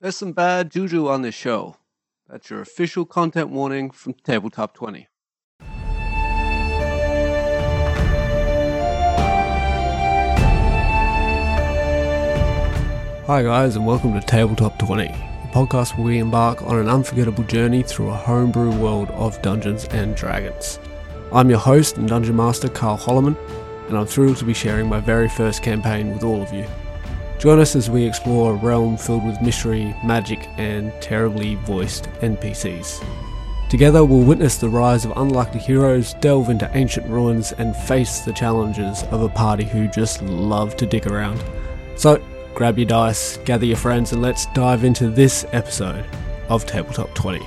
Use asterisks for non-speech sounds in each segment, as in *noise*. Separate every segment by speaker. Speaker 1: There's some bad juju on this show. That's your official content warning from Tabletop 20. Hi, guys, and welcome to Tabletop 20, the podcast where we embark on an unforgettable journey through a homebrew world of Dungeons and Dragons. I'm your host and Dungeon Master, Carl Holloman, and I'm thrilled to be sharing my very first campaign with all of you. Join us as we explore a realm filled with mystery, magic, and terribly voiced NPCs. Together, we'll witness the rise of unlikely heroes, delve into ancient ruins, and face the challenges of a party who just love to dick around. So, grab your dice, gather your friends, and let's dive into this episode of Tabletop 20.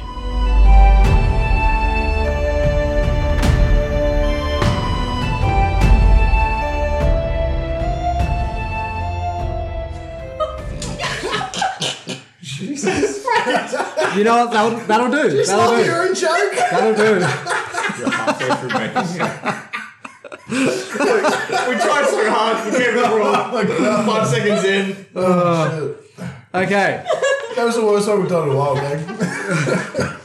Speaker 1: You know what? That'll, that'll do.
Speaker 2: Oh,
Speaker 1: that'll do.
Speaker 3: own joke.
Speaker 4: Oh,
Speaker 1: That'll do.
Speaker 4: We tried so hard, we came up wrong. Five seconds in.
Speaker 1: Okay.
Speaker 3: That was the worst one we've done in a while, man.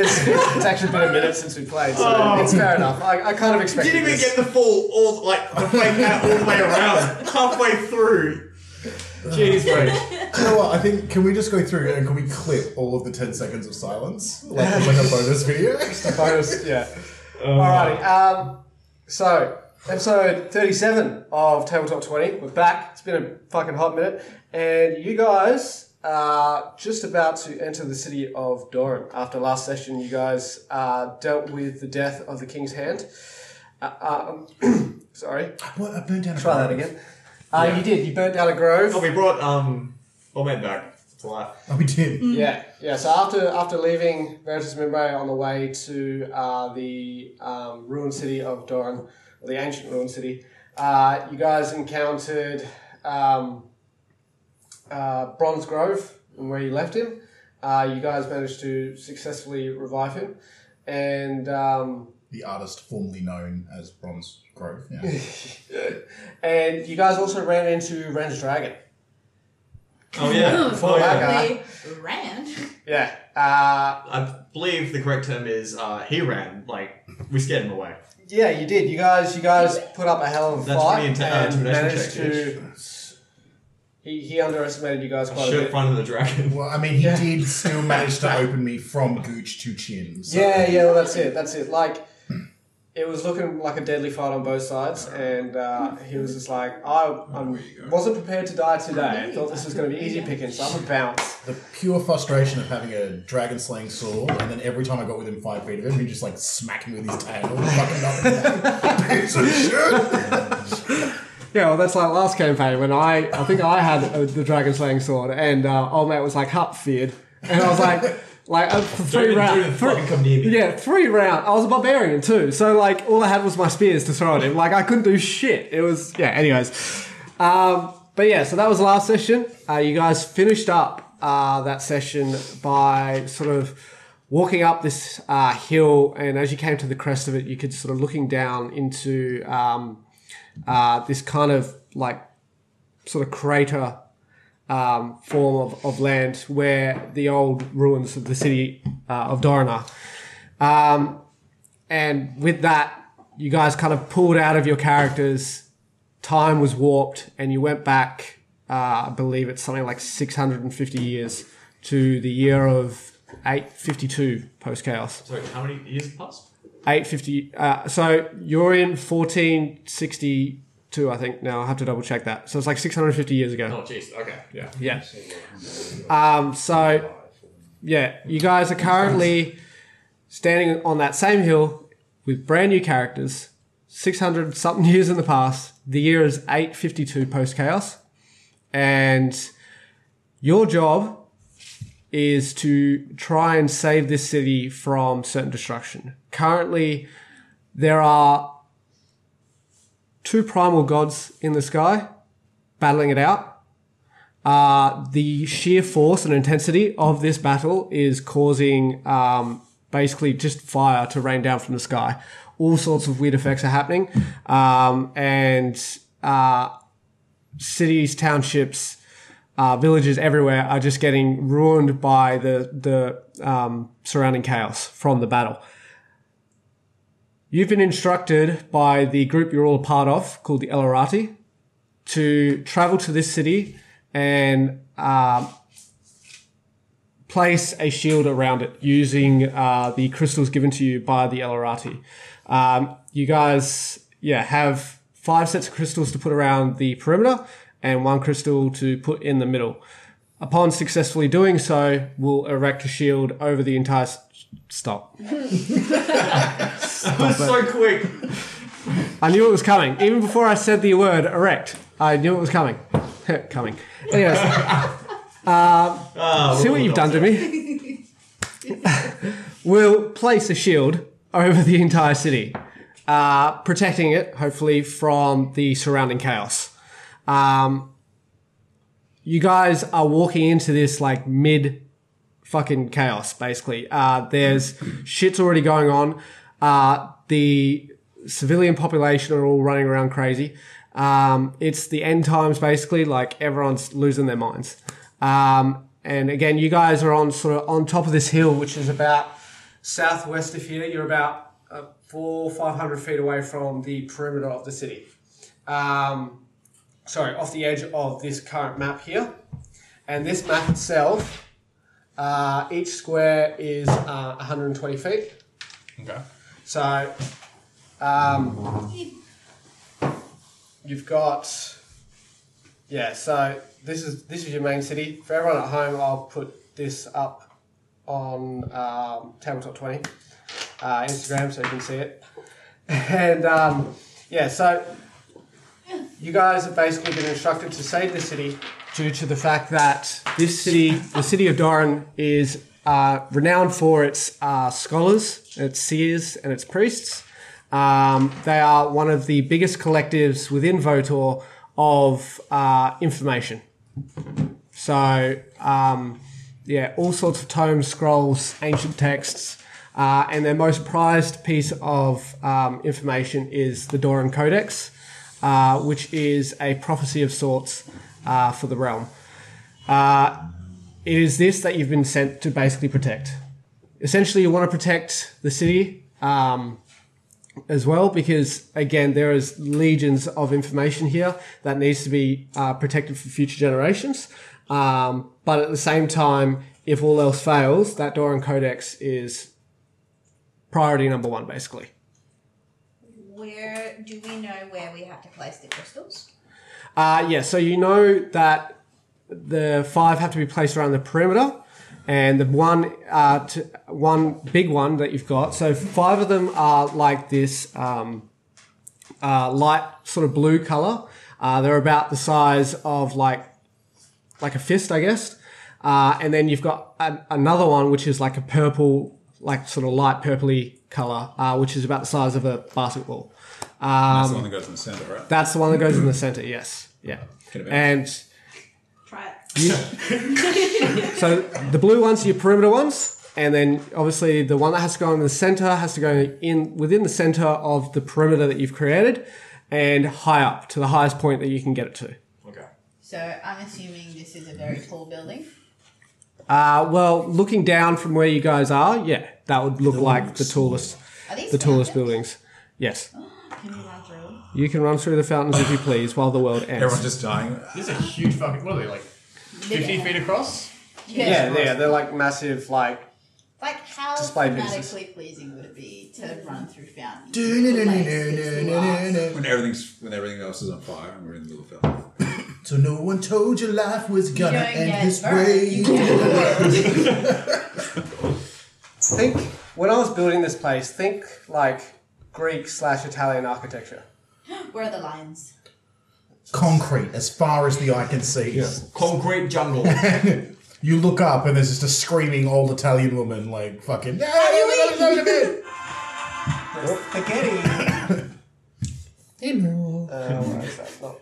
Speaker 2: It's, it's actually been a minute since we played, so it's fair enough. I, I kind of expected
Speaker 4: Oh. Didn't even
Speaker 2: this.
Speaker 4: get the full, all like the fake out all the way around, halfway through. Jeez, mate.
Speaker 3: You know what? I think can we just go through and can we clip all of the ten seconds of silence like as like a bonus video?
Speaker 2: *laughs* bonus. Yeah.
Speaker 4: Oh.
Speaker 2: Alrighty. Um, so episode thirty-seven of Tabletop Twenty. We're back. It's been a fucking hot minute, and you guys are just about to enter the city of Doran. After last session, you guys uh, dealt with the death of the King's Hand. Uh, *clears throat* um, sorry.
Speaker 3: What? I burnt down. a
Speaker 2: Try that
Speaker 3: grove.
Speaker 2: again. Uh, You did. You burnt down a grove.
Speaker 4: Oh, we brought um, old man back to life.
Speaker 3: Oh, we did.
Speaker 5: Mm.
Speaker 2: Yeah, yeah. So after after leaving Veritas Membre on the way to uh, the um, ruined city of Doran, or the ancient ruined city, uh, you guys encountered um, uh, Bronze Grove and where you left him. Uh, you guys managed to successfully revive him, and um,
Speaker 3: The artist formerly known as Bronze Grove. Yeah.
Speaker 2: and you guys also ran into Ren's dragon.
Speaker 4: Oh yeah. Oh yeah.
Speaker 2: Okay.
Speaker 6: Ran.
Speaker 2: Yeah. Uh,
Speaker 4: I believe the correct term is uh, he ran. Like we scared him away.
Speaker 2: Yeah, you did. You guys, you guys put up a hell of a
Speaker 4: That's
Speaker 2: fight
Speaker 4: pretty inte- uh,
Speaker 2: and
Speaker 4: intimidation
Speaker 2: managed
Speaker 4: check, Oh,
Speaker 2: to. He, he underestimated you
Speaker 5: Oh,
Speaker 2: guys quite a
Speaker 4: Shoot in
Speaker 2: bit.
Speaker 4: front of the dragon. *laughs*
Speaker 3: Well, I mean, he did
Speaker 2: *laughs*
Speaker 3: still manage to open me from gooch to chin. So.
Speaker 2: Yeah, yeah. Well, that's it. That's it. Like, it was looking like a deadly fight on both sides, and uh, he was just like, I
Speaker 4: Oh,
Speaker 2: I'm, wasn't prepared to die today. I thought this was going to be easy picking, so I'm gonna bounce.
Speaker 3: The pure frustration of having a dragon slaying sword, and then every time I got within five feet of him, he just like smacked me with his tail. Fucking up. and down. *laughs* Piece of shit.
Speaker 5: Yeah, well, that's like last campaign when I, I think I had uh, the dragon slaying sword, and uh, old mate was like half feared, and I was like, *laughs* like uh, for
Speaker 4: Don't
Speaker 5: three
Speaker 4: even, don't even
Speaker 5: rounds,
Speaker 4: fucking come near me.
Speaker 5: yeah, three round. I was a barbarian too, so like all I had was my spears to throw at him. Like I couldn't do shit. It was yeah. Anyways, um, but yeah, so that was the last session. Uh, you guys finished up uh, that session by sort of walking up this uh, hill, and as you came to the crest of it, you could sort of looking down into um, uh, this kind of like sort of crater um, form of, of land where the old ruins of the city uh, of Doran are. Um, and with that, you guys kind of pulled out of your characters. Time was warped, and you went back. Uh, I believe it's something like 650 years to the year of 852 post chaos.
Speaker 4: Sorry, how many years passed?
Speaker 5: 850. Uh, so you're in 1462, I think. Now I have to double check that. So it's like 650 years ago.
Speaker 4: Oh jeez. Okay. Yeah.
Speaker 5: Yeah. Um, so, yeah, you guys are currently standing on that same hill with brand new characters, 600 something *laughs* years in the past. The year is 852 post chaos. And your job is to try and save this city from certain destruction. Currently, there are two primal gods in the sky battling it out uh, the sheer force and intensity of this battle is causing um, basically just fire to rain down from the sky. All sorts of weird effects are happening, um, and uh, cities, townships, uh, villages everywhere are just getting ruined by the the um, surrounding chaos from the battle. You've been instructed by the group you're all a part of, called the Elorati, to travel to this city and um, place a shield around it using uh, the crystals given to you by the Elorati. Um, you guys, yeah, have five sets of crystals to put around the perimeter and one crystal to put in the middle. Upon successfully doing so, we'll erect a shield over the entire. s stop.
Speaker 4: It was so quick.
Speaker 5: I knew it was coming. Even before I said the word erect, I knew it was coming. *laughs* coming. Anyways, uh, see what you've done to me. *laughs* we'll place a shield over the entire city, uh, protecting it, hopefully, from the surrounding chaos. Um, you guys are walking into this like mid fucking chaos, basically. Uh, there's shit's already going on. Uh, the civilian population are all running around crazy. Um, it's the end times, basically. Like everyone's losing their minds. Um, and again, you guys are on sort of on top of this hill, which is about southwest of here. You're about uh, four, five hundred feet away from the perimeter of the city. Um, sorry, off the edge of this current map here.
Speaker 7: And this map itself, uh, each square is uh, 120 feet.
Speaker 4: Okay.
Speaker 7: So um, you've got yeah. So this is this is your main city. For everyone at home, I'll put this up on um, tabletop twenty uh, Instagram so you can see it. *laughs* And um, yeah, so you guys have basically been instructed to save the city
Speaker 5: due to the fact that this city, the city of Doran, is uh, renowned for its uh, scholars, its seers, and its priests. Um, they are one of the biggest collectives within Votor of uh, information. So, um, yeah, all sorts of tomes, scrolls, ancient texts, uh, and their most prized piece of um, information is the Doran Codex, uh, which is a prophecy of sorts uh, for the realm. Uh, it is this that you've been sent to basically protect. Essentially, you want to protect the city. Um, as well because again there is legions of information here that needs to be uh, protected for future generations um, but at the same time if all else fails that doran codex is priority number one basically
Speaker 6: Where do we know where we have to place the crystals?
Speaker 5: uh, yeah so you know that the five have to be placed around the perimeter and the one uh, t- one big one that you've got so five of them are like this um, uh, light sort of blue color. Uh, they're about the size of like like a fist, I guess. Uh, and then you've got an, another one which is like a purple, like sort of light purpley color, uh, which is about the size of a basketball. Um,
Speaker 8: That's the one that goes in the center, right?
Speaker 5: That's the one that goes in the center. Yes, yeah.
Speaker 8: Could have been.
Speaker 5: And
Speaker 6: Try it.
Speaker 5: So the blue ones are your perimeter ones, and then obviously the one that has to go in the center has to go in within the center of the perimeter that you've created, and high up to the highest point that you can get it to.
Speaker 4: Okay.
Speaker 6: So I'm assuming this is a very tall building.
Speaker 5: Uh, well, looking down from where you guys are, yeah, that would look like the tallest,
Speaker 6: Are these
Speaker 5: the tallest
Speaker 6: fountains?
Speaker 5: buildings. Yes,
Speaker 6: Can you run through them?
Speaker 5: you can run through the fountains if you please while the world
Speaker 8: Everyone's
Speaker 5: ends.
Speaker 8: just dying.
Speaker 3: This is a huge fucking. What are they like? Fifty
Speaker 6: Yeah.
Speaker 3: feet across?
Speaker 7: yeah yeah they're like massive like
Speaker 6: Like how
Speaker 7: Display pieces.
Speaker 6: thematically pleasing would it be to run through fountains? Places to laugh.
Speaker 8: When everything's when everything else is on fire and we're in the middle of hell.
Speaker 3: So no one told you life was
Speaker 6: You
Speaker 3: gonna
Speaker 6: don't
Speaker 3: end
Speaker 6: get
Speaker 3: this
Speaker 6: burned.
Speaker 3: way.
Speaker 6: You don't get burned.
Speaker 7: think when I was building this place think like Greek slash Italian architecture.
Speaker 6: Where are the lines?
Speaker 3: Concrete, as far as the eye can see.
Speaker 4: Concrete jungle.
Speaker 3: You look up and there's just a screaming old Italian woman, like fucking.
Speaker 6: *laughs*
Speaker 4: Spaghetti.
Speaker 7: Uh, where is that? Not-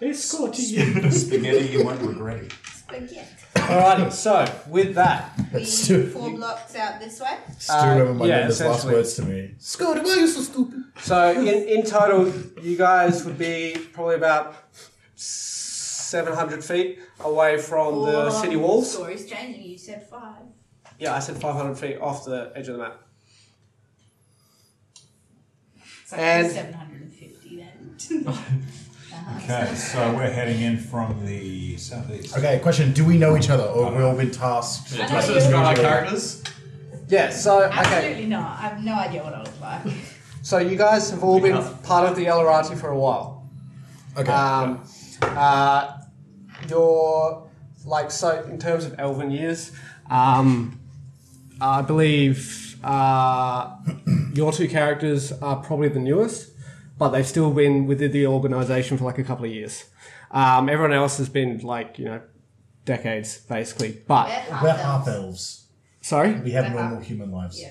Speaker 4: It's cool to you. Spaghetti you won't regret it.
Speaker 6: Spaghetti.
Speaker 7: Alrighty, so with that,
Speaker 6: We
Speaker 3: Stu-
Speaker 6: four blocks out this way.
Speaker 3: Stu,
Speaker 9: Uh,
Speaker 3: remember my
Speaker 7: yeah,
Speaker 3: mother's last
Speaker 7: essentially.
Speaker 3: words to me. Scotty, why are you so stupid?
Speaker 7: so in, in total, you guys would be probably about s-
Speaker 5: 700 feet away from the
Speaker 6: Or
Speaker 5: city walls.
Speaker 6: Story's changing. You said five.
Speaker 5: Yeah, I said 500 feet off the edge of the map.
Speaker 6: It's like
Speaker 5: And-
Speaker 6: 750 then. *laughs* Uh-huh.
Speaker 8: Okay, so we're heading in from the southeast.
Speaker 3: Okay, question: Do we know each other, or we've all been tasked?
Speaker 6: I
Speaker 4: Does
Speaker 6: know
Speaker 4: it describe our
Speaker 6: you-
Speaker 4: characters?
Speaker 5: Yeah, so okay,
Speaker 6: Absolutely not. I have no idea what I look like.
Speaker 5: so you guys have all
Speaker 4: We
Speaker 5: been
Speaker 4: can't-
Speaker 5: part of the Elorati for a while.
Speaker 3: Okay,
Speaker 5: Um, uh, you're like so in terms of elven years.
Speaker 9: Um, I believe uh, your two characters are probably the newest, but they've still been within the organization for like a couple of years. Um, everyone else has been like you know decades basically. But
Speaker 3: we're
Speaker 6: half
Speaker 3: half
Speaker 6: elves.
Speaker 3: elves.
Speaker 9: sorry,
Speaker 3: We have
Speaker 6: We're
Speaker 3: normal
Speaker 6: half-
Speaker 3: human lives.
Speaker 6: Yeah,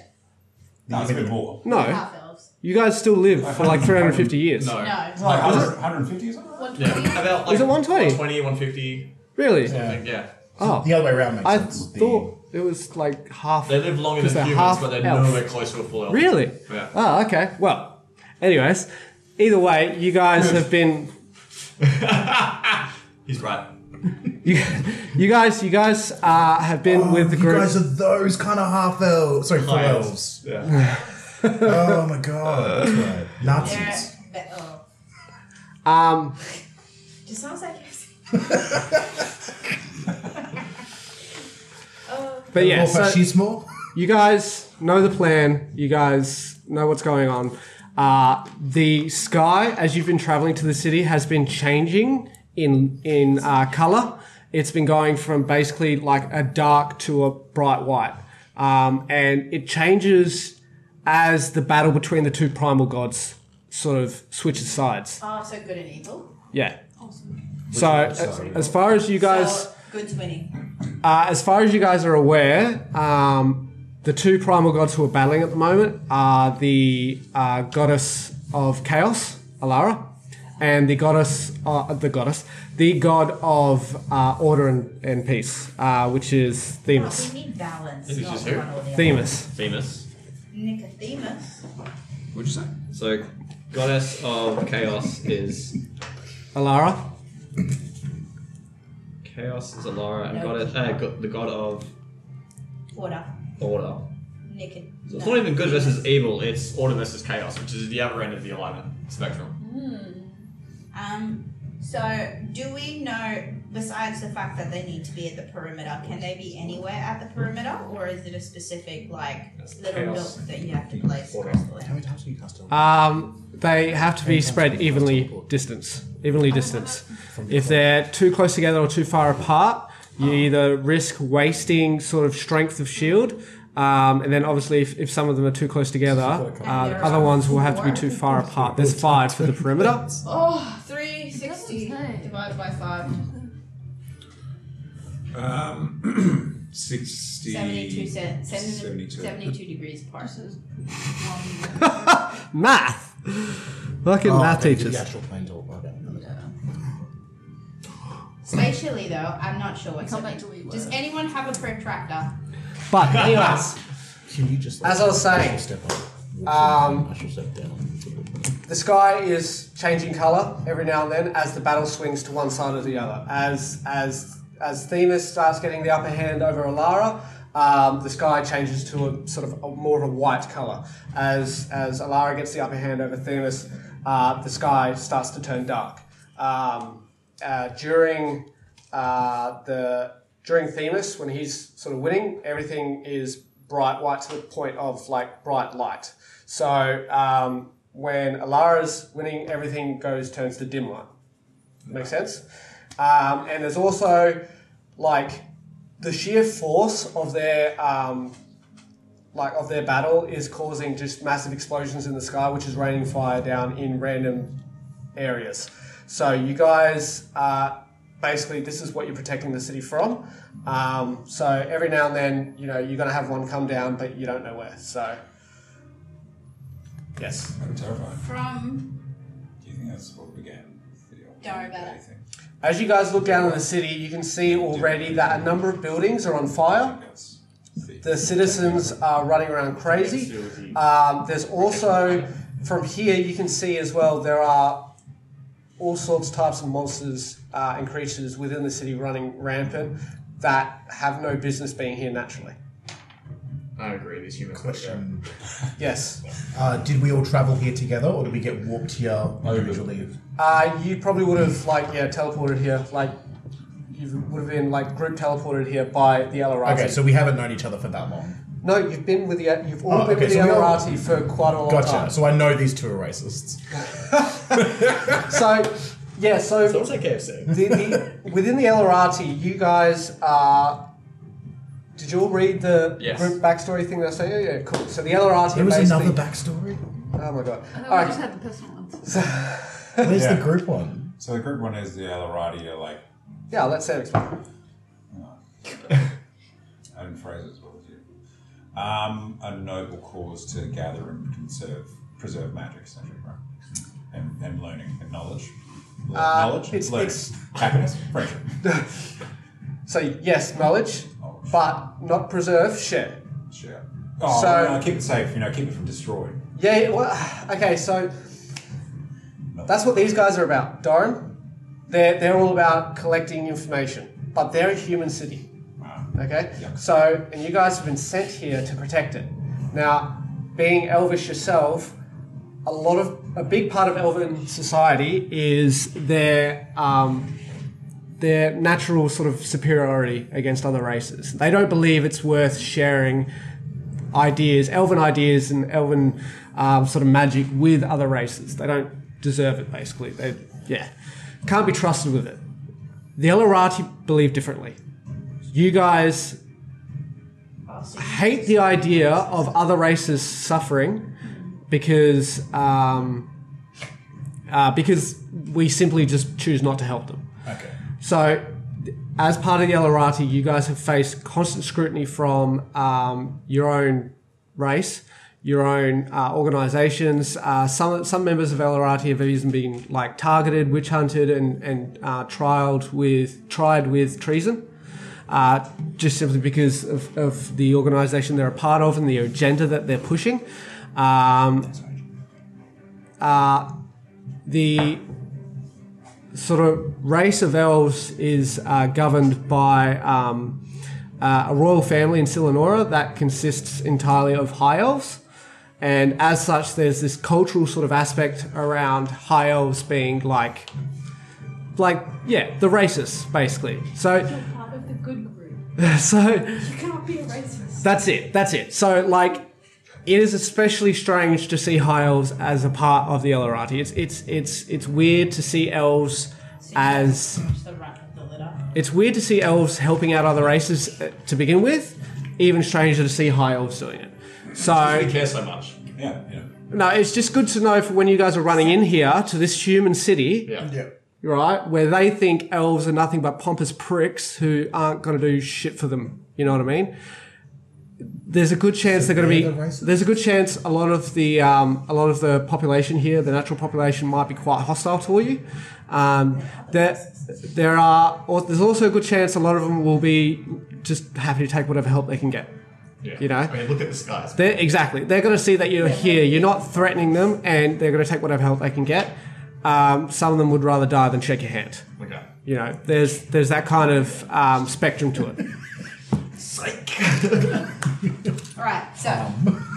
Speaker 8: No, it's a bit more.
Speaker 9: no,
Speaker 6: half elves.
Speaker 9: you guys still live for like 350 years.
Speaker 4: No.
Speaker 6: No.
Speaker 5: Oh,
Speaker 8: Like 100, 150 or something? like that?
Speaker 6: What-
Speaker 4: Yeah. About like
Speaker 9: Is it 120?
Speaker 4: 120, 150.
Speaker 9: Really?
Speaker 3: Yeah.
Speaker 4: Yeah.
Speaker 9: Oh,
Speaker 3: The other way around makes
Speaker 9: I
Speaker 3: sense. The-
Speaker 9: thought it was like half.
Speaker 4: They live longer
Speaker 9: Because
Speaker 4: than
Speaker 9: they're
Speaker 4: humans,
Speaker 9: half
Speaker 4: but they're
Speaker 9: elf.
Speaker 4: nowhere close to a full elf.
Speaker 9: Really?
Speaker 4: Yeah.
Speaker 9: Oh, okay. Well, anyways, either way, you guys have been
Speaker 4: He's right.
Speaker 9: you, *laughs* you guys you guys uh, have been
Speaker 3: Oh,
Speaker 9: with the
Speaker 3: you
Speaker 9: group.
Speaker 3: guys are those kind of half elves. Sorry, full
Speaker 4: High
Speaker 3: elves.
Speaker 4: *laughs* Yeah.
Speaker 3: oh my god, that's right.
Speaker 6: They're
Speaker 3: Nazis.
Speaker 6: at the elf.
Speaker 9: um,
Speaker 6: *laughs* Just sounds like yes. Oh,
Speaker 9: but yeah,
Speaker 3: More
Speaker 9: so
Speaker 3: fascismo.
Speaker 9: you guys know the plan. You guys know what's going on. Uh, the sky, as you've been traveling to the city, has been changing in in uh, color. It's been going from basically like a dark to a bright white, um, and it changes as the battle between the two primal gods sort of switches sides.
Speaker 6: oh, so good and evil.
Speaker 9: Yeah.
Speaker 6: Awesome.
Speaker 9: So as, as far as you guys.
Speaker 6: So good's winning.
Speaker 9: Uh, as far as you guys are aware, um, the two primal gods who are battling at the moment are the uh, goddess of chaos, Alara, and the goddess, uh, the goddess, the god of uh, order and, and peace, uh, which is
Speaker 6: Oh,
Speaker 9: Themis.
Speaker 6: we need balance.
Speaker 4: This is
Speaker 6: not
Speaker 4: just who?
Speaker 6: one or the other.
Speaker 9: Themis.
Speaker 4: Themis.
Speaker 6: Nicodemus.
Speaker 10: What'd you say?
Speaker 4: So, goddess of chaos is
Speaker 9: Alara.
Speaker 4: chaos is Alara, and goddess uh, go- the god of
Speaker 6: Order.
Speaker 4: order.
Speaker 6: Nicod.
Speaker 4: So it's not even good versus evil. It's order versus chaos, which is the other end of the alignment spectrum.
Speaker 6: Um, so, do we know, besides the fact that they need to be at the perimeter, can they be anywhere at the perimeter, or is it a specific, like,
Speaker 4: That's
Speaker 6: little
Speaker 4: chaos.
Speaker 6: dot that you have to place
Speaker 4: Order.
Speaker 6: across the
Speaker 3: How
Speaker 6: land?
Speaker 3: many times have you cast
Speaker 5: Uh,
Speaker 3: a
Speaker 9: Um, they have to be spread evenly distance, evenly distance. If they're too close together or too far apart, you either risk wasting sort of strength of shield, um, and then obviously if, if some of them are too close together, uh, the other ones will have to be too far apart. There's five for the *laughs* perimeter.
Speaker 6: Oh, 360 divided by 5.
Speaker 10: Um, 60.
Speaker 6: 72, se- 72.
Speaker 10: 72.
Speaker 6: 72 degrees apart.
Speaker 9: Math. Fucking math
Speaker 3: okay,
Speaker 9: teachers.
Speaker 3: The actual plane talk. Okay.
Speaker 6: Spatially, though, I'm not sure what's happening. Does anyone have a protractor?
Speaker 3: *laughs*
Speaker 9: But anyways,
Speaker 3: Can you just? Like,
Speaker 5: As I was saying,
Speaker 3: partial step up, um, partial step down.
Speaker 5: The sky is changing color every now and then as the battle swings to one side or the other. As as as Themis starts getting the upper hand over Alara, um, the sky changes to a sort of a, more of a white color. As as Alara gets the upper hand over Themis, uh, the sky starts to turn dark. Um, uh, during uh, the during Themis, when he's sort of winning, everything is bright white to the point of like bright light. So um, when Alara's winning, everything goes turns to dim light. Make sense? Um, and there's also like the sheer force of their um, like of their battle is causing just massive explosions in the sky, which is raining fire down in random areas. So you guys uh, basically this is what you're protecting the city from. Um, so every now and then, you know, you're gonna have one come down, but you don't know where. So yes.
Speaker 10: I'm terrified.
Speaker 6: From.
Speaker 10: Do you think that's what we get? for the old
Speaker 6: Don't worry about
Speaker 10: day
Speaker 6: it.
Speaker 10: thing?
Speaker 5: As you guys look down on the city, you can see already that a number of buildings are on fire.
Speaker 10: That's
Speaker 5: The citizens are running around crazy. Um, there's also, from here, you can see as well, there are all sorts, types of monsters uh, and creatures within the city running rampant that have no business being here naturally.
Speaker 4: I agree. These humans gotta go.
Speaker 3: Question.
Speaker 5: Yes.
Speaker 3: Uh, did we all travel here together, or did we get warped here individually?
Speaker 5: Uh, you probably would have like yeah teleported here like you would have been like group teleported here by the Alorati.
Speaker 3: Okay, so we haven't known each other for that long.
Speaker 5: no, you've been with the you've all
Speaker 3: Oh,
Speaker 5: been
Speaker 3: okay,
Speaker 5: with
Speaker 3: so
Speaker 5: the
Speaker 3: we all-
Speaker 5: Alorati for quite a long time.
Speaker 3: Gotcha. So I know these two are racists.
Speaker 5: So yeah, so
Speaker 4: Sounds like KFC.
Speaker 5: the, the, within the Elorati, you guys are. Did you all read the
Speaker 4: Yes.
Speaker 5: group backstory thing that I said? Yeah, yeah, cool. So the Elorati
Speaker 3: There was
Speaker 5: basically.
Speaker 3: another backstory.
Speaker 5: oh my god.
Speaker 11: I thought we
Speaker 5: Alright.
Speaker 11: just had the personal ones.
Speaker 3: Where's
Speaker 8: Yeah.
Speaker 3: the group one?
Speaker 8: So the group one is the Alorati are like
Speaker 5: Yeah, let Sam explain.
Speaker 8: Adam Fraser's what was it? Um, a noble cause to gather and conserve, preserve magic, essentially, right? And, and learning and knowledge. L- knowledge,
Speaker 5: Uh, it's-
Speaker 8: learning,
Speaker 5: it's-
Speaker 8: happiness, friendship.
Speaker 5: So yes, knowledge, but not preserve, share.
Speaker 8: Sure. Oh,
Speaker 5: So-
Speaker 8: no, keep it safe. You know, keep it from destroyed.
Speaker 5: Yeah, well, *sighs* okay, so that's what these guys are about. Doran, they're, they're all about collecting information, but they're a human city. Okay?
Speaker 8: Yeah.
Speaker 5: So, and you guys have been sent here to protect it. Now, being elvish yourself, a lot of, a big part of elven society is their, um, their natural sort of superiority against other races. They don't believe it's worth sharing ideas, elven ideas, and elven um, sort of magic with other races. They don't deserve it, basically. They, yeah, can't be trusted with it. The Elorati believe differently. You guys hate the idea of other races suffering because um, uh, because we simply just choose not to help them.
Speaker 3: Okay.
Speaker 5: So, as part of the Elorati, you guys have faced constant scrutiny from um, your own race, your own uh, organizations. Uh, some some members of Elorati have even been like targeted, witch hunted, and and uh, trialed with tried with treason. Uh, just simply because of, of the organization they're a part of and the agenda that they're pushing. Um, uh, the sort of race of elves is uh, governed by um, uh, a royal family in Silenora that consists entirely of high elves. And as such, there's this cultural sort of aspect around high elves being like, like, yeah, the racists, basically. So,
Speaker 11: You're part of the good
Speaker 5: *laughs*
Speaker 11: group.
Speaker 5: so
Speaker 11: You cannot be a racist.
Speaker 5: that's it. That's it. So like, it is especially strange to see high elves as a part of the Elorati. It's it's it's it's weird to see elves as
Speaker 6: Pretty much the runt of the litter.
Speaker 5: it's weird to see elves helping out other races uh, to begin with. Even stranger to see high elves doing it.
Speaker 4: They
Speaker 5: So
Speaker 4: care so much.
Speaker 8: Yeah, you know.
Speaker 5: no, it's just good to know for when you guys are running in here to this human city,
Speaker 4: Yeah.
Speaker 3: Yeah.
Speaker 5: right? Where they think elves are nothing but pompous pricks who aren't going to do shit for them. You know what I mean? There's a good chance they're going to be.
Speaker 3: they're the racists?
Speaker 5: there's a good chance a lot of the um, a lot of the population here, the natural population, might be quite hostile toward you. Um, there, there are. Or there's also a good chance a lot of them will be just happy to take whatever help they can get.
Speaker 4: yeah.
Speaker 5: You know?
Speaker 4: I mean, look at the skies.
Speaker 5: They're, exactly. They're going to see that you're here. You're not threatening them, and they're going to take whatever help they can get. Um, some of them would rather die than shake your hand.
Speaker 4: Okay.
Speaker 5: You know, there's there's that kind of um, spectrum to
Speaker 8: *laughs*
Speaker 5: it.
Speaker 6: Alright, so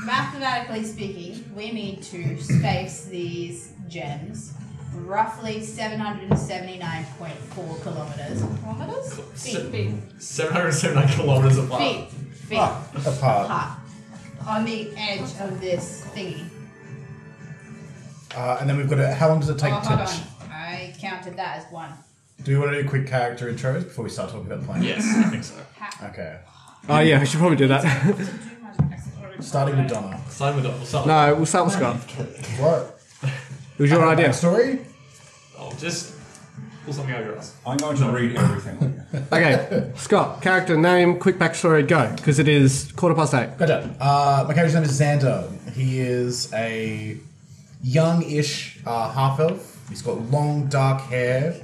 Speaker 6: mathematically speaking, we need to space these gems roughly 779.4 kilometers. Kilometers? Feet.
Speaker 11: Be.
Speaker 4: 779 kilometers apart.
Speaker 6: Feet. Feet.
Speaker 3: Ah, Apart.
Speaker 6: Apart. On the edge of this thingy.
Speaker 3: Uh, and then we've got to. How long does it
Speaker 6: Oh,
Speaker 3: take
Speaker 6: hold
Speaker 3: to?
Speaker 6: on. I counted that as one.
Speaker 3: Do we want to do quick character intros before we start talking about the plan?
Speaker 4: Yes, I think so.
Speaker 6: Ha-
Speaker 3: Okay.
Speaker 5: oh yeah, we should probably do that. *laughs*
Speaker 6: to do my-
Speaker 3: Starting with Donna.
Speaker 4: Sign with we'll start
Speaker 5: no, we'll start with Scott.
Speaker 3: What?
Speaker 5: It was your idea.
Speaker 3: Backstory?
Speaker 4: I'll just pull something out of your ass.
Speaker 8: I'm going to read everything.
Speaker 5: *laughs* Okay, Scott. Character name, quick backstory, go because it is quarter past eight.
Speaker 3: Gotcha. Uh, my character's name is Xander. He is a young-ish uh, half-elf. He's got long, dark hair,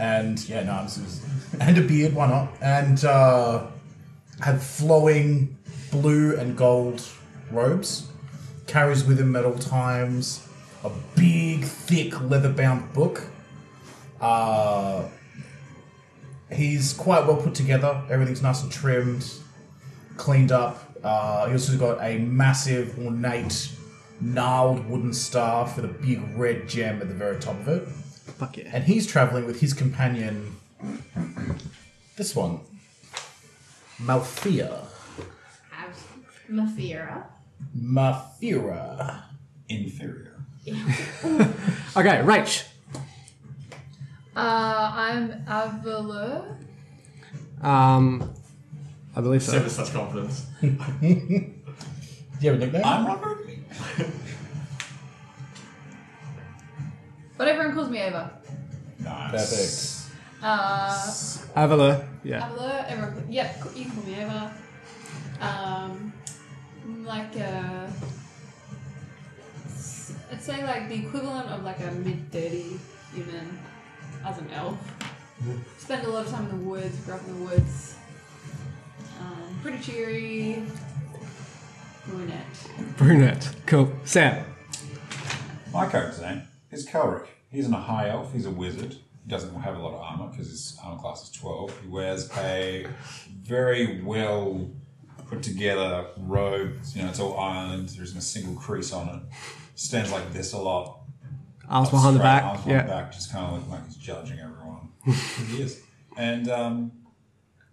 Speaker 3: and yeah, no, I'm serious. *laughs* and a beard. Why not? And uh, have flowing blue and gold robes. Carries with him at all times a big, thick, leather-bound book Uh, he's quite well put together. Everything's nice and trimmed, cleaned up. Uh, he also got a massive, ornate, gnarled wooden staff with a big red gem at the very top of it.
Speaker 9: Fuck yeah.
Speaker 3: And he's traveling with his companion, this one, Malfia.
Speaker 6: Have Mafira.
Speaker 3: Mafira.
Speaker 8: Inferior.
Speaker 9: Okay, Rach.
Speaker 11: Uh, I'm Avalor.
Speaker 9: Um, I believe so.
Speaker 4: Except with such confidence.
Speaker 3: Do you have a nickname?
Speaker 8: I'm not very big.
Speaker 11: But everyone calls me Ava.
Speaker 8: Nice.
Speaker 11: Uh,
Speaker 9: Avila. Yeah.
Speaker 11: Avalor, everyone, yep, you can call me Ava. Um, I'm like a, I'd say like the equivalent of like a mid-30 human as an elf. Spend a lot of time in the woods, grew up in the woods. Um, pretty cheery. Brunette.
Speaker 9: Brunette. Cool. Sam.
Speaker 8: My character's name is Kelric. He's an high elf. He's a wizard. He doesn't have a lot of armor because his armor class is 12. He wears a very well put together robe. You know, it's all ironed. There isn't a single crease on it. Stands like this a lot.
Speaker 9: Arms behind the
Speaker 8: Straight
Speaker 9: back.
Speaker 8: Arms behind
Speaker 9: yeah.
Speaker 8: the back, just kind of looking like he's judging everyone. *laughs* he is. And um,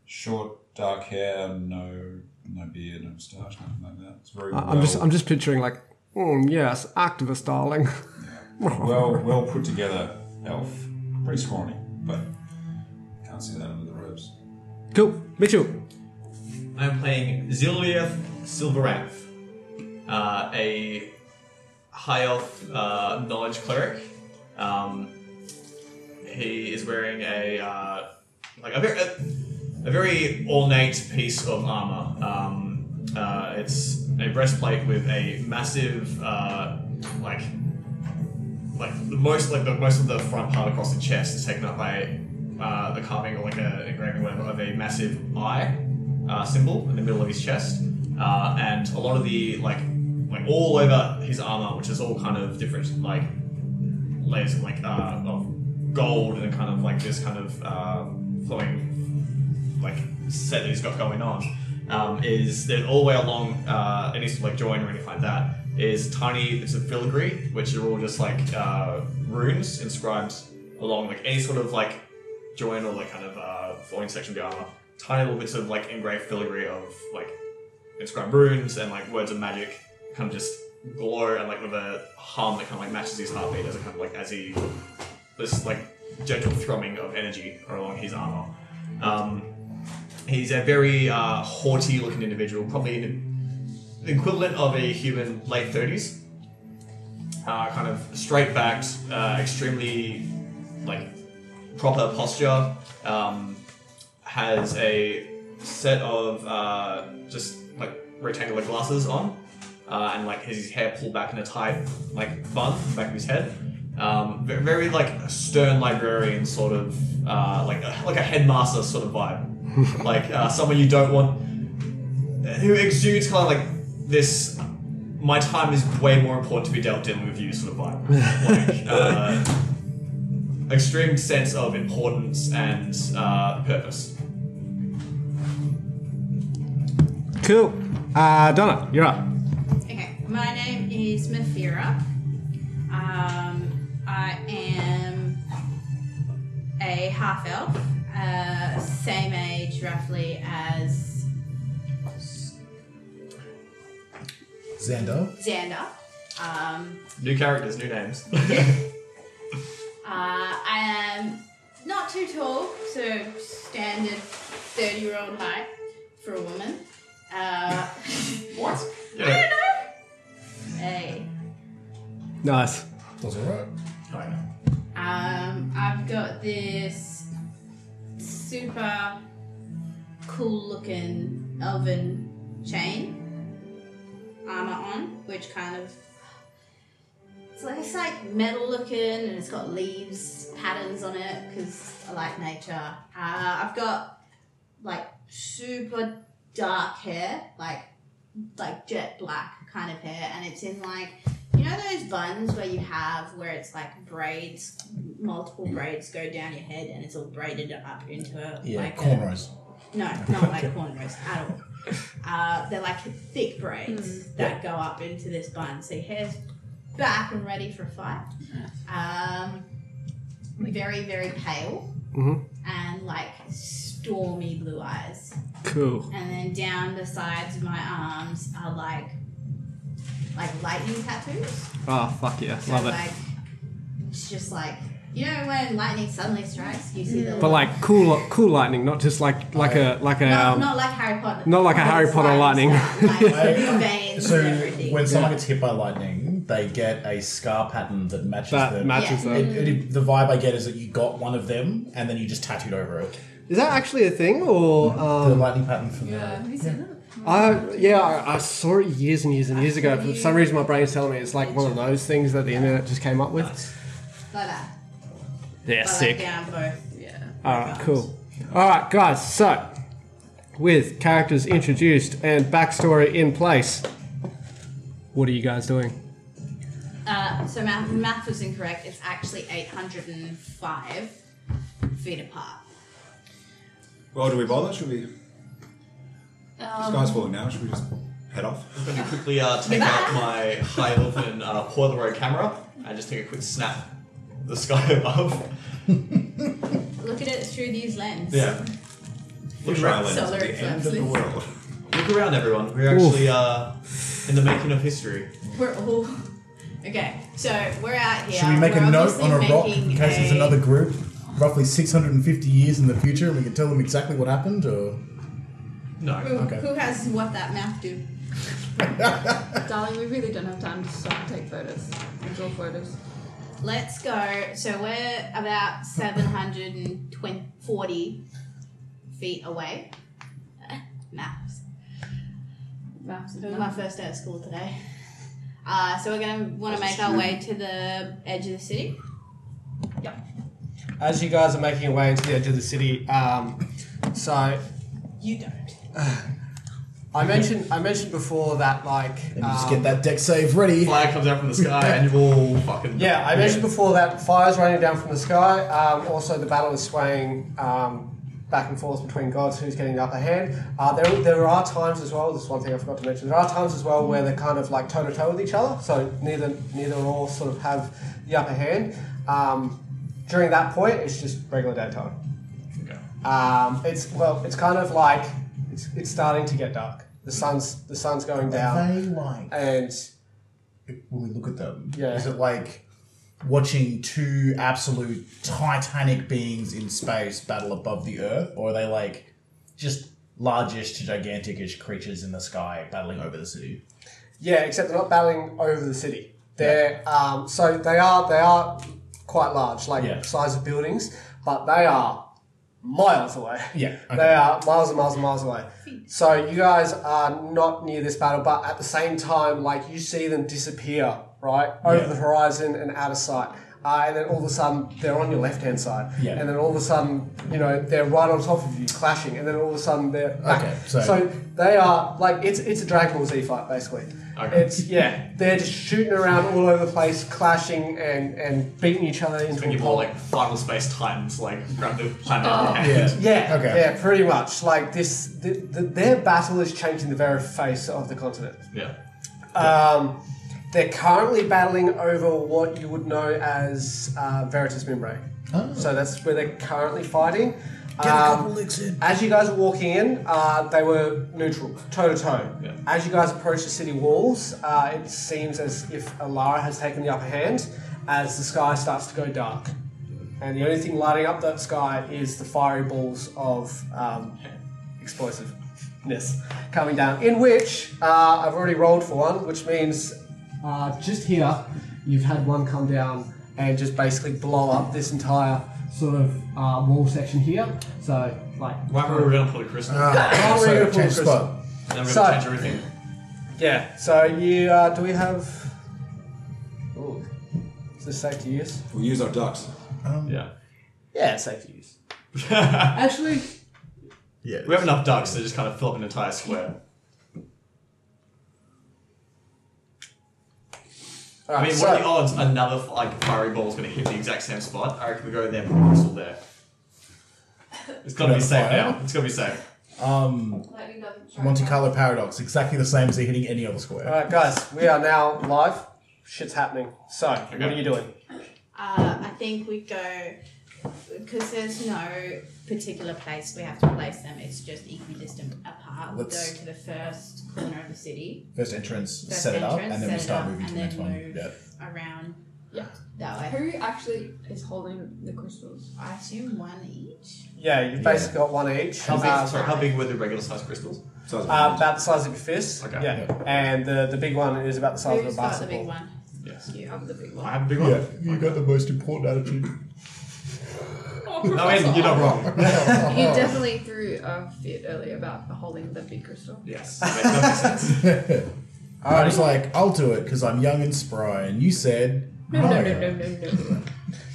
Speaker 8: short, dark hair, no, no beard, no moustache, nothing like that. It's very.
Speaker 9: I- I'm just. I'm just picturing like. Mm, yes, activist, darling.
Speaker 5: *laughs*
Speaker 9: *laughs*
Speaker 8: well, well put together elf. Pretty scrawny, but can't see that under the robes.
Speaker 9: cool. Mitchell.
Speaker 4: I'm playing Ziliath Silverath, uh, a high elf uh, knowledge cleric. Um, he is wearing a uh, like a very, a very ornate piece of armor. Um, uh, it's a breastplate with a massive uh, like like the most like the most of the front part across the chest is taken up by uh, the carving or like a engraving or whatever of a massive eye uh, symbol in the middle of his chest, uh, and a lot of the like like all over his armor, which is all kind of different like layers of like uh, of gold and kind of like this kind of um, flowing like set that he's got going on um, is that all the way along uh, any sort of like join or anything like that is tiny bits of filigree, which are all just like uh, runes inscribed along like any sort of like join or like kind of uh, flowing section of the armor. Tiny little bits of like engraved filigree of like inscribed runes and like words of magic kind of just glow and like with a hum that kind of like matches his heartbeat as it kind of like as he this like gentle thrumming of energy along his armor. Um, he's a very uh, haughty looking individual, probably an- the equivalent of a human late 30s. Uh, kind of straight backed, uh, extremely like proper posture. Um, has a set of uh, just like rectangular glasses on, uh, and like his hair pulled back in a tight like bun at the back of his head. Um, ve- very, like stern librarian sort of uh, like a, like a headmaster sort of vibe, like uh, someone you don't want who exudes kind of like this. My time is way more important to be dealt in with you sort of vibe. Like, uh, extreme sense of importance and uh, purpose.
Speaker 9: Cool. Uh, Donna, you're up.
Speaker 6: Okay, my name is Mephira. Um, I am a half elf, uh, same age roughly as
Speaker 3: Xander.
Speaker 6: Xander. Um,
Speaker 4: New characters, new names.
Speaker 6: Uh, I am not too tall, so standard 30 year old height for a woman. Uh,
Speaker 4: what?
Speaker 6: I
Speaker 4: Yeah.
Speaker 6: don't know. Hey.
Speaker 9: Nice.
Speaker 3: That's alright.
Speaker 4: Oh, I know.
Speaker 6: Um, I've got this super cool looking elven chain armor on, which kind of it's like it's like metal looking and it's got leaves patterns on it because I like nature. Uh, I've got like super dark hair, like like jet black kind of hair, and it's in like You know those buns where you have where it's like braids, multiple braids go down your head and it's all braided up into a
Speaker 3: Yeah,
Speaker 6: like a-
Speaker 3: cornrows.
Speaker 6: no, not like cornrows at all. Uh, they're like thick braids that go up into this bun. So your hair's back and ready for a fight. Um, very, very pale
Speaker 5: Mhm.
Speaker 6: and like stormy blue eyes.
Speaker 5: Cool.
Speaker 6: And then down the sides of my arms are like like lightning tattoos.
Speaker 5: Oh, fuck yeah.
Speaker 6: So
Speaker 5: Love it.
Speaker 6: like it's just like you know when lightning suddenly strikes, you see the
Speaker 5: But like cool, cool lightning, not just like like a like a.
Speaker 6: not,
Speaker 5: Um,
Speaker 6: not like Harry Potter.
Speaker 5: not like a Harry
Speaker 6: It's
Speaker 5: Potter lightning.
Speaker 6: stuff,
Speaker 3: *laughs*
Speaker 6: Like, blue veins
Speaker 3: So
Speaker 6: and everything.
Speaker 3: when someone gets hit by lightning, they get a scar pattern that matches
Speaker 5: that
Speaker 3: them.
Speaker 5: matches
Speaker 6: Yeah.
Speaker 5: that.
Speaker 3: It- it- the vibe I get is that you got one of them and then you just tattooed over it.
Speaker 5: Is that actually a thing or?
Speaker 6: Mm.
Speaker 3: the
Speaker 5: Um,
Speaker 3: lightning pattern from
Speaker 11: Yeah,
Speaker 3: the.
Speaker 11: have you seen that?
Speaker 5: I yeah, I, I saw it years and years and years ago. For some reason, my brain's telling me it's like one of those things that the internet just came up with.
Speaker 6: like that.
Speaker 5: Yeah,
Speaker 6: But
Speaker 5: sick.
Speaker 6: Like down both.
Speaker 11: Yeah.
Speaker 5: All right, cool. All right, guys. So, with characters introduced and backstory in place, what are you guys doing?
Speaker 6: Uh, so math, math was incorrect. It's actually 805 feet apart.
Speaker 8: Well, do we bother? Should we? The
Speaker 11: Um,
Speaker 8: sky's falling now. Should we just head off?
Speaker 5: *laughs*
Speaker 4: I'm going to quickly uh, take out my high level and uh, Polaroid camera and just take a quick snap of the sky *laughs* above.
Speaker 6: Look at it through these lenses.
Speaker 4: Yeah. Look
Speaker 8: Trial
Speaker 4: around,
Speaker 8: ends
Speaker 6: solar
Speaker 8: at the end of the
Speaker 6: eclipses.
Speaker 8: world.
Speaker 4: look around, everyone. We're actually uh, in the making of history.
Speaker 6: We're all. *laughs* Okay, so we're out here.
Speaker 3: Should we make
Speaker 6: We're
Speaker 3: a note
Speaker 6: obviously
Speaker 3: on a rock in
Speaker 6: making
Speaker 3: case there's
Speaker 6: a-
Speaker 3: another group roughly 650 years in the future and we can tell them exactly what happened? Or
Speaker 6: Who,
Speaker 4: No.
Speaker 3: Okay.
Speaker 6: who has what that math do?
Speaker 11: darling, we really don't have time to stop and take photos. We draw photos.
Speaker 6: Let's go. So we're about 740 feet away. Maths.
Speaker 11: Maps
Speaker 6: It was my first day at school today. Uh, so we're going to want to make our way to the edge of the city.
Speaker 5: As you guys are making your way into the edge of the city, um, so
Speaker 6: You don't.
Speaker 5: *sighs* I mentioned I mentioned before that like
Speaker 3: and you just
Speaker 5: um,
Speaker 3: get that deck save ready.
Speaker 4: Fire comes out from the sky and you're all fucking.
Speaker 5: Yeah, I mentioned before that fires raining down from the sky. Um, also, the battle is swaying um, back and forth between gods. Who's getting the upper hand? Uh, there, there are times as well. This is one thing I forgot to mention. There are times as well where they're kind of like toe to toe with each other. So neither neither or all sort of have the upper hand. Um, during that point, it's just regular daytime.
Speaker 4: Okay.
Speaker 5: Um, it's well, it's kind of like it's, it's starting to get dark. The sun's the sun's going down,
Speaker 3: They like
Speaker 6: Uh,
Speaker 5: and
Speaker 3: when we look at them.
Speaker 5: Yeah.
Speaker 3: Is it like watching two absolute titanic beings in space battle above the earth, or are they like just largish to giganticish creatures in the sky battling over the city?
Speaker 5: Yeah, except they're not battling over the city. They're um, so they are they are quite large, like
Speaker 3: Yeah.
Speaker 5: size of buildings, but they are miles away.
Speaker 3: Yeah, okay.
Speaker 5: *laughs* they are miles and miles and miles away. So you guys are not near this battle, but at the same time, like you see them disappear right over
Speaker 3: Yeah.
Speaker 5: the horizon and out of sight. Uh, and then all of a sudden they're on your left hand side,
Speaker 3: Yeah.
Speaker 5: and then all of a sudden you know they're right on top of you, clashing, and then all of a sudden they're back.
Speaker 3: Okay, so-
Speaker 5: so they are like it's it's a Dragon Ball Z fight basically.
Speaker 4: Okay.
Speaker 5: It's yeah, they're just shooting around all over the place, clashing and and beating each other into
Speaker 4: When
Speaker 5: a
Speaker 4: you're
Speaker 5: pulp.
Speaker 4: more like final space times, like grab the planet.
Speaker 5: yeah,
Speaker 3: Okay.
Speaker 5: yeah, pretty much. Like this, the, the, their battle is changing the very face of the continent.
Speaker 4: yeah.
Speaker 5: Um, they're currently battling over what you would know as uh, Veritas Membrane.
Speaker 3: Oh.
Speaker 5: So that's where they're currently fighting.
Speaker 3: Get a
Speaker 5: Um,
Speaker 3: couple licks in.
Speaker 5: As you guys were walking in, uh, they were neutral, toe to
Speaker 4: Yeah.
Speaker 5: toe. As you guys approach the city walls, uh, it seems as if Alara has taken the upper hand as the sky starts to go dark. And the only thing lighting up that sky is the fiery balls of um, explosiveness coming down, in which uh, I've already rolled for one, which means uh, just here you've had one come down and just basically blow up this entire sort of uh, wall section here. So, like,
Speaker 4: Why were we going to pull a crystal?
Speaker 3: Ah,
Speaker 5: Why were you
Speaker 3: so
Speaker 5: gonna
Speaker 3: change
Speaker 5: pull
Speaker 3: spot.
Speaker 4: Then we're going
Speaker 5: So-
Speaker 4: to change everything.
Speaker 5: Yeah. So you uh, do we have? Ooh, is this safe to use?
Speaker 8: We'll use our ducks.
Speaker 4: Yeah.
Speaker 5: Yeah, it's safe to use.
Speaker 4: we
Speaker 5: Actually,
Speaker 3: Yeah.
Speaker 4: have enough ducks to just kind of fill up an entire square. I mean,
Speaker 5: Alright,
Speaker 4: what
Speaker 5: so-
Speaker 4: are the odds another like fiery ball's going to hit the exact same spot? I reckon we go there, put a crystal there. It's got to be
Speaker 3: Another
Speaker 4: safe
Speaker 3: fire?
Speaker 4: now. It's got to be safe.
Speaker 3: Um,
Speaker 11: Lightning doesn't strike
Speaker 3: Monte
Speaker 11: back.
Speaker 3: Carlo paradox, exactly the same as hitting any other square.
Speaker 5: Alright, guys, we are now live. Shit's happening. So, what are you doing?
Speaker 6: Uh, I think we go because there's no particular place we have to place them. It's just equidistant apart. We go
Speaker 3: Let's-
Speaker 6: to the first corner of the city
Speaker 3: First entrance,
Speaker 6: First
Speaker 3: set it up,
Speaker 6: entrance,
Speaker 3: and then
Speaker 6: set
Speaker 3: we
Speaker 6: it
Speaker 3: start
Speaker 6: up,
Speaker 3: moving to
Speaker 6: and
Speaker 3: the next
Speaker 6: then
Speaker 3: one.
Speaker 6: move.
Speaker 3: Yeah.
Speaker 6: around. That way.
Speaker 11: Who actually is holding the crystals?
Speaker 6: I assume one each.
Speaker 5: Yeah, you've basically got one each.
Speaker 4: How big,
Speaker 5: Uh,
Speaker 4: sorry, how big were the regular sized crystals?
Speaker 10: Size of
Speaker 5: uh, about the size of your fist.
Speaker 4: Okay.
Speaker 5: Yeah. And the, the big one is about the size
Speaker 6: Who's
Speaker 5: of a
Speaker 6: got the big
Speaker 5: basketball.
Speaker 6: one?
Speaker 4: Yes.
Speaker 6: You have the big
Speaker 4: I
Speaker 6: one.
Speaker 4: have a big one.
Speaker 3: you got the most important *laughs* attitude.
Speaker 11: Oh,
Speaker 4: I mean, you're not wrong.
Speaker 11: You definitely threw a fit earlier about holding the big crystal.
Speaker 4: yes. That that makes sense.
Speaker 5: *laughs*
Speaker 3: I was like, I'll do it because I'm young and spry, and you said
Speaker 11: No, no, no, no, no, *laughs* no.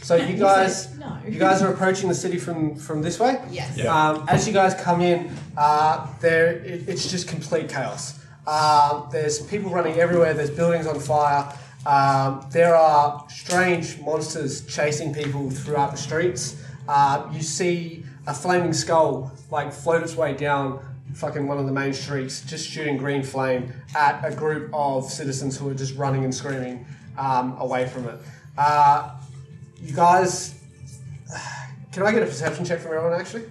Speaker 5: So
Speaker 6: *laughs*
Speaker 5: you guys
Speaker 6: No.
Speaker 5: you guys are approaching the city from, from this way?
Speaker 6: Yes.
Speaker 4: Yeah.
Speaker 5: Um, as you guys come in, uh, there it, it's just complete chaos. Um, there's people running everywhere. There's buildings on fire. Um, there are strange monsters chasing people throughout the streets. Uh, you see a flaming skull like float its way down fucking one of the main streets, just shooting green flame at a group of citizens who are just running and screaming um, away from it. Uh, you guys, *sighs* can I get a perception check from everyone actually?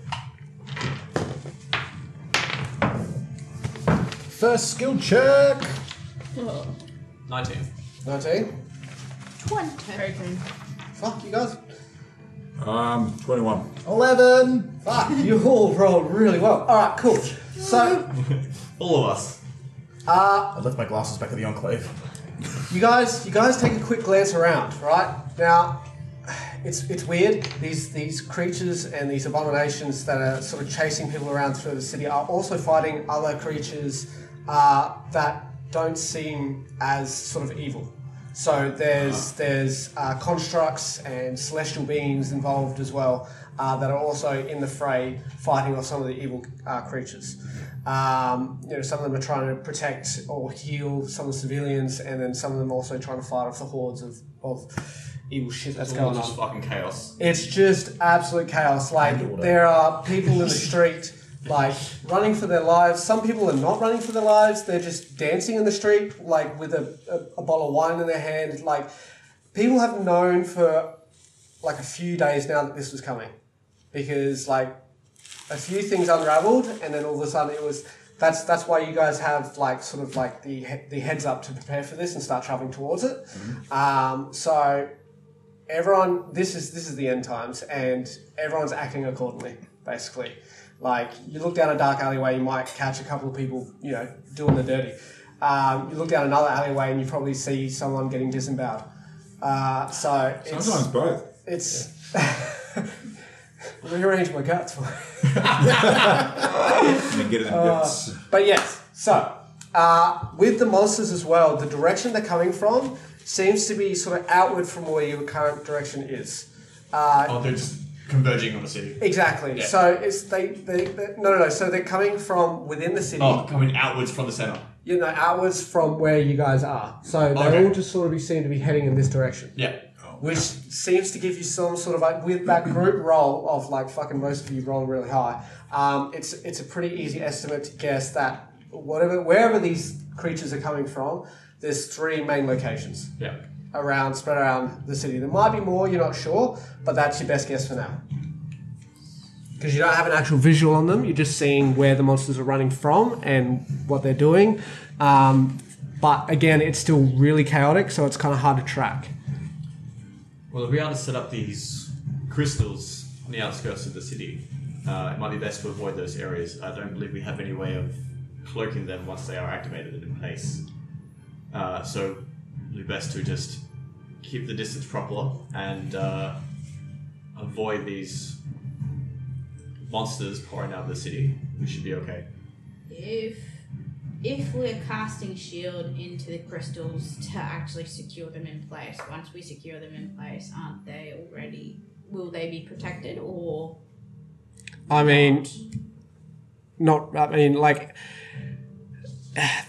Speaker 3: First skill check.
Speaker 11: Oh.
Speaker 4: 19.
Speaker 5: 19?
Speaker 6: Twenty.
Speaker 5: Fuck you guys.
Speaker 10: Um, 21.
Speaker 3: Eleven.
Speaker 5: Fuck, *laughs* you all rolled really well. Alright, cool. So,
Speaker 4: All of us.
Speaker 3: I left my glasses back at the enclave.
Speaker 5: you guys you guys take a quick glance around, right? Now, it's it's weird. These these creatures and these abominations that are sort of chasing people around through the city are also fighting other creatures uh, that don't seem as sort of evil. So there's there's uh, constructs and celestial beings involved as well uh, that are also in the fray fighting off some of the evil uh, creatures. Um, you know, some of them are trying to protect or heal some of the civilians, and then some of them also trying to fight off the hordes of, of evil shit that's
Speaker 4: It's
Speaker 5: going
Speaker 4: just
Speaker 5: on.
Speaker 4: fucking chaos.
Speaker 5: It's just absolute chaos. Like there are people in the street, like running for their lives. Some people are not running for their lives. They're just dancing in the street, like with a, a, a bottle of wine in their hand. Like people have known for like a few days now that this was coming, because like a few things unraveled, and then all of a sudden it was. That's that's why you guys have like sort of like the he- the heads up to prepare for this and start traveling towards it. Um, so everyone this is this is the end times and everyone's acting accordingly basically like you look down a dark alleyway you might catch a couple of people you know doing the dirty um, you look down another alleyway and you probably see someone getting disemboweled uh, so it's
Speaker 10: Sometimes both.
Speaker 5: it's *laughs* rearrange my guts *laughs* for
Speaker 10: And then get it in bits.
Speaker 8: Uh,
Speaker 5: But yes, so uh, with the monsters as well, the direction they're coming from seems to be sort of outward from where your current direction is. Uh,
Speaker 4: Oh, they're just converging on the city.
Speaker 5: Exactly.
Speaker 4: Yeah.
Speaker 5: So it's they, they, they no no no. So they're coming from within the city.
Speaker 4: Oh, coming outwards from the center.
Speaker 5: You know, outwards from where you guys are. So they
Speaker 4: Okay.
Speaker 5: all just sort of be, seem to be heading in this direction,
Speaker 4: Yeah.
Speaker 3: Oh,
Speaker 5: which seems to give you some sort of like with that group roll of like fucking most of you roll really high. Um, it's it's a pretty easy estimate to guess that whatever wherever these creatures are coming from, there's three main locations
Speaker 4: Yeah.
Speaker 5: around spread around the city. There might be more, you're not sure, but that's your best guess for now. Because you don't have an actual visual on them, you're just seeing where the monsters are running from and what they're doing. Um, but again, it's still really chaotic, so it's kind of hard to track.
Speaker 4: Well, if we are to set up these crystals on the outskirts of the city, uh, it might be best to avoid those areas. I don't believe we have any way of cloaking them once they are activated and in place. Uh, so, it'd be best to just keep the distance proper and uh, avoid these monsters pouring out of the city. We should be okay.
Speaker 6: If if we're casting shield into the crystals to actually secure them in place, once we secure them in place, aren't they already? Will they be protected or?
Speaker 9: I mean, not. I mean, like,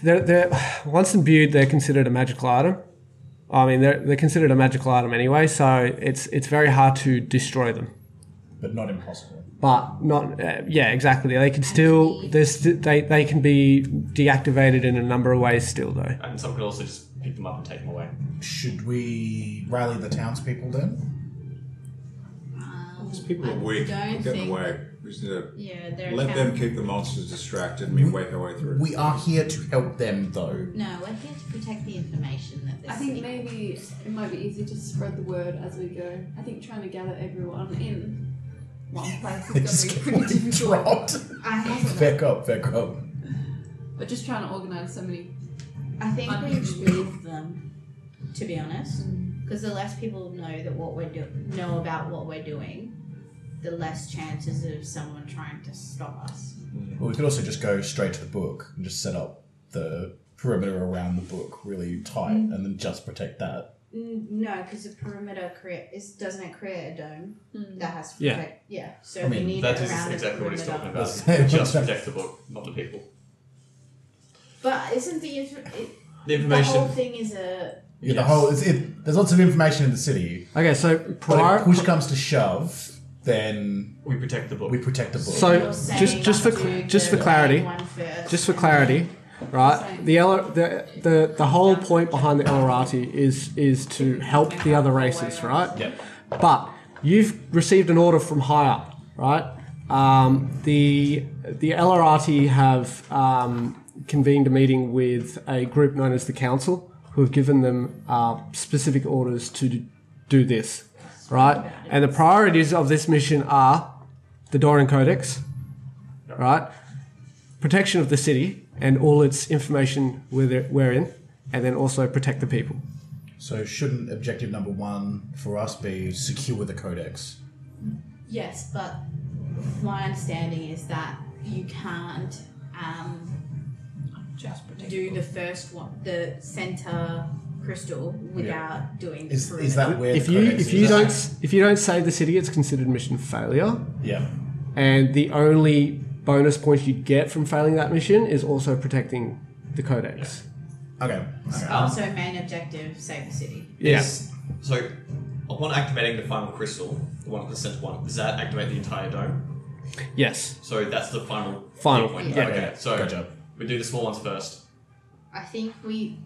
Speaker 9: they're, they're once imbued, they're considered a magical item.
Speaker 5: I mean, they're, they're considered a magical item anyway, so it's it's very hard to destroy them.
Speaker 3: but not impossible.
Speaker 5: But not, uh, yeah, exactly. They can still, there's, st- they they can be deactivated in a number of ways still, though.
Speaker 4: And some could also just pick them up and take them away.
Speaker 3: Should we rally the townspeople then?
Speaker 6: Um,
Speaker 8: These people
Speaker 6: I
Speaker 8: are weak.
Speaker 6: Don't
Speaker 8: Get in
Speaker 6: think
Speaker 8: the way.
Speaker 6: that-
Speaker 8: We just need to
Speaker 6: yeah, they're
Speaker 8: let
Speaker 6: a
Speaker 8: them
Speaker 6: town-
Speaker 8: keep the monsters distracted and we wake our way through.
Speaker 3: We are here to help them though.
Speaker 6: No, we're here to protect the information that they're
Speaker 11: I think
Speaker 6: seeking.
Speaker 11: maybe it might be easier to spread the word as we go. I think trying to gather everyone in one place is
Speaker 3: Just
Speaker 11: going to
Speaker 3: *laughs*
Speaker 11: be pretty
Speaker 3: getting
Speaker 11: difficult.
Speaker 3: dropped.
Speaker 6: I have
Speaker 3: Back up, back up.
Speaker 11: But just trying to organise so many.
Speaker 6: I think we
Speaker 11: Unhinged.
Speaker 6: leave them, to be honest, because Mm. the less people know that what we're do- know about what we're doing, the less chances of someone trying to stop us.
Speaker 3: Well, we could also just go straight to the book and just set up the perimeter around the book really tight
Speaker 5: Mm.
Speaker 3: and then just protect that.
Speaker 6: N- No, because the perimeter create is doesn't it create a dome that has to
Speaker 5: Yeah.
Speaker 6: protect? Yeah. So
Speaker 3: I mean,
Speaker 6: we need
Speaker 4: That
Speaker 6: it
Speaker 4: is
Speaker 6: around
Speaker 4: exactly
Speaker 6: the
Speaker 4: what he's
Speaker 6: perimeter.
Speaker 4: talking about.
Speaker 3: That's-
Speaker 4: just protect the book, not the people.
Speaker 6: But isn't the inf- it,
Speaker 4: The
Speaker 6: the
Speaker 4: information.
Speaker 6: whole thing is a
Speaker 3: Yeah, the
Speaker 4: Yes.
Speaker 3: whole it's, it, there's lots of information in the city,
Speaker 5: Okay, so
Speaker 3: but
Speaker 5: prior,
Speaker 3: if push comes to shove, then
Speaker 4: we protect the book.
Speaker 3: we protect the book.
Speaker 5: So-
Speaker 6: you're saying
Speaker 5: just- just for
Speaker 6: to
Speaker 5: cl-
Speaker 6: the
Speaker 5: just for clarity.
Speaker 6: main one first
Speaker 5: just for
Speaker 6: and
Speaker 5: clarity,
Speaker 6: then-
Speaker 5: right? The, Elo- the the the whole point behind the Elorati is is to help the other races, right?
Speaker 3: Yep.
Speaker 5: But you've received an order from higher, right? Um, the the Elorati have um, convened a meeting with a group known as the Council, who have given them uh, specific orders to d- do this, right? And the priorities of this mission are the Doran Codex, right? protection of the city and all its information with- wherein, and then also protect the people.
Speaker 3: So shouldn't objective number one for us be secure the codex?
Speaker 6: Yes, but my understanding is that you can't um,
Speaker 11: Just protect.
Speaker 6: do the first one, the center crystal, without doing the
Speaker 3: Is, is
Speaker 6: perimeter.
Speaker 3: that where
Speaker 5: If
Speaker 3: the
Speaker 5: you
Speaker 3: codex
Speaker 5: if you
Speaker 3: is?
Speaker 5: don't s- if you don't save the city, it's considered mission failure,
Speaker 3: Yeah.
Speaker 5: and the only bonus points you get from failing that mission is also protecting the codex.
Speaker 3: Okay. okay.
Speaker 6: also Oh, main objective save the city?
Speaker 4: Yes. So, upon activating the final crystal, the one the center one, does that activate the entire dome?
Speaker 5: Yes.
Speaker 4: So that's the final.
Speaker 5: Final,
Speaker 4: key point.
Speaker 5: yeah.
Speaker 4: okay.
Speaker 3: Yeah,
Speaker 4: So
Speaker 3: gotcha.
Speaker 4: we do the small ones first.
Speaker 6: I think we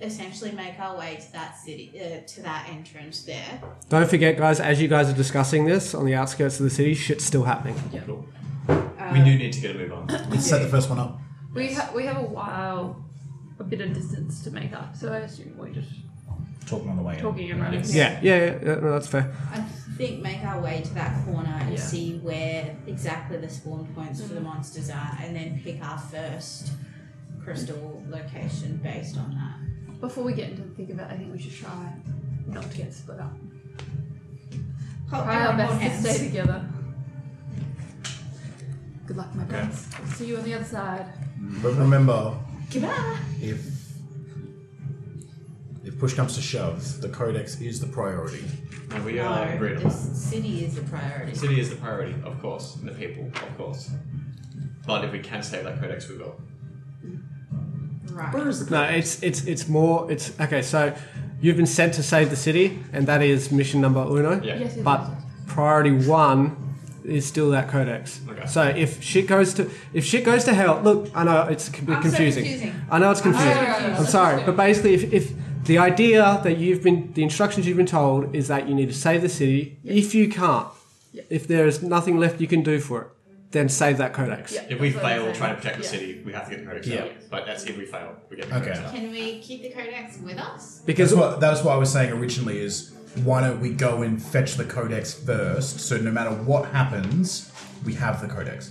Speaker 6: essentially make our way to that city, uh, to that entrance there.
Speaker 5: Don't forget, guys. As you guys are discussing this on the outskirts of the city, shit's still happening.
Speaker 4: Cool.
Speaker 11: Uh,
Speaker 4: we do need to get a move on.
Speaker 3: Let's set the first one up.
Speaker 11: We ha- we have a while, a bit of distance to make up, so I assume we're just
Speaker 3: Talking on the way in.
Speaker 11: talking and running.
Speaker 5: Yeah, yeah, yeah, yeah no, that's fair.
Speaker 6: I think make our way to that corner and
Speaker 11: Yeah.
Speaker 6: see where exactly the spawn points
Speaker 11: Mm-hmm.
Speaker 6: for the monsters are, and then pick our first crystal location based on that.
Speaker 11: Before we get into the thick of it, I think we should try not to get split up.
Speaker 6: Hold
Speaker 11: Try our
Speaker 6: everyone hold
Speaker 11: best to
Speaker 6: hands.
Speaker 11: stay together. Good luck, my guys. See you on the other side.
Speaker 3: But remember,
Speaker 6: Goodbye.
Speaker 3: if if push comes to shove, the codex is the priority.
Speaker 4: And we are
Speaker 6: No,
Speaker 4: agreed
Speaker 6: Oh, this
Speaker 4: upon.
Speaker 6: city is the priority.
Speaker 4: The city is the priority, of course, and the people, of course. But if we can save that codex, we will.
Speaker 6: Right.
Speaker 5: No, it's it's it's more. It's okay. So you've been sent to save the city, and that is mission number uno.
Speaker 4: Yeah.
Speaker 11: Yes, yes,
Speaker 5: But
Speaker 11: yes.
Speaker 5: priority one is still that codex.
Speaker 4: Okay.
Speaker 5: So if shit goes to if shit goes to hell, look, I know it's a bit
Speaker 6: I'm so
Speaker 5: confusing.
Speaker 6: confusing.
Speaker 5: I know it's confusing.
Speaker 11: so confused.
Speaker 5: I'm sorry, but basically, if, if the idea that you've been the instructions you've been told is that you need to save the city, if you can't,
Speaker 11: Yeah.
Speaker 5: if there is nothing left you can do for it, then save that codex.
Speaker 11: Yeah,
Speaker 4: If we
Speaker 11: that's what I'm
Speaker 4: fail trying to
Speaker 11: saying.
Speaker 4: protect the
Speaker 11: Yeah.
Speaker 4: city, we have to get the codex
Speaker 3: Yeah.
Speaker 4: out. But that's if we fail, we get the
Speaker 3: Okay.
Speaker 4: codex out.
Speaker 6: Can we keep the codex with us?
Speaker 5: Because
Speaker 3: That's what that's what I was saying originally. Is why don't we go and fetch the codex first? So no matter what happens, we have the codex.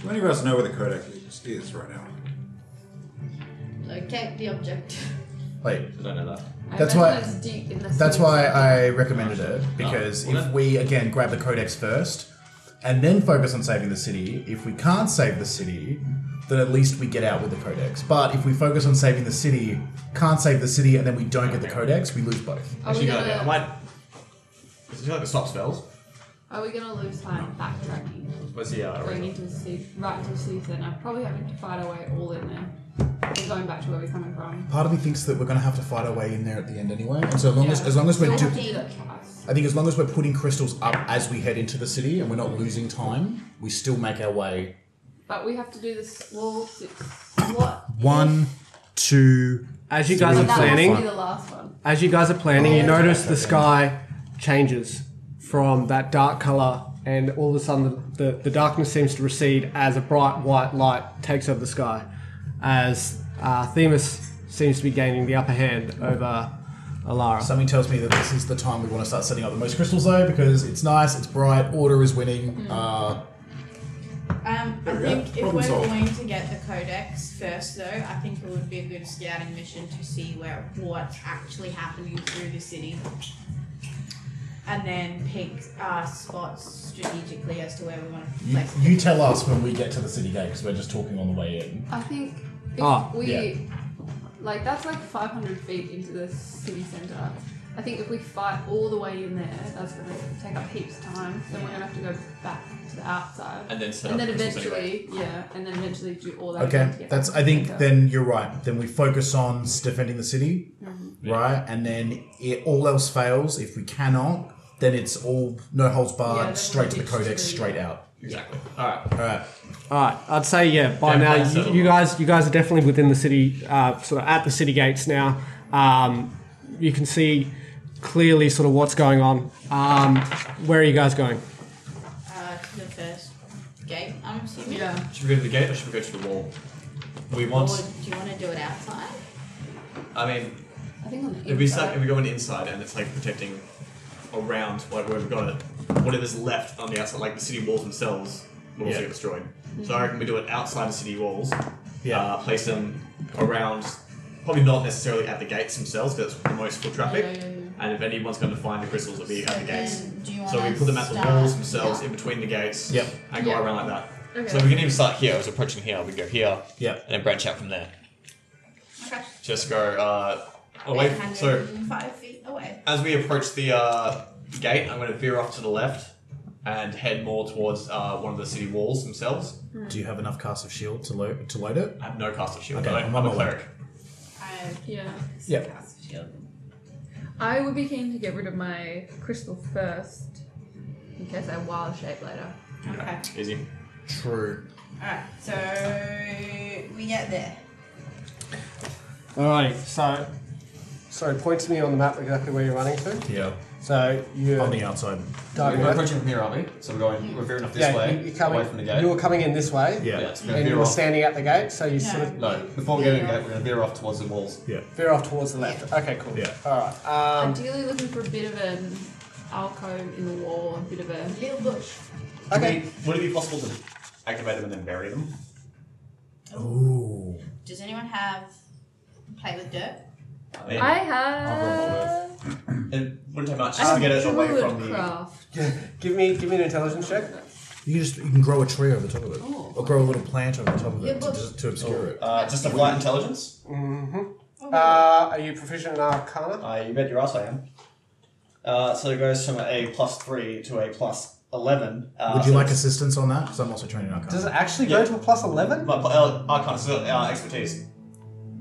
Speaker 8: Do any of us know where the codex is- is right now?
Speaker 6: Locate the object.
Speaker 3: Like
Speaker 4: I don't know that.
Speaker 11: I
Speaker 3: That's
Speaker 11: imagine
Speaker 3: why-
Speaker 11: it's deep in the
Speaker 3: that's
Speaker 11: city.
Speaker 3: why I recommended it because
Speaker 4: Well,
Speaker 3: if
Speaker 4: then-
Speaker 3: we again grab the codex first and then focus on saving the city, if we can't save the city, then at least we get out with the codex. But if we focus on saving the city, can't save the city, and then we don't get the codex, we lose both.
Speaker 11: Are we
Speaker 4: Actually,
Speaker 11: gonna,
Speaker 4: gotta, I might. Is it like the stop spells?
Speaker 11: are we gonna lose time backtracking,
Speaker 4: Where's the uh,
Speaker 11: going
Speaker 4: original?
Speaker 11: into the sea, right into the sea? Then I probably having to fight our way all in there. We're going back to where we're coming from.
Speaker 3: Part of me thinks that we're going to have to fight our way in there at the end anyway. And so long as, as long as we're
Speaker 11: We'll
Speaker 3: do-
Speaker 11: have to do that twice.
Speaker 3: I think as long as we're putting crystals up as we head into the city and we're not losing time, we still make our way.
Speaker 11: But we have to do this. Well, what?
Speaker 3: One, two.
Speaker 5: As you guys are
Speaker 11: That has to
Speaker 5: planning,
Speaker 11: be the last one.
Speaker 5: as you guys are planning, you
Speaker 11: Yeah.
Speaker 5: notice the sky changes from that dark color, and all of a sudden the, the, the darkness seems to recede as a bright white light takes over the sky, as uh, Themis seems to be gaining the upper hand over Alara.
Speaker 3: Something tells me that this is the time we want to start setting up the most crystals though, because it's nice, it's bright, order is winning.
Speaker 11: Mm.
Speaker 3: Uh,
Speaker 6: Um, I
Speaker 12: we go.
Speaker 6: think if
Speaker 12: Problem
Speaker 6: we're
Speaker 12: solved.
Speaker 6: going to get the codex first, though, I think it would be a good scouting mission to see where what's actually happening through the city, and then pick uh, spots strategically as to where we want to
Speaker 3: you,
Speaker 6: place.
Speaker 3: you tell us when we get to the city gate because we're just talking on the way in.
Speaker 11: I think if
Speaker 5: Ah,
Speaker 11: we
Speaker 3: yeah.
Speaker 11: like that's like 500 feet into the city center. I think if we fight all the way in there, that's gonna take up heaps of time. Then we're gonna have to go back to the outside,
Speaker 4: and then set
Speaker 11: and
Speaker 4: up
Speaker 11: then
Speaker 4: crystals anyway.
Speaker 11: eventually, yeah, and then eventually do all that. again to
Speaker 3: Okay,
Speaker 11: get
Speaker 3: that's.
Speaker 11: back
Speaker 3: I
Speaker 11: to
Speaker 3: think
Speaker 11: the center.
Speaker 3: then you're right. Then we focus on s- defending the city,
Speaker 11: Mm-hmm.
Speaker 3: right? And then it all else fails. If we cannot, then it's all no holds barred,
Speaker 11: Yeah, then
Speaker 3: straight to the
Speaker 11: we'll just
Speaker 3: codex,
Speaker 11: do-
Speaker 3: straight out.
Speaker 4: Exactly. All right.
Speaker 3: All right.
Speaker 5: All right, I'd say yeah. By
Speaker 4: Don't
Speaker 5: now,
Speaker 4: plan
Speaker 5: you,
Speaker 4: so
Speaker 5: you
Speaker 4: well.
Speaker 5: guys, you guys are definitely within the city, uh, sort of at the city gates now. Um, you can see clearly sort of what's going on. Um, where are you guys going?
Speaker 6: Uh, to the first gate, I'm assuming.
Speaker 11: yeah.
Speaker 4: Should we go to the gate or should we go to the wall? We
Speaker 6: Or
Speaker 4: want.
Speaker 6: do you want to do it outside?
Speaker 4: I mean,
Speaker 11: I think on the
Speaker 4: if we start,
Speaker 11: inside.
Speaker 4: if we go on the inside and it's like protecting around like where we've got it, whatever's left on the outside, like the city walls themselves, will also
Speaker 3: Yeah.
Speaker 4: get destroyed.
Speaker 11: Mm-hmm.
Speaker 4: So I reckon we do it outside the city walls.
Speaker 3: Yeah.
Speaker 4: Uh, place them around, probably not necessarily at the gates themselves, because that's the most foot traffic.
Speaker 11: Yeah, yeah, yeah.
Speaker 4: And if anyone's going to find the crystals, it'll be at the gates.
Speaker 6: then do you
Speaker 4: So we
Speaker 6: wanna
Speaker 4: put them at the
Speaker 6: start-
Speaker 4: walls themselves,
Speaker 6: Yeah.
Speaker 4: in between the gates,
Speaker 3: Yep.
Speaker 4: and go
Speaker 11: Yeah.
Speaker 4: around like that.
Speaker 11: Okay.
Speaker 4: So we can even start here. It's approaching here. We go here,
Speaker 3: Yeah.
Speaker 4: and then branch out from there.
Speaker 6: Okay.
Speaker 4: Just go uh, away. From, so
Speaker 6: 805 feet away.
Speaker 4: as we approach the uh, gate, I'm going to veer off to the left and head more towards uh, one of the city walls themselves.
Speaker 3: Do you have enough cast of shield to load to load it?
Speaker 4: I have no caster shield.
Speaker 3: Okay,
Speaker 4: I don't-
Speaker 3: I'm on
Speaker 4: I'm, a
Speaker 3: my way.
Speaker 4: cleric.
Speaker 6: I
Speaker 11: yeah.
Speaker 3: Yep.
Speaker 11: I would be keen to get rid of my crystal first, in case I wild shape later.
Speaker 6: Okay.
Speaker 4: Easy.
Speaker 3: True.
Speaker 6: Alright, so we get there.
Speaker 5: Alrighty, so
Speaker 13: Sorry, point to me on the map exactly where you're running to.
Speaker 3: Yeah.
Speaker 13: So you're
Speaker 3: On the outside.
Speaker 13: dark
Speaker 12: We're
Speaker 13: red.
Speaker 12: approaching from here, aren't we? So we're going. We're veering off this
Speaker 13: Yeah,
Speaker 12: way,
Speaker 13: you, you're coming.
Speaker 12: away from the gate.
Speaker 13: You were coming in this way,
Speaker 3: Yeah.
Speaker 12: yeah,
Speaker 13: and
Speaker 12: so we're gonna
Speaker 13: you
Speaker 12: veer
Speaker 13: were
Speaker 12: off.
Speaker 13: standing at the gate, so you sort of
Speaker 12: no, before we get in the gate, we're gonna veer off towards the walls.
Speaker 13: veer off towards the left. Okay, cool.
Speaker 3: Yeah.
Speaker 13: All right. Um, *laughs*
Speaker 11: Ideally, looking for a bit of an alcove in the wall, a bit of a
Speaker 6: Little bush.
Speaker 13: okay.
Speaker 4: Would it be possible to activate them and then bury them?
Speaker 3: Ooh.
Speaker 6: Does anyone have play with dirt?
Speaker 11: I
Speaker 12: I'll
Speaker 11: have
Speaker 4: It wouldn't take much just to get it away from the.
Speaker 11: craft.
Speaker 13: Give me give me an intelligence check.
Speaker 3: You can just you can grow a tree over top of it,
Speaker 11: Oh.
Speaker 3: or grow a little plant over top of it
Speaker 6: Yeah,
Speaker 3: to,
Speaker 6: but-
Speaker 3: just to obscure it.
Speaker 12: Uh, just a flight intelligence.
Speaker 13: Uh, are you proficient in Arcana?
Speaker 12: Uh, you bet your ass I am. Uh, so it goes from a plus three to a plus eleven. Uh,
Speaker 3: Would you
Speaker 12: so
Speaker 3: like
Speaker 12: it's-
Speaker 3: assistance on that? Because I'm also training arcana.
Speaker 13: Does it actually
Speaker 12: Yeah.
Speaker 13: go to a plus eleven?
Speaker 12: My uh, arcana, so uh, expertise.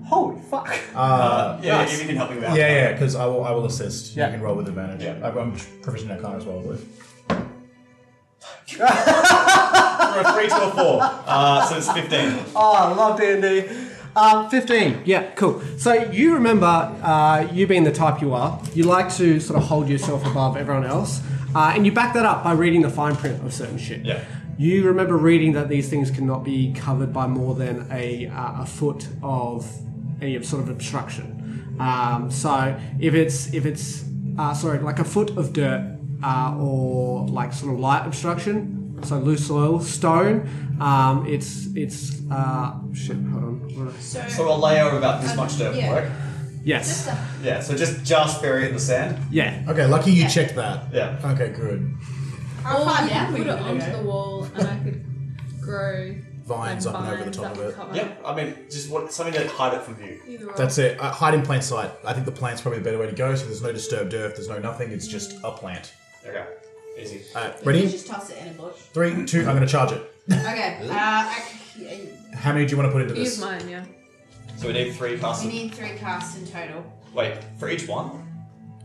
Speaker 13: Holy fuck!
Speaker 3: Uh,
Speaker 12: Yeah,
Speaker 13: Nice.
Speaker 12: if you can help me with
Speaker 3: yeah,
Speaker 12: that.
Speaker 3: yeah. Because I will, I will assist.
Speaker 13: Yeah.
Speaker 3: You can roll with advantage.
Speaker 12: Yeah.
Speaker 3: I- I'm proficient in arcana as well, I believe.
Speaker 12: From a three to a four, uh, so it's fifteen.
Speaker 13: Oh, *laughs* I love D and D.
Speaker 5: Um, 15. Yeah, cool. So you remember, uh, you being the type you are, you like to sort of hold yourself above everyone else, uh, and you back that up by reading the fine print of certain shit.
Speaker 4: Yeah.
Speaker 5: You remember reading that these things cannot be covered by more than a, uh, a foot of any sort of obstruction. Um, so if it's if it's uh, sorry, like a foot of dirt uh, or like sort of light obstruction, so loose soil, stone, um, it's it's uh, shit. Hold on. What did I
Speaker 6: So,
Speaker 12: *laughs* So a layer of about this much dirt would
Speaker 6: Yeah.
Speaker 12: work.
Speaker 6: just
Speaker 5: Yes.
Speaker 6: a
Speaker 12: Yeah. So just just bury it in the sand.
Speaker 5: Yeah.
Speaker 3: Okay, lucky you
Speaker 6: Yeah.
Speaker 3: checked that.
Speaker 12: Yeah.
Speaker 3: Okay, good.
Speaker 6: How far
Speaker 11: you
Speaker 6: down
Speaker 11: could
Speaker 6: were
Speaker 11: put
Speaker 6: you
Speaker 11: it
Speaker 6: gonna
Speaker 11: onto
Speaker 6: go?
Speaker 11: the wall, and I could grow
Speaker 3: Vines
Speaker 11: like,
Speaker 3: up and over the
Speaker 11: vines
Speaker 3: top
Speaker 11: that
Speaker 3: of
Speaker 11: would
Speaker 3: it.
Speaker 11: cover
Speaker 12: Yep. I mean, just what, something to hide it from view.
Speaker 11: Either way.
Speaker 3: That's it. Uh, hide in plain sight. I think the plant's probably the better way to go. So there's no disturbed earth. There's no nothing. It's just a plant.
Speaker 12: Okay. Easy.
Speaker 3: All right,
Speaker 6: You
Speaker 3: ready?
Speaker 6: just toss it in a bush.
Speaker 3: Three, two. I'm gonna charge it.
Speaker 6: Okay. Uh, I,
Speaker 3: How many do you want to put into
Speaker 11: Use
Speaker 3: this?
Speaker 11: mine, yeah.
Speaker 4: So we need three casts.
Speaker 6: We need three casts in total.
Speaker 4: Wait, for each one?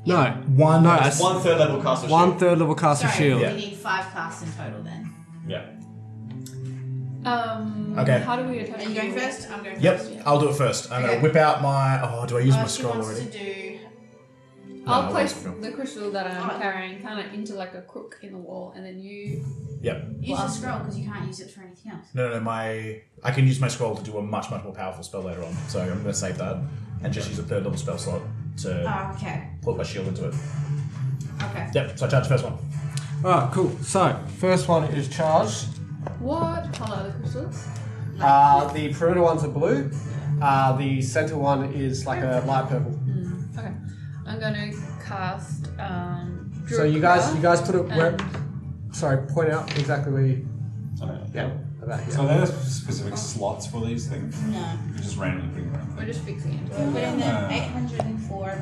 Speaker 5: No.
Speaker 3: One.
Speaker 5: No, that's
Speaker 4: One third level cast of
Speaker 5: one
Speaker 4: shield.
Speaker 5: third level cast of
Speaker 6: Sorry,
Speaker 5: shield.
Speaker 6: we need five casts in total then.
Speaker 4: Yeah.
Speaker 11: Um,
Speaker 3: Okay.
Speaker 11: How do we
Speaker 6: Are
Speaker 11: attack?
Speaker 6: you going
Speaker 11: people?
Speaker 6: first? I'm going
Speaker 3: Yep,
Speaker 6: first. yeah.
Speaker 3: I'll do it first. I'm
Speaker 6: Okay.
Speaker 3: gonna whip out my. Oh, do I use
Speaker 6: Uh,
Speaker 3: my
Speaker 6: she
Speaker 3: scroll
Speaker 6: wants
Speaker 3: already?
Speaker 6: to do.
Speaker 11: I'll
Speaker 3: No, I
Speaker 11: place
Speaker 3: won't.
Speaker 11: the crystal that I'm
Speaker 6: Oh.
Speaker 11: carrying kind of into like a crook in the wall, and then you.
Speaker 6: Use
Speaker 11: Well,
Speaker 6: the
Speaker 11: I'll-
Speaker 6: scroll because you can't use it for anything else.
Speaker 3: No, no, no. My I can use my scroll to do a much, much more powerful spell later on. So I'm gonna save that and just use a third level spell slot
Speaker 11: Ah.
Speaker 3: to
Speaker 6: Oh, okay.
Speaker 3: put my shield into it.
Speaker 6: Okay.
Speaker 3: Yep. So I charge the first one.
Speaker 5: Alright, cool. So, first one is charged.
Speaker 11: What color are the crystals?
Speaker 5: Uh, the perimeter ones are blue. Uh, the center one is like a light purple.
Speaker 11: Okay. I'm gonna cast. Um,
Speaker 5: So you guys, you guys put it where?
Speaker 11: And-
Speaker 5: Sorry, point out exactly where you.
Speaker 4: Okay.
Speaker 5: Yeah, about here.
Speaker 8: So are there specific slots for these things?
Speaker 6: No.
Speaker 8: You just randomly bring them
Speaker 11: We're
Speaker 8: around.
Speaker 11: just fixing it.
Speaker 6: We're putting them
Speaker 8: Uh.
Speaker 6: 804,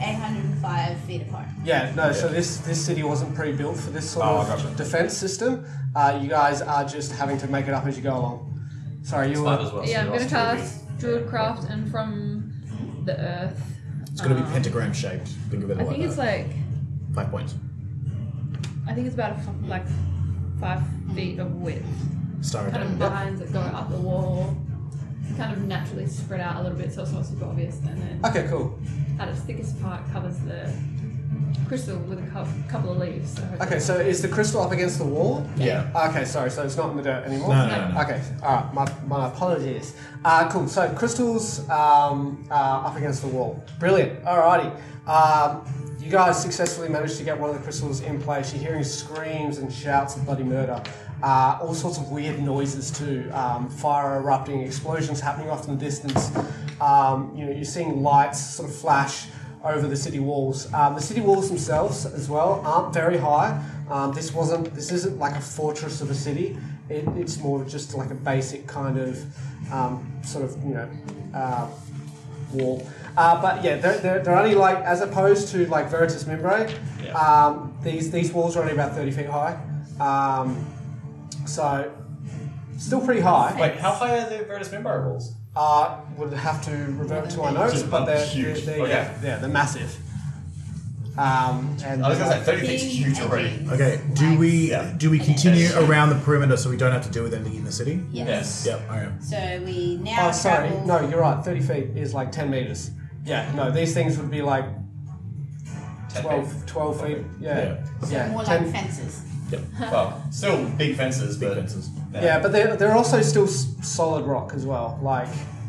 Speaker 6: 805 feet apart.
Speaker 5: Yeah, no. So this this city wasn't pre-built for this sort
Speaker 8: Oh,
Speaker 5: of
Speaker 8: gotcha.
Speaker 5: defense system. Uh, you guys are just having to make it up as you go along. Sorry, you
Speaker 4: It's
Speaker 5: were.
Speaker 4: fine as well.
Speaker 11: Yeah,
Speaker 4: so
Speaker 11: I'm gonna
Speaker 4: that's gonna be-
Speaker 11: cast Druidcraft and from the earth.
Speaker 3: It's gonna be
Speaker 11: um,
Speaker 3: pentagram shaped. Think of it
Speaker 11: I
Speaker 3: like
Speaker 11: think it's
Speaker 3: that.
Speaker 11: like
Speaker 3: five points.
Speaker 11: I think it's about a f- like five feet of width.
Speaker 3: Starry
Speaker 11: Kind of
Speaker 3: Day.
Speaker 11: vines that go up the wall, kind of naturally spread out a little bit, so it's not super obvious. And then
Speaker 5: Okay, cool.
Speaker 11: at its thickest part covers the crystal with a cou- couple of leaves. So
Speaker 5: Okay, so is the crystal up against the wall?
Speaker 3: Yeah.
Speaker 5: Okay, sorry. So it's not in the dirt anymore.
Speaker 3: No, no, no, no.
Speaker 5: Okay, all right. My, my apologies. Uh, cool. So crystals um, uh, up against the wall. Brilliant. Alrighty. Um, you guys successfully managed to get one of the crystals in place. You're hearing screams and shouts of bloody murder. Uh, all sorts of weird noises too. Um, fire erupting, explosions happening off in the distance. Um, you know, you're seeing lights sort of flash over the city walls. Um, the city walls themselves, as well, aren't very high. Um, this wasn't. This isn't like a fortress of a city. It, it's more just like a basic kind of um, sort of you know uh, wall. Uh, but yeah, they're, they're, they're only like as opposed to like Veritas Membrae.
Speaker 4: Yeah.
Speaker 5: Um, these these walls are only about thirty feet high. Um, so still pretty high.
Speaker 4: Wait, how high are the Veritas Member rolls?
Speaker 5: Uh, would have to revert to my notes, but they're, they're,
Speaker 4: Huge.
Speaker 5: they're-
Speaker 4: Okay.
Speaker 5: yeah, yeah, they're massive. Um, and
Speaker 4: I was gonna say 30 feet's
Speaker 6: Big
Speaker 4: huge already.
Speaker 6: edgings.
Speaker 3: Okay. Do we
Speaker 4: Yeah.
Speaker 3: do we continue around the perimeter so we don't have to deal with anything in the city?
Speaker 6: Yes.
Speaker 4: Yes.
Speaker 3: Yep. I am.
Speaker 6: So we now
Speaker 5: oh, sorry,
Speaker 6: travel.
Speaker 5: no, you're right. Thirty feet is like ten meters. Yeah, no, these things would be like
Speaker 4: 10 feet.
Speaker 5: 12, 12 feet. Yeah,
Speaker 6: So
Speaker 5: yeah,
Speaker 6: more
Speaker 5: 10
Speaker 6: like fences.
Speaker 4: *laughs* Well, still big fences,
Speaker 3: Big
Speaker 4: but
Speaker 3: fences.
Speaker 5: yeah, but they're, they're also still s- solid rock as well. Like,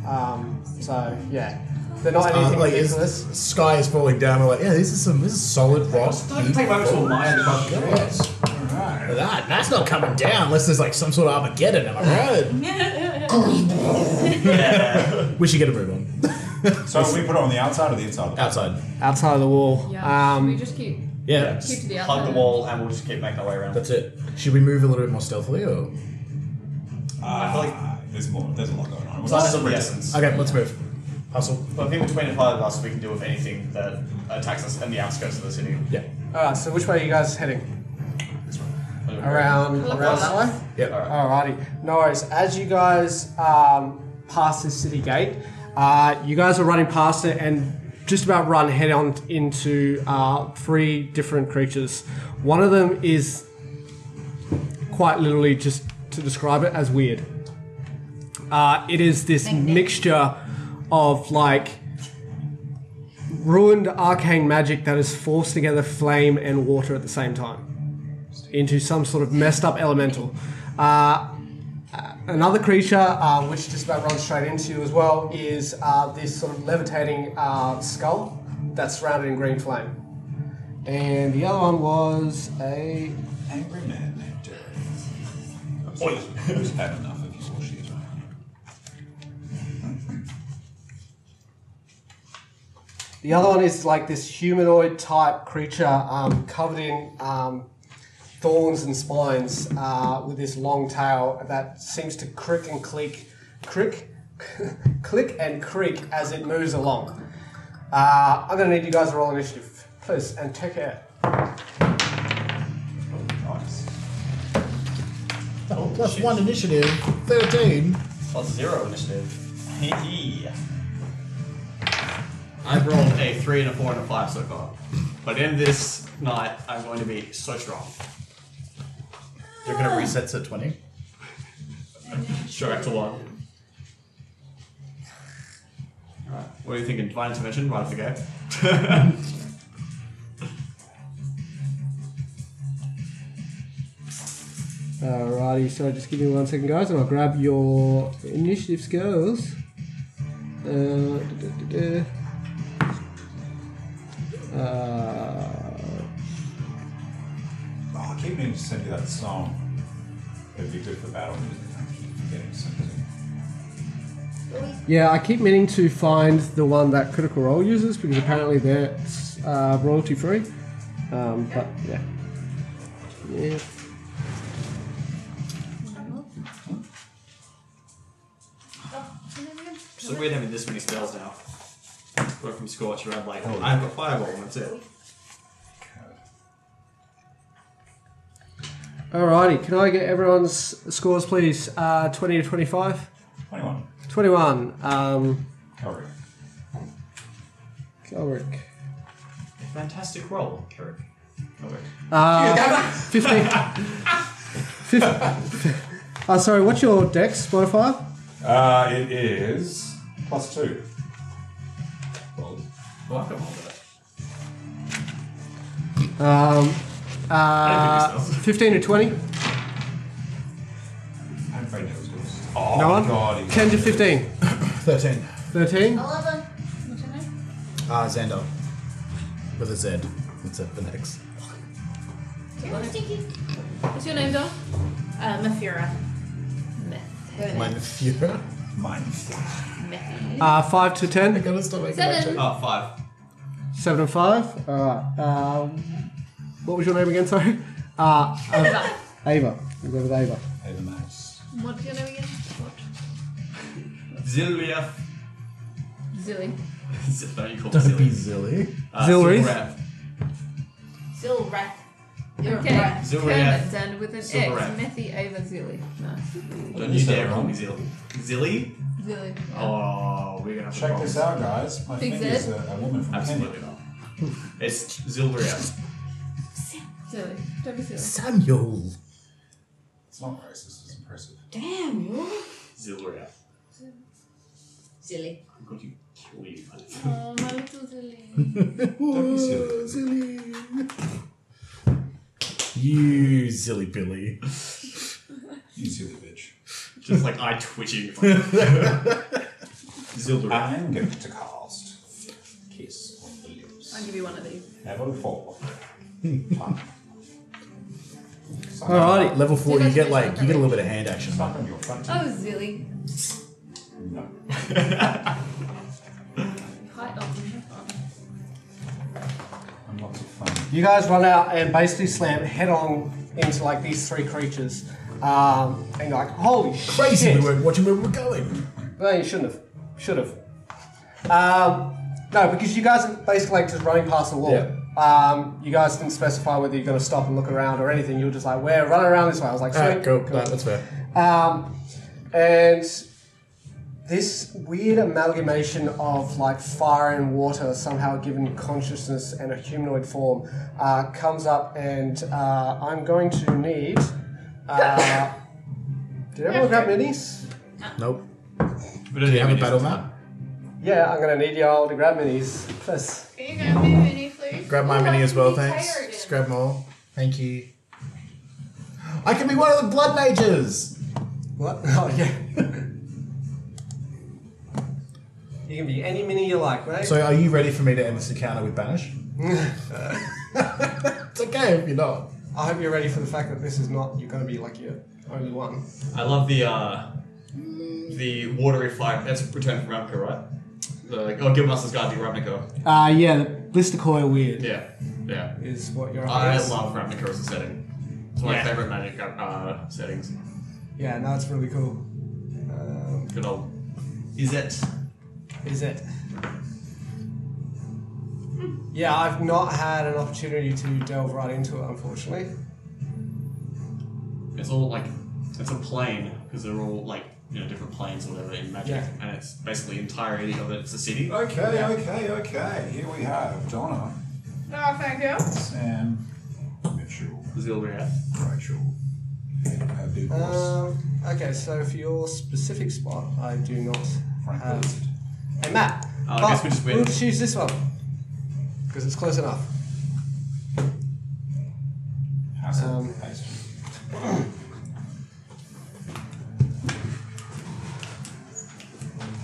Speaker 5: um, so yeah, they're not
Speaker 3: Uh,
Speaker 5: anything
Speaker 3: like it's,
Speaker 5: ridiculous.
Speaker 3: sky is falling down. We're like, yeah, this is some this is solid rock.
Speaker 4: Don't take my actual mind above the door.
Speaker 3: Yes. Alright. That, that's not coming down unless there's like some sort of Armageddon, am I *laughs* right? we should get a move on.
Speaker 8: So we put it on the outside or the inside?
Speaker 3: Outside.
Speaker 5: Outside of the wall.
Speaker 11: yeah,
Speaker 5: um,
Speaker 11: we just keep
Speaker 3: Yeah.
Speaker 4: Yeah,
Speaker 11: keep to the
Speaker 4: just
Speaker 11: outside.
Speaker 4: hug the wall and we'll just keep making our way around.
Speaker 3: That's it. Should we move a little bit more stealthily or?
Speaker 8: I
Speaker 4: Uh, feel
Speaker 8: like Uh, there's more. There's a lot going on.
Speaker 4: It's
Speaker 8: We're
Speaker 4: not
Speaker 8: not-
Speaker 4: some distance.
Speaker 3: Okay, let's move. Hustle.
Speaker 4: But people between the five of us, we can deal with anything that attacks us in the outskirts of the city.
Speaker 3: Yeah.
Speaker 5: all right. So which way are you guys heading? Around
Speaker 11: Look
Speaker 5: around
Speaker 11: for
Speaker 5: that
Speaker 11: us.
Speaker 5: way.
Speaker 3: Yeah.
Speaker 5: Alrighty, no worries. As you guys um, pass this city gate, uh, you guys are running past it and just about run head on into uh, three different creatures. One of them is quite literally just to describe it as weird. Uh, it is this mixture of like ruined arcane magic that is forced together flame and water at the same time into some sort of messed up elemental. Uh, another creature, uh, which just about runs straight into you as well, is uh, this sort of levitating uh, skull that's surrounded in green flame. And the other one was a.
Speaker 8: Angry man named Derek. Oi! Who's had enough of your shit?
Speaker 5: The other one is like this humanoid type creature um, covered in um, thorns and spines uh, with this long tail that seems to crick and click, crick, *laughs* click and creak as it moves along. Uh, I'm gonna need you guys to roll initiative, please, and take care.
Speaker 8: Nice.
Speaker 3: Oh, plus one Oh, initiative. Thirteen.
Speaker 4: Plus zero initiative. *laughs* I've rolled a three and a four and a five so far, but in this night I'm going to be so strong.
Speaker 3: You're gonna reset to twenty.
Speaker 4: Sure, to one. Alright, what are you thinking? Divine intervention right off the gate.
Speaker 5: Alrighty, so just give me one second, guys, and I'll grab your initiative skills. Uh, duh, duh, duh, duh. Uh,
Speaker 8: Oh, I keep meaning to send you that song. It'd be good for battle music. I keep forgetting something.
Speaker 5: yeah, I keep meaning to find the one that Critical Role uses because apparently that's uh, royalty free. Um, but yeah. Yeah.
Speaker 4: so weird having this many spells now. Going from Scorch around like, I've got Fireball and that's it.
Speaker 5: Alrighty, can I get everyone's scores, please? Uh, 20 to 25?
Speaker 8: 21.
Speaker 5: 21. Um,
Speaker 8: Calvary.
Speaker 5: Kelrick.
Speaker 4: A fantastic roll, Carrick. Oh, wait.
Speaker 5: Uh, 15. 15. Uh, sorry, what's your dex modifier?
Speaker 8: Uh, it is plus two. Well,
Speaker 4: Well, I've got one of that.
Speaker 5: Um, uh,
Speaker 4: yourself.
Speaker 5: 15 to 20?
Speaker 8: I'm afraid that was good. Oh,
Speaker 5: No one?
Speaker 8: God. he's-
Speaker 5: 10 to 15?
Speaker 3: Thirteen.
Speaker 5: 13?
Speaker 6: Eleven.
Speaker 11: What's your name?
Speaker 3: Ah, Xander. With a Z. That's it for next.
Speaker 11: What's your name, Dom?
Speaker 6: Uh, Mephira.
Speaker 3: Mine *laughs* Fuhrer.
Speaker 8: Mine.
Speaker 5: Uh, 5 to
Speaker 3: I
Speaker 5: 10?
Speaker 3: gotta stop making that
Speaker 11: Seven.
Speaker 3: joke.
Speaker 4: Oh, five.
Speaker 5: 7
Speaker 9: oh
Speaker 5: and 5? Alright. Um, what was your name again, sorry? Uh, uh,
Speaker 9: um,
Speaker 5: Ava. We'll go with Ava.
Speaker 8: Hey, the mouse.
Speaker 11: What's your name again?
Speaker 4: *laughs*
Speaker 11: What?
Speaker 4: Zillief.
Speaker 11: Zilly.
Speaker 4: No, you call it
Speaker 3: Don't be
Speaker 4: Zillief.
Speaker 3: silly.
Speaker 4: Uh,
Speaker 5: Zilrith.
Speaker 4: Silverap.
Speaker 6: Still wreck. You're
Speaker 11: Okay.
Speaker 6: right.
Speaker 4: Zilrath.
Speaker 11: Kermit done with an X.
Speaker 4: Silverap.
Speaker 11: Methy Ava Zilly. Nice.
Speaker 4: Don't you dare call me Zilly. Zilly?
Speaker 11: Zilly.
Speaker 4: Oh, we're gonna have to
Speaker 8: Check
Speaker 4: roll.
Speaker 8: this out, guys. My
Speaker 11: Big
Speaker 8: finger's
Speaker 11: Z.
Speaker 8: a, a woman from
Speaker 4: Absolutely
Speaker 8: Kenya.
Speaker 4: *laughs* not. It's Zilria.
Speaker 11: Zilly. Don't be silly.
Speaker 3: Samuel.
Speaker 8: It's not racist, it's impressive.
Speaker 6: Damn, you.
Speaker 4: Zilria.
Speaker 6: Silly.
Speaker 4: I'm going to kill you. man.
Speaker 11: Oh, my little Zilly.
Speaker 8: Don't be silly.
Speaker 3: silly. You silly Billy.
Speaker 8: You silly bitch.
Speaker 4: Just like I *laughs* twitching. Zilria.
Speaker 8: I'm going to cast Kiss on the
Speaker 11: I'll
Speaker 8: Lips.
Speaker 11: give you one of these.
Speaker 3: *laughs*
Speaker 8: Level four. Suck on-
Speaker 5: Alrighty.
Speaker 3: Level four,
Speaker 11: See,
Speaker 3: you
Speaker 11: that's
Speaker 3: get
Speaker 11: what
Speaker 3: like
Speaker 11: I'm
Speaker 3: you get a little bit of hand action.
Speaker 8: Suck on your front teeth.
Speaker 11: Oh, Zilly.
Speaker 8: No.
Speaker 11: Quite often.
Speaker 8: I'm not so fun.
Speaker 5: You guys run out and basically slam head on into like these three creatures. Um, and you're like, holy
Speaker 3: Crazy,
Speaker 5: shit.
Speaker 3: we weren't watching where we were going.
Speaker 5: No, you shouldn't have. Should have. Um, no, because you guys are basically like just running past the wall.
Speaker 3: Yeah.
Speaker 5: Um, you guys didn't specify whether you're going to stop and look around or anything. You were just like, we're running around this way. I was like, sweet.
Speaker 3: Alright, cool. No, that's fair.
Speaker 5: Um, and this weird amalgamation of like fire and water, somehow given consciousness and a humanoid form, uh, comes up, and uh, I'm going to need. *laughs* Uh, did everyone grab minis?
Speaker 3: Nope.
Speaker 4: We don't
Speaker 3: Do you
Speaker 4: have
Speaker 3: have a
Speaker 4: any
Speaker 3: battle
Speaker 4: use.
Speaker 3: map?
Speaker 5: Yeah, I'm gonna need y'all to grab minis. Please.
Speaker 6: Can you grab me mini, please?
Speaker 3: Grab my
Speaker 11: Oh,
Speaker 3: mini
Speaker 11: I
Speaker 3: as
Speaker 11: can
Speaker 3: well,
Speaker 11: be
Speaker 3: thanks.
Speaker 11: tired.
Speaker 3: Just grab them all. Thank you. I can be one of the blood mages!
Speaker 5: What? *laughs* Oh yeah. you can be any mini you like, right?
Speaker 3: So are you ready for me to end this encounter with *laughs* Banish? it's okay if you're not.
Speaker 5: I hope you're ready for the fact that this is not you're gonna be like your only one.
Speaker 4: I love the uh, the watery fire. That's Return from Ravnica, right? The, like, oh, Guildmaster's Guide to Ravnica.
Speaker 5: Uh yeah, the Blistercoil weird
Speaker 4: Yeah, yeah.
Speaker 5: is what you're
Speaker 4: I
Speaker 5: against.
Speaker 4: love Ravnica as a setting. It's one of my favorite magic uh, settings.
Speaker 5: Yeah, no, it's really cool. Um,
Speaker 4: Good old. Is it?
Speaker 5: is it? Yeah, I've not had an opportunity to delve right into it, unfortunately.
Speaker 4: It's all like it's a plane because they're all like you know different planes or whatever in magic,
Speaker 9: Yeah.
Speaker 4: and it's basically entirety of it's a city.
Speaker 8: Okay, okay, okay. Here we have Donna,
Speaker 6: Oh, thank you.
Speaker 8: Sam, Mitchell,
Speaker 4: Zilriath.
Speaker 8: Rachel, and our big boss,
Speaker 5: Um, okay, so for your specific spot, I do not
Speaker 8: Frank
Speaker 5: have
Speaker 8: Lizard.
Speaker 5: a map.
Speaker 4: Uh, I
Speaker 5: But
Speaker 4: guess we just win.
Speaker 5: We'll just use this one because it's close enough.
Speaker 8: Hassle,
Speaker 5: um,
Speaker 8: pastry.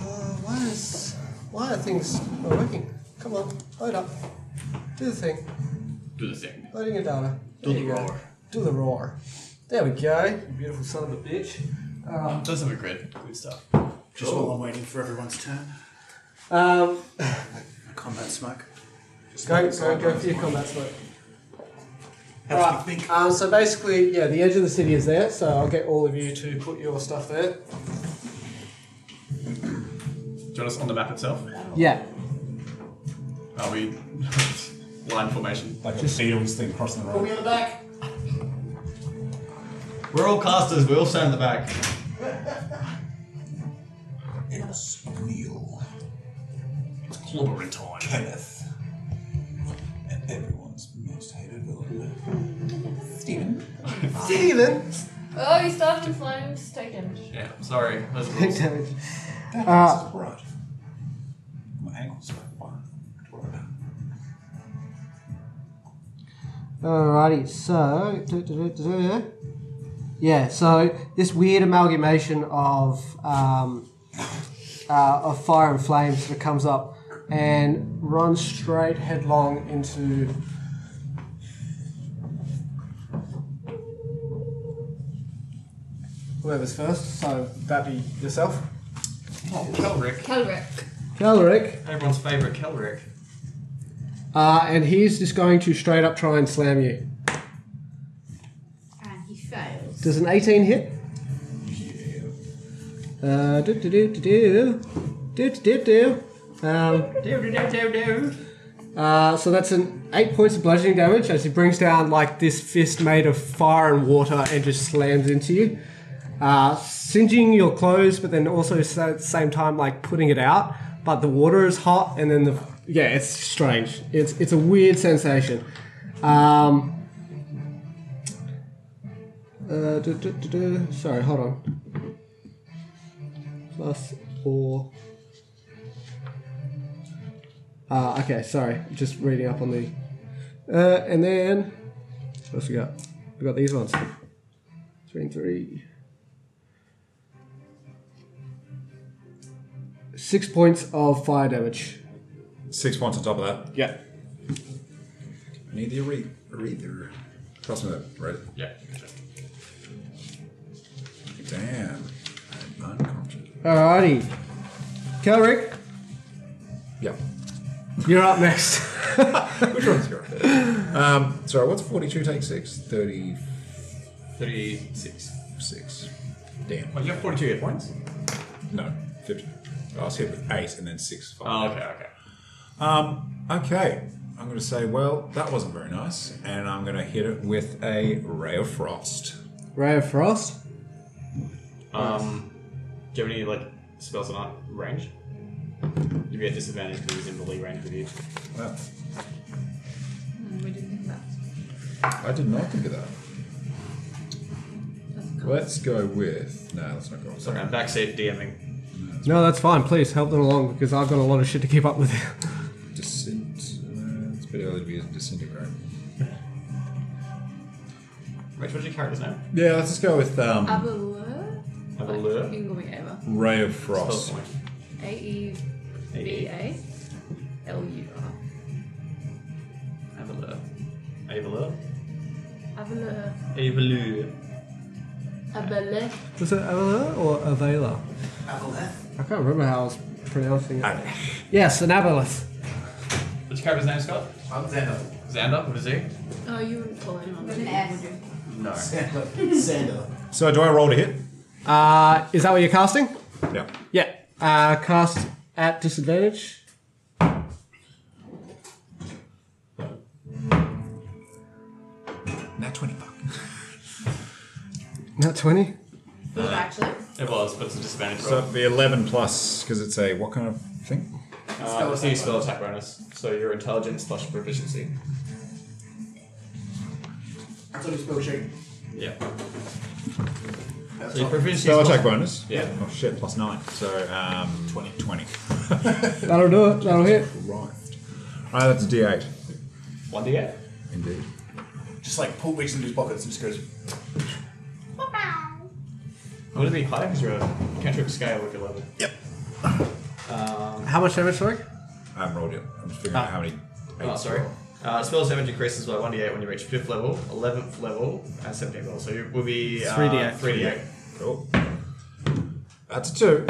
Speaker 5: Uh, why is why are things not working? Come on, load up, do the thing,
Speaker 4: Do the thing.
Speaker 5: loading your data.
Speaker 4: Do
Speaker 5: There
Speaker 4: the
Speaker 5: you go.
Speaker 4: roar.
Speaker 5: Do the roar. There we go. you Beautiful son of a bitch.
Speaker 4: Um, does have a grid. Good stuff.
Speaker 14: Just while I'm waiting for everyone's turn.
Speaker 5: Um,
Speaker 14: Combat smoke.
Speaker 5: go go go for your combat smoke.
Speaker 14: Have to think.
Speaker 5: Um, so basically, yeah, the edge of the city is there, so I'll get all of you to put your stuff there.
Speaker 4: Do you want us on the map itself?
Speaker 9: Yeah.
Speaker 4: Are we *laughs* line formation?
Speaker 8: Like a Beatles thing crossing the
Speaker 14: Put me
Speaker 8: road.
Speaker 14: on the back.
Speaker 4: We're all casters. We all stand in the back.
Speaker 8: It's real.
Speaker 4: It's clobbering time.
Speaker 8: Kenneth. And everyone's most hated villain. Stephen.
Speaker 5: Steven!
Speaker 11: Oh, you started in flames. Take damage.
Speaker 4: Yeah. Sorry. Those
Speaker 9: Take
Speaker 4: rules.
Speaker 9: damage.
Speaker 8: That house is bright. My ankles are fine. Right.
Speaker 9: Alrighty, so yeah, so this weird amalgamation of um, uh, of fire and flame sort of comes up and runs straight headlong into
Speaker 5: Whoever's first, so that'd be yourself.
Speaker 4: Kelric.
Speaker 11: Calric.
Speaker 9: Calric,
Speaker 4: Everyone's favourite Kelric.
Speaker 9: uh, and he's just going to straight up try and slam you.
Speaker 6: And he fails.
Speaker 9: Does an eighteen hit? Yeah. Uh, Do do do do do do do do. Um,
Speaker 4: Do do do do do.
Speaker 9: Uh, so that's an eight points of bludgeoning damage as he brings down like this fist made of fire and water and just slams into you, uh, singeing your clothes, but then also s- at the same time like putting it out. But the water is hot, and then the yeah, it's strange. It's it's a weird sensation. Um, uh, duh, duh, duh, duh. Sorry, hold on. Plus four. Uh, okay, sorry. Just reading up on the. Uh, and then. What else we got? We got these ones. Three and three. Six points of fire damage.
Speaker 8: Six points on top of that.
Speaker 9: Yeah.
Speaker 8: I need the re- reader. Cross me that, right?
Speaker 4: Yeah.
Speaker 8: Damn. I'm unconscious.
Speaker 9: Alrighty. Kelrick,
Speaker 8: Yeah.
Speaker 9: you're up next.
Speaker 8: Which one's your Um, sorry, what's 42 take 6? 36.
Speaker 4: Thirty-six.
Speaker 8: Damn.
Speaker 4: Oh, you have forty-two hit points.
Speaker 8: No, 50. I was hit with 8 and then 6. Five.
Speaker 4: Oh, okay. Okay.
Speaker 8: Um, okay. I'm going to say, well, that wasn't very nice. And I'm going to hit it with a Ray of Frost.
Speaker 9: *laughs* Ray of Frost.
Speaker 4: Um, do you have any like spells that aren't range? You'd be at disadvantage because he's in the melee range with you.
Speaker 8: Well,
Speaker 11: Mm, we didn't think that.
Speaker 8: I did not think of that. Let's go with. No, let's not go with
Speaker 4: Sorry, I'm backseat DMing.
Speaker 9: No, that's fine. Please help them along because I've got a lot of shit to keep up with. *laughs*
Speaker 8: Dissent. Uh, it's a bit early to be using disintegrate.
Speaker 4: Which what's your character's name?
Speaker 8: Yeah, let's just go with um,
Speaker 11: Avalur?
Speaker 4: Have a lure.
Speaker 11: You can call me Ava.
Speaker 8: Ray of
Speaker 4: Spell
Speaker 8: Frost.
Speaker 4: point.
Speaker 11: A E B A L U R.
Speaker 4: Have a lure. Avalur.
Speaker 11: Avalur.
Speaker 4: Avalur.
Speaker 11: Avalur.
Speaker 9: Was it Avila or Avela?
Speaker 14: Avaleth.
Speaker 9: I can't remember how I was pronouncing it. Yes, an Avalith.
Speaker 4: What's your character's name, Scott?
Speaker 14: I'm Xander.
Speaker 4: Xander, what is he?
Speaker 11: Oh, you wouldn't call anyone.
Speaker 6: With an
Speaker 11: that,
Speaker 6: S.
Speaker 11: would you?
Speaker 4: No.
Speaker 14: Xander. Xander.
Speaker 8: So do I roll to hit?
Speaker 9: Uh, is that what you're casting?
Speaker 8: Yeah.
Speaker 9: Yeah. Uh, cast at disadvantage.
Speaker 8: Nat 20 buck.
Speaker 9: Not 20.
Speaker 6: Good, actually.
Speaker 4: It was, but it's a disadvantage
Speaker 8: So
Speaker 4: roll.
Speaker 8: it'd be 11 plus, because it's a what kind of thing?
Speaker 4: Uh, it's a spell attack bonus. So your intelligence plus proficiency.
Speaker 14: That's only spell check.
Speaker 4: Yeah.
Speaker 14: That's
Speaker 4: So your
Speaker 14: not-
Speaker 4: proficiency.
Speaker 8: Spell
Speaker 4: is
Speaker 8: attack
Speaker 4: plus-
Speaker 8: bonus?
Speaker 4: Yeah.
Speaker 8: Oh shit, plus 9. So um, 20. 20.
Speaker 9: That'll do it. That'll hit.
Speaker 8: Right. Alright, that's a d8.
Speaker 4: One d eight.
Speaker 8: Indeed.
Speaker 14: Just like Paul reaches into his pockets and just goes,
Speaker 4: Would it be higher because you're a cantrip scale with your level?
Speaker 9: How much damage, sorry?
Speaker 8: I haven't rolled yet. I'm just figuring out how many.
Speaker 4: Oh,
Speaker 8: eights
Speaker 4: sorry.
Speaker 8: roll.
Speaker 4: Uh, spells damage increases by 1d8 when you reach 5th level, 11th level, and 17th level. So it will be uh,
Speaker 9: 3d8.
Speaker 4: 3d8.
Speaker 8: Cool. That's a 2.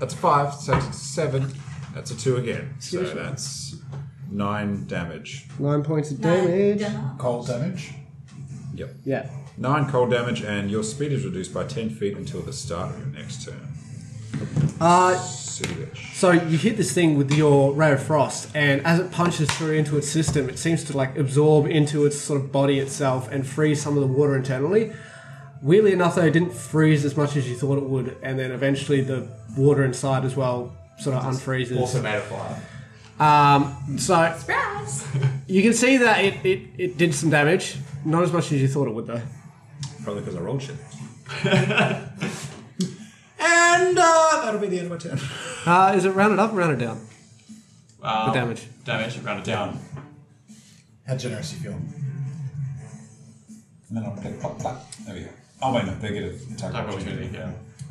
Speaker 8: That's a 5, so that's a 7. That's a 2 again. So that's 9 damage.
Speaker 9: Nine points of
Speaker 6: Nine
Speaker 9: damage.
Speaker 6: dollars.
Speaker 3: Cold damage.
Speaker 8: Yep.
Speaker 9: Yeah.
Speaker 8: 9 cold damage, and your speed is reduced by 10 feet until the start of your next turn.
Speaker 9: Uh,
Speaker 8: City-ish.
Speaker 9: So you hit this thing with your ray of frost, and as it punches through into its system, it seems to like absorb into its sort of body itself and freeze some of the water internally. Weirdly enough, though, it didn't freeze as much as you thought it would, and then eventually the water inside as well sort of unfreezes.
Speaker 4: Also made of fire.
Speaker 9: Um, so
Speaker 6: Surprise!
Speaker 9: you can see that it, it, it did some damage, not as much as you thought it would, though.
Speaker 8: Probably because I rolled shit. and uh, that'll be the end of my turn.
Speaker 9: Uh, is it rounded up, or rounded down?
Speaker 4: Um,
Speaker 9: The damage.
Speaker 4: Damage, you round it down.
Speaker 3: How generous you feel.
Speaker 8: And then I'll pick pop clap. There we go. Oh wait, no, negative attack
Speaker 4: Attack
Speaker 8: opportunity.
Speaker 4: opportunity,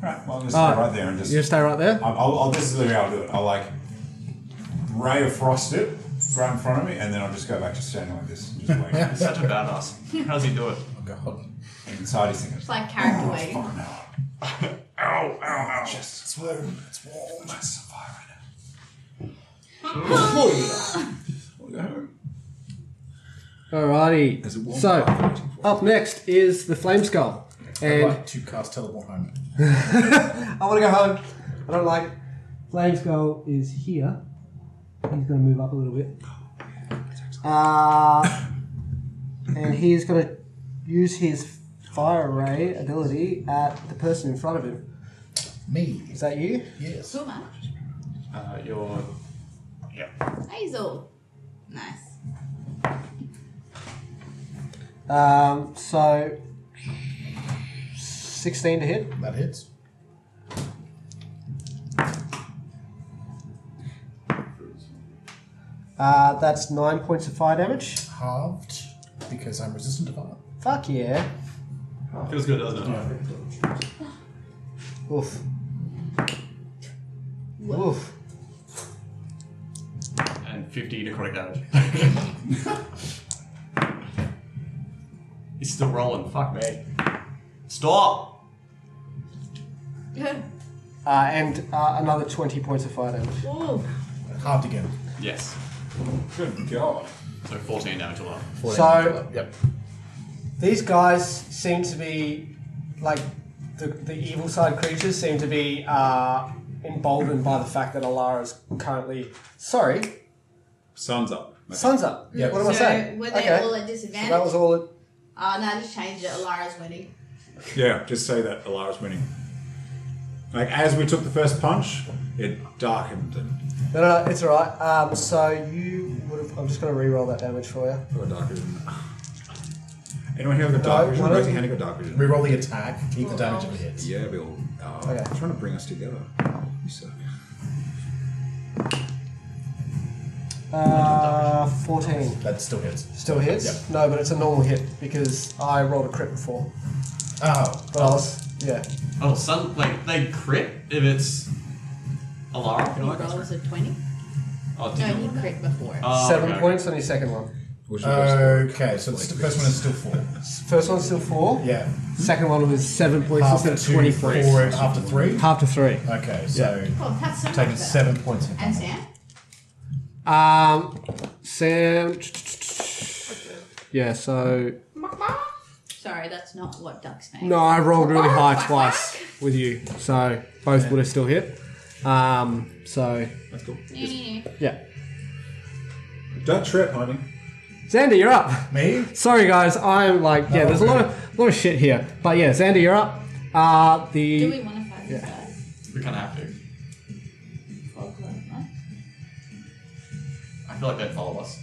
Speaker 4: yeah.
Speaker 8: Alright, well I'm gonna
Speaker 9: Ah.
Speaker 8: stay right there and
Speaker 9: You
Speaker 8: just
Speaker 9: stay right there.
Speaker 8: I'll, I'll, I'll this is the way I'll do it. I'll like ray of frost it right in front of me and then I'll just go back to standing like this and just wait.
Speaker 4: He's such a badass. How does he do it?
Speaker 3: Oh god.
Speaker 8: and inside he's thinking,
Speaker 6: It's like character
Speaker 8: oh,
Speaker 6: waiting.
Speaker 8: fuck no. *laughs* ow, ow, ow. Just it's warm, it's warm. I survive right now. We'll go home. There's a
Speaker 9: Alrighty.
Speaker 8: warm
Speaker 9: So
Speaker 8: bath waiting for
Speaker 9: up next is the flame skull,
Speaker 3: I'd
Speaker 9: and
Speaker 3: like to cast teleport home.
Speaker 9: I want to go home. I don't like. Flame's goal is here. He's going to move up a little bit. Uh, and he's going to use his fire ray ability at the person in front of him.
Speaker 3: Me.
Speaker 9: Is that you?
Speaker 3: Yes.
Speaker 6: Too much.
Speaker 4: Uh, your
Speaker 6: Hazel. Nice.
Speaker 9: Um, so 16 to hit.
Speaker 3: That hits.
Speaker 9: Uh, that's nine points of fire damage.
Speaker 3: Halved because I'm resistant to fire.
Speaker 9: Fuck yeah.
Speaker 4: feels good, doesn't it?
Speaker 9: Oof. Oof.
Speaker 4: And 50 necrotic *laughs* damage. He's still rolling. Fuck me. Stop.
Speaker 9: Uh, and uh, another 20 points of fire damage.
Speaker 6: Ooh.
Speaker 3: Halved again.
Speaker 4: Yes.
Speaker 8: Good Oh, god.
Speaker 4: So 14 damage alone.
Speaker 9: So
Speaker 3: Yep.
Speaker 9: these guys seem to be like the, the evil side creatures seem to be uh, emboldened by the fact that Alara is currently sorry
Speaker 8: Sun's up.
Speaker 9: sun's up.
Speaker 3: Yep.
Speaker 9: What am I
Speaker 6: So
Speaker 9: saying?
Speaker 6: were they
Speaker 9: okay.
Speaker 6: all at
Speaker 9: So
Speaker 6: disadvantage?
Speaker 9: that was all. It,
Speaker 6: oh no, I just changed it. Alara's winning.
Speaker 8: Yeah, just say that Alara's winning. Like as we took the first punch, it darkened and
Speaker 9: no, no, no, it's all right. Um, so you would have. I'm just going to re-roll that damage for you.
Speaker 8: it got darker than Anyone here got dark
Speaker 9: No,
Speaker 8: vision?
Speaker 9: no.
Speaker 8: Raise your hand who got dark vision.
Speaker 3: Reroll the attack. Keep the damage of the hit.
Speaker 8: Yeah, Bill. Oh,
Speaker 9: Okay.
Speaker 8: I'm trying to bring us together. You suck.
Speaker 9: Uh, 14.
Speaker 3: That still hits.
Speaker 9: Still hits?
Speaker 3: Yep.
Speaker 9: No, but it's a normal hit because I rolled a crit before.
Speaker 3: Oh.
Speaker 9: But I was yeah.
Speaker 4: Oh, some like they crit if it's alarm.
Speaker 6: He rolls a twenty.
Speaker 4: Oh,
Speaker 6: No,
Speaker 4: did you?
Speaker 6: he crit before.
Speaker 4: Oh,
Speaker 9: Seven
Speaker 4: okay.
Speaker 9: points on your second one.
Speaker 8: Which
Speaker 3: Okay, so the first one is still four.
Speaker 9: First one's still four.
Speaker 3: Yeah.
Speaker 9: Second one was seven points instead of
Speaker 3: two,
Speaker 9: twenty points.
Speaker 3: Four, half to three.
Speaker 9: Half to three.
Speaker 3: Okay, so
Speaker 6: oh, that's so much
Speaker 3: taking
Speaker 6: better.
Speaker 3: seven points. of
Speaker 6: And
Speaker 3: damage.
Speaker 6: Sam.
Speaker 9: Um, Sam. Yeah. So
Speaker 6: Sorry, that's not what ducks make.
Speaker 9: no, I rolled
Speaker 6: *laughs*
Speaker 9: really
Speaker 6: Oh,
Speaker 9: high twice with you, so both would have still hit. Um, so
Speaker 8: That's cool.
Speaker 9: yeah,
Speaker 8: Don't trip, honey.
Speaker 9: Xander, you're up.
Speaker 3: Me?
Speaker 9: Sorry, guys. I'm like, yeah. There's a lot of lot of shit here, but yeah, Xander, you're up. Uh, the
Speaker 6: Do we want to fight this guy?
Speaker 4: We kind of have to.
Speaker 6: Folklore, huh?
Speaker 4: I feel like they'd follow us.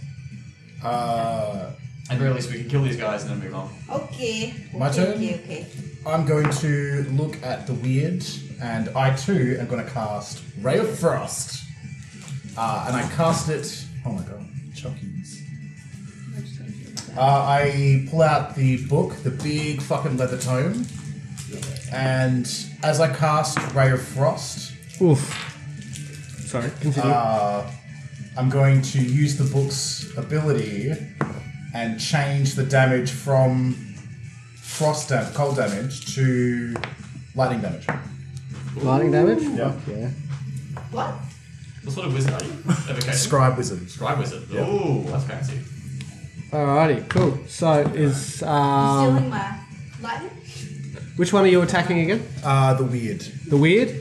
Speaker 3: Uh,
Speaker 4: At very least, we can kill these guys and then move on.
Speaker 6: Okay.
Speaker 3: My
Speaker 6: okay,
Speaker 3: turn?
Speaker 6: Okay, okay.
Speaker 3: I'm going to look at the weird, and I too am going to cast Ray of Frost. Uh, and I cast it. Oh my god, Chuckies. Uh, I pull out the book, the big fucking leather tome, and as I cast Ray of Frost,
Speaker 9: oof. Sorry, continue.
Speaker 3: uh, I'm going to use the book's ability and change the damage from frost damage, cold damage to lightning damage.
Speaker 9: Lightning damage.
Speaker 3: Yeah.
Speaker 9: Yeah.
Speaker 6: What?
Speaker 4: What sort of wizard *laughs* are you? Okay.
Speaker 3: Scribe wizard.
Speaker 4: Scribe wizard. Ooh, that's fancy.
Speaker 9: Alrighty, cool. So is um,
Speaker 6: Stealing my lightning?
Speaker 9: which one are you attacking again?
Speaker 3: Uh, the weird.
Speaker 9: The weird.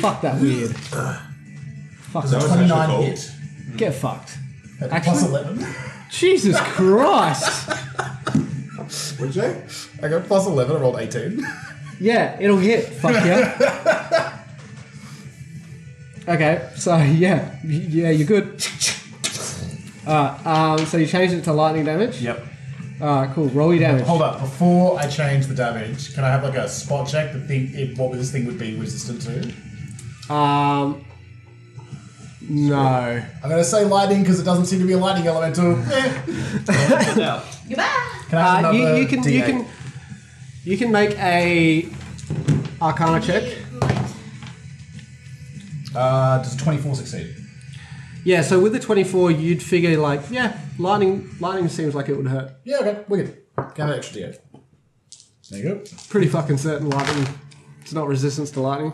Speaker 9: Fuck that weird. Fuck
Speaker 8: That
Speaker 9: that.
Speaker 8: was actually
Speaker 3: 29
Speaker 8: cool.
Speaker 3: hit.
Speaker 9: Get fucked.
Speaker 3: At
Speaker 9: Actually-
Speaker 3: plus 11.
Speaker 9: Jesus Christ.
Speaker 3: Would you? I got plus 11, I rolled 18.
Speaker 9: Yeah, it'll hit. Fuck yeah.
Speaker 3: *laughs*
Speaker 9: okay, so yeah, y- yeah, you're good. *laughs* Alright, um, so you changed it to lightning damage.
Speaker 3: Yep.
Speaker 9: Alright, cool. Roll your damage.
Speaker 3: Hold up, before I change the damage, can I have like a spot check to think if what this thing would be resistant to?
Speaker 9: Um, no.
Speaker 3: I'm gonna say lightning because it doesn't seem to be a lightning elemental. Eh.
Speaker 4: now,
Speaker 6: Goodbye!
Speaker 3: Can I have
Speaker 9: Uh, you,
Speaker 3: another
Speaker 9: you can you
Speaker 3: D8?
Speaker 9: can you can make a Arcana check.
Speaker 3: Uh, does 24 succeed?
Speaker 9: Yeah, so with the twenty four, you'd figure like yeah, lightning lightning seems like it would hurt.
Speaker 3: Yeah, okay, we're good. Can I have an extra D8? There you go.
Speaker 9: Pretty fucking certain lightning. It's not resistance to lightning.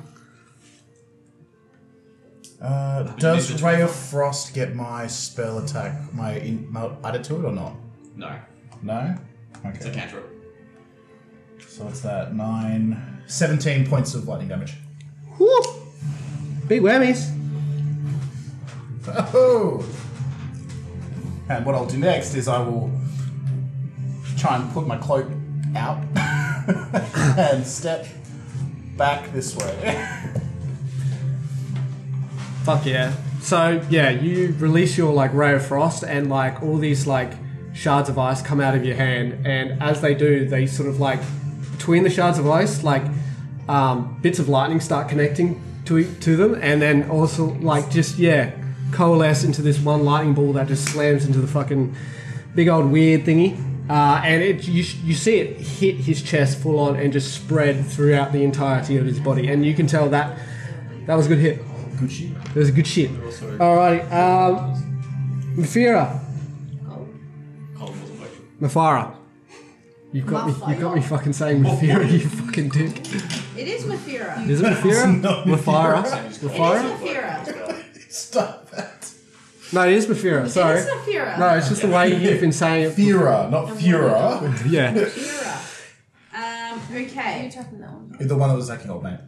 Speaker 3: Uh, does Ray of Frost get my spell attack, my, in, my added to it or not?
Speaker 4: no,
Speaker 3: No?
Speaker 4: it's a
Speaker 3: Okay.
Speaker 4: cantrip.
Speaker 3: So it's that? 9. 17 points of lightning damage.
Speaker 9: Whoop! Big whammies.
Speaker 3: Oh! And what I'll do next is I will try and put my cloak out *laughs* and step back this way. *laughs*
Speaker 9: Fuck yeah. So yeah, you release your like ray of frost and like all these like shards of ice come out of your hand and as they do they sort of like between the shards of ice like um, bits of lightning start connecting to e- to them and then also like just yeah coalesce into this one lightning ball that just slams into the fucking big old weird thingy uh, and it you, sh- you see it hit his chest full on and just spread throughout the entirety of his body and you can tell that that was a good hit
Speaker 3: Gucci.
Speaker 9: it was good shit. Alrighty, um, Mafira.
Speaker 4: Cold wasn't working.
Speaker 9: Mafara. You've got me. You've got me fucking saying Mafira. You fucking dick.
Speaker 6: It is Mephira.
Speaker 9: Is it *laughs* Mafira? Mafara.
Speaker 6: It is
Speaker 9: Mafara.
Speaker 6: Mephira.
Speaker 3: Stop that.
Speaker 9: No, it is Mafira.
Speaker 6: It
Speaker 9: Sorry.
Speaker 6: is Mephira.
Speaker 9: No, it's just the way you've been saying it.
Speaker 3: Fira, not Fura.
Speaker 9: *laughs* Yeah.
Speaker 6: Mephira. Um,
Speaker 11: Are you
Speaker 6: okay.
Speaker 11: tapping that one?
Speaker 3: You're the one that was attacking old mate.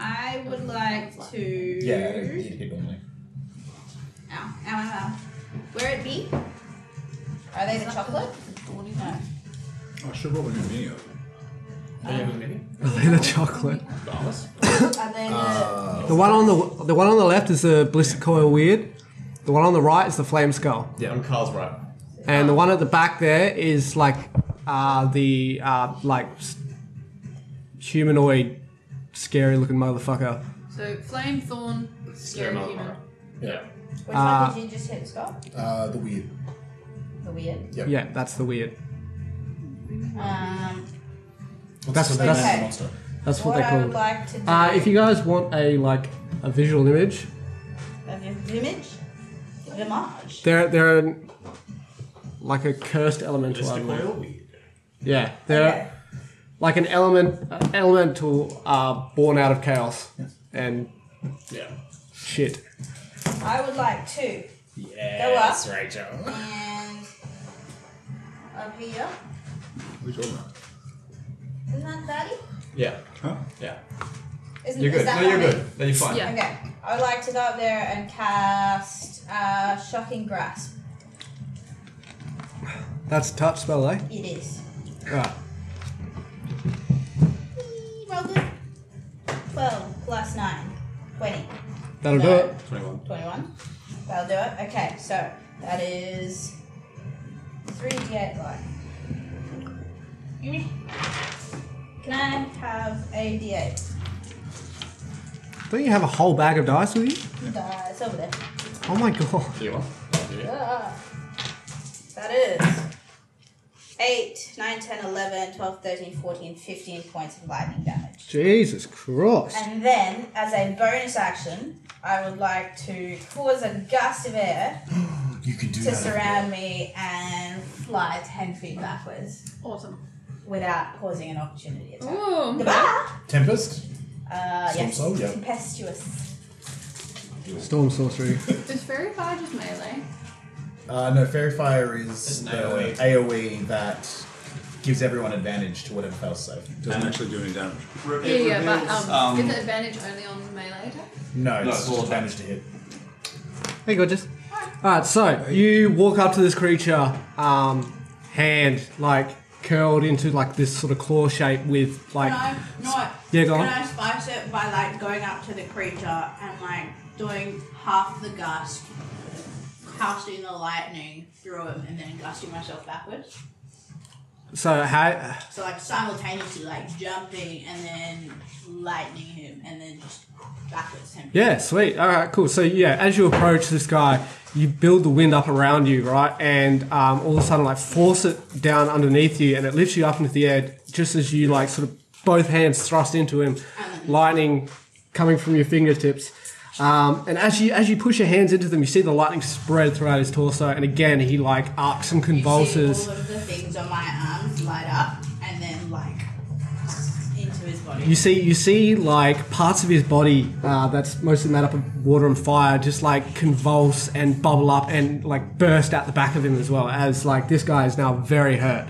Speaker 6: I would like to.
Speaker 3: Yeah, it it hit normally.
Speaker 6: Ow, ow, ow, ow. Where it be? Are they the chocolate? No.
Speaker 8: I should roll a new mini of
Speaker 9: Are they the chocolate?
Speaker 6: Are they
Speaker 3: Uh,
Speaker 6: the.
Speaker 9: The one on the the one on the left is the blister coil weird. The one on the right is the flame skull.
Speaker 4: Yeah, I'm Carl's right.
Speaker 9: And the one at the back there is like uh, the uh, like s- humanoid, scary looking motherfucker.
Speaker 11: So flame, thorn, scary
Speaker 4: Scary
Speaker 11: human.
Speaker 4: motherfucker. Yeah.
Speaker 6: Which one did you just hit, Scott?
Speaker 3: Uh, the weird.
Speaker 6: The weird.
Speaker 9: Yeah, that's the weird.
Speaker 6: Um,
Speaker 9: That's-
Speaker 3: the
Speaker 9: that's-
Speaker 6: Okay.
Speaker 3: monster.
Speaker 9: That's what,
Speaker 6: what
Speaker 9: they
Speaker 6: I
Speaker 9: call
Speaker 6: would
Speaker 9: it.
Speaker 6: like to do.
Speaker 9: Uh, if you guys want a like a visual image,
Speaker 6: Of your image? Vimage.
Speaker 9: they're they're an- like a cursed elemental. I
Speaker 4: Mr.
Speaker 9: believe.
Speaker 4: Coil?
Speaker 9: Yeah, they're
Speaker 6: Okay.
Speaker 9: like an element uh, elemental uh, born out of chaos and
Speaker 4: Yeah.
Speaker 9: shit.
Speaker 6: I would like to
Speaker 14: Yes,
Speaker 6: Go
Speaker 14: Rachel.
Speaker 6: and up here. Isn't that daddy?
Speaker 4: Yeah.
Speaker 8: Huh?
Speaker 4: Yeah.
Speaker 6: Isn't
Speaker 4: You're
Speaker 6: is
Speaker 4: good.
Speaker 6: that
Speaker 4: No, you're
Speaker 6: daddy?
Speaker 4: good. No, you're fine.
Speaker 11: Yeah.
Speaker 6: Okay. I would like to go up there and cast uh, shocking grasp.
Speaker 9: That's a touch spell, eh?
Speaker 6: It is.
Speaker 9: Right.
Speaker 6: plus 9. 20.
Speaker 9: That'll do
Speaker 6: No.
Speaker 9: it.
Speaker 4: 21.
Speaker 6: 21. That'll do it. Okay, so that is 3d8 light. Can I have a d8?
Speaker 9: Don't you have a whole bag of dice with you?
Speaker 6: Uh, it's over there.
Speaker 9: Oh my god.
Speaker 4: There you are.
Speaker 6: Ah. That is 8, 9, 10, 11, 12, 13, 14, 15 points of lightning damage.
Speaker 9: Jesus Christ.
Speaker 6: And then, as a bonus action, I would like to cause a gust of air
Speaker 14: You could do
Speaker 6: to
Speaker 14: that.
Speaker 6: surround me and fly 10 feet backwards
Speaker 11: Awesome.
Speaker 6: without causing an opportunity attack.
Speaker 11: Ooh.
Speaker 6: Goodbye!
Speaker 3: Tempest?
Speaker 6: Uh,
Speaker 14: Storm
Speaker 6: yes.
Speaker 14: Soul, yeah.
Speaker 6: Tempestuous.
Speaker 9: Storm sorcery.
Speaker 11: Is fairy fire just melee?
Speaker 3: Uh, no, Fairy Fire is
Speaker 4: It's an
Speaker 3: the
Speaker 4: AoE.
Speaker 3: AoE. that gives everyone advantage to whatever fails save.
Speaker 8: Doesn't actually do any damage.
Speaker 10: Re-
Speaker 11: Yeah,
Speaker 10: it
Speaker 11: yeah, but
Speaker 10: reveals,
Speaker 11: um, is it advantage only on melee attack?
Speaker 3: No,
Speaker 4: No,
Speaker 3: it's
Speaker 4: it's
Speaker 3: just
Speaker 4: all
Speaker 3: advantage to hit.
Speaker 9: *laughs* Hey, gorgeous. Alright, so you walk up to this creature, um, hand like curled into like this sort of claw shape with like.
Speaker 6: Can I not?
Speaker 9: Yeah, go
Speaker 6: can
Speaker 9: on.
Speaker 6: I spice it by like going up to the creature and like doing half the gust, casting the lightning through him, and then gusting myself backwards?
Speaker 9: So, how.
Speaker 6: So like simultaneously like jumping and then lightning him and then just backwards him.
Speaker 9: Yeah, sweet. All right, cool. So yeah, as you approach this guy, you build the wind up around you, right, and um, all of a sudden, like force it down underneath you, and it lifts you up into the air just as you like sort of both hands thrust into him, lightning coming from your fingertips. Um, and as you as you push your hands into them, you see the lightning spread throughout his torso, and again he like arcs and
Speaker 6: You see
Speaker 9: convulses.
Speaker 6: all of the things on my arms light up and then like into his body.
Speaker 9: You see, you see, like parts of his body uh, that's mostly made up of water and fire, just like convulse and bubble up and like burst out the back of him as well. As like this guy is now very hurt,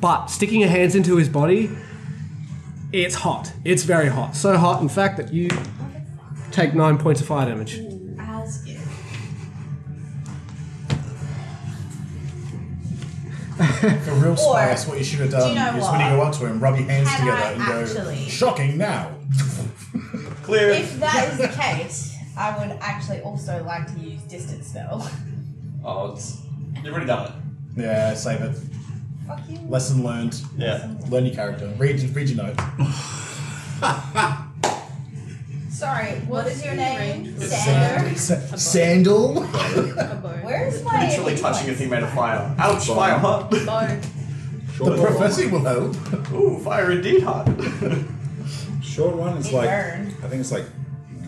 Speaker 9: but sticking your hands into his body, it's hot. It's very hot. So hot, in fact, that you take nine points of fire damage.
Speaker 6: As if.
Speaker 3: For real spice, what you should have done
Speaker 6: do you know
Speaker 3: is when you
Speaker 6: what?
Speaker 3: go up to him, rub your hands
Speaker 6: Can
Speaker 3: together
Speaker 6: I
Speaker 3: and
Speaker 6: actually-
Speaker 3: go, shocking now.
Speaker 10: Clear.
Speaker 6: If that *laughs* is the case, I would actually also like to use distance spell.
Speaker 10: oh, it's you've already done it.
Speaker 3: Yeah, save it.
Speaker 6: Fuck you.
Speaker 3: Lesson learned.
Speaker 10: Yeah.
Speaker 3: Learn your character. Read, read your notes.
Speaker 6: Sorry, what is your name?
Speaker 11: It's
Speaker 6: Sander.
Speaker 3: Sa- *laughs*
Speaker 6: *laughs*
Speaker 3: Sandal? *laughs*
Speaker 11: A bow.
Speaker 6: Where is my
Speaker 10: uh, Literally touching a
Speaker 6: influence?
Speaker 10: thing made of fire. Ouch, fire hot.
Speaker 11: Bow.
Speaker 6: Oh,
Speaker 3: The prophecy will help.
Speaker 10: Ooh, fire indeed hot.
Speaker 8: Short one is
Speaker 6: It
Speaker 8: like
Speaker 6: burned.
Speaker 8: I think it's like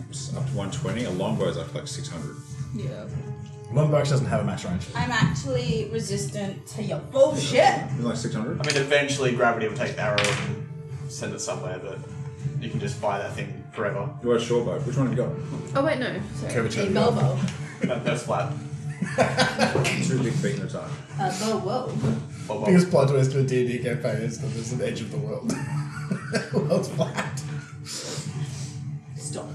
Speaker 8: it's up to 120. A longbow is up to like 600.
Speaker 11: Yeah.
Speaker 3: Lombax doesn't have a match range.
Speaker 6: I'm actually resistant to your bullshit.
Speaker 8: Isn't it like 600?
Speaker 10: I mean, eventually gravity will take the arrow and send it somewhere, but you can just buy that thing forever.
Speaker 8: You got a short bow. Which one have you got?
Speaker 11: Oh wait, no. Sorry.
Speaker 6: A bobo.
Speaker 10: That, that's flat.
Speaker 8: Two big feet at a time.
Speaker 6: A Uh, bobo.
Speaker 10: Well, well,
Speaker 3: Biggest plot twist to a D&D campaign is that there's an edge of the world. *laughs* the world's flat.
Speaker 10: *laughs*
Speaker 6: Stop.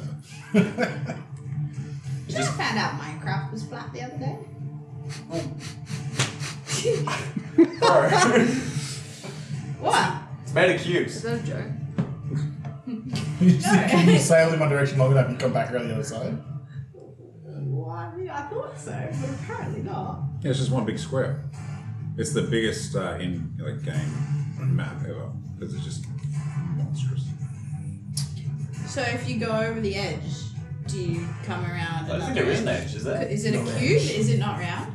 Speaker 6: Did I found out Minecraft was flat the other day?
Speaker 10: bro.
Speaker 6: What?
Speaker 10: it's made of cubes.
Speaker 11: Is that a joke?
Speaker 3: You just- you sail in one direction long enough and come back around the other side.
Speaker 6: Well, I mean, I thought so, but apparently not.
Speaker 8: Yeah, it's just one big square. It's the biggest uh, in like game map ever because it's just monstrous.
Speaker 6: So if you go over the edge, do you come around?
Speaker 10: *laughs* I think
Speaker 6: another
Speaker 10: there is an
Speaker 6: edge?
Speaker 10: edge, is there?
Speaker 6: Is it a
Speaker 3: No
Speaker 6: cube? Is it not round?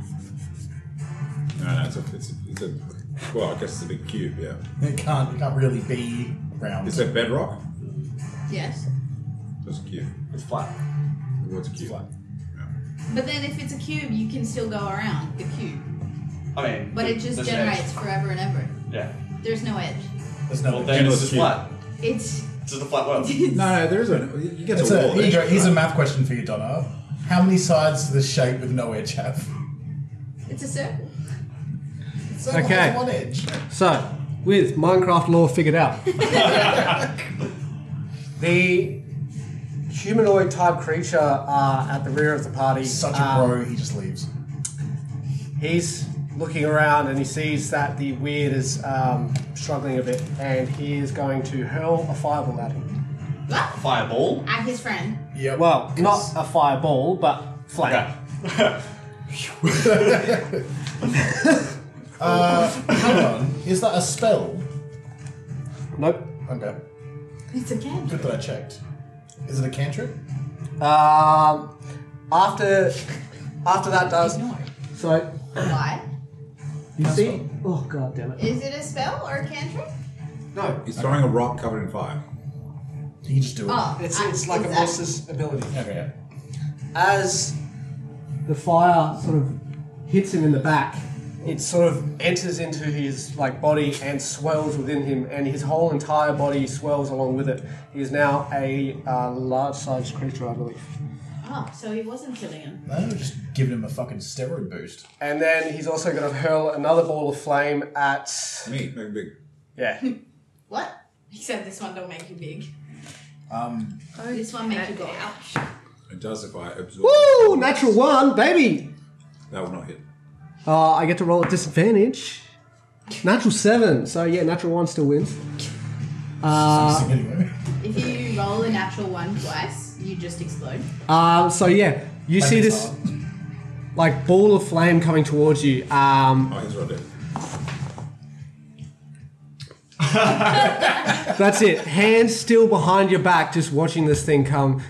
Speaker 8: No, no, it's a, it's a, it's a well, I guess it's a big cube. Yeah,
Speaker 3: It can't, it can't really be round.
Speaker 8: it's a bedrock.
Speaker 6: Yes.
Speaker 8: It's a cube.
Speaker 10: It's flat.
Speaker 8: What's a cube?
Speaker 3: flat.
Speaker 8: Yeah.
Speaker 6: But then if it's a cube, you can still go around the cube.
Speaker 10: I mean,
Speaker 6: But it just
Speaker 10: there's an
Speaker 6: generates forever and ever.
Speaker 10: edge. Yeah.
Speaker 6: There's no edge.
Speaker 3: There's no
Speaker 10: Well,
Speaker 3: edge.
Speaker 10: then
Speaker 8: General
Speaker 10: it's just
Speaker 8: cube.
Speaker 10: flat.
Speaker 6: It's.
Speaker 10: It's just a
Speaker 6: *laughs*
Speaker 10: flat world.
Speaker 8: No, no, there is a you get
Speaker 3: It's
Speaker 8: a
Speaker 3: a,
Speaker 8: wall.
Speaker 3: here you go,
Speaker 8: edge,
Speaker 3: here's a
Speaker 8: right?
Speaker 3: math question for you, Donna. How many sides does this shape with no edge have?
Speaker 6: It's a circle.
Speaker 3: It's only
Speaker 9: Okay.
Speaker 3: has one edge.
Speaker 9: So, with Minecraft lore figured out, *laughs* the humanoid type creature uh, at the rear of the party.
Speaker 3: Such a
Speaker 9: um,
Speaker 3: bro, he just leaves.
Speaker 9: He's looking around and he sees that the weird is um, struggling a bit, and he is going to hurl a fireball at him.
Speaker 6: What?
Speaker 10: Fireball.
Speaker 6: I'm his friend.
Speaker 14: Yep.
Speaker 3: *laughs*
Speaker 9: Well, not a fireball, but flame.
Speaker 3: Uh, hang on. Is that a spell?
Speaker 9: Nope.
Speaker 3: Okay.
Speaker 6: It's a
Speaker 3: Good
Speaker 6: cantrip.
Speaker 3: that I checked. Is it a cantrip?
Speaker 5: Um, after after that does
Speaker 9: So
Speaker 6: Why?
Speaker 9: you see? Oh god damn it!
Speaker 6: Is it a spell or a cantrip?
Speaker 5: no.
Speaker 8: He's throwing a rock covered in fire.
Speaker 3: You can just do it.
Speaker 6: Oh,
Speaker 5: It's
Speaker 6: I-
Speaker 5: it's like a
Speaker 6: a-
Speaker 5: monster's ability.
Speaker 3: Okay.
Speaker 5: As
Speaker 9: The fire sort of hits him in the back.
Speaker 5: it sort of enters into his like body and swells within him, and his whole entire body swells along with it. He is now a uh, large-sized creature, I believe.
Speaker 6: Oh, so he wasn't killing him.
Speaker 3: No, just giving him a fucking steroid boost.
Speaker 5: And then he's also going to hurl another ball of flame at
Speaker 8: Me, big, big.
Speaker 5: yeah.
Speaker 6: What? He said this one don't make you big.
Speaker 14: Um,
Speaker 6: This one makes you go ouch.
Speaker 8: It does if I absorb.
Speaker 9: Woo! Natural one, baby.
Speaker 8: That will not hit.
Speaker 9: Uh, I get to roll at disadvantage. Natural seven. So yeah, natural one still wins.
Speaker 3: So anyway.
Speaker 6: If you roll a natural one twice, you just explode.
Speaker 9: Um, so yeah, you see this like ball of flame coming towards you. Um,
Speaker 8: Oh, he's right there.
Speaker 9: that's it. Hands still behind your back, just watching this thing come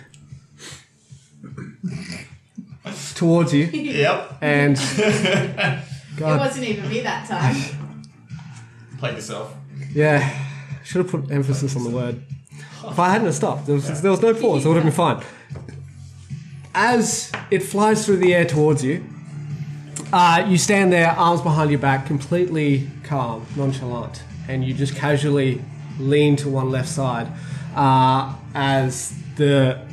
Speaker 9: towards you.
Speaker 4: Yep.
Speaker 9: And
Speaker 14: Uh,
Speaker 6: It wasn't even me that
Speaker 14: *laughs*
Speaker 6: time.
Speaker 4: Played yourself.
Speaker 9: yeah, should have put emphasis on the word. If I hadn't have stopped, there was, there was no pause. It would have been fine. As it flies through the air towards you, uh, you stand there, arms behind your back, completely calm, nonchalant, and you just casually lean to one left side uh, as the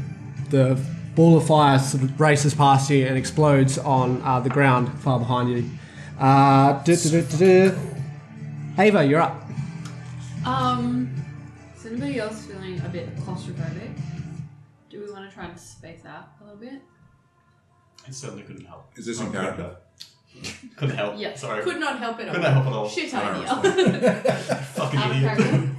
Speaker 9: the ball of fire sort of races past you and explodes on uh, the ground far behind you. Uh, duh, duh, duh, duh, duh. Ava, you're up.
Speaker 11: Um, is anybody else feeling a bit claustrophobic? Do we want to try and space out a little bit?
Speaker 4: It certainly couldn't help.
Speaker 8: Is this in character?
Speaker 4: Couldn't help.
Speaker 11: Yeah,
Speaker 4: Sorry.
Speaker 6: Could not help at all.
Speaker 4: Couldn't help at all.
Speaker 6: Shit
Speaker 8: Alright,
Speaker 6: idea.
Speaker 4: Fucking
Speaker 11: Out of
Speaker 4: idiot.
Speaker 11: character.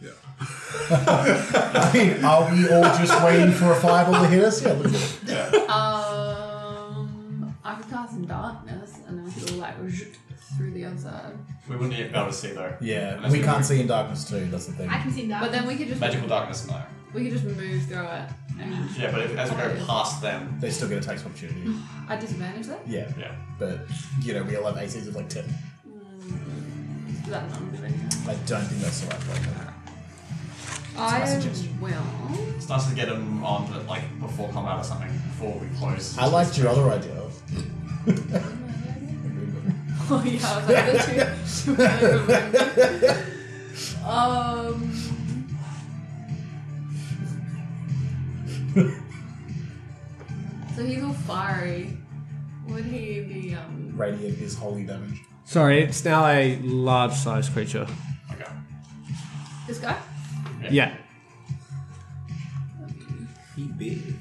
Speaker 8: Yeah.
Speaker 3: I mean, *laughs* are we all just waiting for a fireball to hit us? Yeah, look at it.
Speaker 11: um, I could cast some darkness and then it'll like zhoot through the other side.
Speaker 4: We wouldn't
Speaker 10: *laughs*
Speaker 4: even be able to see though.
Speaker 3: Yeah,
Speaker 4: Unless
Speaker 3: we
Speaker 4: we
Speaker 3: can't
Speaker 4: were-
Speaker 3: see in darkness too, that's the thing.
Speaker 6: I can see that.
Speaker 11: But then we could just
Speaker 4: Magical darkness, no.
Speaker 11: we could just move through it. And
Speaker 4: Yeah, but if, as we go past them,
Speaker 3: They still get attacks of opportunity.
Speaker 11: I disadvantage that.
Speaker 3: Yeah,
Speaker 4: yeah.
Speaker 3: but, you know, we all have ACs of like 10.
Speaker 11: Does that not do anything?
Speaker 3: I don't think that's the right one.
Speaker 11: I
Speaker 3: suggestion.
Speaker 11: *laughs* will.
Speaker 4: It's nice to get them on but, like before combat or something before we close.
Speaker 3: I liked your other idea.
Speaker 11: Oh yeah, I was like, that's too, too early for me. Um. so he's all fiery. Would he be um?
Speaker 3: Radiant is holy damage.
Speaker 9: Sorry, it's now a large sized creature.
Speaker 4: Okay.
Speaker 11: This guy?
Speaker 9: Yeah.
Speaker 8: He big.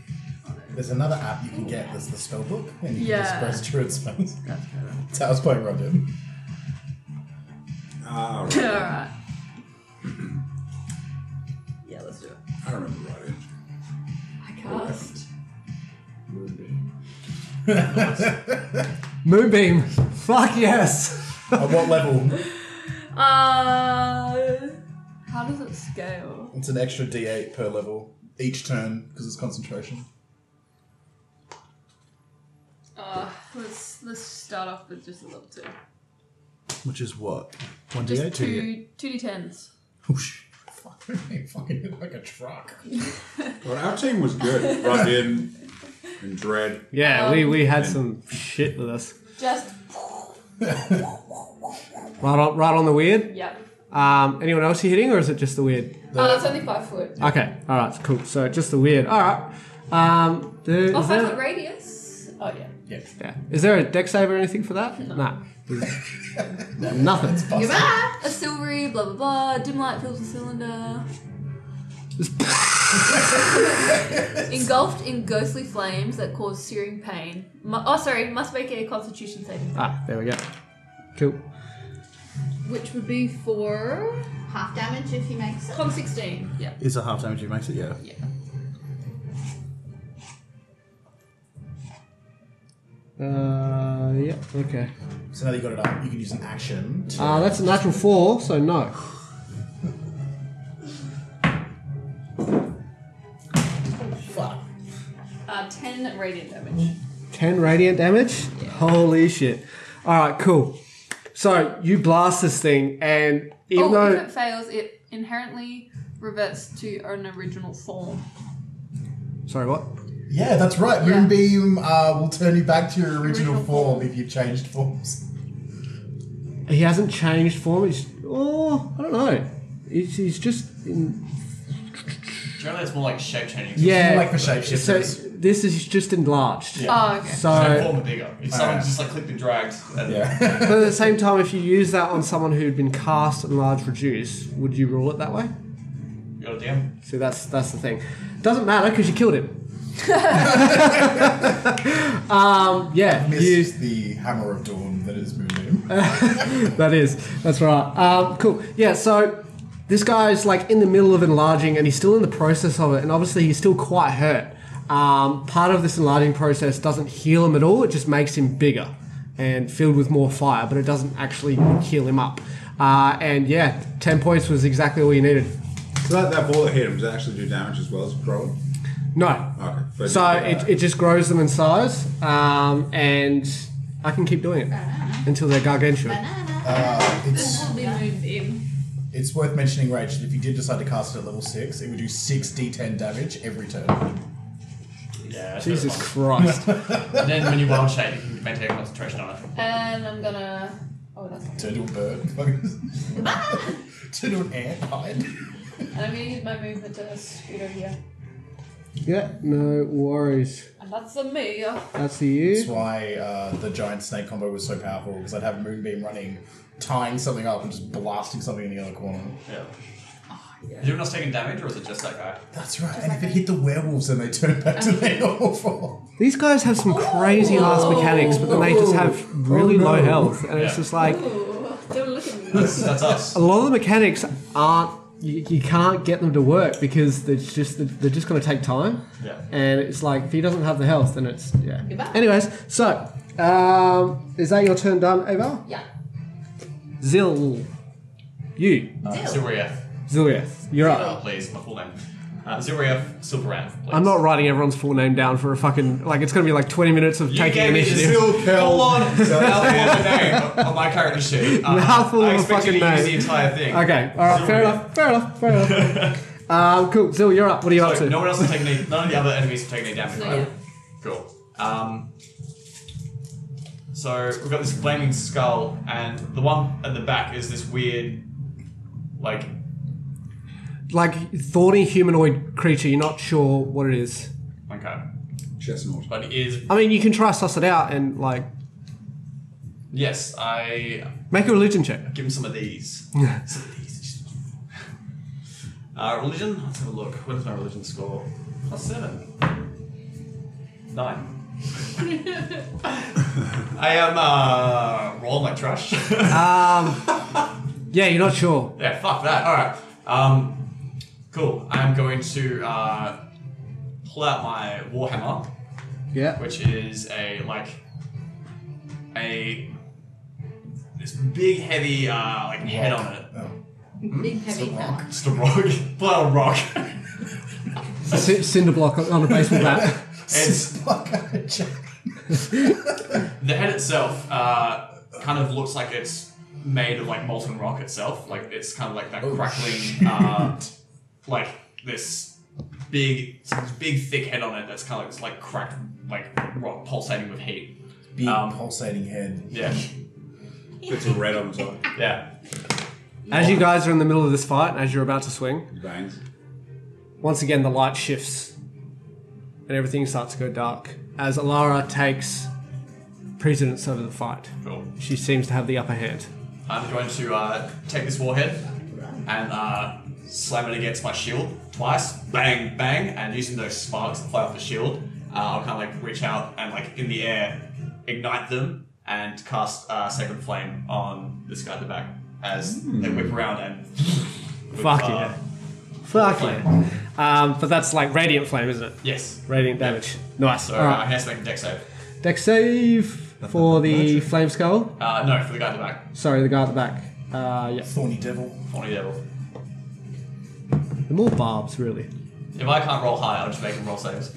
Speaker 3: There's another app you can get that's the spell book, and you
Speaker 11: Yeah.
Speaker 3: can just press druid spells.
Speaker 11: That's better.
Speaker 3: That's how I was playing Roger.
Speaker 8: Ah,
Speaker 11: *laughs*
Speaker 8: right.
Speaker 11: all right. Yeah, let's do it.
Speaker 8: I remember right.
Speaker 11: I cast.
Speaker 9: Moonbeam. *laughs* Fuck yes.
Speaker 3: At what level?
Speaker 11: Uh, how does it scale?
Speaker 3: It's an extra d8 per level each turn because it's concentration.
Speaker 11: Uh, let's let's start off with just a little two.
Speaker 14: which is what? One
Speaker 11: Just
Speaker 14: d8, two
Speaker 11: two two d tens.
Speaker 14: Whoosh.
Speaker 3: Fuck, they fucking *laughs* hit like a truck.
Speaker 8: Well, our team was good. Run in and dread.
Speaker 9: Um, Yeah, we, we had some shit with us.
Speaker 11: Just
Speaker 9: Right on, right on the weird.
Speaker 11: yeah.
Speaker 9: Um, anyone else you hitting, or is it just the weird?
Speaker 11: Oh, that's only five foot.
Speaker 9: Okay, all right, cool. So just the weird. All right. Um, the,
Speaker 11: Oh,
Speaker 9: is,
Speaker 11: five foot
Speaker 9: there,
Speaker 11: radius. Oh yeah.
Speaker 9: yeah. is there a deck save or anything for that? *laughs* No. Nothing.
Speaker 6: Goodbye.
Speaker 11: A silvery, blah blah blah. Dim light fills the cylinder. Engulfed in ghostly flames that cause searing pain. Mu- oh, sorry, must make a Constitution saving,
Speaker 9: Ah, there we go. Cool.
Speaker 11: which would be for
Speaker 6: half damage if he makes it.
Speaker 11: Con 16. Yeah.
Speaker 15: Is a half damage you makes it? Yeah.
Speaker 11: Yeah.
Speaker 9: Uh, yeah, okay.
Speaker 3: So now that you got it up, you can use an action. To,
Speaker 9: Uh, that's a natural four, so no.
Speaker 11: Uh, 10 radiant damage.
Speaker 9: 10 radiant damage? Holy shit. Alright, cool. So you blast this thing, and even
Speaker 11: oh,
Speaker 9: though.
Speaker 11: if it fails, it inherently reverts to an original form.
Speaker 9: Sorry, what?
Speaker 3: yeah, that's right.
Speaker 11: Yeah.
Speaker 3: Moonbeam uh, will turn you back to your original
Speaker 11: Original
Speaker 3: form if you've changed forms.
Speaker 9: He hasn't changed form. He's. Oh, I don't know. He's, he's just. In,
Speaker 10: Generally, it's more like shape changing.
Speaker 9: yeah.
Speaker 3: Like for
Speaker 9: so
Speaker 3: shapeshifters.
Speaker 9: this is just enlarged.
Speaker 11: Oh, okay.
Speaker 10: Their
Speaker 9: So,
Speaker 10: form are bigger. If someone
Speaker 3: Alright.
Speaker 10: just like clicked and dragged, uh,
Speaker 3: *laughs* *laughs* yeah.
Speaker 9: but at the same time, if you use that on someone who'd been cast enlarge reduce, would you rule it that way?
Speaker 10: you're a DM.
Speaker 9: See, that's that's the thing. Doesn't matter because you killed him. um, yeah, you,
Speaker 3: Missed the hammer of dawn that is Moonbeam.
Speaker 9: that is that's right. Um, cool. Yeah. So this guy's like in the middle of enlarging, and he's still in the process of it, and obviously he's still quite hurt. Um, part of this enlarging process doesn't heal him at all; it just makes him bigger and filled with more fire, but it doesn't actually heal him up. Uh, and yeah, ten points was exactly all you needed.
Speaker 8: So that, that ball that hit him does it actually do damage as well as growing?
Speaker 9: No,
Speaker 8: Okay. but-
Speaker 9: So it, it just grows them in size, um, and I can keep doing it until they're gargantuan.
Speaker 6: Banana.
Speaker 3: Uh, it's
Speaker 11: Probably moved in.
Speaker 3: It's worth mentioning, Rach, that if you did decide to cast it at level 6, it would do 6 d10 damage every turn.
Speaker 10: Yeah. it's
Speaker 9: Jesus
Speaker 10: really
Speaker 8: *laughs*
Speaker 9: Christ.
Speaker 10: fun. And then when you wild shape, you can maintain concentration on it.
Speaker 11: And I'm gonna. Oh, that's not.
Speaker 3: Turn to a bird. *laughs* Turn to an ant. Hide.
Speaker 11: And I'm gonna use my movement to scoot over here.
Speaker 9: yeah, no worries.
Speaker 11: And that's a me.
Speaker 9: That's the
Speaker 3: That's
Speaker 9: you.
Speaker 3: why uh, the giant snake combo was so powerful, because I'd have Moonbeam running, tying something up, and just blasting something in the other corner.
Speaker 10: Yeah. Is everyone else taking damage, or is it just that guy?
Speaker 3: That's right. And if it hit the werewolves, then they turn back
Speaker 11: *laughs*
Speaker 3: to their normal form. *laughs*
Speaker 9: These guys have some crazy ass mechanics, but then they just have really
Speaker 8: Oh,
Speaker 9: low health, and it's
Speaker 10: Yeah.
Speaker 9: just like
Speaker 11: Oh, don't look at me.
Speaker 10: That's, that's us.
Speaker 9: a lot of the mechanics aren't. You, you can't get them to work because it's just they're just going to take time.
Speaker 10: Yeah.
Speaker 9: And it's like if he doesn't have the health, then it's yeah.
Speaker 6: Goodbye.
Speaker 9: Anyways, so um, is that your turn done, Ava?
Speaker 6: Yeah.
Speaker 9: Zil. You.
Speaker 6: Deal.
Speaker 10: Zuriath.
Speaker 9: Ziliath. You're
Speaker 10: E Uh,
Speaker 9: up.
Speaker 10: please, my full name. Uh, Zuriath Silverant, please.
Speaker 9: I'm not writing everyone's full name down for a fucking like it's gonna be like 20 minutes of
Speaker 10: You
Speaker 9: taking
Speaker 10: gave me the
Speaker 9: initiative.
Speaker 10: full- full on *laughs* mouthful of a name on my character sheet. Uh,
Speaker 9: Mouthful
Speaker 10: I
Speaker 9: of a
Speaker 10: expected you to
Speaker 9: fucking
Speaker 10: use the
Speaker 9: name.
Speaker 10: entire thing. E
Speaker 9: Okay, alright, fair
Speaker 10: Zuriath.
Speaker 9: enough, fair enough, fair enough.
Speaker 10: *laughs*
Speaker 9: um, cool, Zil, you're up. What are you up
Speaker 10: So
Speaker 9: to?
Speaker 10: no one else is taking any, none of the other enemies are taking any damage,
Speaker 11: So,
Speaker 10: right?
Speaker 11: yeah.
Speaker 10: Cool. Um, so we've got this flaming skull, and the one at the back is this weird, like,
Speaker 9: Like thorny humanoid creature, you're not sure what it is.
Speaker 10: okay,
Speaker 8: Chestnut.
Speaker 10: but it is
Speaker 9: I mean you can try suss it out and like
Speaker 10: yes, I
Speaker 9: make a religion check.
Speaker 10: give him some of these. Some of these. Uh, religion. Let's have a look. What is my religion score? Plus seven. Nine. I am uh, rolling like trash. *laughs*
Speaker 9: Yeah, you're not sure.
Speaker 10: Yeah, fuck that. All right. Um, cool. I'm going to uh, pull out my warhammer,
Speaker 9: Yeah.
Speaker 10: which is a like a this big heavy uh, like head on it.
Speaker 14: Um,
Speaker 6: Big heavy hammer.
Speaker 10: Oh, Just a rock. *laughs* pull out a rock.
Speaker 9: A c- cinder block on on a baseball bat.
Speaker 10: it's
Speaker 3: Fuck, I checked.
Speaker 10: the head itself uh, kind of looks like it's made of like molten rock itself. Like it's kind of like that
Speaker 3: Oh,
Speaker 10: crackling, uh, like this big, this big thick head on it that's kind of like this like cracked like rock pulsating with heat.
Speaker 3: Big
Speaker 10: Um,
Speaker 3: pulsating head.
Speaker 10: Yeah,
Speaker 8: It's red on the side.
Speaker 10: yeah.
Speaker 9: *laughs* As you guys are in the middle of this fight and as you're about to swing,
Speaker 8: Veins.
Speaker 9: Once again, the light shifts and everything starts to go dark as Alara takes precedence over the fight.
Speaker 10: Cool.
Speaker 9: She seems to have the upper hand.
Speaker 10: I'm going to uh, take this warhead and uh, slam it against my shield twice. Bang, bang, and using those sparks that fly off the shield, uh, I'll kind of like reach out and like in the air, ignite them and cast uh, Sacred Flame on this guy at the back as they whip around and
Speaker 9: Hmm. Fuck
Speaker 4: uh,
Speaker 9: yeah. Fuck yeah. Um, but that's like radiant flame, isn't it?
Speaker 4: Yes.
Speaker 9: Radiant damage. Nice.
Speaker 4: So
Speaker 9: All
Speaker 4: uh,
Speaker 9: right.
Speaker 4: he has to make a deck save.
Speaker 9: Deck save for the flame skull.
Speaker 4: Uh, no, for the guy in the back.
Speaker 9: Sorry, the guy at the back. Uh, yeah.
Speaker 3: Thorny devil.
Speaker 4: Funny devil.
Speaker 9: The more barbs, really.
Speaker 4: If I can't roll high, I'll just make him roll saves.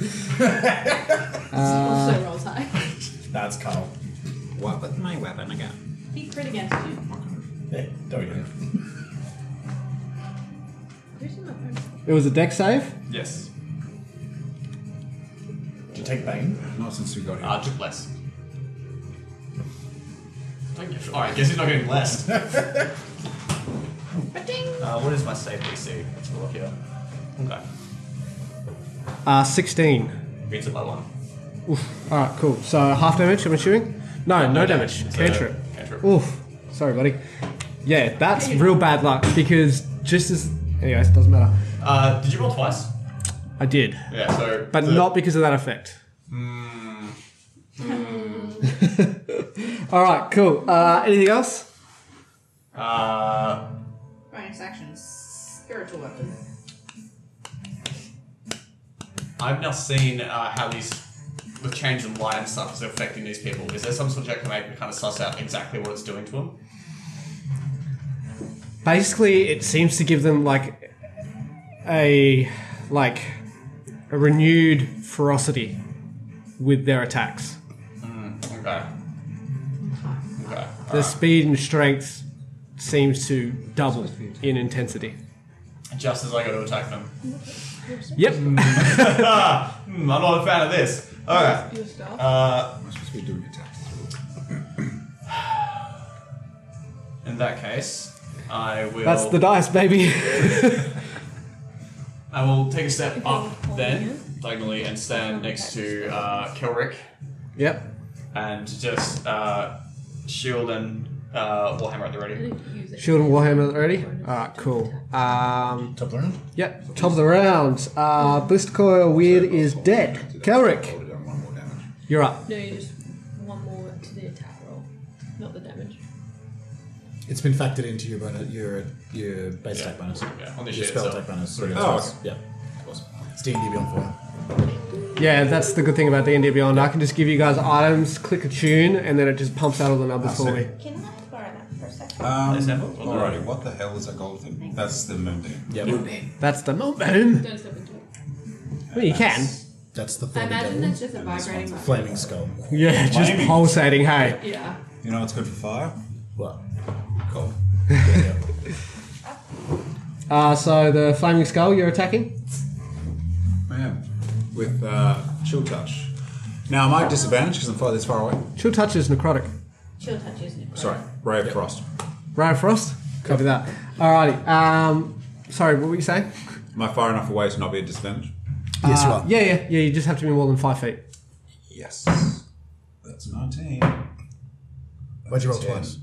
Speaker 6: also rolls high.
Speaker 14: *laughs*
Speaker 3: That's Carl.
Speaker 14: What with my weapon again?
Speaker 6: He crit against you.
Speaker 3: Yeah, there we go.
Speaker 6: Who's in my phone?
Speaker 9: It was a deck save.
Speaker 4: Yes.
Speaker 3: To take Bane.
Speaker 14: Not since we got here.
Speaker 4: Uh, took less. Alright, guess he's not getting
Speaker 9: *laughs*
Speaker 4: less. uh, what is my save DC? Let's have a look here. Okay.
Speaker 9: Uh, 16.
Speaker 4: Beats it by one.
Speaker 9: Oof. All right, cool. So half damage, I'm assuming? No, no, damage.
Speaker 4: So,
Speaker 9: Cantrip.
Speaker 4: Cantrip.
Speaker 9: Oof. Sorry, buddy. Yeah, that's real bad luck because just as. Anyways, it doesn't matter.
Speaker 4: Uh, did you roll twice?
Speaker 9: I did.
Speaker 4: Yeah, so.
Speaker 9: But
Speaker 4: the-
Speaker 9: not because of that effect. *laughs* All right, cool. Uh, anything else?
Speaker 4: Uh,
Speaker 6: Bonus action. Spiritual weapon.
Speaker 4: I've now seen uh, how these. The change in light and stuff is affecting these people. Is there some sort of check to make to kind of suss out exactly what it's doing to them?
Speaker 9: Basically, it seems to give them like a like a renewed ferocity with their attacks.
Speaker 4: Okay. Okay.
Speaker 9: Their speed and strength seems to double in intensity.
Speaker 4: Just as I go to attack them.
Speaker 9: Yep.
Speaker 4: Hmm, I'm not a fan of this. Alright.
Speaker 11: Your stuff.
Speaker 4: Uh,
Speaker 14: We're supposed to be doing attacks.
Speaker 4: in that case, I will.
Speaker 9: That's the dice, baby.
Speaker 4: I will take a step up then, diagonally, and stand next to uh, Kelric
Speaker 9: yep.
Speaker 4: and just uh, shield and uh, Warhammer at the ready.
Speaker 11: Use it.
Speaker 9: Shield and Warhammer already. All right, cool. Um,
Speaker 3: Top round.
Speaker 9: yep. Top of the round. Uh, Blister Coil Weird is dead. Kelric,
Speaker 8: Rolled it on one more damage.
Speaker 9: you're up.
Speaker 11: No, you just one more to the attack roll, not the damage.
Speaker 14: It's been factored into your bonus, your your base
Speaker 4: Yeah.
Speaker 14: attack bonus.
Speaker 4: Yeah, on the
Speaker 14: your
Speaker 4: shit
Speaker 14: spell
Speaker 4: itself.
Speaker 14: attack bonus. Sorry,
Speaker 8: Oh,
Speaker 14: that's- yeah. Of course. It's D and D Beyond Four.
Speaker 9: Yeah, that's the good thing about D and D Beyond. I can just give you guys items, click a tune, and then it just pumps out all the numbers for me.
Speaker 6: Can I borrow that for a second?
Speaker 8: Um,
Speaker 4: Nice apple.
Speaker 8: alrighty, what the hell is that gold thing? That's the moon thing.
Speaker 14: Yeah,
Speaker 9: That's the mountain.
Speaker 11: Don't step into it.
Speaker 9: Well, you can.
Speaker 14: that's the
Speaker 11: I
Speaker 14: thorny
Speaker 11: imagine
Speaker 14: devil.
Speaker 11: that's just a vibrating. weapon.
Speaker 14: Flaming skull.
Speaker 9: Yeah, just
Speaker 8: Maybe.
Speaker 9: pulsating. Hey,
Speaker 11: Yeah.
Speaker 8: You know what's good for fire?
Speaker 14: What?
Speaker 8: Gold.
Speaker 9: uh, so the flaming skull, you're attacking.
Speaker 8: I am. With uh, chill touch. Now, am I at disadvantage because I'm far this far away?
Speaker 9: Chill touch is necrotic.
Speaker 6: She'll touch you, isn't it?
Speaker 8: Sorry, Ray of Frost.
Speaker 9: Ray of Frost. Copy that. Alrighty. Um, sorry, what were you saying?
Speaker 8: Am I far enough away to not be at disadvantage?
Speaker 14: Yes, you
Speaker 9: Uh,
Speaker 14: are.
Speaker 9: yeah, yeah, yeah. You just have to be more than five feet.
Speaker 8: Yes. That's 19.
Speaker 14: Why'd you roll
Speaker 8: Ten.
Speaker 14: twice?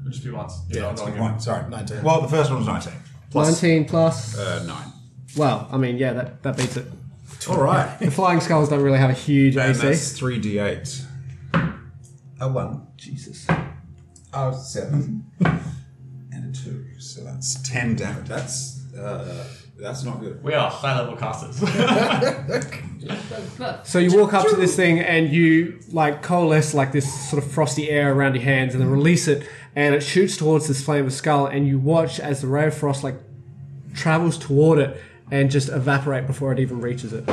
Speaker 4: It'll just be once.
Speaker 14: Yeah,
Speaker 4: You're
Speaker 14: it's
Speaker 4: not
Speaker 8: One,
Speaker 4: going
Speaker 8: sorry,
Speaker 14: 19.
Speaker 8: Well, the first one was 19. Plus,
Speaker 9: Nineteen plus.
Speaker 8: Uh, 9.
Speaker 9: well, I mean, yeah, that, that beats it.
Speaker 14: All right.
Speaker 9: The flying skulls don't really have a huge
Speaker 8: And
Speaker 9: AC.
Speaker 8: that's 3d8. A 1. Jesus. A 7. and a 2. So that's 10 damage. That's, uh, that's not good.
Speaker 4: we are high level *laughs* casters.
Speaker 11: But
Speaker 9: So you walk up to this thing and you like coalesce like this sort of frosty air around your hands, and then release it, and it shoots towards this flame of skull, and you watch as the ray of frost like travels toward it and just evaporate before it even reaches it.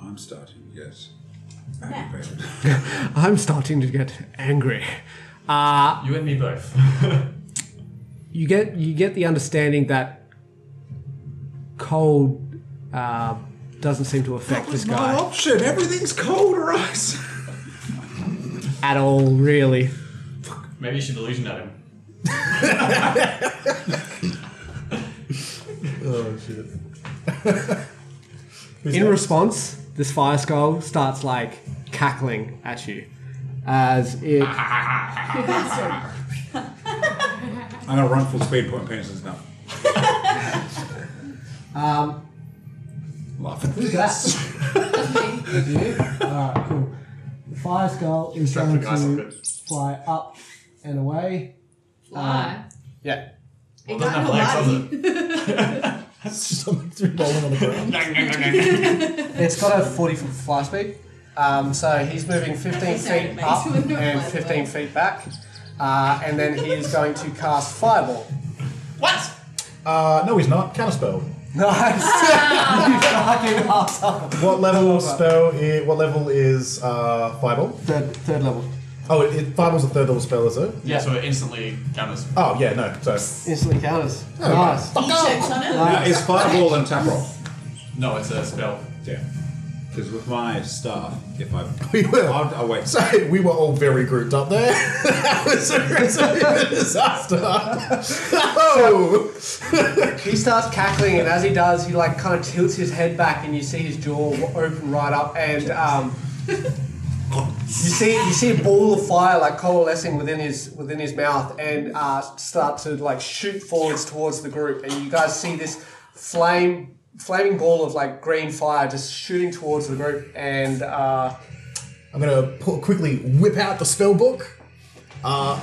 Speaker 8: I'm starting to get
Speaker 6: Yeah.
Speaker 8: aggravated.
Speaker 9: I'm starting to get angry. Uh,
Speaker 4: you and me both.
Speaker 9: you get you get the understanding that cold uh, doesn't seem to affect this guy
Speaker 8: option. Everything's cold, right?
Speaker 9: at all, really.
Speaker 4: Maybe you should illusion at him.
Speaker 14: oh shit.
Speaker 9: In response, this fire skull starts like cackling at you as it
Speaker 8: I'm gonna run full speed, point penison's now. *laughs*
Speaker 9: um,
Speaker 8: Laugh at
Speaker 9: who's
Speaker 8: this.
Speaker 9: that? Alright, cool. The fire skull is
Speaker 4: Strap
Speaker 9: going
Speaker 4: the guys up
Speaker 9: to
Speaker 4: good.
Speaker 9: fly up and away.
Speaker 11: fly.
Speaker 9: Yeah.
Speaker 6: Uh, It
Speaker 10: doesn't
Speaker 6: got
Speaker 10: have
Speaker 6: no
Speaker 10: legs,
Speaker 6: body.
Speaker 3: It's just something rolling on the ground.
Speaker 4: *laughs*
Speaker 5: It's got a 40 foot fly speed. Um, so he's moving 15
Speaker 6: Sorry,
Speaker 5: feet
Speaker 6: mate.
Speaker 5: up
Speaker 6: We're not
Speaker 5: and
Speaker 6: allowed
Speaker 5: 15
Speaker 6: to.
Speaker 5: feet back. Uh, and then he is going to cast
Speaker 9: *laughs*
Speaker 5: Fireball.
Speaker 10: What?
Speaker 3: Uh, no, he's not. Counter spell.
Speaker 5: Nice! you fucking asshole.
Speaker 3: What
Speaker 11: Oh,
Speaker 3: level spell? Is, what level is uh, fireball?
Speaker 5: Third, third level.
Speaker 3: Oh, it, it, fireball's a third level spell, is it?
Speaker 10: Yeah, so it instantly counters.
Speaker 3: Oh yeah, no.
Speaker 11: *laughs*
Speaker 14: *laughs*
Speaker 3: So
Speaker 5: Instantly counters. Nice.
Speaker 6: He choked on it.
Speaker 8: Now, is fireball and tap roll?
Speaker 10: No, it's a spell.
Speaker 8: Yeah. Because with my staff, if *laughs* I
Speaker 3: we will.
Speaker 8: I'll, I'll wait.
Speaker 3: So we were all very grouped up there. that was a recipe for
Speaker 11: *laughs*
Speaker 3: disaster. oh,
Speaker 5: He starts cackling, and as he does, he like kind of tilts his head back, and you see his jaw w- open right up, and um, you see you see a ball of fire like coalescing within his within his mouth, and uh, start to like shoot forwards towards the group, and you guys see this flame flaming ball of like green fire just shooting towards the group, and uh,
Speaker 3: I'm gonna pull, quickly whip out the spell book, uh,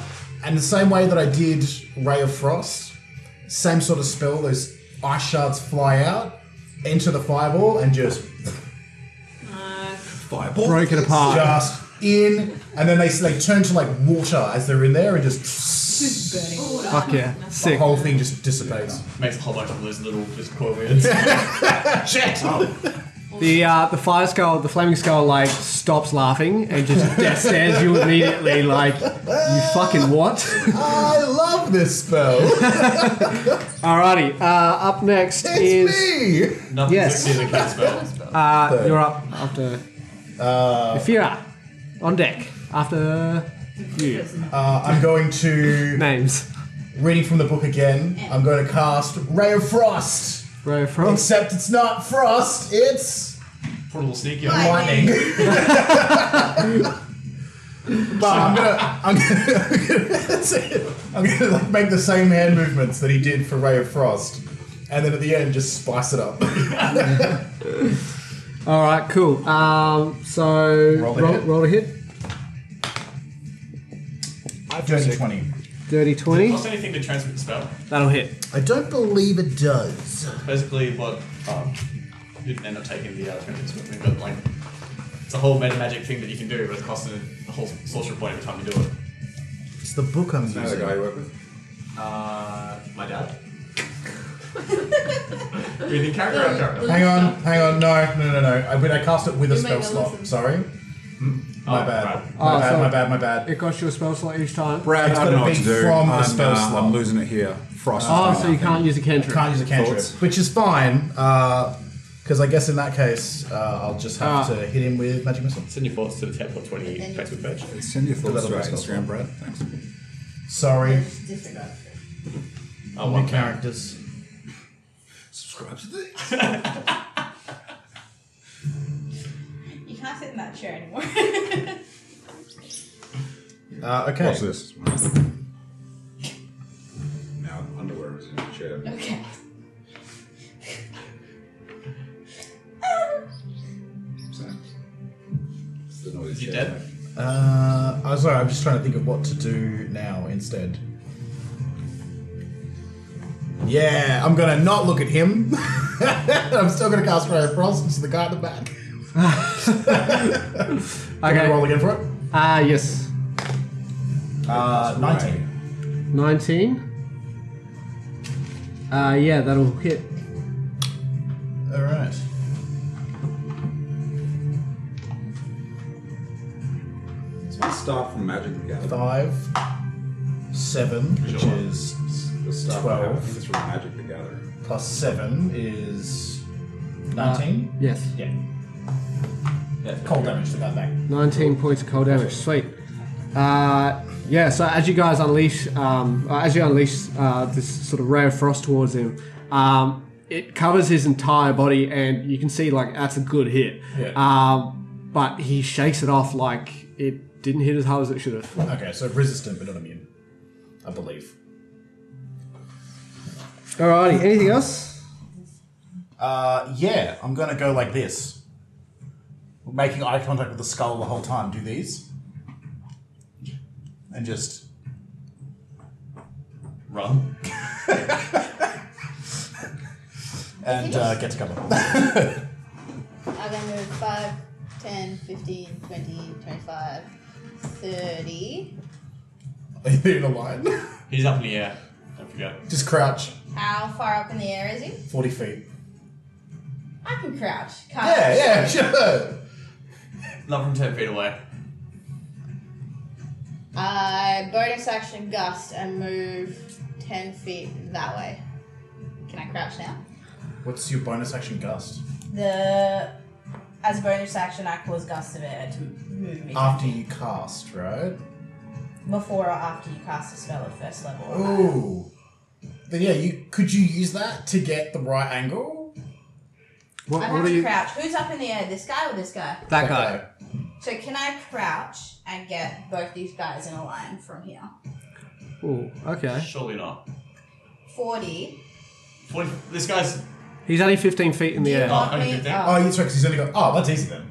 Speaker 3: and the same way that I did Ray of Frost, same sort of spell. Those ice shards fly out, enter the fireball, and just
Speaker 8: Fireball.
Speaker 9: Broke it apart.
Speaker 3: just in, and then they they turn to like water as they're in there, and just
Speaker 11: burning water.
Speaker 9: Fuck yeah.
Speaker 3: the
Speaker 9: Sick.
Speaker 3: whole thing just dissipates.
Speaker 10: Makes a whole bunch of those little just cool words.
Speaker 3: Shit!
Speaker 9: The uh, the fire skull, the flaming skull, like stops laughing and just *laughs* death stares you immediately. Like you fucking what? *laughs*
Speaker 3: I love this spell.
Speaker 9: Alrighty. Uh, up next
Speaker 3: It's
Speaker 9: is
Speaker 3: me.
Speaker 10: Nothing
Speaker 9: Yes.
Speaker 10: to do with the spell.
Speaker 9: uh, you're up after
Speaker 3: Uh,
Speaker 9: Fira on deck after you
Speaker 3: uh, I'm going to
Speaker 9: names.
Speaker 3: reading from the book again. I'm going to cast Ray of Frost.
Speaker 9: Bro, frost.
Speaker 3: Except it's not frost. It's
Speaker 10: Put a little sneaky on.
Speaker 6: Like,
Speaker 3: lightning. *laughs* but I'm gonna, *laughs* I'm gonna, I'm gonna like make the same hand movements that he did for Ray of Frost, and then at the end just spice it up.
Speaker 9: All right, cool. Um, so
Speaker 3: Roll
Speaker 9: roll,
Speaker 3: the
Speaker 9: roll,
Speaker 3: hit.
Speaker 9: a hit.
Speaker 3: Dirty twenty.
Speaker 9: Dirty twenty.
Speaker 10: Plus anything to transmit the spell.
Speaker 9: That'll hit.
Speaker 3: *laughs* I don't believe it does.
Speaker 10: Basically, what um, you didn't end up taking the uh, transmit spell thing, but like it's a whole meta magic thing that you can do, but it costs a whole sorcerer point every time you do it.
Speaker 3: It's the book I'm
Speaker 8: Another
Speaker 3: using.
Speaker 8: guy you work with.
Speaker 10: Uh, my dad. Reading character out character.
Speaker 3: Hang on, hang on. No, no, no, no. I, but I cast it with a
Speaker 11: You
Speaker 3: spell
Speaker 11: made a
Speaker 3: slot.
Speaker 11: lesson.
Speaker 3: Sorry. My
Speaker 10: Oh,
Speaker 3: bad.
Speaker 10: right.
Speaker 3: My
Speaker 9: Hmm? Oh,
Speaker 3: bad,
Speaker 9: sorry.
Speaker 3: my bad, my bad.
Speaker 9: It costs you a spell slot each time.
Speaker 3: Brad, it's gonna be from the
Speaker 8: I'm,
Speaker 3: spell
Speaker 8: uh,
Speaker 3: slot.
Speaker 8: I'm losing it here. Frost.
Speaker 9: Oh, so you can't use a cantrip.
Speaker 3: Can't use a cantrip,
Speaker 8: Thoughts?
Speaker 3: which is fine. Because I guess in that case, uh, I'll just have
Speaker 9: Ah.
Speaker 3: to hit him with magic missile.
Speaker 10: Send your thoughts to the Tablet 20 Facebook page.
Speaker 8: Send your thoughts to our
Speaker 3: Development spell
Speaker 8: Instagram, Brad. Thanks.
Speaker 3: Sorry,
Speaker 6: Disregard.
Speaker 10: Oh,
Speaker 3: new
Speaker 10: one character.
Speaker 3: characters.
Speaker 8: Subscribe to the.
Speaker 6: You can't sit in that chair
Speaker 11: *laughs*
Speaker 6: anymore.
Speaker 3: Uh, okay.
Speaker 8: Watch this. Now underwear is in the chair.
Speaker 6: okay.
Speaker 8: So, it's the noise
Speaker 10: You
Speaker 8: chair.
Speaker 10: dead?
Speaker 3: Uh, I'm sorry, I'm just trying to think of what to do now instead. Yeah, I'm gonna not look at him. *laughs* I'm still gonna cast Ray of Frost into the guy at the back. I'm gonna roll
Speaker 9: Okay.
Speaker 3: again for it.
Speaker 9: Ah, yes.
Speaker 3: Uh, 19.
Speaker 9: Nineteen. Uh, yeah, that'll hit.
Speaker 3: Alright.
Speaker 8: It's my staff from Magic the Gathering.
Speaker 3: 5, 7, which
Speaker 10: Sure.
Speaker 3: is
Speaker 8: The staff I have, I think
Speaker 3: Twelve.
Speaker 8: it's from Magic the Gathering.
Speaker 3: plus 7 is 19.
Speaker 9: Yes.
Speaker 3: yeah. Cold damage to that back.
Speaker 9: 19 points of cold damage. Sweet. Uh, yeah, so as you guys unleash, um, uh, as you unleash uh, this sort of ray of frost towards him, um, it covers his entire body, and you can see like that's a good hit.
Speaker 3: Yeah.
Speaker 9: Um, but he shakes it off like it didn't hit as hard as it should have.
Speaker 3: Okay, so resistant but not immune. I believe.
Speaker 9: Alrighty. Anything else?
Speaker 3: Uh, yeah, I'm gonna go like this. Making eye contact with the skull the whole time. Do these. And just. *laughs*
Speaker 4: Run.
Speaker 14: and uh, get to cover.
Speaker 6: I'm gonna move 5, 10, 15, 20, 25, 30.
Speaker 5: *laughs*
Speaker 14: Are you in a line?
Speaker 4: He's up in the air. Don't forget.
Speaker 14: Just crouch
Speaker 6: How far up in the air is he?
Speaker 14: forty feet.
Speaker 6: I can crouch. Can't
Speaker 14: Yeah,
Speaker 6: I?
Speaker 9: *laughs*
Speaker 14: yeah, sure.
Speaker 4: Not from ten feet away.
Speaker 6: I bonus action gust and move 10 feet that way. Can I crouch now?
Speaker 3: What's your bonus action gust?
Speaker 6: The. As a bonus action, I cause gust of air to move me.
Speaker 3: After you cast, right?
Speaker 6: Before or after you cast a spell at first level. or higher.
Speaker 3: Ooh.
Speaker 14: Then yeah, you could you use that to get the right angle?
Speaker 9: What,
Speaker 6: I
Speaker 9: what
Speaker 6: have
Speaker 9: are
Speaker 6: to
Speaker 9: you?
Speaker 6: crouch. Who's up in the air? This guy or this guy?
Speaker 9: That guy.
Speaker 6: So can I crouch and get both these guys in a line from here?
Speaker 9: Ooh, okay.
Speaker 4: Surely not.
Speaker 6: Forty.
Speaker 4: Forty. This guy's.
Speaker 9: He's only 15 feet in the
Speaker 6: Do you
Speaker 9: air.
Speaker 6: want
Speaker 4: Oh,
Speaker 6: me?
Speaker 4: okay,
Speaker 6: Oh.
Speaker 14: Oh, that's right. Because he's only got. Oh, that's easy then.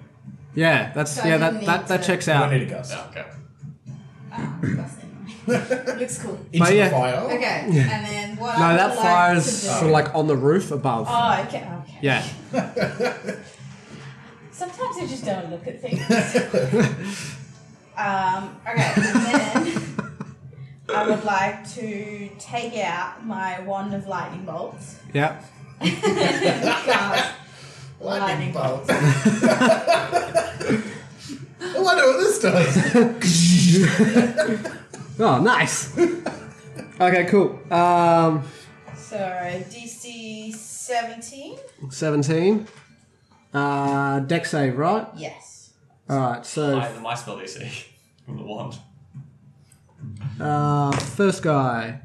Speaker 9: Yeah, that's
Speaker 6: So I
Speaker 9: yeah
Speaker 6: didn't
Speaker 9: that,
Speaker 6: need
Speaker 9: that, that
Speaker 6: to-
Speaker 9: checks
Speaker 14: You
Speaker 9: out.
Speaker 14: don't need a gust.
Speaker 4: Yeah, okay.
Speaker 6: Ah, that's it. *laughs* Looks cool.
Speaker 14: Into
Speaker 9: yeah.
Speaker 14: the fire.
Speaker 6: Okay, and then what? I
Speaker 9: No,
Speaker 6: would
Speaker 9: that
Speaker 6: like
Speaker 9: fire's
Speaker 6: to do-
Speaker 9: sort of like on the roof above.
Speaker 6: Oh, okay. okay.
Speaker 9: Yeah.
Speaker 6: Sometimes I just don't look at things. um, okay, and then I would like to take out my wand of lightning bolts. *laughs*
Speaker 9: Yeah.
Speaker 6: Cast
Speaker 14: Lightning
Speaker 6: lightning
Speaker 14: bolt. I wonder Oh, what this
Speaker 3: *laughs*
Speaker 14: does.
Speaker 9: Oh, nice. *laughs* okay, cool. Um,
Speaker 6: So DC 17?
Speaker 9: 17. Uh, deck save, right?
Speaker 6: Yes.
Speaker 9: All right. So
Speaker 4: Higher than my spell
Speaker 14: *laughs*
Speaker 4: DC from the wand.
Speaker 9: uh, first guy,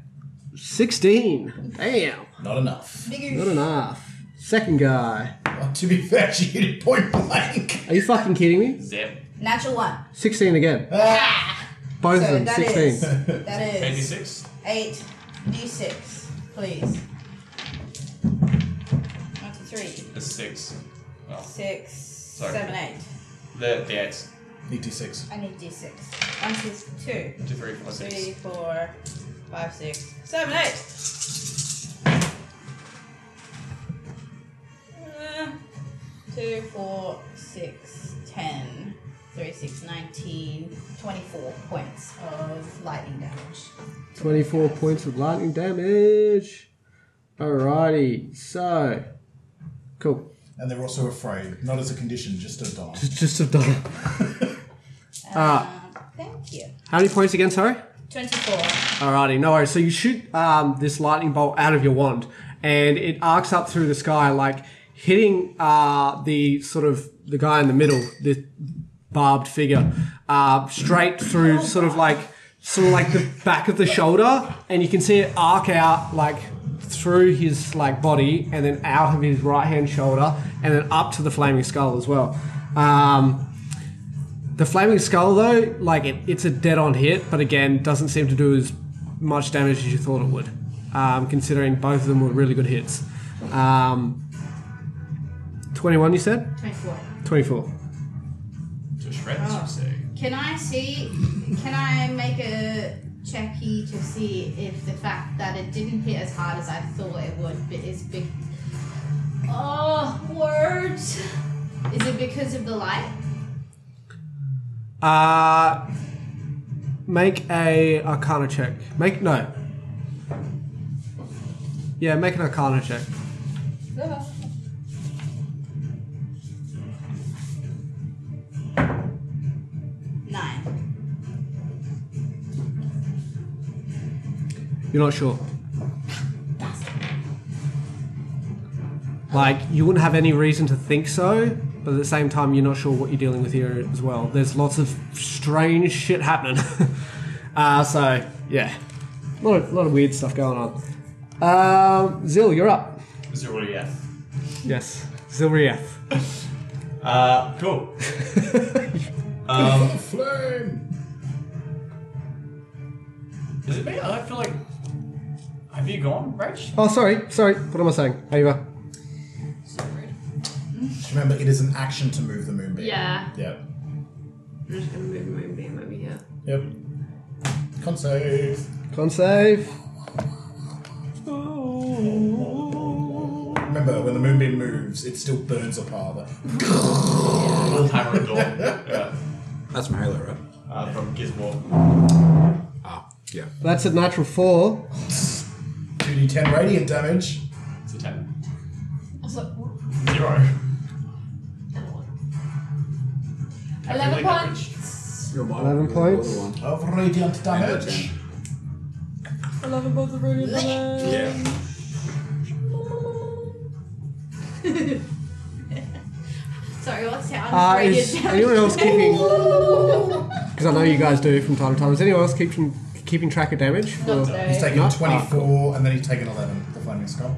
Speaker 9: 16. Damn,
Speaker 14: Not enough.
Speaker 9: not enough. Second guy,
Speaker 14: Well, Oh, to be fair, she hit it point blank.
Speaker 9: are you fucking kidding me?
Speaker 4: Zip.
Speaker 6: Natural one.
Speaker 9: 16 again. Both
Speaker 6: Ah! So
Speaker 9: of them,
Speaker 6: that
Speaker 9: 16.
Speaker 6: is- That
Speaker 4: Eighty
Speaker 6: is
Speaker 4: six.
Speaker 6: 8 D6, please. 1, two, three,
Speaker 4: That's six.
Speaker 6: six,
Speaker 4: Sorry.
Speaker 6: seven, eight.
Speaker 4: The the eights.
Speaker 14: Need D6.
Speaker 6: I need D6. 1, two, two,
Speaker 4: Two, three, four,
Speaker 6: three,
Speaker 4: six.
Speaker 6: four, five, six, seven, eight. Uh, Two, four, six, ten, three, six, nineteen, twenty-four points of lightning damage.
Speaker 9: 24 points of lightning damage. Alrighty, so. Cool.
Speaker 14: And they're also afraid. Not as a condition, just a die.
Speaker 9: Just have done it.
Speaker 6: Uh, thank you.
Speaker 9: How many points again, sorry?
Speaker 6: 24.
Speaker 9: Alrighty, no worries. So you shoot um, this lightning bolt out of your wand, and it arcs up through the sky, like hitting uh, the sort of the guy in the middle, this barbed figure, uh, straight through, sort of like sort of like the back of the shoulder, and you can see it arc out like through his like body, and then out of his right hand shoulder, and then up to the flaming skull as well. Um, the flaming skull, though, like it, it's a dead-on hit, but again, doesn't seem to do as much damage as you thought it would, um, considering both of them were really good hits. Um, Twenty-one, you said?
Speaker 6: 24.
Speaker 9: Twenty-four.
Speaker 4: To shreds, you say.
Speaker 6: Can I see? Can I make a checky to see if the fact that it didn't hit as hard as I thought it would be- is big? Oh, words! Is it because of the light?
Speaker 9: Uh, make a Arcana check. Make no. Yeah, make an Arcana check.
Speaker 6: Nine.
Speaker 9: You're not sure. Like, you wouldn't have any reason to think so, but at the same time, you're not sure what you're dealing with here as well. There's lots of strange shit happening. *laughs* uh, so, yeah. A lot of, lot of weird stuff going on. Um, Zil, you're up.
Speaker 4: Is it already F?
Speaker 9: Yes. Zil Rief.
Speaker 4: Uh, cool. um,
Speaker 14: Flame!
Speaker 4: is it me? I don't feel like. Have you gone, Rach?
Speaker 9: Oh, sorry. Sorry. What am I saying? Ava.
Speaker 11: So rude.
Speaker 14: Just remember, it is an action to move the moonbeam.
Speaker 11: Yeah.
Speaker 14: Yep.
Speaker 11: I'm just gonna move my beam over here.
Speaker 14: Yep. Con save.
Speaker 9: Con save.
Speaker 3: remember, when the moonbeam moves, it still burns a path.
Speaker 4: Little hammer at dawn. Yeah.
Speaker 8: That's from Halo, right?
Speaker 4: Uh, from Gizmo.
Speaker 8: Ah, yeah.
Speaker 9: That's a natural four.
Speaker 3: 2d10 radiant damage.
Speaker 4: It's a 10.
Speaker 11: Also, ooh,
Speaker 4: Zero.
Speaker 11: eleven
Speaker 4: Really
Speaker 11: points.
Speaker 9: Eleven points.
Speaker 3: Of radiant damage.
Speaker 8: ten.
Speaker 11: Eleven points of radiant damage.
Speaker 8: Yeah.
Speaker 6: Sorry, what's that?
Speaker 9: Uh,
Speaker 6: *laughs*
Speaker 9: is anyone else keeping? Because I know you guys do from time to time. Is anyone else keeping keeping track of damage?
Speaker 11: Not
Speaker 9: Or-
Speaker 11: today.
Speaker 3: He's taken
Speaker 9: Not-
Speaker 3: 24
Speaker 9: ah,
Speaker 3: and then he's taken 11, the flaming skull.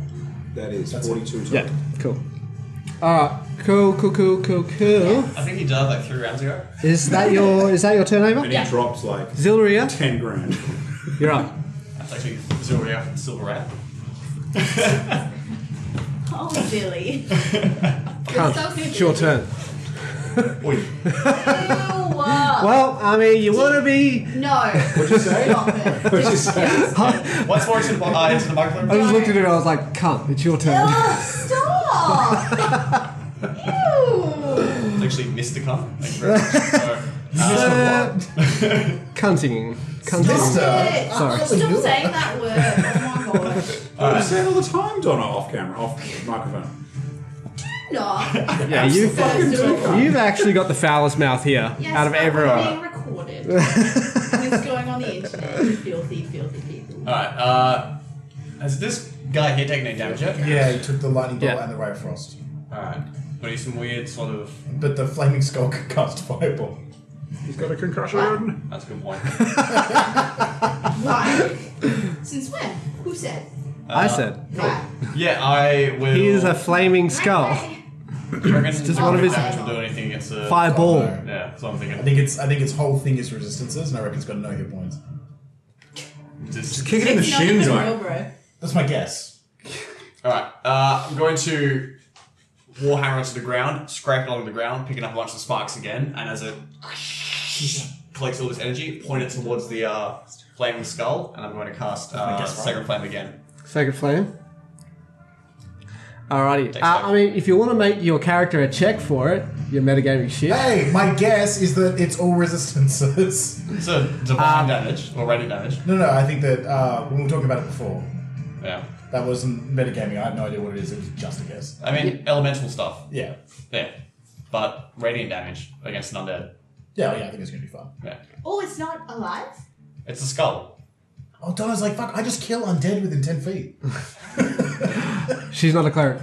Speaker 8: That is
Speaker 3: That's
Speaker 8: 42 total.
Speaker 9: Yeah, cool. Alright, cool, cool, cool, cool, cool.
Speaker 4: I think he died like three rounds ago.
Speaker 9: Is that your is that your turnover?
Speaker 8: And
Speaker 11: Yeah.
Speaker 8: he drops like
Speaker 9: Zillaria,
Speaker 8: 10 grand.
Speaker 9: you're up.
Speaker 4: That's actually Silver Rat. Silver Rat.
Speaker 6: Oh, Billy.
Speaker 9: It's your turn.
Speaker 8: Oi.
Speaker 6: Ew, uh,
Speaker 9: *laughs* Well, I mean, you want to be.
Speaker 6: No. What'd you say? Stop it.
Speaker 8: What'd you say?
Speaker 4: What's more into the, uh, into the microphone?
Speaker 9: I just looked at it. I was like, "Cunt, it's your turn."
Speaker 6: Ugh, stop. Ew.
Speaker 4: It's actually Mr. Cum. Thank you very much. So,
Speaker 9: Uh, cunting, cunting.
Speaker 6: Shit.
Speaker 9: Sorry.
Speaker 6: Stop saying that word. Oh my god.
Speaker 8: I say it all the time, Donna, off camera, off microphone.
Speaker 6: No.
Speaker 9: Yeah, you
Speaker 6: Fucking do
Speaker 9: You've actually got the foulest mouth here
Speaker 6: Yes,
Speaker 9: out of
Speaker 6: that was
Speaker 9: everyone.
Speaker 6: being recorded. it's going on the internet. you Filthy, filthy people.
Speaker 4: Alright, uh. Has this guy here taken any damage yet?
Speaker 3: Yeah, he took the lightning bolt
Speaker 9: Yeah.
Speaker 3: and the ray of frost.
Speaker 4: Alright. But he's some weird sort of.
Speaker 3: But the flaming skull can cast fireball.
Speaker 8: He's got a concussion.
Speaker 4: That's a good point.
Speaker 6: Why? Since when? Who said?
Speaker 9: I said
Speaker 6: Why?
Speaker 4: *laughs* Yeah, I will.
Speaker 9: he is a flaming skull.
Speaker 6: Why?
Speaker 4: Just
Speaker 9: one of his-
Speaker 4: Damage will do anything against a.
Speaker 9: Fireball.
Speaker 4: Yeah, so I'm
Speaker 3: I
Speaker 4: thinking.
Speaker 3: think it's I think its whole thing is resistances, and I reckon it's got no hit points.
Speaker 4: Just,
Speaker 8: Kick it in the
Speaker 6: It's not
Speaker 8: shins,
Speaker 6: even
Speaker 8: mate.
Speaker 6: real, bro.
Speaker 3: That's my guess.
Speaker 4: Alright, uh, I'm going to warhammer onto the ground, scrape it along the ground, picking up a bunch of sparks again, and as it collects all this energy, point it towards the uh, flaming skull, and I'm going to cast uh,
Speaker 3: guess right.
Speaker 4: Sacred Flame again.
Speaker 9: Sacred flame. Alrighty.
Speaker 4: Takes
Speaker 9: Uh,
Speaker 4: five.
Speaker 9: I mean, if you want to make your character a check for it, you're metagaming shit.
Speaker 3: Hey, my guess is that it's all resistances. *laughs*
Speaker 4: So, divine damage, or radiant damage.
Speaker 3: no, no, I think that uh, when we were talking about it before,
Speaker 4: Yeah.
Speaker 3: that wasn't metagaming. I have no idea what it is. It was just a guess.
Speaker 4: I mean, elemental stuff.
Speaker 3: Yeah,
Speaker 4: Yeah. But radiant damage against an undead.
Speaker 3: yeah, yeah. I think it's gonna be fun.
Speaker 4: Yeah.
Speaker 6: Oh, it's not alive?
Speaker 4: It's a skull.
Speaker 3: Oh, Donna's like, fuck! I just kill undead within ten feet.
Speaker 9: She's not a cleric.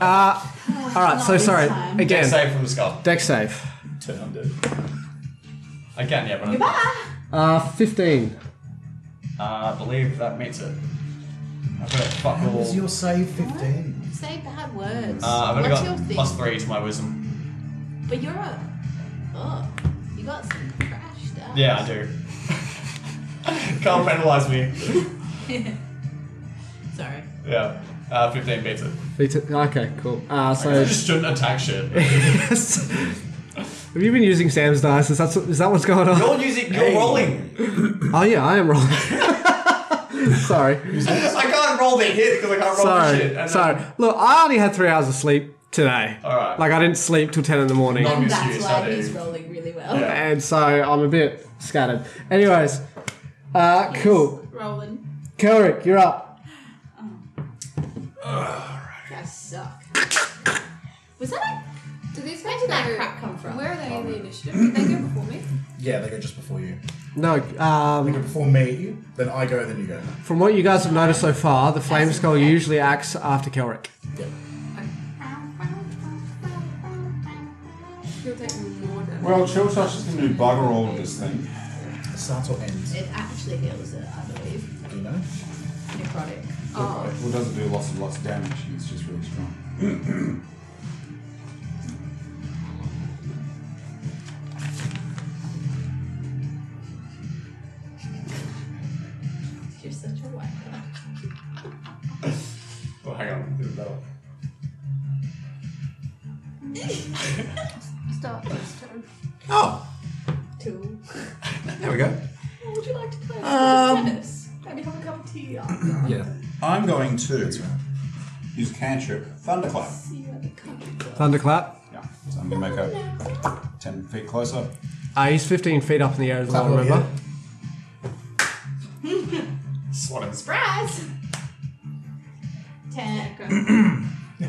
Speaker 9: Uh, Alright,
Speaker 6: Not
Speaker 9: so
Speaker 6: this
Speaker 9: sorry.
Speaker 6: time.
Speaker 4: Dex
Speaker 9: Again,
Speaker 4: save from the skull.
Speaker 9: deck save.
Speaker 3: Turn undead.
Speaker 4: I can, yeah, but I-
Speaker 6: Goodbye.
Speaker 9: Uh, 15.
Speaker 4: Uh, I believe that meets it. I've got a fuck
Speaker 3: What was
Speaker 4: all.
Speaker 3: your save? Fifteen.
Speaker 6: Say bad words.
Speaker 4: Uh, I've only
Speaker 6: What's
Speaker 4: got
Speaker 6: your thing?
Speaker 4: plus three to my wisdom.
Speaker 6: But you're a. Oh, you got some crashed up.
Speaker 4: Yeah, I do. *laughs* Can't penalise me.
Speaker 6: Sorry.
Speaker 4: Yeah. Uh, 15 beats it.
Speaker 9: Beat it- Okay, cool. Uh,
Speaker 4: I *laughs*
Speaker 9: so. *laughs*
Speaker 4: just shouldn't attack shit.
Speaker 9: Have you been using Sam's dice? Is that, is that what's going on?
Speaker 4: You're using, you're rolling.
Speaker 9: Oh, yeah, I am wrong. *laughs* sorry.
Speaker 4: I can't roll the hit because I can't roll the shit.
Speaker 9: Sorry.
Speaker 4: and
Speaker 9: Sorry. Look, I only had three hours of sleep today.
Speaker 4: Alright.
Speaker 9: Like, I didn't sleep till 10 in the morning.
Speaker 4: No. I'm
Speaker 6: And
Speaker 4: just
Speaker 6: that's
Speaker 4: used,
Speaker 6: why
Speaker 4: I do.
Speaker 6: he's rolling really well.
Speaker 4: Yeah.
Speaker 9: And so I'm a bit scattered. Anyways, uh, cool.
Speaker 6: Rolling.
Speaker 9: Kelrick, you're up.
Speaker 6: I suck. Was that
Speaker 11: Do these
Speaker 6: Where
Speaker 11: guys
Speaker 6: did that
Speaker 11: go-
Speaker 6: crap come from?
Speaker 11: Where are they in the initiative? Did they go before me?
Speaker 3: Yeah, they go just before you.
Speaker 9: No, um,
Speaker 3: They go before me, then I go, then you go.
Speaker 9: from what you guys have noticed so far, the Flame Skull usually acts after Kelrick.
Speaker 3: Yeah.
Speaker 11: You're taking more damage.
Speaker 8: Well, Chillshosh is going to do bugger all of this thing.
Speaker 3: Starts or ends.
Speaker 6: a. It actually heals it, I believe.
Speaker 3: Do you know?
Speaker 6: Necrotic.
Speaker 11: Oh,
Speaker 8: Well, it doesn't do lots and lots of damage. It's just really strong.
Speaker 6: You're such a white
Speaker 4: Oh, hang on. This is better.
Speaker 11: start this turn.
Speaker 8: Oh,
Speaker 6: Two.
Speaker 8: there we go.
Speaker 6: What would you like to play?
Speaker 8: Um,
Speaker 6: tennis. Maybe have a cup of tea after.
Speaker 8: Yeah. I'm going to Use cantrip. Thunderclap.
Speaker 9: Thunderclap.
Speaker 8: Yeah. So I'm going to make a 10 feet closer.
Speaker 9: Uh, he's 15 feet up in the air as well,
Speaker 14: Clap over
Speaker 9: remember?
Speaker 14: here.
Speaker 8: Swat him.
Speaker 6: Surprise! Ten.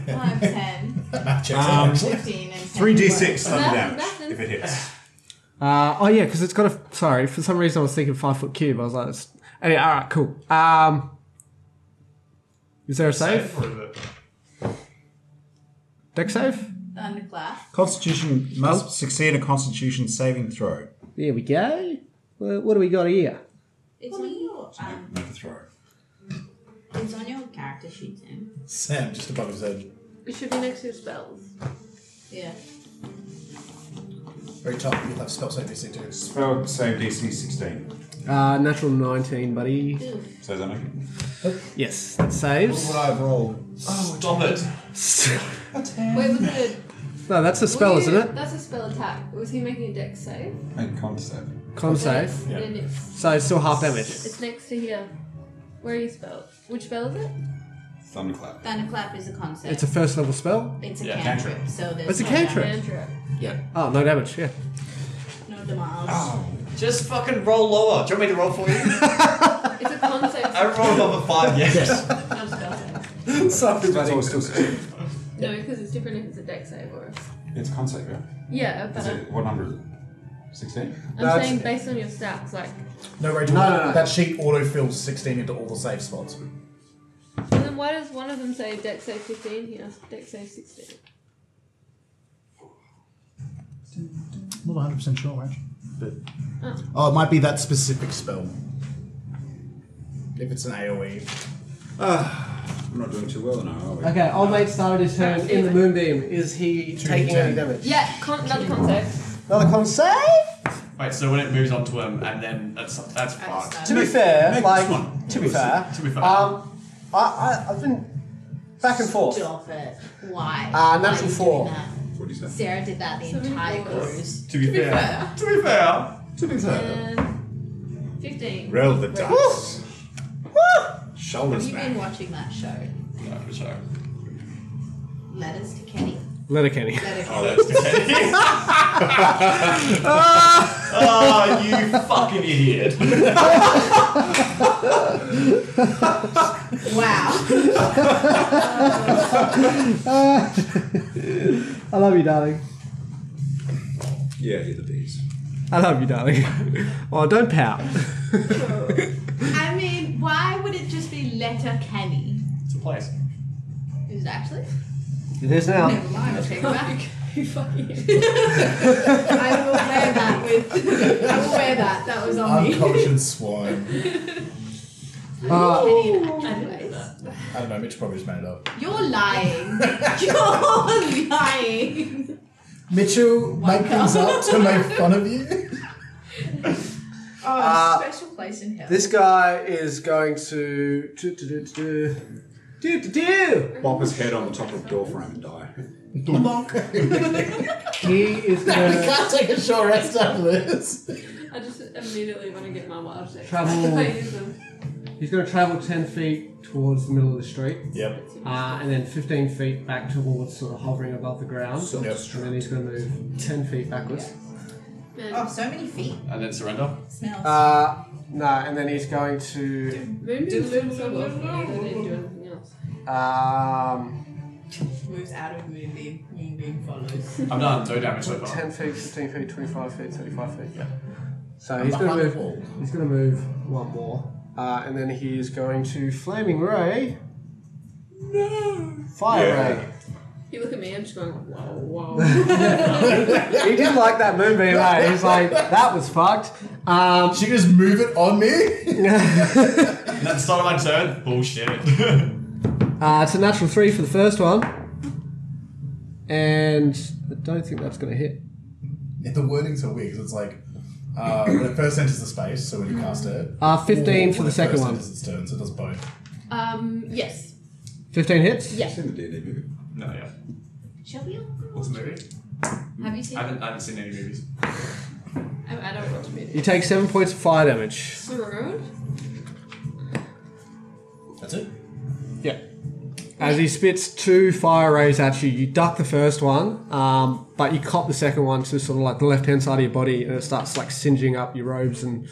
Speaker 6: Five, ten,
Speaker 14: That math checks
Speaker 9: Um,
Speaker 14: out, actually.
Speaker 6: fifteen, and ten.
Speaker 8: 3d6 thunder
Speaker 11: Nothing,
Speaker 8: damage
Speaker 11: nothing.
Speaker 8: if it hits.
Speaker 9: Uh, oh, yeah, because it's got a. Sorry, for some reason I was thinking 5 foot cube. I was like, it's, anyway, alright, cool. Um, is there a save?
Speaker 4: Or the-
Speaker 9: Deck save?
Speaker 6: Thunderclap.
Speaker 8: Constitution must succeed a Constitution saving throw.
Speaker 9: There we go. Well, what do we got here?
Speaker 6: It's on your um,
Speaker 8: Make a throw.
Speaker 6: it's on your character sheet, Sam.
Speaker 14: Sam, just above his head.
Speaker 11: It should be next to your spells.
Speaker 6: Yeah.
Speaker 14: Very top, you'll have spell save DC too.
Speaker 8: Spell save DC 16.
Speaker 9: Uh, natural 19, buddy.
Speaker 8: So does that make it?
Speaker 9: Yes, that saves.
Speaker 14: What would I have rolled?
Speaker 4: Stop it.
Speaker 11: Wait, was it
Speaker 9: *laughs* No, that's a spell,
Speaker 11: was
Speaker 9: isn't
Speaker 11: you-
Speaker 9: it?
Speaker 11: That's a spell attack. Was he making a deck save?
Speaker 8: Make a con save.
Speaker 9: Con save.
Speaker 11: Yeah. And it's,
Speaker 9: So it's still half damage.
Speaker 11: it's next to here. Where are you spelled? Which spell is it?
Speaker 8: Thunderclap.
Speaker 6: Thunderclap is a concept.
Speaker 9: It's a first level spell.
Speaker 6: It's a
Speaker 4: Yeah,
Speaker 6: cantrip, so there's
Speaker 9: It's a
Speaker 6: no
Speaker 9: cantrip.
Speaker 11: Andrew.
Speaker 9: Oh, no damage, yeah.
Speaker 6: dam- No demands.
Speaker 4: Just fucking roll lower. Do you want me to roll for *laughs* you?
Speaker 11: It's a con save.
Speaker 4: I rolled above a five, yes.
Speaker 11: not a spell save.
Speaker 8: Sorry, that's always still 16.
Speaker 11: No, because it's different if it's a deck save or. a-
Speaker 8: It's con save, yeah?
Speaker 11: Yeah, but
Speaker 8: Is
Speaker 11: I'm,
Speaker 8: it, what number is it? 16?
Speaker 11: I'm
Speaker 9: That's-
Speaker 11: saying based on your stats, like
Speaker 14: No, Rachel,
Speaker 9: No, no, no.
Speaker 14: that sheet auto-fills 16 into all the save spots.
Speaker 11: Well, then why does one of them say deck save 15 here? Deck save 16.
Speaker 14: Not 100 percent sure, actually. But oh, it might be that specific spell. If it's an
Speaker 5: E.
Speaker 14: AOE,
Speaker 8: I'm not doing too well now, are we?
Speaker 9: Okay, old mate started his turn in the moonbeam. Is he taking any
Speaker 14: ten.
Speaker 9: damage?
Speaker 11: Yeah, con- another con save.
Speaker 9: Another con save?
Speaker 4: Right, so when it moves on to him, and then that's that's
Speaker 6: I just
Speaker 4: fucked.
Speaker 6: started.
Speaker 9: To be fair,
Speaker 8: Make
Speaker 9: like,
Speaker 8: this one.
Speaker 9: to be fair,
Speaker 4: To be fair.
Speaker 9: um, I, I, I've been back and forth.
Speaker 6: Stop it. Why? Why
Speaker 9: Uh, natural
Speaker 6: are you doing
Speaker 9: four.
Speaker 6: that?
Speaker 8: What do you say?
Speaker 6: Sarah did that the
Speaker 11: Seven
Speaker 6: entire
Speaker 11: fours.
Speaker 6: cruise.
Speaker 4: To be, fair. To be fair.
Speaker 8: To be fair.
Speaker 11: And 15.
Speaker 8: Roll the dice.
Speaker 6: Have
Speaker 8: Shoulders
Speaker 6: you been
Speaker 8: back.
Speaker 6: watching that show?
Speaker 4: No, for sure.
Speaker 6: Letters to Kenny.
Speaker 9: Letterkenny.
Speaker 6: Letter
Speaker 4: Oh, that's okay. Ah, you fucking idiot. *laughs*
Speaker 6: Wow.
Speaker 9: I love you, darling.
Speaker 8: Yeah, you're the bees.
Speaker 9: I love you, darling. *laughs* oh, don't pout.
Speaker 6: I mean, why would it just be Letter Kenny?
Speaker 4: It's a place.
Speaker 6: Is it actually?
Speaker 9: It is now.
Speaker 6: Never mind, I'll take it *laughs* back.
Speaker 11: You fucking idiot.
Speaker 6: I will wear that with. I will wear that. That was on *laughs* me.
Speaker 14: unconscious swine.
Speaker 6: Anyways,
Speaker 14: I don't know. Mitch probably just made it up.
Speaker 6: you're lying. *laughs* You're lying.
Speaker 14: Mitchell, make things up to make fun of you.
Speaker 6: Oh,
Speaker 4: Uh,
Speaker 6: special place in hell.
Speaker 9: This guy is going to. Do, do, do, do, do, do, do.
Speaker 8: Bop his head on the top of the door frame and die.
Speaker 9: He is going to.
Speaker 14: Can't take a short rest after this.
Speaker 11: I just immediately want to get my wild save.
Speaker 9: Trouble.
Speaker 11: I use them.
Speaker 9: He's going to travel 10 feet towards the middle of the street,
Speaker 14: Yep.
Speaker 9: uh, and then 15 feet back towards sort of hovering above the ground.
Speaker 14: Yep.
Speaker 9: And then he's going to move 10 feet backwards.
Speaker 11: Man,
Speaker 6: Oh, so many feet.
Speaker 4: And then surrender.
Speaker 6: Smells.
Speaker 9: Uh, no, and then he's going to.
Speaker 11: moonbeams do so well for me, they didn't do anything else.
Speaker 9: Um,
Speaker 6: Moves out of moonbeam. Moonbeam follows.
Speaker 4: I'm done. No damage so far.
Speaker 9: 10 feet, 15 feet, 25 feet, 35 feet. Yeah. So
Speaker 14: And
Speaker 9: he's going to
Speaker 14: behind the
Speaker 9: move.
Speaker 14: wall.
Speaker 9: He's going to move one more, uh, and then he is going to flaming ray. No. Fire
Speaker 11: You look at me, I'm just going, whoa, *laughs* whoa.
Speaker 9: ray. He did like that moonbeam. eh? He's like that was fucked. Um,
Speaker 14: She just move it on me.
Speaker 9: *laughs*
Speaker 4: And that's the start of my turn. Bullshit.
Speaker 9: Uh, it's a natural three for the first one. And I don't think that's going to hit.
Speaker 14: the wording's so weird 'cause it's like uh, when it first enters the space, so when you cast it.
Speaker 9: Uh, 15 for
Speaker 14: when
Speaker 9: the
Speaker 14: it
Speaker 9: second
Speaker 14: first
Speaker 9: one.
Speaker 14: Enters its turn, so it does both.
Speaker 11: um, yes.
Speaker 9: 15 hits?
Speaker 11: Yeah.
Speaker 8: I've seen the D&D movie.
Speaker 4: no, yeah.
Speaker 6: Shall we all go?
Speaker 4: What's the movie?
Speaker 6: Have you seen?
Speaker 4: I haven't, I haven't seen any movies.
Speaker 11: I'm, I don't watch movies.
Speaker 9: You take 7 points of fire damage.
Speaker 11: Screwed.
Speaker 14: That's it.
Speaker 9: Yeah. As he spits two fire rays at you, you duck the first one, um, but you cop the second one to sort of like the left hand side of your body, and it starts like singeing up your robes and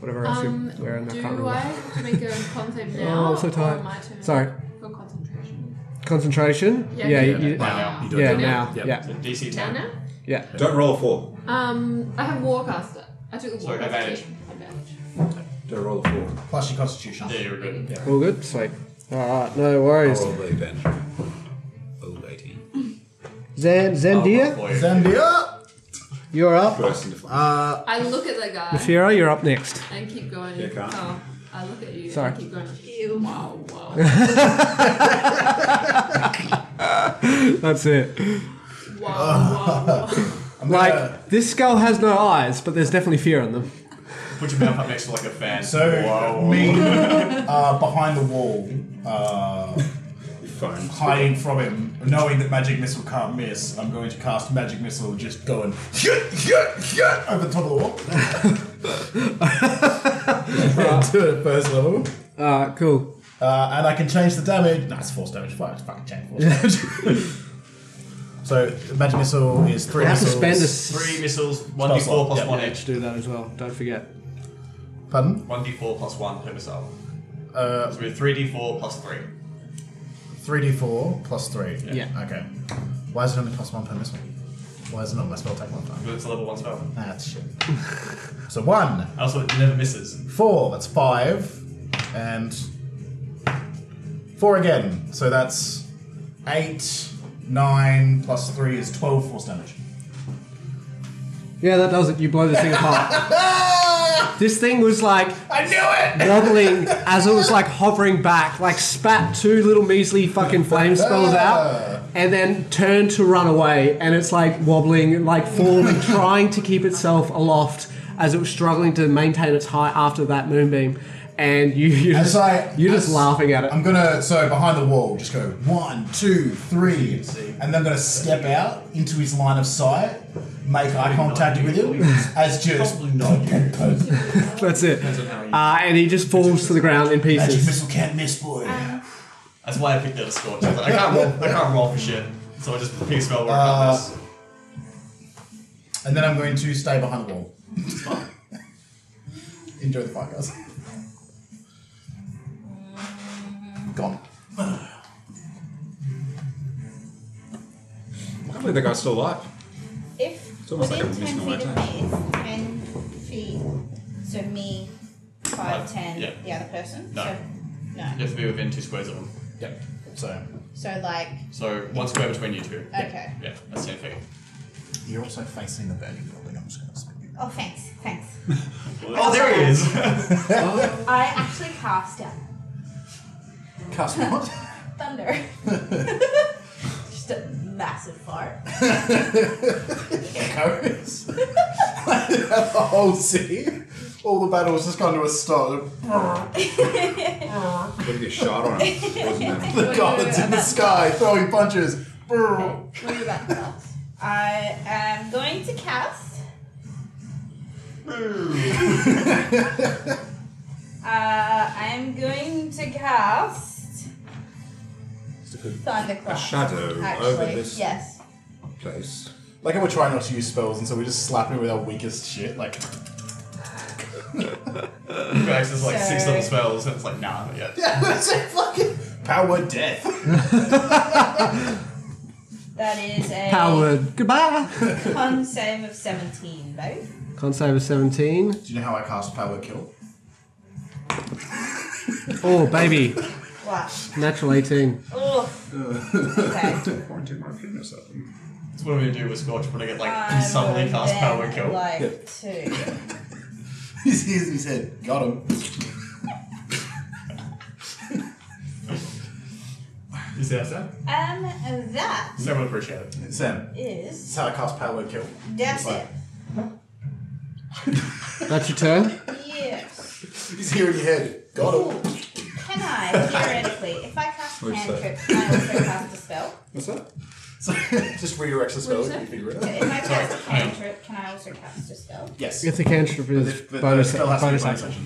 Speaker 9: whatever else
Speaker 11: Um,
Speaker 9: you're wearing. I can't
Speaker 11: do
Speaker 9: remember.
Speaker 11: I have to make a *laughs* con save now?
Speaker 9: Oh, I'm so
Speaker 11: or
Speaker 9: tired.
Speaker 11: am I too-
Speaker 9: Sorry.
Speaker 11: For concentration.
Speaker 9: Concentration.
Speaker 11: Yeah,
Speaker 9: yeah,
Speaker 11: you
Speaker 9: you-
Speaker 16: Right now. You do
Speaker 9: yeah,
Speaker 16: it.
Speaker 9: now,
Speaker 16: Yep.
Speaker 9: yeah,
Speaker 4: So DC
Speaker 11: Down
Speaker 4: 10.
Speaker 11: now?
Speaker 9: yeah.
Speaker 8: Don't roll a four.
Speaker 11: Um, I have Warcaster. I took the
Speaker 4: Sorry,
Speaker 11: Warcaster.
Speaker 4: advantage.
Speaker 11: Advantage.
Speaker 8: Don't roll a four.
Speaker 3: Plus your constitution.
Speaker 4: Yeah, you're good.
Speaker 9: All good. Sweet. All right, no worries.
Speaker 8: Roll the advantage. Oh, 18.
Speaker 9: Zan Zendia,
Speaker 4: Boy.
Speaker 3: Zambia!
Speaker 9: you're up.
Speaker 8: Burst into flame.
Speaker 11: I look at the guy
Speaker 9: Fiora, you're up next.
Speaker 11: and keep going.
Speaker 8: Yeah, can't.
Speaker 11: Oh, I look at you
Speaker 9: Sorry.
Speaker 11: and keep going.
Speaker 6: Ew.
Speaker 11: Wow, *laughs* wow.
Speaker 9: That's it. *laughs*
Speaker 11: wow, wow, wow.
Speaker 3: I'm
Speaker 9: Like
Speaker 3: gonna-
Speaker 9: this skull has no eyes, but there's definitely fear in them.
Speaker 4: Put your mouth up next to like a fan.
Speaker 3: so,
Speaker 4: Whoa.
Speaker 3: me uh, behind the wall, uh,
Speaker 8: Phone.
Speaker 3: hiding from him, knowing that magic missile can't miss, I'm going to cast magic missile, just going "Hyut, hyut, hyut," over the top of the wall.
Speaker 9: *laughs*
Speaker 3: *laughs* yeah, do it at first level.
Speaker 9: Uh, cool.
Speaker 3: Uh, and I can change the damage. Nah, it's force damage. Fuck, it's fucking change force
Speaker 9: *laughs*
Speaker 3: damage. so magic missile is three.
Speaker 9: You have to
Speaker 3: missiles.
Speaker 9: spend a
Speaker 4: Three
Speaker 9: s-
Speaker 4: missiles, 1d4 plus
Speaker 3: Yeah.
Speaker 4: 1
Speaker 9: to
Speaker 4: each.
Speaker 9: do that as well. Don't forget.
Speaker 3: Pardon?
Speaker 4: 1d4 plus 1 per missile.
Speaker 3: Uh,
Speaker 4: So we have 3d4 plus 3.
Speaker 3: three d four plus three.
Speaker 9: Yeah.
Speaker 3: Okay. Why is it only plus one per missile? Why is it not my spell take one time?
Speaker 4: Because it's a level 1 spell.
Speaker 3: Ah, that's
Speaker 9: *laughs*
Speaker 3: shit. so one,
Speaker 4: Also, it never misses.
Speaker 3: four. That's five, and four again. So that's eight, nine plus three is twelve force damage.
Speaker 9: Yeah, that does it. You blow this thing apart. this thing was like
Speaker 3: I knew it.
Speaker 9: wobbling as it was like hovering back, like spat two little measly fucking flame spells out, and then turned to run away. And it's like wobbling, like falling, trying to keep itself aloft as it was struggling to maintain its height after that moonbeam. And you, you
Speaker 3: As
Speaker 9: just,
Speaker 3: I-
Speaker 9: you're just
Speaker 3: as-
Speaker 9: laughing at it.
Speaker 3: I'm gonna so behind the wall, just go one, two, three, and then I'm gonna step out into his line of sight, make eye contact with him, as just
Speaker 4: Probably not you.
Speaker 9: That's it.
Speaker 4: Depends on how you.
Speaker 9: Uh, and he just falls to the ground in
Speaker 3: magic
Speaker 9: pieces.
Speaker 3: missile can't miss, boy.
Speaker 4: That's why I picked out a scorch. I was like, I can't roll, I can't roll for shit. So I just pick a spell where I can't miss.
Speaker 3: Uh, And then I'm going to stay behind the
Speaker 4: *laughs*
Speaker 3: wall. Enjoy the podcast. Gone.
Speaker 8: I can't believe that guy's still alive.
Speaker 6: If
Speaker 8: It's almost like
Speaker 6: within
Speaker 8: I'm
Speaker 6: ten
Speaker 8: missing
Speaker 6: feet
Speaker 8: my
Speaker 6: of me, it's ten feet. So me, five,
Speaker 4: Five,
Speaker 6: ten,
Speaker 4: yeah.
Speaker 6: the other person.
Speaker 4: No.
Speaker 6: So, no.
Speaker 4: You have to be within two squares of them.
Speaker 3: Yep. So
Speaker 6: So like,
Speaker 4: So one square between you two.
Speaker 6: okay.
Speaker 4: Yeah, that's 10 feet.
Speaker 3: you're also facing the burning building. I'm just gonna spit *laughs* you.
Speaker 6: Oh, thanks,
Speaker 4: *laughs*
Speaker 6: thanks.
Speaker 4: Oh, there he is!
Speaker 6: *laughs* I actually cast out
Speaker 3: Cast what?
Speaker 6: *laughs* thunder. Just a massive fart.
Speaker 3: Echoes. the *laughs* whole city. Oh, All the battles just gone to a stop.
Speaker 8: What if you shot on him? Doesn't matter.
Speaker 3: The gods in the sky throwing punches.
Speaker 6: What are you about to cast? I am going to cast. *laughs* uh, I am going to cast thunderclap.
Speaker 8: A shadow
Speaker 6: actually.
Speaker 8: over this
Speaker 6: Yes.
Speaker 8: place.
Speaker 3: Like how we're trying not to use spells, and so we're just slapping it with our weakest shit. Like, *laughs*
Speaker 4: Max is like six
Speaker 6: So-
Speaker 4: little spells, and it's like, nah, not yet.
Speaker 3: yeah, *laughs* it's a fucking power death.
Speaker 6: That is a
Speaker 9: Powered. Goodbye.
Speaker 6: con save of seventeen, babe.
Speaker 9: Con save of 17.
Speaker 3: Do you know how I cast power kill?
Speaker 9: Oh, baby.
Speaker 6: What?
Speaker 9: Natural 18.
Speaker 6: Ugh.
Speaker 4: *laughs*
Speaker 6: okay.
Speaker 8: *laughs* Quarantine my penis or something.
Speaker 4: That's what I'm gonna do with Scorch when I get like
Speaker 6: I
Speaker 4: suddenly
Speaker 6: would
Speaker 4: cast
Speaker 6: then
Speaker 4: power kill.
Speaker 6: Like to.
Speaker 3: *laughs* He's here in his head. Got him.
Speaker 4: You see that, Sam?
Speaker 6: Um, that
Speaker 4: Sam would appreciate it.
Speaker 3: Sam,
Speaker 6: is
Speaker 3: this is how I cast power kill.
Speaker 6: that's it.
Speaker 9: That's your turn.
Speaker 6: Yes.
Speaker 3: He's here in your head. Got him.
Speaker 6: Can I theoretically, if I cast
Speaker 8: What'd you say?
Speaker 6: cantrip, can I also cast a spell?
Speaker 8: What's that?
Speaker 3: So just redirects the spell.
Speaker 11: What is
Speaker 3: and You
Speaker 11: it?
Speaker 3: figure it
Speaker 6: So
Speaker 3: out.
Speaker 6: if I cast a
Speaker 4: hang on.
Speaker 6: cantrip, can I also cast a spell?
Speaker 3: Yes.
Speaker 9: If the cantrip is
Speaker 3: But the
Speaker 9: bonus,
Speaker 3: spell has to be
Speaker 9: bonus
Speaker 3: bonus
Speaker 9: action.
Speaker 3: action.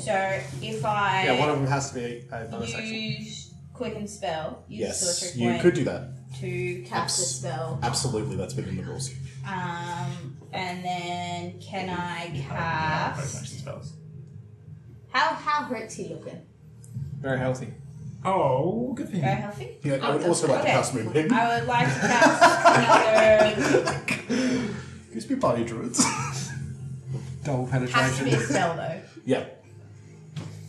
Speaker 6: So if I
Speaker 9: Yeah, one of them has to be a bonus action.
Speaker 6: use quicken spell, use
Speaker 3: Yes,
Speaker 6: sorcery
Speaker 3: you
Speaker 6: point
Speaker 3: could do that.
Speaker 6: to cast the
Speaker 3: Abs-
Speaker 6: spell.
Speaker 3: Absolutely, that's within the rules.
Speaker 6: Um, and then can I cast?
Speaker 4: spells.
Speaker 6: How how great's he looking?
Speaker 5: Very healthy.
Speaker 8: Oh, good for
Speaker 6: Very healthy.
Speaker 3: You know, I would also like to
Speaker 6: Okay.
Speaker 3: cast movement.
Speaker 6: I would like to cast another.
Speaker 3: Gives me party druids. *laughs*
Speaker 5: Double
Speaker 6: Has to
Speaker 5: penetration.
Speaker 6: be a spell though.
Speaker 3: yeah.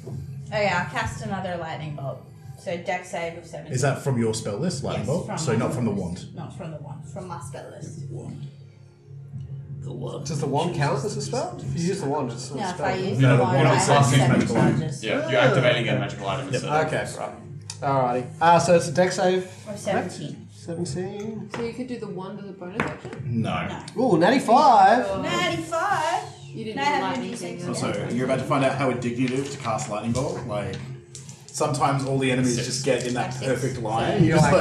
Speaker 6: Oh yeah, I'll cast another lightning bolt. So deck save of seventeen.
Speaker 3: Is that from your spell list, lightning
Speaker 6: Yes,
Speaker 3: bolt?
Speaker 6: from
Speaker 3: Oh, so
Speaker 6: my
Speaker 3: not from the
Speaker 6: spell
Speaker 3: wand.
Speaker 6: list. Not from the wand. From my spell list.
Speaker 5: Does the wand count as a spell? If you use the wand, it's not
Speaker 6: No,
Speaker 5: a
Speaker 6: if I
Speaker 5: spell.
Speaker 6: use
Speaker 8: No,
Speaker 6: the
Speaker 8: the
Speaker 6: wand,
Speaker 8: wand
Speaker 6: I
Speaker 8: is
Speaker 6: have
Speaker 8: casting
Speaker 6: seven
Speaker 8: magical.
Speaker 6: charges.
Speaker 4: Yeah, you're activating a magical item. So
Speaker 5: Okay. Alrighty. Ah, so it's a deck save.
Speaker 6: Or seventeen.
Speaker 5: 17.
Speaker 11: So you could do the one as a bonus *laughs* action?
Speaker 3: No.
Speaker 5: Ooh, natty 5.
Speaker 11: Or
Speaker 6: Ninety-five.
Speaker 11: you didn't
Speaker 6: No, I
Speaker 11: do
Speaker 6: haven't
Speaker 11: lightning
Speaker 6: used
Speaker 11: thing,
Speaker 6: it.
Speaker 11: yeah.
Speaker 3: So you're about to find out how addictive it is to cast lightning bolt. Like sometimes all the enemies just get in that
Speaker 6: Six.
Speaker 3: perfect line.
Speaker 5: So
Speaker 3: you're just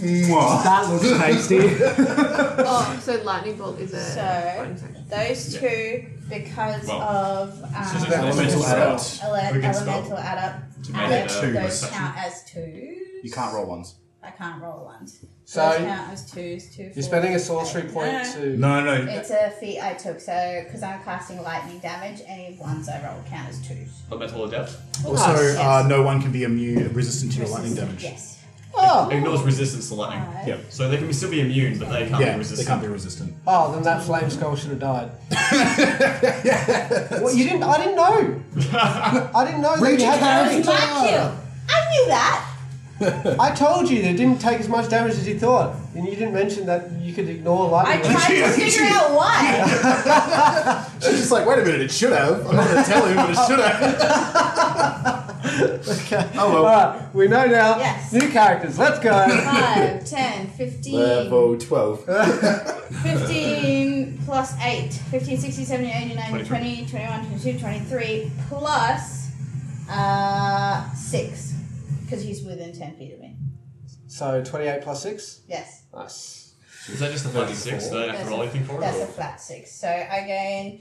Speaker 5: you're
Speaker 3: like, "Mwah."
Speaker 5: That looks tasty.
Speaker 11: Oh, so lightning bolt is a
Speaker 6: So-
Speaker 11: bonus action.
Speaker 6: Those two, because
Speaker 4: Well,
Speaker 6: of
Speaker 4: since
Speaker 6: um,
Speaker 4: it's an
Speaker 3: elemental
Speaker 4: elemental
Speaker 3: spell.
Speaker 4: spell,
Speaker 6: ele-
Speaker 3: we can spell.
Speaker 6: elemental add up,
Speaker 4: to
Speaker 6: add
Speaker 4: make
Speaker 6: up
Speaker 4: it
Speaker 3: two,
Speaker 4: a
Speaker 6: those
Speaker 3: right?
Speaker 6: count as twos.
Speaker 3: You can't roll ones.
Speaker 6: I can't roll ones. those
Speaker 5: So
Speaker 6: count as twos. Two.
Speaker 5: you're spending a sorcery point
Speaker 6: No.
Speaker 5: to.
Speaker 3: No, no, no.
Speaker 6: It's a feat I took, so because I'm casting lightning damage, any ones I roll count as twos.
Speaker 4: elemental adept.
Speaker 3: Also,
Speaker 6: Nice.
Speaker 3: uh, no one can be immune resistant to your lightning damage.
Speaker 6: Yes.
Speaker 3: Oh.
Speaker 4: Ignores resistance to lightning.
Speaker 6: Five.
Speaker 3: Yep.
Speaker 4: So they can still be immune, but they can't
Speaker 3: Yeah,
Speaker 4: be
Speaker 3: they
Speaker 4: resistant.
Speaker 3: can't be resistant.
Speaker 5: Oh, then that flame skull should have died. What you didn't? I didn't know. I didn't know that
Speaker 3: Breach
Speaker 5: you
Speaker 3: of
Speaker 5: had damage.
Speaker 3: character.
Speaker 6: Thank you. I knew that.
Speaker 5: I told you that it didn't take as much damage as you thought, and you didn't mention that you could ignore
Speaker 6: I
Speaker 5: lightning. *laughs*
Speaker 6: tried to
Speaker 3: Breach.
Speaker 6: figure out why.
Speaker 3: She's just like, wait a minute, it should have. I'm not going to tell him, but it should have.
Speaker 5: Okay.
Speaker 3: Oh,
Speaker 5: *laughs*
Speaker 3: well.
Speaker 5: Alright, we know now.
Speaker 6: Yes.
Speaker 5: New characters. Let's go.
Speaker 6: Five, ten, fifteen.
Speaker 3: Level 12.
Speaker 6: 15 plus 8, 15, 16, 17, 18, 19,
Speaker 4: 23.
Speaker 6: 20, 21, 22, 23, plus uh, 6, because he's within 10 feet of me.
Speaker 5: so twenty-eight plus six.
Speaker 6: Yes,
Speaker 5: Nice.
Speaker 4: Is that just a 36? Do they have to roll anything for it?
Speaker 6: that's a
Speaker 4: Or?
Speaker 6: flat 6. So I gain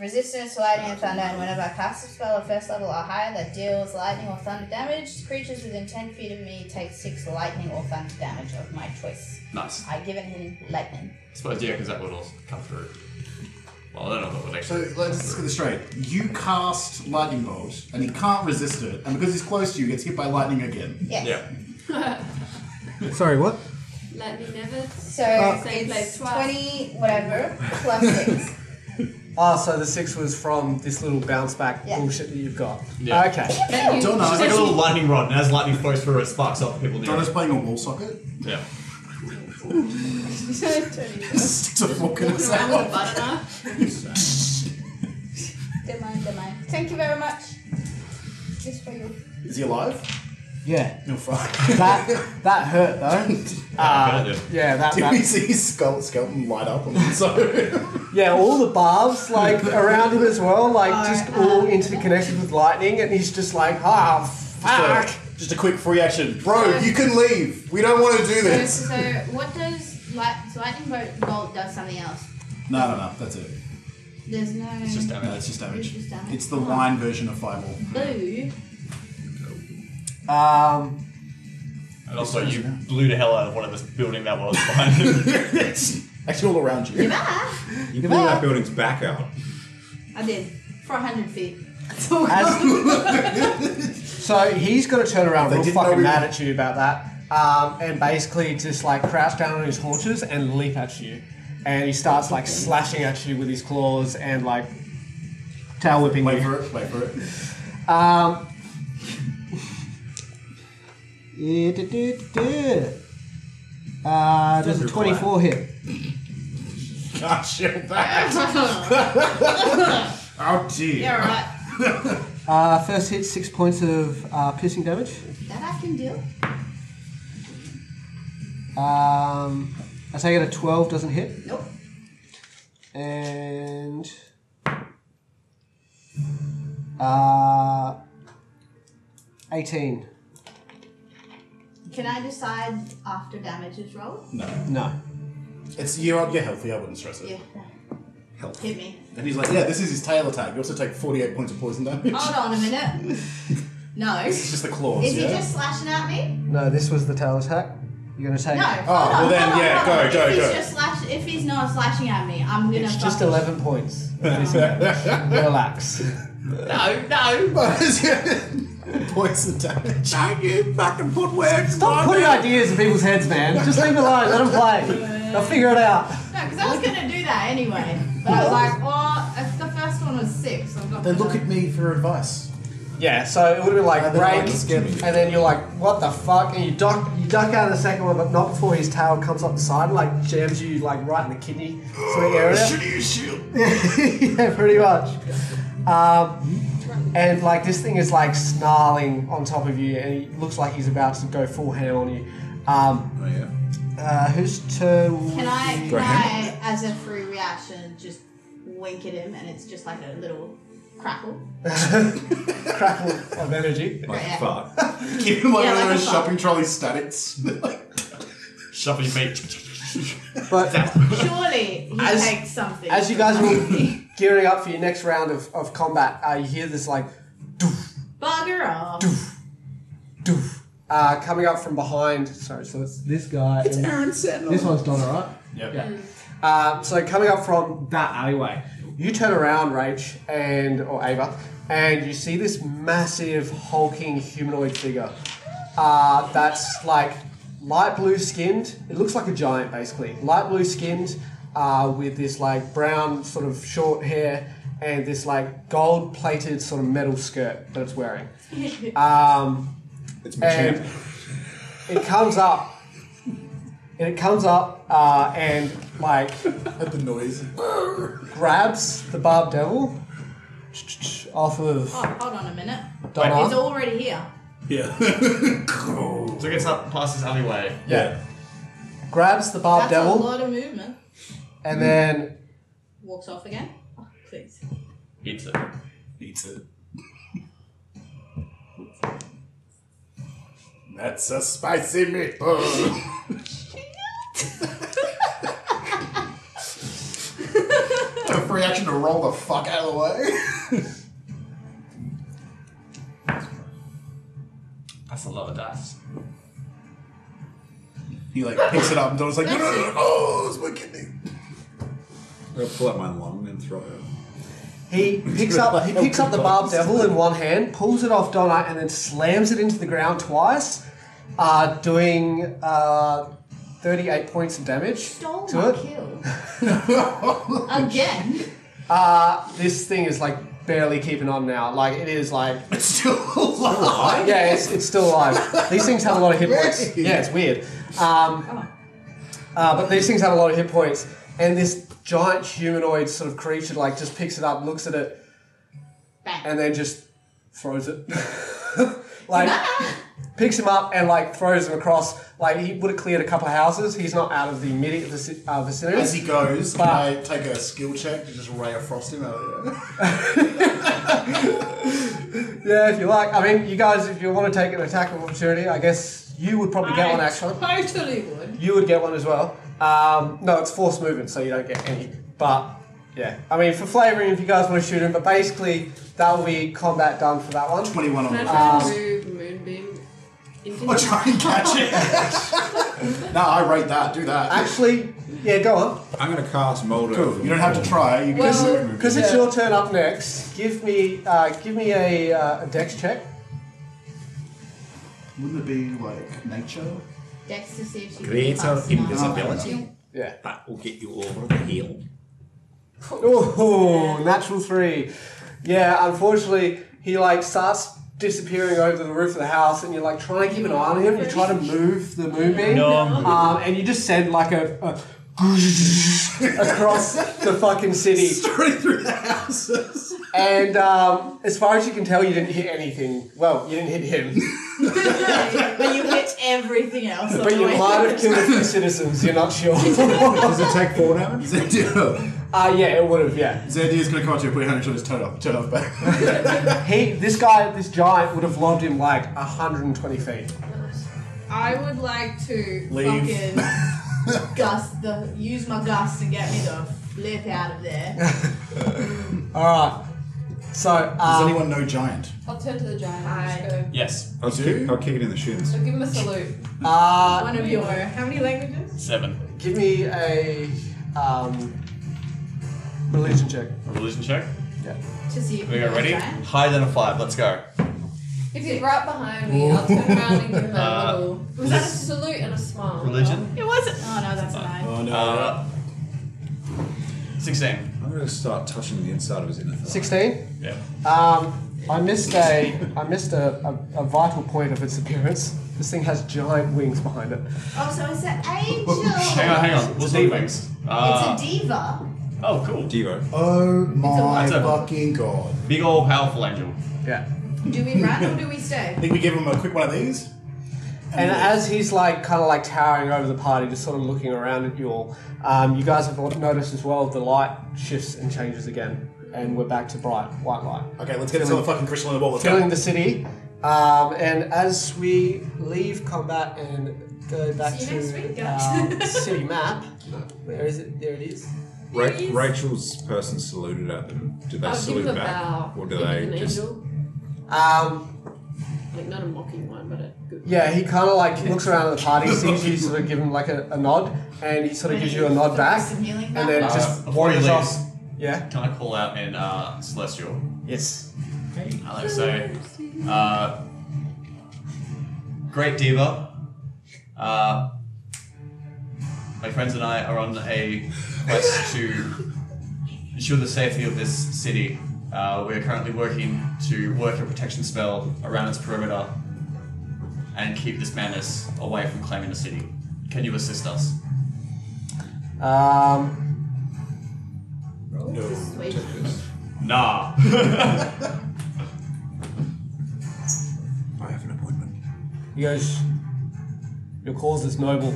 Speaker 6: resistance to lightning and thunder, and whenever I cast a spell of first level or higher that deals lightning or thunder damage, creatures within 10 feet of me take 6 lightning or thunder damage of my choice.
Speaker 4: Nice. I
Speaker 6: I give him lightning.
Speaker 4: suppose, yeah, because that would also come through. Well, I don't know if that would
Speaker 3: So
Speaker 4: actually.
Speaker 3: let's just get this straight. You cast Lightning Bolt, and he can't resist it, and because he's close to you, he gets hit by lightning again.
Speaker 6: Yes.
Speaker 4: Yeah.
Speaker 5: Sorry, what?
Speaker 11: Lightning never.
Speaker 6: So
Speaker 11: Same place
Speaker 6: it's
Speaker 11: twice.
Speaker 6: 20 whatever plus
Speaker 3: *laughs*
Speaker 6: 6.
Speaker 5: Ah, so the six was from this little bounce back
Speaker 6: Yeah.
Speaker 5: bullshit that you've got.
Speaker 4: Yeah.
Speaker 5: Okay.
Speaker 11: That you-
Speaker 3: Don't know.
Speaker 4: It's like a little lightning rod, and as lightning flows through, it sparks up people near
Speaker 3: Donna's
Speaker 4: it.
Speaker 3: playing a wall socket. *laughs*
Speaker 4: Yeah.
Speaker 3: Sticks a fork in his
Speaker 11: around with a
Speaker 3: mouth.
Speaker 11: butter knife.
Speaker 6: Good mind, good mind. Thank you very much. Just for you.
Speaker 3: Is he alive?
Speaker 5: Yeah.
Speaker 3: No, fuck.
Speaker 5: That that hurt
Speaker 3: *laughs*
Speaker 5: though.
Speaker 4: Ah. yeah.
Speaker 5: Yeah, that,
Speaker 3: Did we
Speaker 5: that
Speaker 3: see his skull, skeleton light up on the *laughs* inside?
Speaker 5: yeah, all the barbs like around him as well, like just
Speaker 6: Alright,
Speaker 5: all interconnected with lightning, and he's just like, ah, fuck.
Speaker 3: So, just a quick free action. Bro, you can leave. We don't want to do
Speaker 6: So,
Speaker 3: this.
Speaker 6: so what does light, so lightning bolt, bolt does something else?
Speaker 3: No, no, no. That's it.
Speaker 6: There's no.
Speaker 4: It's just
Speaker 3: No,
Speaker 4: damage.
Speaker 3: it's just damage.
Speaker 6: It's just damage.
Speaker 3: It's the wine version of fireball.
Speaker 6: Boo.
Speaker 5: Um,
Speaker 4: And also, you blew the hell out of one of this building that was behind you.
Speaker 3: Actually, all around you.
Speaker 6: Ah,
Speaker 8: You blew that building's back out.
Speaker 6: I did. For 100 feet.
Speaker 5: as, *laughs* so he's going to turn around
Speaker 3: They
Speaker 5: real
Speaker 3: didn't know
Speaker 5: fucking
Speaker 3: we
Speaker 5: mad
Speaker 3: were-
Speaker 5: at you about that, um, and basically just like crouch down on his haunches and leap at you, and he starts like slashing at you with his claws and like tail whipping
Speaker 3: Wait
Speaker 5: you.
Speaker 3: for it. Wait for it.
Speaker 5: Um, Uh, yeah, do, do, do. Uh, does a 24 hit?
Speaker 3: Gosh, you're back. *laughs* oh dear.
Speaker 6: Yeah, right.
Speaker 5: Uh, first hit, six points of uh, piercing damage.
Speaker 6: That I can do.
Speaker 5: Um, I take it a 12 doesn't hit.
Speaker 6: Nope.
Speaker 5: And. Uh, 18.
Speaker 6: Can I decide after damage is rolled?
Speaker 3: No,
Speaker 5: No.
Speaker 3: it's you're you're healthy. I wouldn't stress it.
Speaker 6: Yeah.
Speaker 3: Health.
Speaker 6: Hit me.
Speaker 3: *laughs* And he's like, yeah, this is his tail attack. You also take 48 points of poison damage.
Speaker 8: *laughs*
Speaker 6: Hold on a minute. No. Oh.
Speaker 8: This is
Speaker 6: Is
Speaker 8: just the claws,
Speaker 6: he
Speaker 8: yeah?
Speaker 6: just slashing at me?
Speaker 5: No, this was the tail attack. You're gonna take.
Speaker 6: No. Oh,
Speaker 8: well then, yeah, go,
Speaker 6: if
Speaker 8: go,
Speaker 6: he's
Speaker 8: go.
Speaker 6: Just slash, if he's not slashing at me, I'm gonna.
Speaker 5: It's just
Speaker 6: fucking-
Speaker 5: eleven points. of piercing damage. Relax.
Speaker 4: No, no.
Speaker 3: *laughs* Points of damage.
Speaker 8: You fucking put words.
Speaker 5: Stop putting ideas in people's heads, man. Just leave it alone. Let them play. They'll figure it out.
Speaker 6: No, because I was gonna do that anyway. But I was like, oh, if the first one was six. I'm not
Speaker 3: They
Speaker 6: gonna-
Speaker 3: look at me for advice.
Speaker 5: Yeah, so it would have been like
Speaker 3: Uh, then I
Speaker 5: break,
Speaker 3: just give it.
Speaker 5: and then *laughs* you're like, what the fuck? And you duck, you duck out of the second one, but not before his tail comes up the side, and, like jams you like right in the kidney sort of area.
Speaker 8: Should you shield?
Speaker 5: yeah, pretty much. Um, and like this thing is like snarling on top of you, and he looks like he's about to go full ham on you. Um,
Speaker 8: Oh yeah.
Speaker 5: uh, whose turn?
Speaker 6: Can I, can
Speaker 8: Go
Speaker 6: I, as a free reaction, just wink at him and it's just like a little crackle?
Speaker 5: Crackle of energy.
Speaker 8: Like
Speaker 6: Yeah.
Speaker 8: fuck.
Speaker 3: *laughs* Give him like
Speaker 6: Yeah,
Speaker 3: one of
Speaker 6: like a
Speaker 3: those
Speaker 6: fuck.
Speaker 3: shopping trolley statics.
Speaker 4: Shove your feet.
Speaker 5: But
Speaker 6: Surely he
Speaker 5: As-
Speaker 6: takes something.
Speaker 5: as you guys were gearing up for your next round of, of combat, uh, you hear this like doof,
Speaker 6: Bugger off.
Speaker 5: doof, uh, coming up from behind. Sorry, so it's this guy. It's Aaron Sentinel. This one's Donna, right?
Speaker 17: Yep.
Speaker 5: Yeah. Uh, so coming up from that alleyway, you turn around, Rach and or Ava, and you see this massive hulking humanoid figure. Uh, that's like light blue skinned. It looks like a giant, basically. Light blue skinned, uh, with this like brown sort of short hair and this like gold plated sort of metal skirt that it's wearing. Um,
Speaker 8: It's
Speaker 5: and
Speaker 8: Machamp.
Speaker 5: it comes up and it comes up uh, and like
Speaker 3: At the noise.
Speaker 5: grabs the barb devil off of
Speaker 6: Oh, hold on a minute. He's
Speaker 5: Donna.
Speaker 6: already here.
Speaker 4: So it gets up past this alleyway.
Speaker 3: Yeah.
Speaker 5: grabs the barb
Speaker 6: That's a
Speaker 5: devil
Speaker 6: lot of movement.
Speaker 5: and then
Speaker 6: Walks off again. Oh, please.
Speaker 4: Eats it.
Speaker 8: Eats it. That's a spicy meatball.
Speaker 3: A free action to roll the fuck out of the way.
Speaker 4: That's a lot of dice.
Speaker 3: He like picks it up and Donald's like, no, no, no, no, oh, it's my kidney.
Speaker 8: I'm gonna pull out my lung and throw it.
Speaker 5: he picks up he picks up the barb devil in one hand, pulls it off Donna, and then slams it into the ground twice, uh, doing uh, 38 points of damage
Speaker 6: Stole
Speaker 5: to
Speaker 6: my
Speaker 5: it. *laughs*
Speaker 6: kill. again.
Speaker 5: Uh, this thing is like barely keeping on now. Like it is like *laughs*
Speaker 3: It's still alive.
Speaker 5: Yeah, it's, it's still alive. These things have a lot of hit points.
Speaker 3: Really?
Speaker 5: Yeah, it's weird. Um, uh, but these things have a lot of hit points, and this giant humanoid sort of creature like just picks it up, looks at it,
Speaker 6: Bang.
Speaker 5: and then just throws it. *laughs* like picks him up and like throws him across. Like he would have cleared a couple of houses. He's not out of the immediate vici- uh, vicinity.
Speaker 3: As he goes, can
Speaker 5: But-
Speaker 3: I take a skill check to just ray of frost him out of there?
Speaker 5: yeah, if you like. I mean, you guys, if you want to take an attack of opportunity, I guess you would probably get one actually.
Speaker 9: I totally would.
Speaker 5: You would get one as well. Um, no, it's forced movement, so you don't get any. But yeah, I mean, for flavouring, if you guys want to shoot him, but basically that will be combat done for that one.
Speaker 3: 21 on
Speaker 9: Can I
Speaker 3: the
Speaker 9: try and move Moonbeam into
Speaker 3: I'll
Speaker 9: him?
Speaker 3: try and catch
Speaker 9: *laughs*
Speaker 3: it. no, I rate that. Do that.
Speaker 5: Actually, yeah, go on.
Speaker 8: I'm gonna cast Molder.
Speaker 3: Cool. You don't have to try. You can
Speaker 9: Well-
Speaker 3: just
Speaker 5: Because it's your turn up next. Give me, uh, give me a, uh, a dex check.
Speaker 3: Wouldn't it be like nature?
Speaker 6: Dex to see if she can
Speaker 8: Greater
Speaker 6: pass now.
Speaker 8: invisibility.
Speaker 5: Yeah.
Speaker 8: That will get you over the hill.
Speaker 5: Oh, natural three. Yeah, unfortunately, he like starts disappearing over the roof of the house, and you're like trying to keep an eye on him. You try to move the moonbeam, um, and you just send like a, a *laughs* across the fucking city
Speaker 3: Straight through the houses.
Speaker 5: and um, as far as you can tell, you didn't hit anything. Well, you didn't hit him,
Speaker 6: *laughs* but you hit everything else. on
Speaker 5: but
Speaker 6: the
Speaker 5: you
Speaker 6: way
Speaker 5: might
Speaker 6: through.
Speaker 5: have killed a few citizens. You're not sure. *laughs*
Speaker 3: Does it take four *laughs* damage? Zandir.
Speaker 5: Ah, yeah, it would have. Yeah,
Speaker 3: Zandir's gonna come up to you, put your hand on his turn off, turn off back.
Speaker 5: he, this guy, this giant would have lobbed him like 120 feet.
Speaker 9: I would like to
Speaker 3: Leave.
Speaker 9: fucking.
Speaker 6: gust the use my gust and get me the flip out of there.
Speaker 5: All right.
Speaker 9: So, um,
Speaker 5: Does anyone know Giant?
Speaker 11: I'll turn to the giant. and just
Speaker 10: Yes.
Speaker 8: I'll, just kick, I'll kick it in the shins.
Speaker 11: go. So give him a salute.
Speaker 9: uh,
Speaker 6: One of your. How many languages?
Speaker 10: Seven.
Speaker 9: give me a um, religion check.
Speaker 10: Religion check.
Speaker 6: To see if
Speaker 10: We
Speaker 6: you
Speaker 10: are
Speaker 6: know
Speaker 10: ready.
Speaker 6: Giant.
Speaker 10: Higher than a five. Let's go.
Speaker 11: If he's right behind me, I'll turn around and give him a
Speaker 10: Uh,
Speaker 11: little. Was that a salute and a smile?
Speaker 10: Religion.
Speaker 6: It wasn't. Oh no, that's a lie.
Speaker 8: Oh no.
Speaker 10: Uh, Sixteen.
Speaker 8: I'm going to start touching the inside of his inner thigh.
Speaker 9: Sixteen.
Speaker 10: Yeah.
Speaker 9: Um, I missed a I missed a, a, a vital point of its appearance. This thing has giant wings behind it.
Speaker 6: Oh, so
Speaker 5: *laughs*
Speaker 6: it's an angel.
Speaker 10: Hang on, hang on. What's the wings? Uh,
Speaker 6: It's a diva.
Speaker 10: oh, cool.
Speaker 8: Devo.
Speaker 5: Oh my
Speaker 10: It's a-
Speaker 5: fucking god.
Speaker 10: Big old powerful angel.
Speaker 9: Yeah.
Speaker 6: Do we run or do we stay? *laughs*
Speaker 3: I think we give him a quick one of these.
Speaker 9: And as he's like kind of like towering over the party, just sort of looking around at you all, um, you guys have noticed as well the light shifts and changes again, and we're back to bright white light.
Speaker 3: Okay, let's get this other fucking crystal in the wall. Let's
Speaker 9: filling
Speaker 3: go.
Speaker 9: the city. Um, and as we leave combat and go back
Speaker 6: See you next week,
Speaker 9: to
Speaker 6: guys. *laughs*
Speaker 9: um, city map, where is it? There it is.
Speaker 8: Ra-
Speaker 11: Yes.
Speaker 8: Rachel's person saluted at them. Did they
Speaker 11: I'll give
Speaker 8: salute
Speaker 11: him a
Speaker 8: back,
Speaker 11: bow.
Speaker 8: or do
Speaker 11: If he's
Speaker 8: they
Speaker 11: an
Speaker 8: just?
Speaker 11: angel.
Speaker 9: Um,
Speaker 11: Like, not a mocking one, but a good one.
Speaker 9: yeah, he kind of like looks around at the party, sees you, sort of give him like a, a nod, and he sort of gives you a nod back,
Speaker 6: Some healing
Speaker 9: and then
Speaker 6: back.
Speaker 9: just
Speaker 10: Uh, before he
Speaker 9: wanders
Speaker 10: leaves.
Speaker 9: off. Yeah.
Speaker 10: Can I call out in uh, celestial?
Speaker 9: Yes.
Speaker 10: I like to say, uh, great diva. Uh, my friends and I are on a quest to ensure the safety of this city. Uh, we are currently working to work a protection spell around its perimeter and keep this madness away from claiming the city. Can you assist us?
Speaker 9: Um,
Speaker 10: Nah.
Speaker 8: I have an appointment.
Speaker 9: he goes, "Your cause is noble.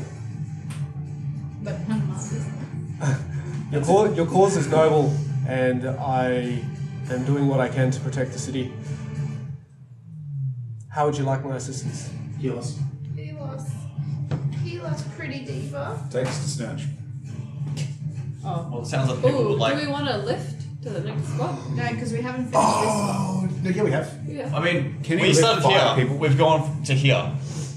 Speaker 6: But one month is
Speaker 9: Your, cau- your cause is noble, and I am doing what I can to protect the city. How would you like my assistance?"
Speaker 3: Heal us.
Speaker 6: He loves. He loves pretty diva.
Speaker 8: Takes the snatch.
Speaker 10: well, it sounds like people
Speaker 11: Ooh,
Speaker 10: would like.
Speaker 11: do we want to lift to the next spot?
Speaker 6: No, because we haven't finished
Speaker 3: Oh, no, yeah, we have.
Speaker 11: Yeah.
Speaker 10: I mean,
Speaker 8: Can you
Speaker 10: we
Speaker 8: lift
Speaker 10: started
Speaker 8: five
Speaker 10: here.
Speaker 8: people?
Speaker 10: We've gone to here.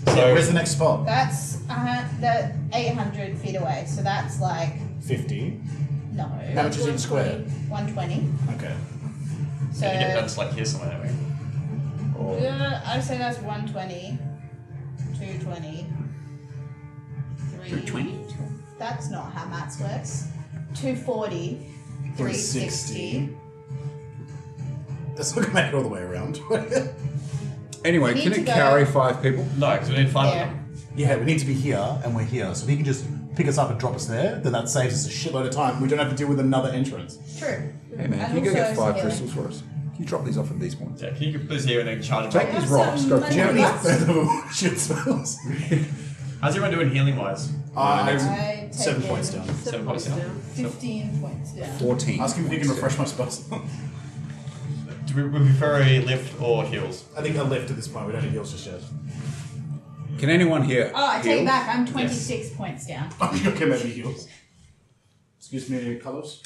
Speaker 10: So
Speaker 3: Where's the next spot?
Speaker 6: That's uh, that 800 feet away, so that's like
Speaker 3: 50.
Speaker 6: no,
Speaker 3: How much is each square?
Speaker 6: 120.
Speaker 3: Okay.
Speaker 6: So
Speaker 10: you get that's like here somewhere. don't we?
Speaker 6: yeah, uh, I'd say that's 120, 220, 320. That's not how maths works. 240, 360.
Speaker 3: Let's look at it all the way around. *laughs*
Speaker 8: Anyway,
Speaker 6: We
Speaker 8: can
Speaker 6: need
Speaker 8: it
Speaker 6: to go-
Speaker 8: carry five people?
Speaker 10: No, because we need five of
Speaker 6: There.
Speaker 10: them.
Speaker 3: yeah, we need to be here, and we're here. So if he can just pick us up and drop us there, then that saves us a shitload of time. We don't have to deal with another *laughs* entrance.
Speaker 6: True.
Speaker 8: Hey man,
Speaker 6: And
Speaker 8: can you go
Speaker 6: also
Speaker 8: get five
Speaker 6: healing.
Speaker 8: crystals for us? Can you drop these off at these points?
Speaker 10: Yeah, can you put this here and then charge
Speaker 8: Take
Speaker 10: them?
Speaker 8: these
Speaker 6: Have
Speaker 8: rocks,
Speaker 6: some
Speaker 8: go
Speaker 6: money.
Speaker 8: jam
Speaker 6: What?
Speaker 3: Any *laughs* third level shit spells.
Speaker 10: How's everyone doing healing wise?
Speaker 3: *laughs* Uh,
Speaker 6: I take
Speaker 3: seven points down.
Speaker 10: Seven points down.
Speaker 6: 15 points down.
Speaker 8: 14.
Speaker 3: Ask him if he can refresh my spells.
Speaker 10: Do we, we prefer a lift or heals?
Speaker 3: I think I left at this point. We don't need heals just yet.
Speaker 8: Can anyone here?
Speaker 6: Oh, I take
Speaker 8: heal?
Speaker 6: it back. I'm 26 points down.
Speaker 3: okay, maybe heals. Excuse me, Carlos.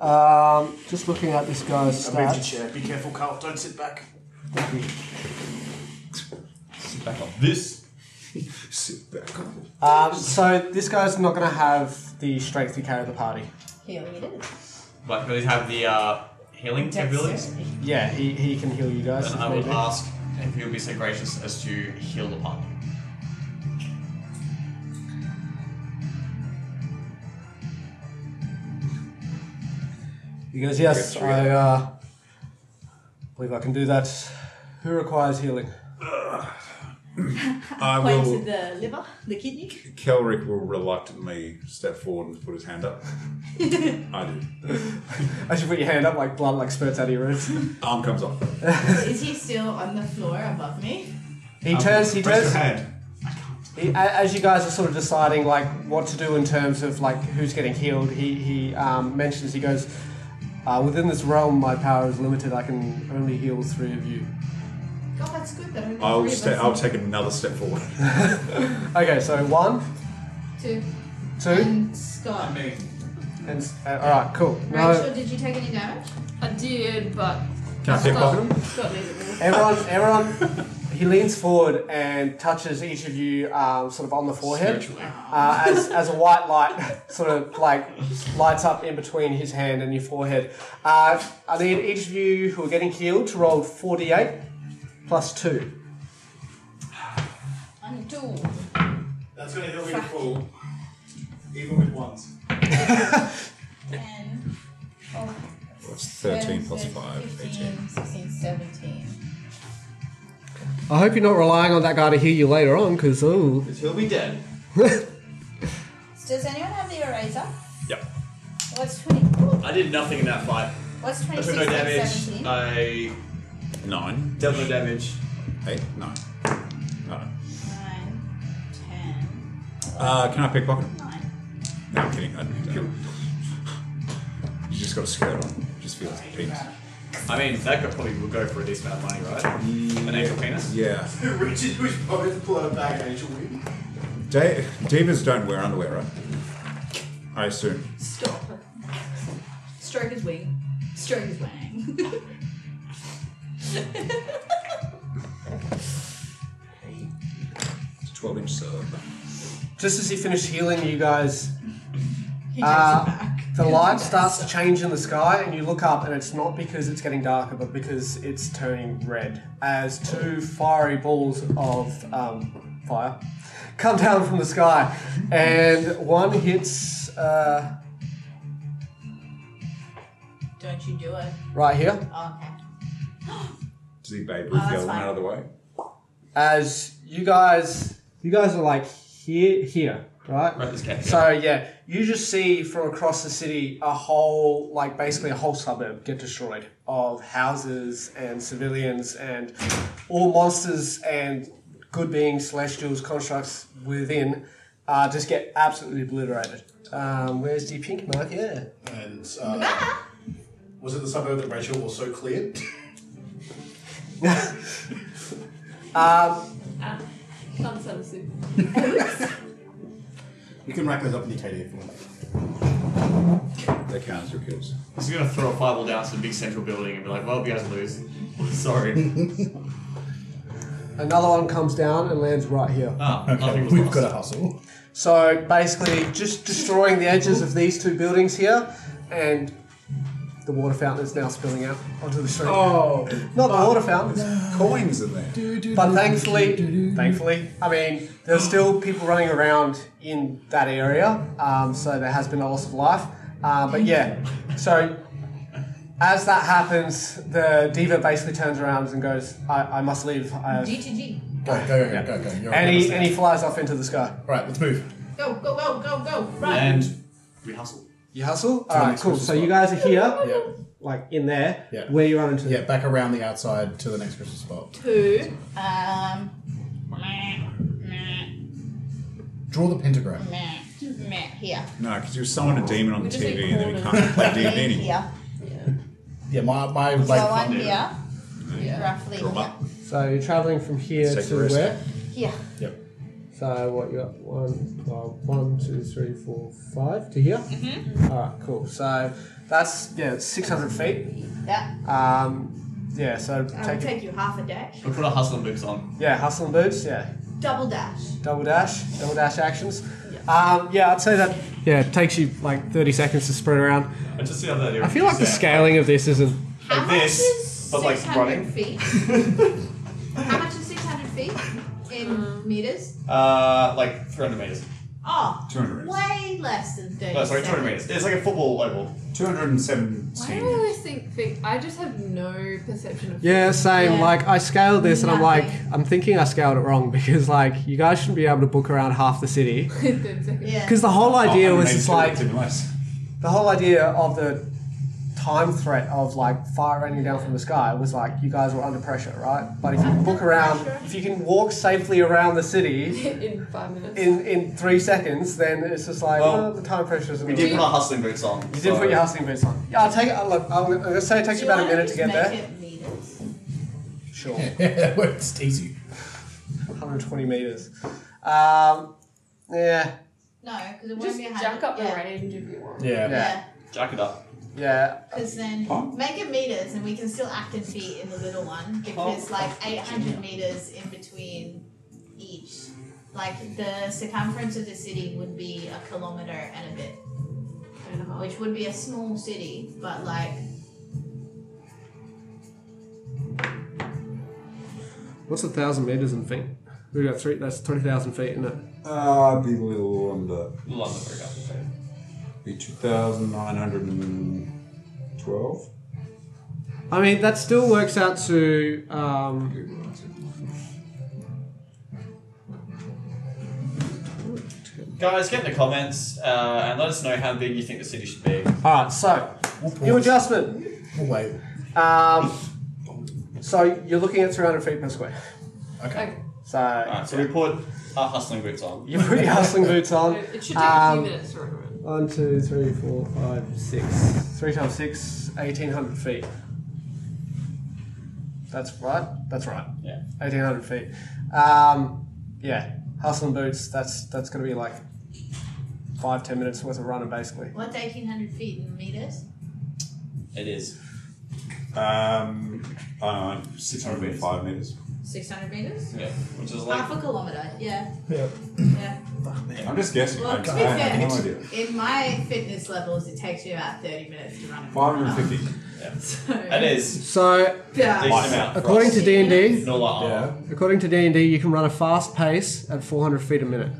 Speaker 9: Um, just looking at this guy's
Speaker 3: I moved your
Speaker 9: stats.
Speaker 3: chair. Be careful, Carl. Don't sit back.
Speaker 10: Sit back on this.
Speaker 8: Sit back up.
Speaker 9: Um, so this guy's not going to have the strength to carry the party.
Speaker 6: Healing it is.
Speaker 10: But do they have the uh, healing capabilities?
Speaker 6: Dexterity.
Speaker 9: Yeah, he, he can heal you guys.
Speaker 10: Then
Speaker 9: if
Speaker 10: I
Speaker 9: need
Speaker 10: would
Speaker 9: be.
Speaker 10: ask if you'll be so gracious as to heal the party.
Speaker 9: He goes, yes, I uh, believe I can do that. Who requires healing?
Speaker 8: I
Speaker 6: Point
Speaker 8: will.
Speaker 18: Oh.
Speaker 6: to the liver, the kidney.
Speaker 8: Kelric will reluctantly step forward and put his
Speaker 6: *laughs*
Speaker 8: hand up. I do.
Speaker 9: As you put your hand up, like blood like spurts out of your wrist.
Speaker 8: Arm comes off.
Speaker 6: Is he still on the floor above me?
Speaker 9: He turns. He
Speaker 8: Raise
Speaker 9: turns.
Speaker 8: your hand.
Speaker 9: He, a- as you guys are sort of deciding like what to do in terms of like who's getting healed, he he um, mentions he goes, uh, within this realm, my power is limited. I can only heal three of you.
Speaker 6: God, that's good that only
Speaker 8: I'll
Speaker 6: three of
Speaker 8: sta-
Speaker 6: us-
Speaker 8: I'll take another step forward.
Speaker 9: Okay, so one,
Speaker 6: Two.
Speaker 9: two,
Speaker 6: And Scott.
Speaker 9: and s- uh, all right, cool. No,
Speaker 6: Rachel, did you take any damage?
Speaker 11: I did, but
Speaker 8: Can I pickpocket them?
Speaker 11: Scott needs it more.
Speaker 9: Everyone, everyone, he leans forward and touches each of you um, sort of on the forehead uh, as, as a white light *laughs* sort of like lights up in between his hand and your forehead. Uh, I need each of you who are getting healed to roll 48 plus 2.
Speaker 6: One, two.
Speaker 18: That's gonna help me full. Even with ones.
Speaker 6: Ten. Oh,
Speaker 8: What's 13 plus 5? 18.
Speaker 6: 15, 16, 17.
Speaker 5: I hope you're not relying on that guy to hear you later on, because oh,
Speaker 10: Because he'll be dead.
Speaker 6: Does anyone have the eraser?
Speaker 10: Yep.
Speaker 6: What's 20?
Speaker 10: I did nothing in that fight.
Speaker 6: What's
Speaker 10: I
Speaker 6: 26
Speaker 10: took no
Speaker 6: and
Speaker 10: damage.
Speaker 6: 17?
Speaker 10: I
Speaker 8: 9.
Speaker 10: dealt no damage.
Speaker 8: 8. 9. No.
Speaker 6: Nine, ten,
Speaker 8: Uh, can I pickpocket them?
Speaker 6: nine.
Speaker 8: No, I'm kidding. I you just got a skirt on. Just feels like a penis.
Speaker 10: I mean, that guy probably would go for a decent amount of money, right? An angel penis.
Speaker 8: Yeah.
Speaker 18: *laughs* Richard was probably the pull out a bag angel wing.
Speaker 8: Da- divas don't wear underwear, right? I assume.
Speaker 11: Stop. Stroke his wing. Stroke his wing.
Speaker 8: It's a 12 inch sub.
Speaker 9: Just as he finished healing you guys,
Speaker 6: He takes
Speaker 9: Uh,
Speaker 6: it back.
Speaker 9: the light starts to change in the sky, and you look up, and it's not because it's getting darker, but because it's turning red as two fiery balls of um, fire come down from the sky, and one hits uh,
Speaker 6: Don't you do it.
Speaker 9: right here
Speaker 6: Oh, okay.
Speaker 8: Does he Babe Ruth
Speaker 6: Oh, that's
Speaker 8: yell them
Speaker 6: fine.
Speaker 8: out of the way?
Speaker 9: as you guys you guys are like here here right
Speaker 10: Right, this cat.
Speaker 9: So yeah, you just see from across the city a whole, like basically a whole suburb get destroyed of houses and civilians and all monsters and good beings, celestials, constructs within uh, just get absolutely obliterated. Um, where's the pink mark? Yeah.
Speaker 18: And uh, was it the suburb that Rachel also
Speaker 3: *laughs*
Speaker 18: cleared?
Speaker 11: Ah, Sun Sun Soup.
Speaker 3: You can rack those up in your KD if you want.
Speaker 8: They count as your kills.
Speaker 10: He's gonna throw a fireball down to the big central building and be like, "Well, you guys lose. *laughs*
Speaker 3: *laughs*
Speaker 10: Sorry."
Speaker 9: Another one comes down and lands right here.
Speaker 10: Ah, nothing was
Speaker 3: We've
Speaker 10: lost.
Speaker 3: got to hustle.
Speaker 9: So basically, just destroying the edges of these two buildings here, and the water fountain is now spilling out onto the street.
Speaker 3: Oh,
Speaker 9: Not the water fountain.
Speaker 8: Coins in there.
Speaker 9: But thankfully, thankfully, I mean, there's still people running around in that area, um, so there has been a loss of life. Uh, but yeah, so as that happens, the diva basically turns around and goes, "I, I must leave," I have-"
Speaker 6: G to G.
Speaker 3: go, go, go, go, go. You're
Speaker 9: and he
Speaker 3: right.
Speaker 9: and he flies off into the sky.
Speaker 3: Right, let's move.
Speaker 6: Go, go, go, go, go. Run.
Speaker 10: And we hustle.
Speaker 9: You hustle. All right,
Speaker 3: next
Speaker 9: cool.
Speaker 3: Christmas
Speaker 9: So
Speaker 3: spot.
Speaker 9: you guys are here,
Speaker 3: Yeah,
Speaker 9: like in there,
Speaker 3: Yeah.
Speaker 9: where you run into.
Speaker 3: yeah. Back around the outside to the next Christmas spot.
Speaker 11: Two.
Speaker 6: Um. Meh, meh,
Speaker 3: Draw the pentagram.
Speaker 6: meh, meh. Here.
Speaker 8: No, because you summon a demon on
Speaker 11: We just need
Speaker 8: TV and then we
Speaker 11: corners.
Speaker 8: can't play D&D
Speaker 6: *laughs* Here.
Speaker 8: anymore.
Speaker 6: Here.
Speaker 3: Yeah, my my
Speaker 6: So one
Speaker 3: like. *laughs*
Speaker 6: here.
Speaker 11: Yeah.
Speaker 6: Roughly
Speaker 8: Draw 'em
Speaker 6: here.
Speaker 8: up.
Speaker 9: So you're traveling from here
Speaker 8: Let's take
Speaker 9: to
Speaker 8: the risk.
Speaker 9: where?
Speaker 6: Here.
Speaker 3: Yep.
Speaker 9: So Uh, what you got? One, well, one, two, three, four, five to here. Mm-hmm. All right, cool. So that's yeah, six hundred feet.
Speaker 6: That.
Speaker 9: Um, yeah. So
Speaker 6: I will
Speaker 9: take, it.
Speaker 6: take you half a dash.
Speaker 10: We put our hustling boots on.
Speaker 9: yeah, hustle and boots. Yeah,
Speaker 6: Double dash.
Speaker 9: double dash, double dash actions. Um, yeah, I'd say that. Yeah, it takes you like thirty seconds to spread around.
Speaker 10: I just see how that.
Speaker 5: I feel like the scaling of this isn't.
Speaker 6: How
Speaker 10: Like
Speaker 6: much
Speaker 10: this,
Speaker 6: is
Speaker 10: but, like,
Speaker 6: 600
Speaker 10: running. *laughs*
Speaker 6: feet? How much is 600 feet
Speaker 11: Um,
Speaker 6: in meters?
Speaker 10: Uh, like 300 meters.
Speaker 6: Oh,
Speaker 8: 200 meters.
Speaker 6: way less than 30.
Speaker 10: No, Oh, sorry, 200 meters. It's like a football oval.
Speaker 8: 217.
Speaker 11: Why do I always think feet? I just have no perception *laughs* of feet.
Speaker 5: Yeah, same.
Speaker 6: Yeah.
Speaker 5: Like I scaled this, and I'm like,
Speaker 6: Nothing.
Speaker 5: I'm thinking I scaled it
Speaker 9: *laughs*
Speaker 5: wrong because like you guys shouldn't be able to book around half the city
Speaker 11: Thirty seconds.
Speaker 6: Yeah.
Speaker 5: because the whole idea
Speaker 8: Oh,
Speaker 5: was
Speaker 8: maybe
Speaker 5: just
Speaker 8: two,
Speaker 5: like
Speaker 8: even less.
Speaker 9: The whole idea of the time threat of like fire raining down from the sky was like you guys were under pressure, right? But if you book around, if you can walk safely around the city,
Speaker 11: In five minutes.
Speaker 9: in in three seconds, then it's just like
Speaker 10: Well,
Speaker 9: oh, the time pressure is.
Speaker 10: We did put our hustling boots on.
Speaker 9: You did put your hustling boots on. Yeah, I'll take it. I'll, look, I'm gonna I'm gonna say it takes you about a minute to get there. Sure,
Speaker 3: Yeah, it's easy.
Speaker 9: 120 meters. Um, yeah,
Speaker 6: No, because it won't
Speaker 11: Just
Speaker 6: be 100.
Speaker 11: jack up the
Speaker 6: yeah.
Speaker 11: range if you want.
Speaker 3: Yeah.
Speaker 6: Yeah.
Speaker 10: Jack it up.
Speaker 5: Yeah.
Speaker 6: Because then make it meters, and we can still act and feet in the little one if there's like 800 meters in between each. Like the circumference of the city would be a kilometer and a bit, which would be a small city, but like
Speaker 9: What's a thousand meters in feet? We got three. That's twenty thousand feet, isn't it?
Speaker 19: Ah, be a little under.
Speaker 4: London for a couple of days.
Speaker 19: Be 2,912.
Speaker 9: I mean, that still works out to um,
Speaker 10: Guys, get in the comments uh, and let us know how big you think the city should be.
Speaker 9: All right, so new adjustment.
Speaker 14: We'll wait.
Speaker 9: Um, so you're looking at 300 feet per square.
Speaker 11: Okay.
Speaker 9: So
Speaker 10: Alright, so we put our hustling boots on.
Speaker 9: you put your hustling boots on.
Speaker 11: It should take a
Speaker 9: Um,
Speaker 11: few minutes to run.
Speaker 9: One, two, three, four, five, six. Three times six, 1,800 feet. That's right. That's right.
Speaker 10: Yeah.
Speaker 9: 1,800 feet. Um, yeah, hustling boots. That's that's gonna be like five, ten minutes worth of running, basically.
Speaker 6: what's 1800 feet in meters?
Speaker 10: It is.
Speaker 19: Um, I don't know, 605 metres.
Speaker 6: 600 meters?
Speaker 10: Yeah. Which is like
Speaker 6: Half a kilometer, yeah.
Speaker 14: Yeah.
Speaker 6: Yeah.
Speaker 19: I'm just guessing.
Speaker 6: Well,
Speaker 19: I,
Speaker 6: to
Speaker 19: I
Speaker 6: be
Speaker 19: have no idea.
Speaker 6: fair, in my fitness levels, it takes me about 30 minutes to run a kilometer.
Speaker 19: 550.
Speaker 6: So,
Speaker 10: it is
Speaker 9: So
Speaker 6: yeah.
Speaker 10: decent amount. for
Speaker 9: according
Speaker 10: us.
Speaker 9: to D and D,
Speaker 10: Not oh, a lot.
Speaker 14: Yeah.
Speaker 9: According to D and D, you can run a fast pace at 400 feet a minute,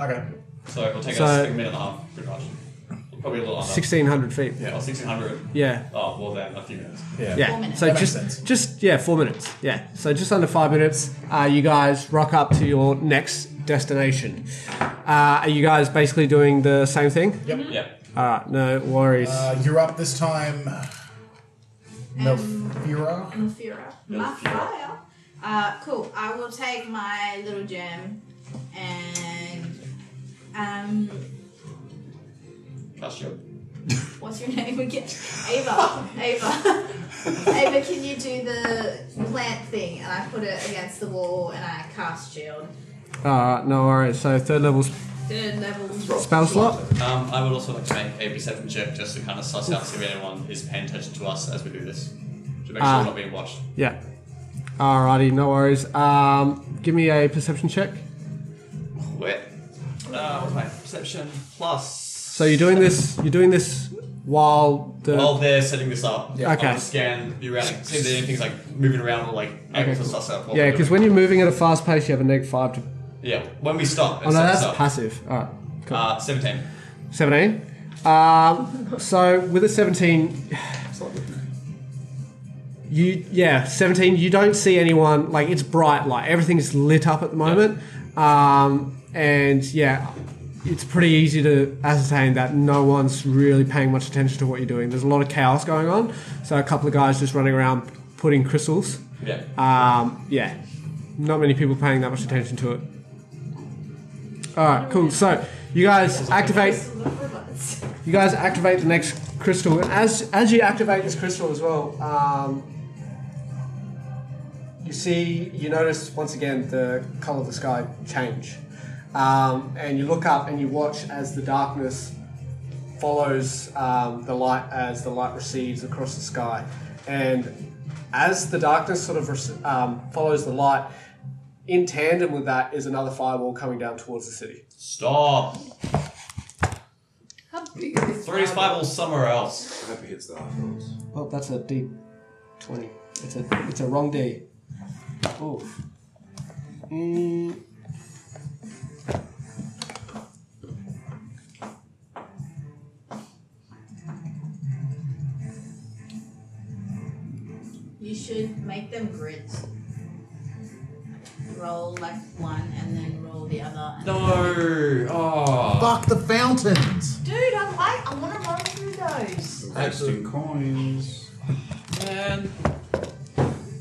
Speaker 14: Okay.
Speaker 10: So it'll take
Speaker 9: So-
Speaker 10: us a minute and a half, pretty much. Probably a little under.
Speaker 9: 1600 feet.
Speaker 10: Yeah. Or 1600.
Speaker 9: Yeah,
Speaker 10: Oh, well then, a few minutes.
Speaker 14: Yeah.
Speaker 9: yeah.
Speaker 6: Four minutes.
Speaker 9: So
Speaker 14: That makes
Speaker 9: just,
Speaker 14: sense.
Speaker 9: just yeah, four minutes. Yeah. So just under five minutes, uh, you guys rock up to your next destination. Uh, are you guys basically doing the same thing? Yep.
Speaker 10: Yeah.
Speaker 9: All right. No worries.
Speaker 14: Uh, you're up this time.
Speaker 3: uh,
Speaker 6: Um,
Speaker 14: Melfira.
Speaker 6: Malfira. Malfira. Uh, cool. I will take my little gem and um,
Speaker 10: That's your.
Speaker 6: what's your *laughs* name again? Ava. Ava. *laughs* Ava, can you do the plant thing? And I put it against the wall and I cast shield.
Speaker 9: Uh, no worries. So third level s-
Speaker 6: Third level.
Speaker 9: spell slot.
Speaker 10: Um, I would also like to make a perception check just to kind of suss out see if anyone is paying attention to us as we do this. To make sure
Speaker 9: Ah.
Speaker 10: we're not being watched.
Speaker 9: Yeah. Alrighty. No worries. Um, give me a perception check.
Speaker 10: Wait. Uh, what's my perception? Plus.
Speaker 9: So you're doing this. You're doing this while the
Speaker 10: While they're setting this up,
Speaker 9: Yeah.
Speaker 10: I'm
Speaker 9: Okay.
Speaker 10: gonna scan the around, see if there's anything like moving around or like able to
Speaker 9: cool.
Speaker 10: suss out. what
Speaker 9: Yeah,
Speaker 10: we're
Speaker 9: because
Speaker 10: doing.
Speaker 9: when you're moving at a fast pace, you have a neg five to.
Speaker 10: yeah, when we stop,
Speaker 9: Oh
Speaker 10: and
Speaker 9: no,
Speaker 10: set
Speaker 9: that's
Speaker 10: this up.
Speaker 9: passive. All right,
Speaker 10: uh, seventeen.
Speaker 9: seventeen. Um, so with a seventeen, you yeah seventeen. You don't see anyone. Like it's bright light. Everything's lit up at the moment. Um, and yeah, it's pretty easy to ascertain that no one's really paying much attention to what you're doing. There's a lot of chaos going on. So a couple of guys just running around putting crystals.
Speaker 10: Yeah.
Speaker 9: Um, yeah, not many people paying that much attention to it. All right, cool. So you guys activate. You guys activate the next crystal. And As as you activate this crystal as well, um, you see, you notice once again the color of the sky change, um, and you look up and you watch as the darkness follows um, the light as the light recedes across the sky. And as the darkness sort of rec- um, follows the light, in tandem with that is another fireball coming down towards the city.
Speaker 10: Stop.
Speaker 11: How big is this?
Speaker 10: Throw these fireballs somewhere else.
Speaker 19: I hope he hits the half rolls.
Speaker 9: Well, that's a D twenty. It's a it's a wrong D. Oh. Mm.
Speaker 6: You should make them grids. Roll like one and then roll the other. and-
Speaker 10: No.
Speaker 3: Um,
Speaker 10: Oh.
Speaker 14: Fuck the fountains.
Speaker 6: Dude, I'm like, I want to roll through those.
Speaker 19: Wasting coins.
Speaker 10: Man.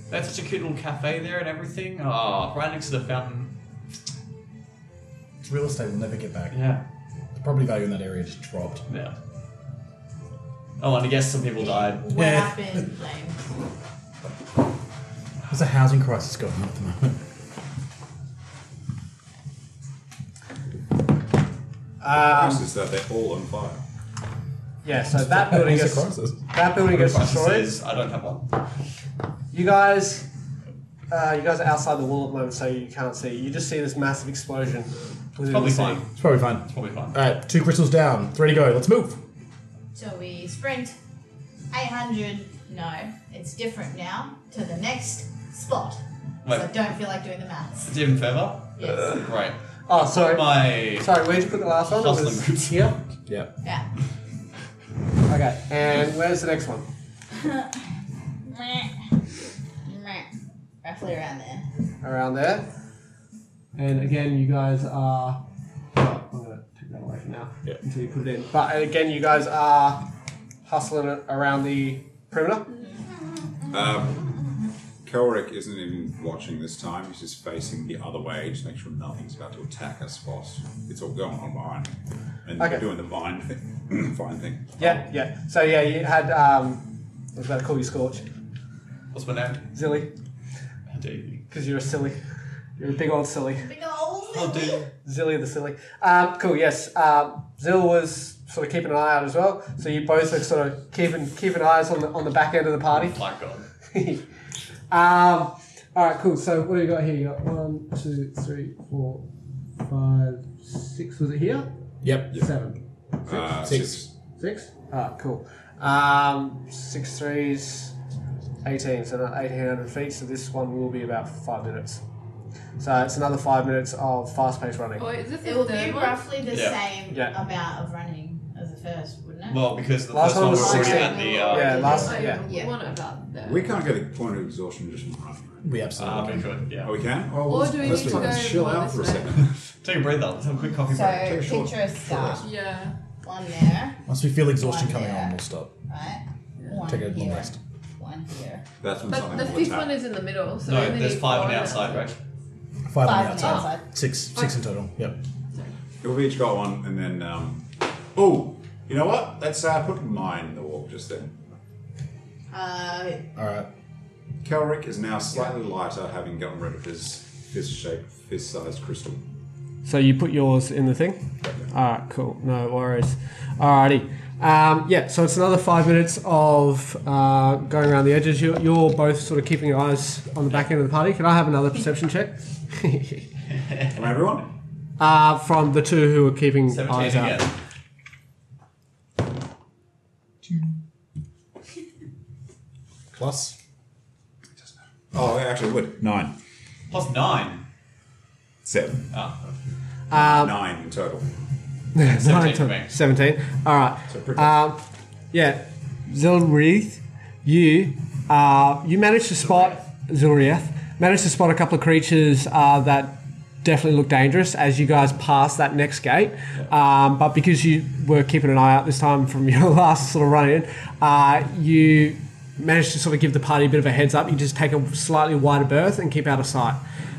Speaker 10: That's such a cute little cafe there and everything. Oh, right next to the fountain.
Speaker 14: Real estate will never get back.
Speaker 10: Yeah.
Speaker 14: The property value in that area just dropped.
Speaker 10: Yeah. Oh, and I guess some people died.
Speaker 6: What
Speaker 14: Yeah.
Speaker 6: happened, Flame?
Speaker 14: There's a housing crisis going on at the moment.
Speaker 8: Um,
Speaker 19: It's just that they're all on fire.
Speaker 9: yeah, so that building gets that building gets destroyed.
Speaker 10: Says, I don't have one.
Speaker 9: You guys, uh, you guys are outside the wall at the moment, so you can't see. You just see this massive explosion. It's
Speaker 10: Probably fine.
Speaker 3: It's probably fine.
Speaker 10: It's probably fine.
Speaker 3: All right, two crystals down, three to go. Let's move.
Speaker 6: So we sprint 800. No, it's different now to the next spot.
Speaker 10: Wait.
Speaker 6: So I don't feel like doing the maths.
Speaker 10: It's even further.
Speaker 6: Yes.
Speaker 10: Great.
Speaker 9: Oh, sorry.
Speaker 10: My
Speaker 9: Sorry, where'd you put the last one? It
Speaker 10: Hustling
Speaker 9: was
Speaker 10: boots.
Speaker 9: here.
Speaker 3: Yeah.
Speaker 6: Yeah.
Speaker 9: Okay, and where's the next one?
Speaker 6: Meh. Meh. Roughly around there.
Speaker 9: Around there. And again, you guys are. oh, I'm gonna take that away for now
Speaker 8: Yeah.
Speaker 9: until you put it in. But again, you guys are hustling around the perimeter.
Speaker 8: Um, Kelric isn't even watching this time. He's just facing the other way to make sure nothing's about to attack us whilst it's all going on behind him. And
Speaker 9: Okay.
Speaker 8: doing the vine thing. *clears throat* Fine thing.
Speaker 9: Yeah, yeah. So yeah, you had um, I was about to call you Scorch,
Speaker 10: what's my name?
Speaker 9: Zilly,
Speaker 10: How dare you?
Speaker 9: because you're a silly. You're a big old silly.
Speaker 6: Big ol'
Speaker 10: How dare you?
Speaker 9: Zilly the silly. Um, cool. Yes. Um, Zill was sort of keeping an eye out as well. So you both are sort of keeping keeping eyes on the on the back end of the party.
Speaker 10: My God.
Speaker 9: um, all right, cool. So what do you got here? You got one, two, three, four, five, six. Was it here?
Speaker 3: Yep.
Speaker 9: Seven,
Speaker 8: Uh,
Speaker 3: Six.
Speaker 9: six. Ah, cool. Um, six threes, eighteen. So not eighteen hundred feet. So this one will be about five minutes. So it's another five minutes of fast paced running.
Speaker 11: Oh, wait, is this
Speaker 6: It
Speaker 11: the
Speaker 6: will be
Speaker 11: third one?
Speaker 6: roughly the
Speaker 10: Yeah.
Speaker 6: same
Speaker 9: Yeah.
Speaker 6: amount of running as the first, wouldn't it?
Speaker 10: Well, because the
Speaker 9: Last
Speaker 10: first
Speaker 9: one
Speaker 10: one
Speaker 9: was
Speaker 10: was already
Speaker 9: 16.
Speaker 10: at the. Uh,
Speaker 9: Yeah, last-
Speaker 11: Oh,
Speaker 9: yeah.
Speaker 6: Yeah.
Speaker 11: One about that.
Speaker 8: We can't get a point of exhaustion just from running. right?
Speaker 3: We absolutely.
Speaker 10: Uh, we could, yeah.
Speaker 8: Oh, we can? Oh,
Speaker 11: Or
Speaker 8: let's,
Speaker 11: do we
Speaker 8: let's
Speaker 11: need to
Speaker 8: fucking
Speaker 11: go
Speaker 8: chill
Speaker 11: more
Speaker 8: out
Speaker 11: this
Speaker 8: for a
Speaker 11: way?
Speaker 8: second. *laughs*
Speaker 10: Take a breather. Let's have a quick coffee
Speaker 6: so
Speaker 10: break.
Speaker 8: Take a short-
Speaker 6: picture a star,
Speaker 11: Yeah.
Speaker 6: one there,
Speaker 3: Once we feel exhaustion
Speaker 6: One
Speaker 3: coming
Speaker 6: there.
Speaker 3: on, we'll stop.
Speaker 6: right? One
Speaker 3: Take a long
Speaker 6: here,
Speaker 3: rest.
Speaker 6: one here.
Speaker 8: That's when
Speaker 11: But
Speaker 8: something
Speaker 11: the
Speaker 8: will
Speaker 11: fifth
Speaker 8: attack.
Speaker 11: one is in the middle, so we
Speaker 10: No,
Speaker 11: only
Speaker 10: there's
Speaker 11: need
Speaker 10: five on
Speaker 11: four
Speaker 10: the outside, right?
Speaker 3: Five,
Speaker 6: Five
Speaker 3: on
Speaker 6: on
Speaker 3: the
Speaker 6: the
Speaker 3: outside.
Speaker 6: outside.
Speaker 3: Six. Six in total. Yep.
Speaker 8: We've each got one, and then. Um, oh, you know what? Let's uh, put mine in the wall just then.
Speaker 6: Uh,
Speaker 3: All right.
Speaker 8: Calric is now slightly lighter, having gotten rid of his fist-shaped, fist-sized crystal.
Speaker 9: So you put yours in the thing? All right, cool. No worries. Alrighty. Um, yeah, so it's another five minutes of uh, going around the edges. You're, you're both sort of keeping your eyes on the back end of the party. Can I have another perception check?
Speaker 8: From everyone?
Speaker 9: uh, from the two who are keeping
Speaker 10: 17
Speaker 9: eyes out. *laughs*
Speaker 10: again.
Speaker 3: Plus.
Speaker 8: Oh, actually, it would. Nine.
Speaker 10: Plus nine.
Speaker 8: Seven.
Speaker 10: Ah,
Speaker 8: Nine in total.
Speaker 9: Nine
Speaker 10: for
Speaker 9: to-
Speaker 10: me.
Speaker 9: 17. All right.
Speaker 8: So pretty
Speaker 9: Um, yeah, Zilrith, you uh, you managed to spot Zilrith. Managed to spot a couple of creatures uh, that definitely look dangerous as you guys pass that next gate. Um, but because you were keeping an eye out this time from *laughs* your last sort of run in, uh, you managed to sort of give the party a bit of a heads up. You just take a slightly wider berth and keep out of sight.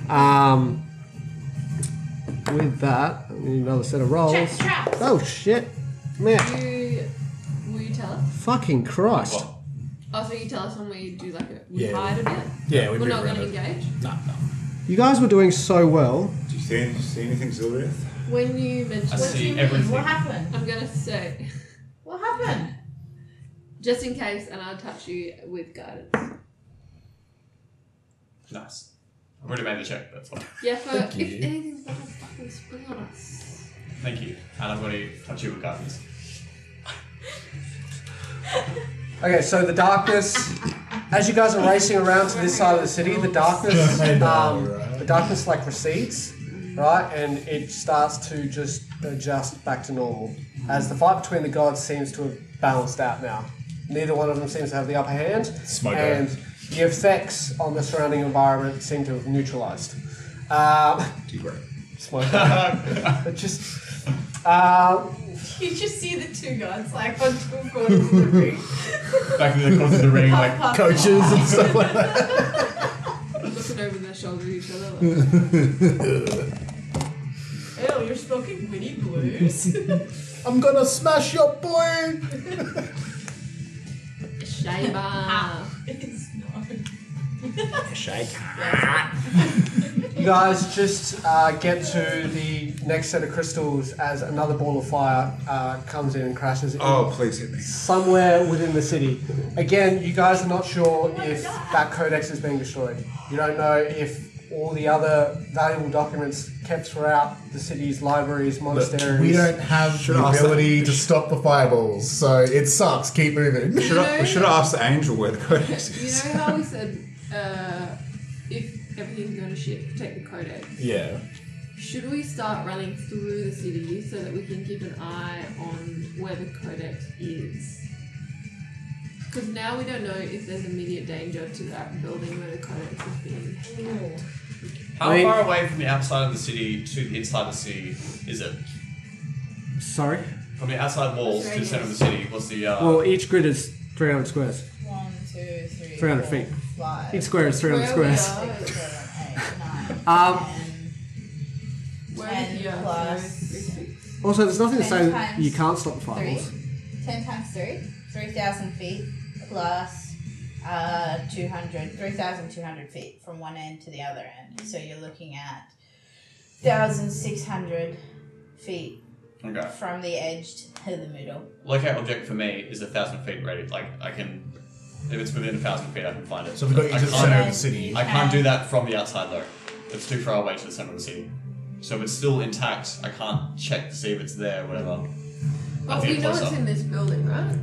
Speaker 9: Um, with that, I need another set of rolls.
Speaker 6: check traps.
Speaker 9: Oh shit, man.
Speaker 11: You, will you tell us?
Speaker 9: Fucking Christ.
Speaker 11: Oh, so you tell us when we do like a we
Speaker 3: Yeah.
Speaker 11: hide a bit.
Speaker 3: Yeah, we
Speaker 11: We're
Speaker 3: move
Speaker 11: not
Speaker 3: around
Speaker 11: going to
Speaker 3: it.
Speaker 11: engage.
Speaker 3: No, no.
Speaker 9: You guys were doing so well.
Speaker 8: Do you see, any, see anything, Zilrith?
Speaker 11: When you mention,
Speaker 6: What do
Speaker 10: see
Speaker 6: you mean?
Speaker 10: everything.
Speaker 6: What happened?
Speaker 11: I'm going to say,
Speaker 6: What happened? *laughs*
Speaker 11: just in case, and I'll touch you with guidance.
Speaker 10: Nice. I've already made the check, that's fine.
Speaker 11: Yeah, for if
Speaker 3: you.
Speaker 11: anything's going to fucking spring on us.
Speaker 10: Thank you. And I'm going to touch you with guidance.
Speaker 9: Okay, so the darkness, as you guys are racing around to this side of the city, the darkness, um, the darkness like recedes, right, and it starts to just adjust back to normal. As the fight between the gods seems to have balanced out now, neither one of them seems to have the upper hand,
Speaker 3: Smoke
Speaker 9: and the effects on the surrounding environment seem to have neutralized. Um,
Speaker 8: Degrade.
Speaker 9: smoke. It just. Uh,
Speaker 6: You just see the two guys like on two corners of the ring.
Speaker 10: Back into the corner of
Speaker 3: *laughs*
Speaker 10: the ring, like,
Speaker 3: Coaches and stuff like that.
Speaker 11: Looking over their shoulder at each other. Like,
Speaker 6: Oh, you're smoking Winnie Blues.
Speaker 3: I'm gonna smash your brain.
Speaker 11: Shaba.
Speaker 6: it's not.
Speaker 9: You guys just uh, get to the
Speaker 5: next set of crystals as another ball of fire uh, comes in and crashes in
Speaker 8: Oh, please hit me.
Speaker 5: somewhere within the city. Again, you guys are not sure if that codex is being destroyed. You don't know if all the other valuable documents kept throughout the city's libraries, monasteries.
Speaker 3: We don't have the
Speaker 8: ask that.
Speaker 3: ability to stop the fireballs, so it sucks. Keep moving.
Speaker 8: Should I, we should have asked the angel where the
Speaker 11: *laughs*
Speaker 8: codex
Speaker 11: You
Speaker 8: is.
Speaker 11: know how we said uh, if everything's going to shit, take the codex?
Speaker 20: Yeah.
Speaker 11: Should we start running through the city so that we can keep an eye on where the codex is? Because now we don't know if there's immediate danger to that building where the codex is being held.
Speaker 4: How
Speaker 9: I mean-
Speaker 4: far away from the outside of the city to the inside of the city is it?
Speaker 9: Sorry.
Speaker 4: From the outside walls to the center of the city, what's the uh,
Speaker 9: Well, each grid is 300 squares.
Speaker 6: One, two, three,
Speaker 9: 300
Speaker 6: four,
Speaker 9: feet.
Speaker 6: five,
Speaker 9: Each square is 300
Speaker 11: Where we
Speaker 9: squares.
Speaker 11: are,
Speaker 6: six, seven, eight, nine,
Speaker 9: Um,
Speaker 6: ten.
Speaker 11: Where
Speaker 6: Ten
Speaker 11: we are,
Speaker 6: plus
Speaker 11: so it's-
Speaker 9: Also, there's nothing to say
Speaker 6: Ten
Speaker 9: that
Speaker 6: times
Speaker 9: you can't stop the
Speaker 6: three.
Speaker 9: fireballs.
Speaker 6: Ten times three. Three thousand feet plus uh, 200, 3,200 feet from one end to the other end. So you're looking at 1,600 feet
Speaker 4: okay.
Speaker 6: from the edge to the middle.
Speaker 4: locate object for me is a thousand feet ready? Like I can, if it's within a thousand feet, I can find it.
Speaker 3: So we've got you
Speaker 4: I
Speaker 3: to the
Speaker 4: can't-
Speaker 3: center of
Speaker 6: And
Speaker 3: the city.
Speaker 6: you
Speaker 4: I can't
Speaker 6: can-
Speaker 4: do that from the outside though. It's too far away to the center of the city. So if it's still intact, I can't check to see if it's there, whatever.
Speaker 11: But we
Speaker 4: think
Speaker 11: know
Speaker 4: closer.
Speaker 11: it's in this building, right?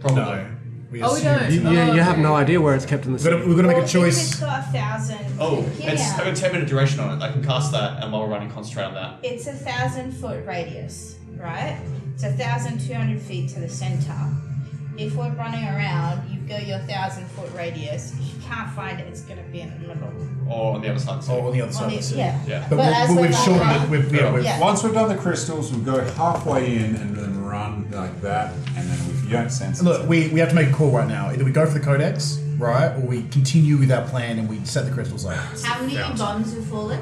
Speaker 4: Probably.
Speaker 3: We
Speaker 11: Oh, we
Speaker 3: assume-
Speaker 11: don't.
Speaker 9: You, you,
Speaker 11: Oh,
Speaker 9: you have
Speaker 11: okay.
Speaker 9: no idea where it's kept in the
Speaker 3: We're
Speaker 9: city.
Speaker 3: gonna, we're gonna make
Speaker 6: Well,
Speaker 3: a
Speaker 6: If it's
Speaker 3: choice.
Speaker 6: got a thousand.
Speaker 4: Oh, it's I've
Speaker 6: yeah.
Speaker 4: got ten minute duration on it. I can cast that, and while we're running, concentrate on that.
Speaker 6: It's a thousand foot radius, right? It's a thousand two hundred feet to the center. If we're running around, you go your thousand foot radius. If you can't find it, it's going to be in the middle.
Speaker 4: Or on the other side. Of the city.
Speaker 3: Oh, on the other side
Speaker 6: On
Speaker 3: of the
Speaker 6: the,
Speaker 3: city.
Speaker 6: yeah.
Speaker 4: Yeah.
Speaker 3: But, we, but
Speaker 6: as we're
Speaker 3: we've
Speaker 6: running
Speaker 3: shortened
Speaker 6: around-
Speaker 3: it. We've, yeah, we've,
Speaker 6: Yeah.
Speaker 21: Once we've done the crystals, we'll go halfway in and then run like that, and then if you don't sense it,
Speaker 3: Look, we, we have to make a call right now. Either we go for the codex, right, or we continue with our plan and we set the crystals up.
Speaker 10: How many bombs have fallen?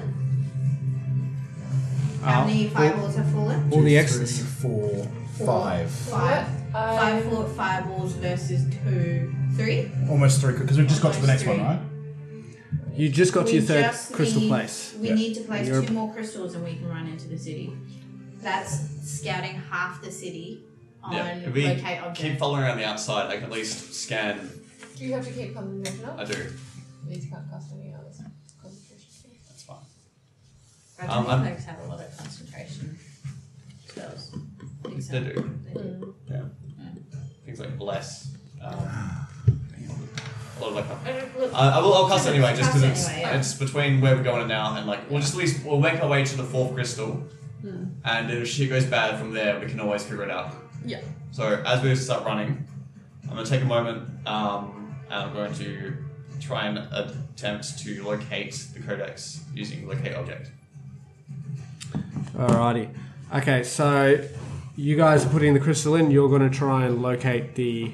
Speaker 10: How many fireballs have fallen?
Speaker 9: All the
Speaker 3: Two,
Speaker 9: exits.
Speaker 3: three, four, five.
Speaker 10: Five.
Speaker 11: I-
Speaker 10: Five fo- fireballs versus two. Three?
Speaker 3: Almost three, because we've just got to the next
Speaker 10: Almost
Speaker 3: one,
Speaker 10: three.
Speaker 3: right?
Speaker 9: You just got to
Speaker 10: We
Speaker 9: your third
Speaker 10: just
Speaker 9: crystal
Speaker 10: need-
Speaker 9: place.
Speaker 10: We
Speaker 3: Yeah.
Speaker 10: need to place
Speaker 9: You're-
Speaker 10: two more crystals and we can run into the city. That's scouting half the city on
Speaker 4: Yeah. If we
Speaker 10: locate
Speaker 4: keep
Speaker 10: object.
Speaker 4: following around the outside, I can at least scan.
Speaker 11: Do you have to keep concentration up?
Speaker 4: I do.
Speaker 11: These can't cast any others. Concentration.
Speaker 4: That's fine.
Speaker 6: I
Speaker 4: Um,
Speaker 6: don't
Speaker 4: I'm-
Speaker 6: think have a lot of concentration spells.
Speaker 4: They do. Yeah. Things like bless. Um, a lot of like
Speaker 6: I don't- look,
Speaker 4: I, I will, I'll cast it anyway, just
Speaker 6: Cast
Speaker 4: because
Speaker 6: it
Speaker 4: it's,
Speaker 6: anyway, yeah.
Speaker 4: it's between where we're going now and like we'll just at least we'll make our way to the fourth crystal, and if shit goes bad from there, we can always figure it out.
Speaker 11: Yeah.
Speaker 4: So as we start running, I'm gonna take a moment. Um, and I'm going to try and attempt to locate the codex using locate object.
Speaker 9: Alrighty. Okay, so you guys are putting the crystal in. You're going to try and locate the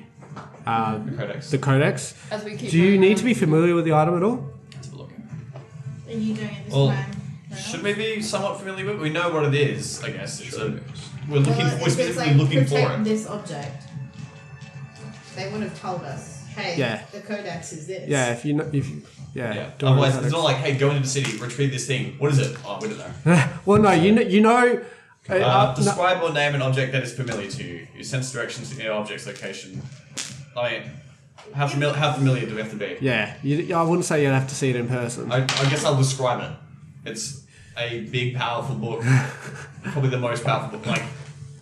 Speaker 9: uh,
Speaker 4: The codex.
Speaker 9: the codex.
Speaker 11: As we keep
Speaker 9: Do you
Speaker 11: running
Speaker 9: need to be
Speaker 11: around.
Speaker 9: familiar with the item at all?
Speaker 4: Let's have a look.
Speaker 10: Are you doing it this
Speaker 4: Well,
Speaker 10: time? Reynolds?
Speaker 4: Should we be somewhat familiar with? it? We know what it is, I guess. It's a, we're
Speaker 10: Well,
Speaker 4: looking. we're
Speaker 10: if it's
Speaker 4: specifically
Speaker 10: like,
Speaker 4: looking for
Speaker 10: protect
Speaker 4: it.
Speaker 10: this object. They would have told us, hey,
Speaker 9: Yeah.
Speaker 10: the codex is this.
Speaker 9: Yeah, if you know, if you, yeah.
Speaker 4: Yeah.
Speaker 9: don't worry
Speaker 4: Otherwise,
Speaker 9: about
Speaker 4: it's
Speaker 9: it.
Speaker 4: not like, hey, go into the city, retrieve this thing. What is it? Oh, we don't know.
Speaker 9: *laughs* well, no, you know, you know. uh,
Speaker 4: Uh,
Speaker 9: uh, no-
Speaker 4: describe or name an object that is familiar to you. You sense directions to your object's location. I mean, how, famil- how familiar do we have to be?
Speaker 9: yeah, you, I wouldn't say you'd have to see it in person.
Speaker 4: I, I guess I'll describe it. It's a big,
Speaker 3: *laughs*
Speaker 4: powerful book. Probably the most powerful book. Like,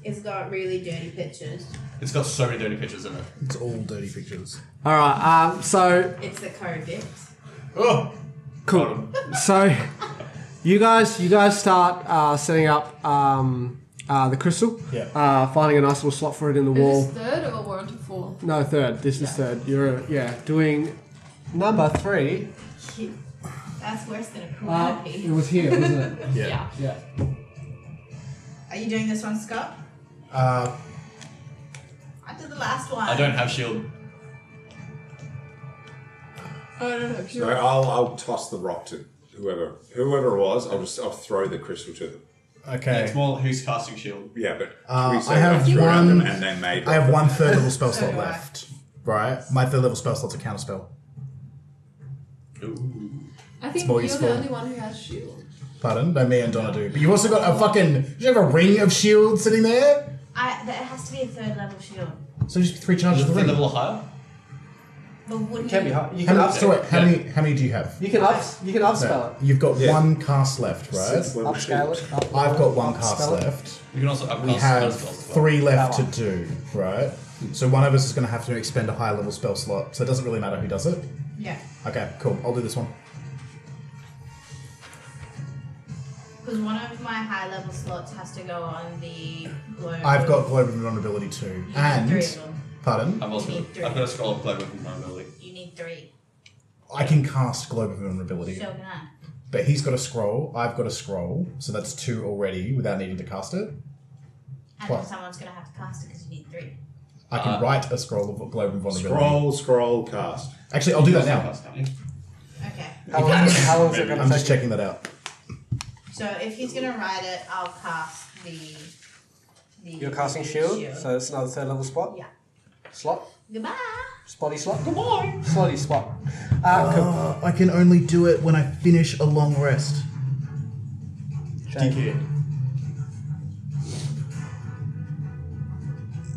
Speaker 10: It's got really dirty pictures.
Speaker 4: it's got so many dirty pictures in it.
Speaker 3: It's all dirty pictures.
Speaker 9: All right. Um, so
Speaker 10: It's the codex.
Speaker 9: Cool. So, you guys, you guys start uh, setting up um, uh, the crystal.
Speaker 3: Yeah.
Speaker 9: Uh, finding a nice little slot for it in the
Speaker 11: Is
Speaker 9: wall.
Speaker 11: this third or we're on to four?
Speaker 9: No, third. This is third. You're yeah doing number three.
Speaker 10: That's worse than a
Speaker 9: Uh,
Speaker 10: crappy.
Speaker 9: it was here, wasn't it?
Speaker 3: Yeah.
Speaker 9: Yeah.
Speaker 10: Are you doing this one, Scott?
Speaker 3: Uh,
Speaker 10: I did the last one.
Speaker 4: I don't have shield.
Speaker 11: I don't know.
Speaker 8: So I'll, I'll toss the rock to whoever whoever it was. I'll just I'll throw the crystal to them.
Speaker 3: okay.
Speaker 4: It's more who's casting
Speaker 10: E
Speaker 4: shield.
Speaker 8: Yeah, but
Speaker 3: Uh,
Speaker 8: we say
Speaker 3: I have
Speaker 8: threw it at them
Speaker 3: one-
Speaker 8: and they made.
Speaker 3: I have
Speaker 8: one.
Speaker 3: one third level spell
Speaker 6: *laughs*
Speaker 10: So
Speaker 3: slot
Speaker 10: do I.
Speaker 3: left. Right? My third level spell slot's a counter spell.
Speaker 4: Ooh.
Speaker 11: I think
Speaker 3: more
Speaker 11: you're
Speaker 3: useful.
Speaker 11: the only one who has shield.
Speaker 3: Pardon? No, me and Donna do. But you've also got a fucking. You have a ring of shield sitting there?
Speaker 6: I, that has to be a third level shield.
Speaker 3: So just three charges
Speaker 10: Is
Speaker 3: of
Speaker 10: it
Speaker 3: the
Speaker 10: the
Speaker 3: ring.
Speaker 10: level higher?
Speaker 6: But wouldn't
Speaker 5: You can be hot. You
Speaker 3: How
Speaker 5: can
Speaker 3: many,
Speaker 5: up.
Speaker 3: so wait, how,
Speaker 10: Yeah.
Speaker 3: many, how many do you have?
Speaker 5: You can up. You can upspell it.
Speaker 3: You've got
Speaker 8: Yeah.
Speaker 3: one cast left, right?
Speaker 8: Six level
Speaker 5: Upscale
Speaker 8: shield.
Speaker 5: it. Up,
Speaker 3: I've got one cast
Speaker 5: upspell it.
Speaker 3: left.
Speaker 10: You can also
Speaker 3: We
Speaker 10: upcast
Speaker 3: have
Speaker 10: spells as well.
Speaker 3: three left to
Speaker 5: That
Speaker 3: do, right? So one of us is going to have to expend a high level spell slot. So it doesn't really matter who does it.
Speaker 6: Yeah.
Speaker 3: Okay, cool. I'll do this one.
Speaker 6: Because one of my high level slots has to go on the globe.
Speaker 3: I've got globe of vulnerability too,
Speaker 6: You need three of
Speaker 3: and
Speaker 6: them.
Speaker 3: pardon,
Speaker 10: I've also
Speaker 6: You
Speaker 10: got,
Speaker 6: need three.
Speaker 10: I've got a scroll of play with vulnerability.
Speaker 6: You need three.
Speaker 3: I can cast globe of vulnerability.
Speaker 6: So can I.
Speaker 3: But he's got a scroll. I've got a scroll, so that's two already without needing to cast it.
Speaker 6: And
Speaker 3: What?
Speaker 6: then someone's going to have to cast it because you need three.
Speaker 3: I can
Speaker 10: Uh,
Speaker 3: write a scroll of globe of vulnerability.
Speaker 8: Scroll, scroll, cast.
Speaker 3: Actually, I'll do that now.
Speaker 10: Cast, can't you?
Speaker 6: Okay.
Speaker 5: How long? How long is it
Speaker 3: I'm
Speaker 5: going to
Speaker 3: just
Speaker 5: take?
Speaker 3: checking that out.
Speaker 6: So if he's going to write it, I'll cast the. the
Speaker 5: You're casting shield, so it's another third level spot.
Speaker 6: Yeah.
Speaker 5: Slot.
Speaker 6: Goodbye.
Speaker 5: Spotty slot. Come on. Slotty spot. Uh, cool.
Speaker 3: Uh, I can only do it when I finish a long rest.
Speaker 5: Shame.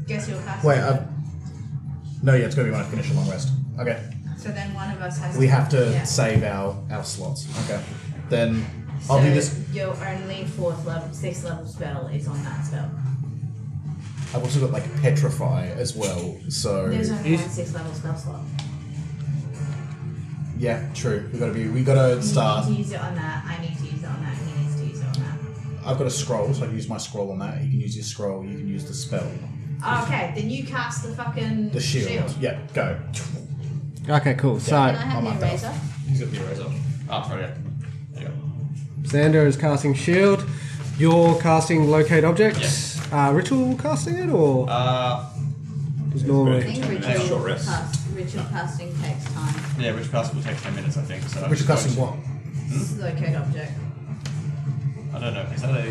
Speaker 6: Guess you'll cast
Speaker 3: Wait, uh,
Speaker 6: it.
Speaker 3: i no, yeah, it's gonna be when I finish a long rest. Okay,
Speaker 6: So then one of us has
Speaker 3: we have to
Speaker 6: Yeah.
Speaker 3: save our our slots. Okay, then I'll
Speaker 6: so
Speaker 3: do this.
Speaker 6: Your only fourth level, sixth level spell is on that spell.
Speaker 3: I've also got like petrify as well, so
Speaker 6: There's only one sixth level spell slot.
Speaker 3: yeah, true. We gotta be, we gotta start.
Speaker 6: You need to use it on that. I need to use it on that. He needs to use it on that.
Speaker 3: I've got a scroll, so I can use my scroll on that. You can use your scroll. You can use the spell,
Speaker 6: Okay, then you cast the fucking
Speaker 3: the shield. Yeah, go.
Speaker 9: *laughs* Okay, cool.
Speaker 6: Can
Speaker 9: So
Speaker 6: I have
Speaker 3: I'm
Speaker 6: the
Speaker 3: up there.
Speaker 6: razor?
Speaker 10: He's got the eraser. Ah, oh, right, yeah. There you go.
Speaker 9: Xander is casting shield. You're casting locate objects. Uh, ritual casting it or
Speaker 10: Uh,
Speaker 9: is
Speaker 8: I
Speaker 9: normally?
Speaker 6: I
Speaker 8: think
Speaker 6: think
Speaker 8: ritual
Speaker 6: ritual,
Speaker 8: Short rest.
Speaker 6: cast, ritual casting takes time.
Speaker 3: Mm-hmm.
Speaker 10: yeah, which pass will take 10 minutes, I think. So
Speaker 3: Which is casting what?
Speaker 6: This is locate object.
Speaker 10: I don't know. Is that a. I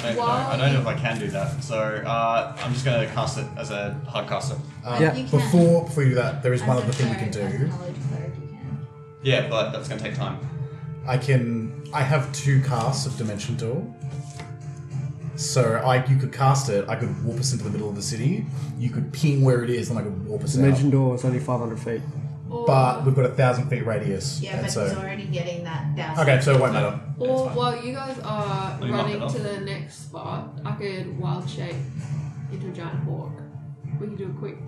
Speaker 10: don't, know. I don't know if I can do that. So uh, I'm just going to cast it as a hard caster.
Speaker 3: Um,
Speaker 9: Yeah.
Speaker 6: You can.
Speaker 3: Before before you do that, there is
Speaker 6: As
Speaker 3: one
Speaker 6: a
Speaker 3: other thing we can
Speaker 6: cleric, as
Speaker 3: do.
Speaker 6: a knowledge cleric, you can.
Speaker 10: Yeah, but that's going to take time.
Speaker 3: I can. I have two casts of Dimension Door. So I, you could cast it. I could warp us into the middle of the city. You could ping where it is, and I could warp us
Speaker 9: Dimension
Speaker 3: out.
Speaker 9: door is only 500 feet.
Speaker 11: Or,
Speaker 3: But we've got a thousand feet radius,
Speaker 6: Yeah,
Speaker 3: and
Speaker 6: but he's
Speaker 3: so
Speaker 6: already getting that down.
Speaker 3: okay, so it won't matter.
Speaker 11: or while you guys are
Speaker 10: Will you mark it
Speaker 11: running
Speaker 10: up?
Speaker 11: to the next spot, I could wild shape into a giant hawk. We can do a quick.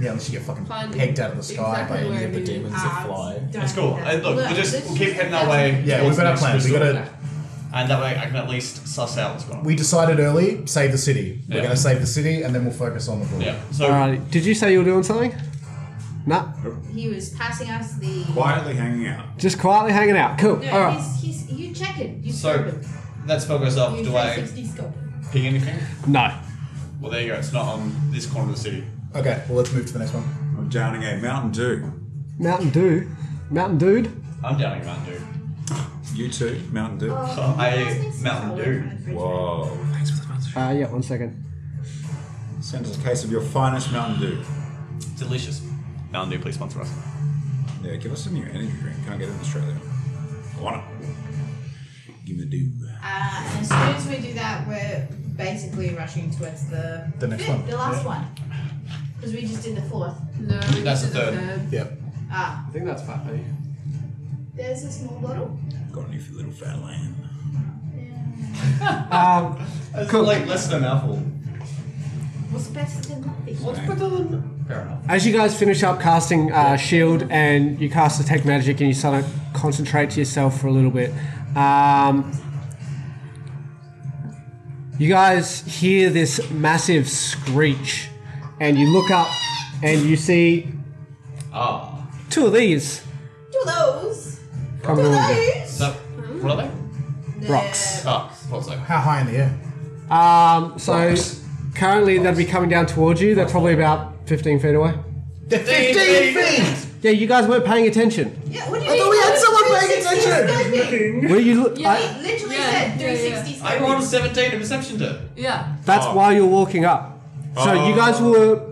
Speaker 3: Yeah, unless you get fucking
Speaker 11: Find
Speaker 3: pegged out of the sky
Speaker 11: exactly
Speaker 3: by any
Speaker 11: where
Speaker 3: of the
Speaker 11: it
Speaker 3: demons
Speaker 11: is.
Speaker 3: that
Speaker 6: Ah,
Speaker 3: fly.
Speaker 6: don't
Speaker 10: It's cool.
Speaker 6: do
Speaker 10: Uh,
Speaker 6: that.
Speaker 10: look, we'll just
Speaker 6: this
Speaker 10: we'll
Speaker 6: is
Speaker 10: keep
Speaker 6: just
Speaker 10: heading
Speaker 6: a
Speaker 10: our way.
Speaker 3: Yeah, we've got
Speaker 10: towards the
Speaker 3: our
Speaker 10: next
Speaker 3: plans. We
Speaker 10: crystal.
Speaker 3: gotta-
Speaker 10: And that way I can at least suss out what's going on.
Speaker 3: We decided early, save the city. We're
Speaker 10: Yeah.
Speaker 3: going to save the city, and then we'll focus on the book.
Speaker 10: yeah. So
Speaker 9: Alrighty. Did you say you were doing something? Nah.
Speaker 6: thousand. He was passing us the.
Speaker 8: Quietly hanging out.
Speaker 9: Just quietly hanging out. Cool.
Speaker 6: No,
Speaker 11: Oh.
Speaker 9: Alright.
Speaker 6: he's, he's, you check it. You
Speaker 10: So-
Speaker 6: scope it.
Speaker 10: that spell goes off.
Speaker 6: You
Speaker 10: Do I
Speaker 6: 360
Speaker 10: *laughs*
Speaker 6: scope it.
Speaker 10: ping anything?
Speaker 9: No.
Speaker 10: Well, there you go. It's not on this corner of the city.
Speaker 3: Okay, well, let's move to the next one.
Speaker 8: I'm downing a Mountain Dew.
Speaker 9: Mountain Dew. Mountain Dude.
Speaker 10: I'm downing Mountain Dew.
Speaker 8: You too, Mountain Dew.
Speaker 6: Oh,
Speaker 10: I-
Speaker 6: you guys need some
Speaker 10: Mountain
Speaker 6: color
Speaker 10: Dew.
Speaker 6: from the fridge.
Speaker 8: Whoa.
Speaker 9: Uh, yeah, one second.
Speaker 8: Send us a case of your finest Mountain Dew.
Speaker 10: Delicious. Mountain Dew, please sponsor us.
Speaker 8: Yeah, give us some new energy drink. Can't get it in Australia. I want it. Give me the dew.
Speaker 6: Uh, and as soon as we do that, we're basically rushing towards the
Speaker 3: The next
Speaker 6: fifth,
Speaker 3: one.
Speaker 6: the last one, because we just did the fourth.
Speaker 11: No,
Speaker 10: That's
Speaker 11: this
Speaker 10: the
Speaker 11: is
Speaker 10: third.
Speaker 3: Yep.
Speaker 6: Ah,
Speaker 9: I think that's fat penny.
Speaker 6: there's a small bottle.
Speaker 8: Got any for little fat lamb?
Speaker 9: Um,
Speaker 10: It's
Speaker 9: Cool.
Speaker 10: Like less than a mouthful.
Speaker 6: What's better than nothing?
Speaker 10: What's better than? Fair enough.
Speaker 9: as you guys finish up casting uh, shield and you cast detect magic and you sort of concentrate to yourself for a little bit, um, you guys hear this massive screech, and you look up and you see
Speaker 10: Ah.
Speaker 9: two of these
Speaker 6: Do those?
Speaker 9: coming
Speaker 6: Do
Speaker 9: over.
Speaker 6: those?
Speaker 10: So what are they?
Speaker 9: Rocks.
Speaker 10: Ah, what's that?
Speaker 3: How high in the air?
Speaker 9: Um, so currently they'd be coming down towards you. They're probably about 15 feet away.
Speaker 3: 15 feet!
Speaker 9: Yeah, you guys weren't paying attention.
Speaker 6: Yeah. What do you
Speaker 3: I
Speaker 6: mean?
Speaker 3: thought we had someone paying
Speaker 6: 360
Speaker 3: attention!
Speaker 6: scoping.
Speaker 9: Were you? Look,
Speaker 11: Yeah.
Speaker 9: I,
Speaker 6: He literally
Speaker 11: Yeah,
Speaker 6: said
Speaker 11: yeah, yeah.
Speaker 6: 360
Speaker 10: I
Speaker 6: scoping.
Speaker 10: rolled a 17 in perception to.
Speaker 11: Yeah.
Speaker 9: that's
Speaker 8: Oh.
Speaker 10: Oh.
Speaker 9: why you're walking up. So you guys were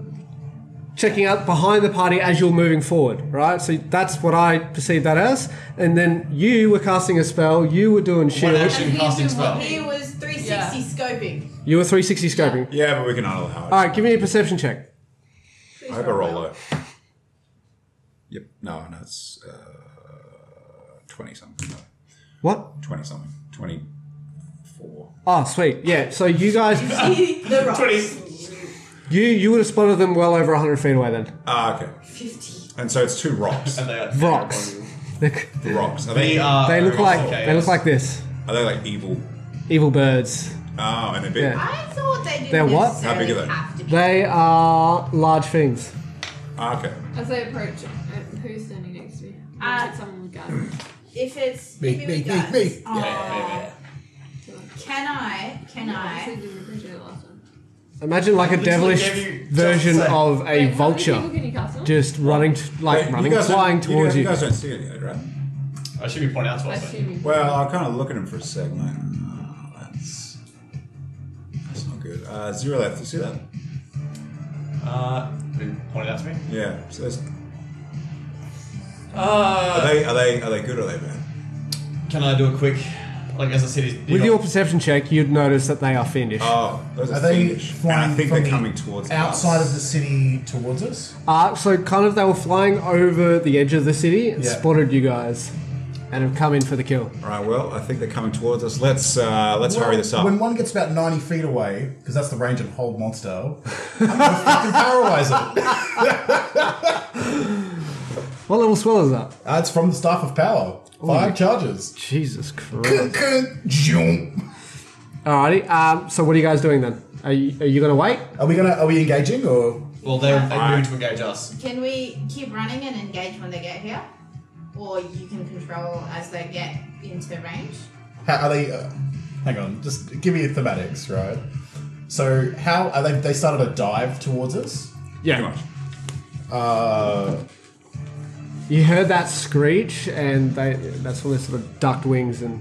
Speaker 9: checking out behind the party as you're moving forward, right? So that's what I perceive that as. And then you were casting a spell, you were doing shield,
Speaker 10: action casting spell.
Speaker 6: He was 360
Speaker 11: *laughs*
Speaker 6: scoping.
Speaker 9: you were 360 scoping.
Speaker 8: Yeah, but we can allow it.
Speaker 9: All right, give me a perception check.
Speaker 8: I have a roll low. Yep. No, no, it's uh, twenty something. No,
Speaker 9: What?
Speaker 8: twenty something. Twenty four.
Speaker 9: Oh, sweet. Yeah. So you
Speaker 6: *laughs*
Speaker 9: guys,
Speaker 6: the rock.
Speaker 9: you you would have spotted them well over 100 feet away then.
Speaker 10: Oh,
Speaker 8: Ah, okay. Fifty. And so it's two rocks.
Speaker 10: And they are
Speaker 9: Vox. They,
Speaker 8: The rocks. Are they?
Speaker 10: They are.
Speaker 9: they look like *laughs*
Speaker 10: okay,
Speaker 9: they look like this.
Speaker 8: Are they like evil?
Speaker 9: Evil birds.
Speaker 8: Oh, and they're big.
Speaker 9: Yeah.
Speaker 6: I thought they didn't
Speaker 9: They're what?
Speaker 8: How big are they?
Speaker 6: necessarily have to be.
Speaker 9: They are large things.
Speaker 8: Ah, okay.
Speaker 11: As I approach, uh, who's standing next to me?
Speaker 22: Uh,
Speaker 11: Uh, someone with guns.
Speaker 6: If it's
Speaker 23: Me,
Speaker 6: here
Speaker 23: me,
Speaker 6: we
Speaker 23: me,
Speaker 6: go.
Speaker 23: me.
Speaker 22: Aw.
Speaker 6: Can I? Can
Speaker 11: I
Speaker 6: I?
Speaker 11: actually didn't appreciate it last time.
Speaker 9: Imagine like a
Speaker 10: Literally
Speaker 9: devilish
Speaker 10: gave you-
Speaker 9: version
Speaker 10: Just say.
Speaker 9: of
Speaker 11: Wait, how
Speaker 9: a
Speaker 11: many people
Speaker 9: vulture,
Speaker 11: can you cast on?
Speaker 9: just running, t- like
Speaker 8: Wait,
Speaker 9: running,
Speaker 8: you guys don't-
Speaker 9: flying
Speaker 8: you
Speaker 9: towards
Speaker 8: guys-
Speaker 9: you.
Speaker 8: You guys don't see any of it, right?
Speaker 10: I should be pointing out to us. then.
Speaker 11: Assuming.
Speaker 8: Well, I kind of look at him for a second, like, oh, that's that's not good. Uh, zero left. You see that?
Speaker 10: Uh, who pointed out to me?
Speaker 8: Yeah. So there's,
Speaker 10: Uh,
Speaker 8: are they are they are they good or are they bad?
Speaker 10: Can I do a quick, like as I said, he's
Speaker 9: With your perception check, you'd notice that they are fiendish.
Speaker 8: Oh, those are,
Speaker 3: Are they
Speaker 8: fiendish.
Speaker 3: flying
Speaker 8: and I think
Speaker 3: from
Speaker 8: they're
Speaker 3: the
Speaker 8: coming towards
Speaker 3: outside
Speaker 8: us.
Speaker 3: of the city towards us.
Speaker 9: Uh, so kind of they were flying over the edge of the city and
Speaker 3: Yeah.
Speaker 9: spotted you guys, and have come in for the kill.
Speaker 8: All right. Well, I think they're coming towards us. Let's uh, let's
Speaker 3: Well,
Speaker 8: hurry this up.
Speaker 3: When one gets about 90 feet away, because that's the range of hold monster, *laughs* I'm gonna fucking paralyze it.
Speaker 9: What level swell is that?
Speaker 3: Uh, it's from the Staff of Power. Five charges.
Speaker 9: Jesus Christ!
Speaker 3: Zoom.
Speaker 9: Alrighty. Um, so what are you guys doing then? Are you, are you gonna wait?
Speaker 3: Are we gonna? Are we engaging or?
Speaker 10: well, they they moved to engage us.
Speaker 6: Can we keep running and engage when they get here? Or you can control as they get into range?
Speaker 3: How are they? Uh, hang on, just give me a thematics, right? So how are they? They started a dive towards us.
Speaker 9: Yeah.
Speaker 8: Pretty much.
Speaker 3: Uh,
Speaker 9: You heard that screech, and they, that's when they sort of ducked wings and.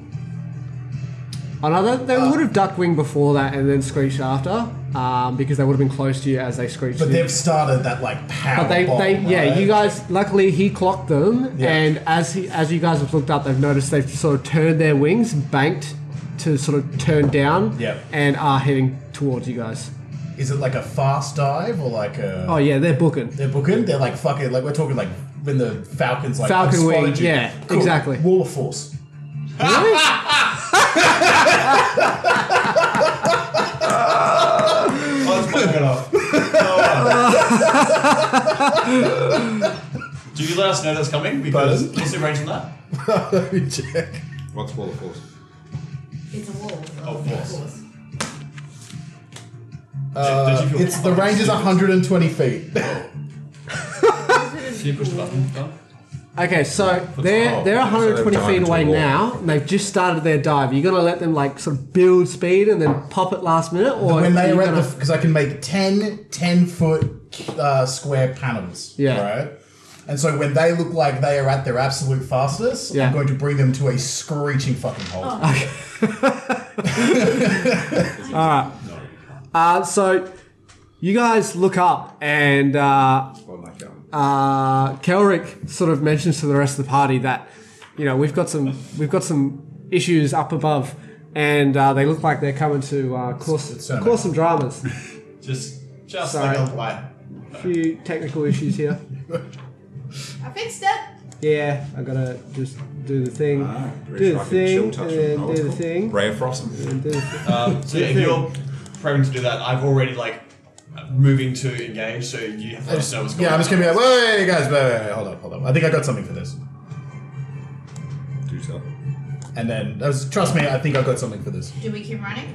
Speaker 9: Oh no, they, they would have ducked wing before that and then screeched after, um, because they would have been close to you as they screeched.
Speaker 3: but
Speaker 9: you.
Speaker 3: they've started that like power.
Speaker 9: But they,
Speaker 3: bomb,
Speaker 9: they yeah,
Speaker 3: right?
Speaker 9: you guys. Luckily, he clocked them,
Speaker 3: Yeah.
Speaker 9: and as he, as you guys have looked up, they've noticed they've sort of turned their wings, banked to sort of turn down,
Speaker 3: Yep.
Speaker 9: and are heading towards you guys.
Speaker 3: Is it like a fast dive or like a?
Speaker 9: Oh yeah, they're booking.
Speaker 3: They're booking. They're like fucking like we're talking like when the Falcons like
Speaker 9: Falcon
Speaker 3: spotted
Speaker 9: wing,
Speaker 3: you.
Speaker 9: yeah, exactly.
Speaker 3: Wall of force.
Speaker 10: Oh, it's quite good off. Do you let us know that's coming? Because
Speaker 3: Pardon?
Speaker 10: what's the range on that?
Speaker 3: Let me check.
Speaker 8: What's wall of force?
Speaker 6: It's a wall.
Speaker 10: Of course.
Speaker 3: Uh,
Speaker 10: Did you feel
Speaker 3: it's the range is 120 feet.
Speaker 10: Can you push the button? Done.
Speaker 9: Okay, so they're
Speaker 8: Oh,
Speaker 9: they're
Speaker 8: so they've
Speaker 9: 120
Speaker 8: dived
Speaker 9: feet
Speaker 8: into
Speaker 9: away
Speaker 8: a wall.
Speaker 9: now, and they've just started their dive. You're gonna let them like sort of build speed and then pop it last minute, or
Speaker 3: when they
Speaker 9: you're
Speaker 3: are at
Speaker 9: gonna-
Speaker 3: the because I can make 10 10 foot uh, square panels.
Speaker 9: Yeah.
Speaker 3: Right. And so when they look like they are at their absolute fastest,
Speaker 9: Yeah.
Speaker 3: I'm going to bring them to a screeching fucking halt.
Speaker 10: Oh.
Speaker 9: uh, so you guys look up and. Uh,
Speaker 8: Well, like, um,
Speaker 9: uh, Kelric sort of mentions to the rest of the party that you know we've got some we've got some issues up above, and uh, they look like they're coming to uh, cause
Speaker 3: Cermak.
Speaker 9: cause some dramas.
Speaker 10: Just, just
Speaker 9: Sorry.
Speaker 10: like a light.
Speaker 9: A few technical issues here.
Speaker 6: I fixed it.
Speaker 9: Yeah, I gotta just do the thing,
Speaker 8: ah, pretty
Speaker 9: do
Speaker 8: sure I
Speaker 9: the
Speaker 8: can chill
Speaker 9: thing,
Speaker 8: touch
Speaker 9: and
Speaker 8: with-
Speaker 9: then
Speaker 8: no,
Speaker 9: do the
Speaker 8: it's cool.
Speaker 9: thing.
Speaker 8: Ray of frost.
Speaker 9: do the thi-
Speaker 10: Um, so yeah, if you're preparing to do that, I've already like moving to engage, so you have to let us know what's going
Speaker 3: Yeah,
Speaker 10: on.
Speaker 3: I'm just gonna be like, wait, wait, guys, wait, wait, wait, hold up, hold up. I think I got something for this.
Speaker 8: Do so.
Speaker 3: And then, I was, trust me, I think I got something for this.
Speaker 6: Do we keep running?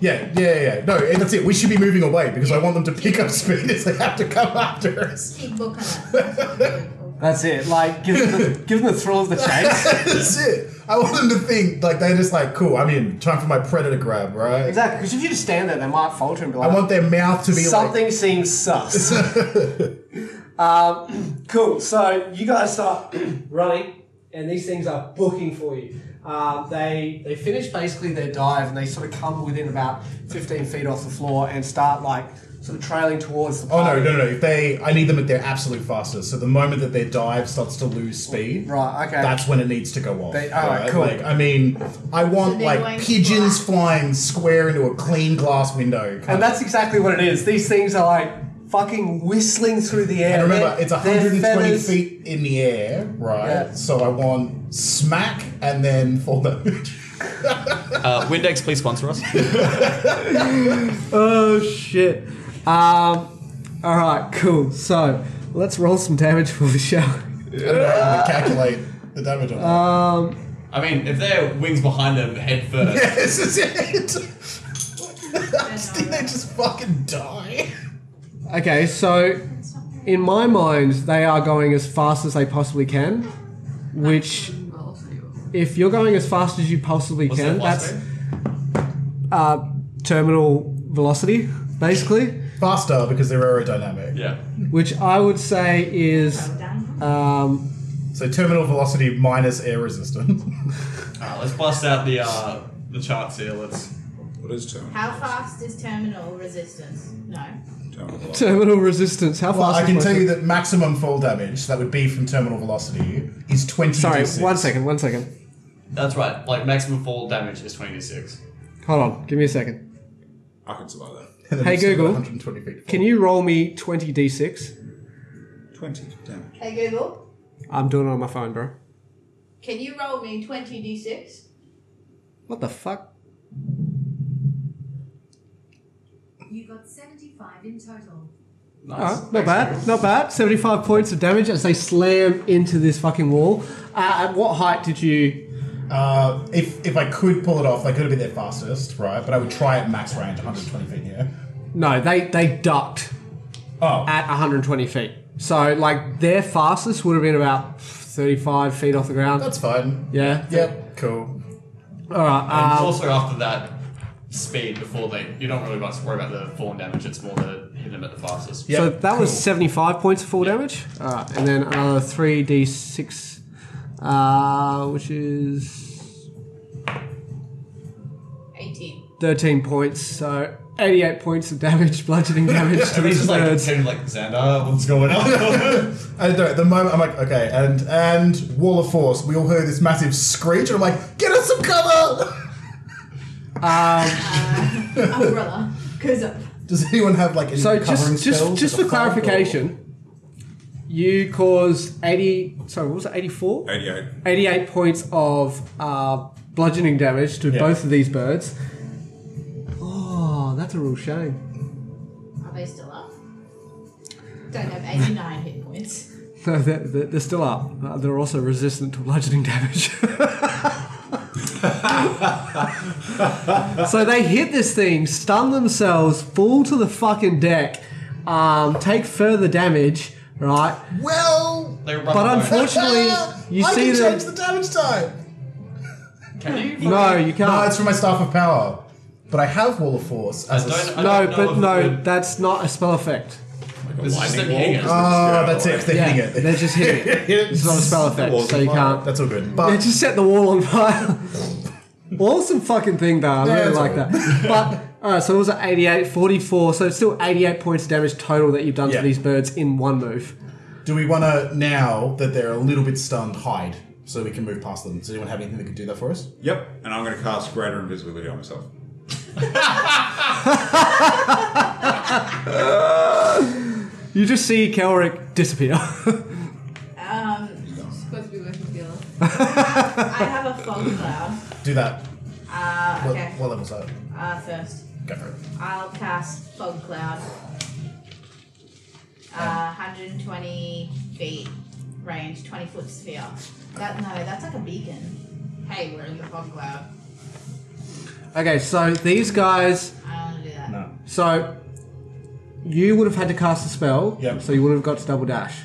Speaker 3: Yeah, yeah, yeah, yeah. No, and that's it. We should be moving away because I want them to pick up speed as they have to come after us.
Speaker 6: Keep booking
Speaker 23: *laughs*
Speaker 6: it.
Speaker 9: That's it. Like give them *laughs* the, give them the thrill of the chase.
Speaker 3: *laughs* that's it. I want them to think like they're just like, cool. I mean, time for my predator grab, right?
Speaker 9: Exactly, because if you just stand there, they might falter and be
Speaker 3: I want their mouth to be like.
Speaker 9: Something seems
Speaker 3: Ah,
Speaker 9: sus. um, cool. So you guys start *clears throat* running, and these things are booking for you. Uh, they they finish basically their dive and they sort of come within about 15 feet off the floor and start like sort of trailing towards the.
Speaker 3: Oh no,
Speaker 9: party.
Speaker 3: no, no! If they, I need them at their absolute fastest. So the moment that their dive starts to lose speed,
Speaker 9: Right, okay.
Speaker 3: that's when it needs to go off.
Speaker 9: They- all right,
Speaker 3: Right?
Speaker 9: cool.
Speaker 3: Like, I mean, I want
Speaker 6: they're going
Speaker 3: like pigeons flying square into a clean glass window. kind
Speaker 9: And
Speaker 3: of-
Speaker 9: that's exactly what it is. These things are like fucking whistling through the air.
Speaker 3: and remember,
Speaker 9: They're-
Speaker 3: it's
Speaker 9: they're
Speaker 3: 120
Speaker 9: feathers.
Speaker 3: feet in the air, right?
Speaker 9: Yeah.
Speaker 3: So I want smack *laughs* and then fall damage.
Speaker 10: Uh, Windex, please sponsor us.
Speaker 9: Oh shit. Um. All right. Cool. So let's roll some damage for the show.
Speaker 3: I don't know how to calculate the damage on that.
Speaker 9: Um.
Speaker 10: I mean, if their wings behind them head first,
Speaker 3: *laughs* this is *laughs* it. I just think they just fucking die.
Speaker 9: Okay. So, in my mind, they are going as fast as they possibly can, which.
Speaker 11: Roll for you.
Speaker 9: If you're going as fast as you possibly
Speaker 10: *laughs* what's
Speaker 9: can,
Speaker 10: their flight
Speaker 9: that's
Speaker 10: speed?
Speaker 9: uh, terminal velocity, basically,
Speaker 3: Faster because they're aerodynamic.
Speaker 10: Yeah.
Speaker 9: which I would say is
Speaker 23: Uh,
Speaker 9: um,
Speaker 3: So terminal velocity minus air
Speaker 9: *laughs*
Speaker 3: resistance.
Speaker 10: Alright, let's bust out the uh, the charts here. Let's.
Speaker 19: What is terminal?
Speaker 6: How fast is terminal resistance? No.
Speaker 19: Terminal velocity.
Speaker 9: terminal resistance. How fast?
Speaker 3: well, I
Speaker 9: is
Speaker 3: can
Speaker 9: my-
Speaker 3: tell you that maximum fall damage that would be from terminal velocity is 20
Speaker 9: Sorry,
Speaker 3: d6.
Speaker 9: one second, one second.
Speaker 10: That's right. Like maximum fall damage is twenty to six.
Speaker 9: Hold on, give me a second.
Speaker 19: I can survive that.
Speaker 3: *laughs* And then
Speaker 9: Hey,
Speaker 3: we've still got
Speaker 9: Google.
Speaker 3: 120 feet.
Speaker 9: Can you roll me 20d6?
Speaker 19: 20 damage.
Speaker 6: Hey Google,
Speaker 9: I'm doing it on my phone, bro.
Speaker 6: can you roll me 20d6?
Speaker 9: What the fuck?
Speaker 24: You got 75 in total.
Speaker 10: Nice.
Speaker 9: Alright, not bad, not bad. 75 points of damage as they slam into this fucking wall. Uh, at what height did you.
Speaker 3: Uh, if, if I could pull it off, I could have been their fastest, right? But I would try at max range, 120 feet in the air.
Speaker 9: No, they, they ducked
Speaker 3: Oh,
Speaker 9: at 120 feet. So, like, their fastest would have been about 35 feet off the ground.
Speaker 3: that's fine.
Speaker 9: yeah?
Speaker 3: Yep, cool.
Speaker 9: Alright,
Speaker 10: And
Speaker 9: um,
Speaker 10: also after that speed before they, you don't really want to worry about the fall damage. It's more the hitting them at the fastest.
Speaker 3: Yep,
Speaker 9: so that was
Speaker 3: cool.
Speaker 9: 75 points of full damage. Alright, and then another 3d6, uh, which is
Speaker 8: *laughs*
Speaker 6: 18.
Speaker 9: 13 points, so 88 points of damage, *laughs* bludgeoning damage to his
Speaker 10: Everybody's just like
Speaker 9: birds.
Speaker 10: pretending like Xander, what's going
Speaker 9: *laughs*
Speaker 10: on?
Speaker 3: I don't know, at Oh, the moment I'm like, okay, and and Wall of Force, we all heard this massive screech, and I'm like, get us some cover! *laughs*
Speaker 8: *laughs*
Speaker 6: Umbrella goes up.
Speaker 3: Does anyone have like any
Speaker 9: So
Speaker 3: *laughs* covering
Speaker 9: just just
Speaker 3: spells
Speaker 9: just
Speaker 3: like
Speaker 9: for
Speaker 3: a fog or-
Speaker 9: clarification, you cause 80. Sorry, what was it? 84.
Speaker 19: 88.
Speaker 9: 88 points of uh, bludgeoning damage to
Speaker 3: Yeah.
Speaker 9: both of these birds. Oh, that's a real shame.
Speaker 6: Are they still up? Don't have 89 hit points.
Speaker 9: No, they're, they're they're still up. Uh, They're also resistant to bludgeoning damage. so they hit this thing, stun themselves, fall to the fucking deck, um, take further damage, right?
Speaker 3: Well, uh,
Speaker 10: they run
Speaker 9: But
Speaker 10: away.
Speaker 9: unfortunately, you
Speaker 3: I
Speaker 9: see
Speaker 3: can
Speaker 9: them.
Speaker 3: change the damage type.
Speaker 10: Can you?
Speaker 9: No, you
Speaker 3: No,
Speaker 9: can't.
Speaker 3: Ah, it's from my staff of power, but I have wall of force. As
Speaker 10: I
Speaker 3: a
Speaker 10: don't-
Speaker 3: s-
Speaker 9: No,
Speaker 10: I don't know
Speaker 9: but
Speaker 10: if it
Speaker 9: no,
Speaker 10: would-
Speaker 9: that's not a spell effect.
Speaker 19: Like a
Speaker 10: This is just
Speaker 19: lightning
Speaker 10: them hitting us.
Speaker 19: bolt.
Speaker 3: Ah, that's it. They're
Speaker 9: Yeah,
Speaker 3: hitting
Speaker 9: they're
Speaker 3: it.
Speaker 9: just
Speaker 3: *laughs*
Speaker 9: hitting it. It's not a spell effect, so you can't.
Speaker 3: That's all good.
Speaker 9: They
Speaker 3: But
Speaker 9: just set the wall on fire. awesome fucking thing, though. I
Speaker 3: Yeah,
Speaker 9: really
Speaker 3: it's
Speaker 9: like
Speaker 3: alright.
Speaker 9: that. But all right, so it was at 88, 44. So it's still 88 points of damage total that you've done
Speaker 3: Yeah.
Speaker 9: to these birds in one move.
Speaker 3: do we want to now that they're a little bit stunned hide so we can move past them? Does anyone have anything that could do that for us?
Speaker 19: Yep, and I'm going to cast Greater Invisibility on myself.
Speaker 9: You just see Kelric disappear. *laughs*
Speaker 6: Um,
Speaker 11: supposed to be working together.
Speaker 6: I have a fog cloud.
Speaker 3: Do that.
Speaker 6: Uh,
Speaker 3: What,
Speaker 6: okay.
Speaker 3: what level's that?
Speaker 6: Uh, first,
Speaker 3: Go for it.
Speaker 6: I'll cast fog cloud. Uh, 120 feet range, 20 foot sphere. That no, that's like a beacon. Hey, we're in the fog cloud.
Speaker 9: okay, so these guys.
Speaker 6: I don't want to do that.
Speaker 3: No.
Speaker 9: So you would have had to cast a spell.
Speaker 3: Yep.
Speaker 9: So you would have got to double dash.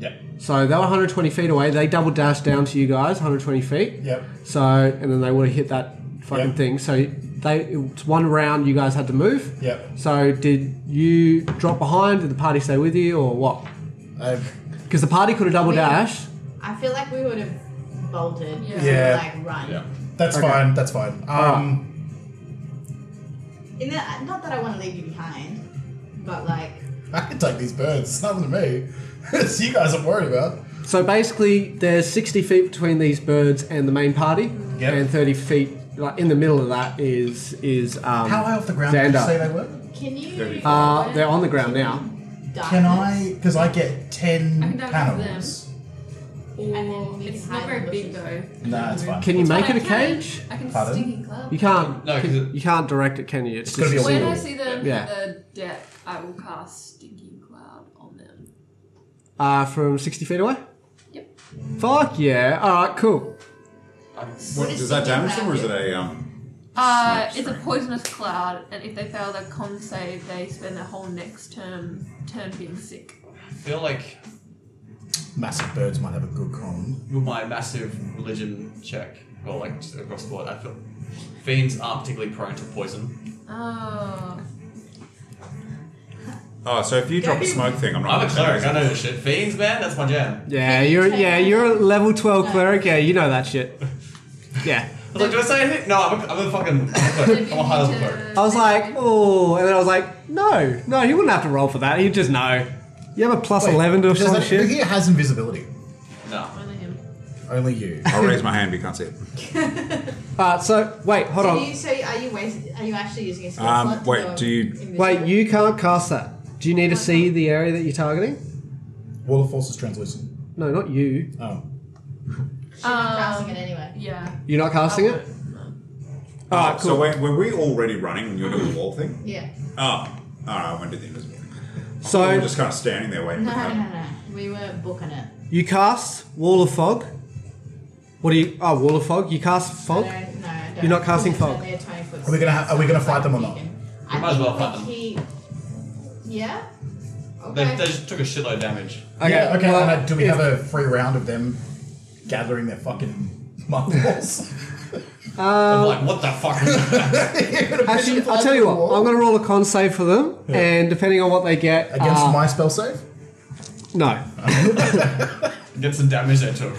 Speaker 3: Yep.
Speaker 9: So they were 120 feet away. They double dashed down to you guys, 120 feet.
Speaker 3: Yep.
Speaker 9: So and then they would have hit that fucking
Speaker 3: Yep.
Speaker 9: thing. So they it's one round. You guys had to move.
Speaker 3: Yep.
Speaker 9: So did you drop behind? Did the party stay with you, or what?
Speaker 3: I,
Speaker 9: Because the party could have double
Speaker 6: We-
Speaker 9: dashed.
Speaker 6: I feel like we would have bolted.
Speaker 11: Yeah.
Speaker 6: So,
Speaker 3: Yeah.
Speaker 6: Like run.
Speaker 3: That's
Speaker 9: Okay.
Speaker 3: fine. That's fine. Um,
Speaker 6: And then, not that I want to leave you behind, but like
Speaker 3: *laughs* I can take these birds. It's nothing to me. *laughs* it's you guys I'm worried about.
Speaker 9: So basically, there's 60 feet between these birds and the main party,
Speaker 3: Yep.
Speaker 9: and 30 feet like in the middle of that is is um,
Speaker 3: How high off the ground did you say
Speaker 9: Xander.
Speaker 3: they were?
Speaker 6: Can you?
Speaker 9: Uh, they're on the ground now.
Speaker 3: Can I? Because I get
Speaker 11: I
Speaker 3: ten
Speaker 11: can dive into them.
Speaker 3: panels.
Speaker 11: Or it's not very big though.
Speaker 3: Nah, it's fine.
Speaker 9: Can you
Speaker 11: It's
Speaker 9: make
Speaker 11: fine,
Speaker 9: it a
Speaker 11: I can-
Speaker 9: cage?
Speaker 11: I can
Speaker 3: Pardon?
Speaker 11: sticky club.
Speaker 9: You can't.
Speaker 10: No, 'cause
Speaker 9: can- you can't direct it, can you? It's,
Speaker 3: gotta
Speaker 9: just
Speaker 3: be a
Speaker 9: a
Speaker 11: When
Speaker 9: single.
Speaker 11: I see them
Speaker 9: Yeah.
Speaker 11: in the deck, I will cast Stinking Cloud on them.
Speaker 9: Uh, from 60 feet away.
Speaker 11: Yep.
Speaker 9: Fuck yeah! All right, cool.
Speaker 19: What, does that damage them or is it a um?
Speaker 11: Uh,
Speaker 19: Smoke
Speaker 11: it's a
Speaker 19: screen.
Speaker 11: poisonous cloud, and if they fail their con save, they spend their whole next term turn being sick.
Speaker 10: I feel like
Speaker 3: Massive birds might have a good con.
Speaker 10: with my massive religion check, well, like just across the board, I feel fiends aren't particularly prone to poison.
Speaker 11: Oh,
Speaker 19: Oh, so if you drop a smoke thing, I'm not.
Speaker 10: I'm a
Speaker 19: gonna
Speaker 10: cleric.
Speaker 19: say
Speaker 10: I know this shit. Fiends, man, that's my jam.
Speaker 9: Yeah, you're yeah you're a level 12 cleric. Yeah, you know that shit. Yeah.
Speaker 10: I was like, do I say anything? No, I'm a, I'm a fucking I'm a
Speaker 9: *laughs*
Speaker 10: cleric. I'm a high level cleric.
Speaker 9: Oh, I was like, oh, and then I was like, no, no, he wouldn't have to roll for that. He'd just know. You have a plus
Speaker 3: Wait,
Speaker 9: 11 to
Speaker 3: does
Speaker 9: some
Speaker 3: that-
Speaker 9: shit.
Speaker 3: It has invisibility.
Speaker 10: No.
Speaker 11: only him.
Speaker 3: Only you.
Speaker 19: I'll raise my hand, but you can't see it.
Speaker 9: Uh, so wait, hold
Speaker 6: so
Speaker 9: on.
Speaker 6: You, so are you waste, Are you actually using a spell
Speaker 19: Um,
Speaker 6: slot?
Speaker 19: wait, do you?
Speaker 9: Wait, you can't cast that. Do you need to see the area that you're targeting?
Speaker 3: Wall of Force is translucent.
Speaker 9: No, not you.
Speaker 3: Oh.
Speaker 6: casting it
Speaker 11: Um,
Speaker 6: anyway.
Speaker 11: yeah.
Speaker 9: You're not casting it. All right,
Speaker 19: So
Speaker 9: cool.
Speaker 19: wait, were we already running when you were doing the wall thing?
Speaker 6: Yeah.
Speaker 19: Oh, all right. I went to the invisible. thing. we were
Speaker 9: So
Speaker 19: just kind of standing there waiting.
Speaker 6: No,
Speaker 19: for
Speaker 6: no,
Speaker 19: that.
Speaker 6: no, no. Uh, We were booking it.
Speaker 9: you cast wall of fog. What do you? Oh, wall of fog. You cast fog.
Speaker 6: No, no, I don't.
Speaker 9: You're not casting fog.
Speaker 6: They're 20 foot
Speaker 3: Are we gonna ha- are we gonna fight them or not?
Speaker 6: spacing. I
Speaker 10: might as
Speaker 6: think
Speaker 10: well fight them.
Speaker 6: He, yeah.
Speaker 10: They,
Speaker 6: Okay.
Speaker 10: they just took a shitload of damage.
Speaker 9: Okay.
Speaker 3: Yeah, okay.
Speaker 9: well,
Speaker 3: and, uh, do we
Speaker 9: if-
Speaker 3: have a free round of them gathering their fucking *laughs* muscles?
Speaker 10: I'm like, what the fuck *laughs* was that?
Speaker 9: Actually, I'll tell you what. I'm going to roll a con save for them, and depending on what they get,
Speaker 3: Against
Speaker 9: uh,
Speaker 3: my spell save?
Speaker 9: no.
Speaker 10: Get some damage they took.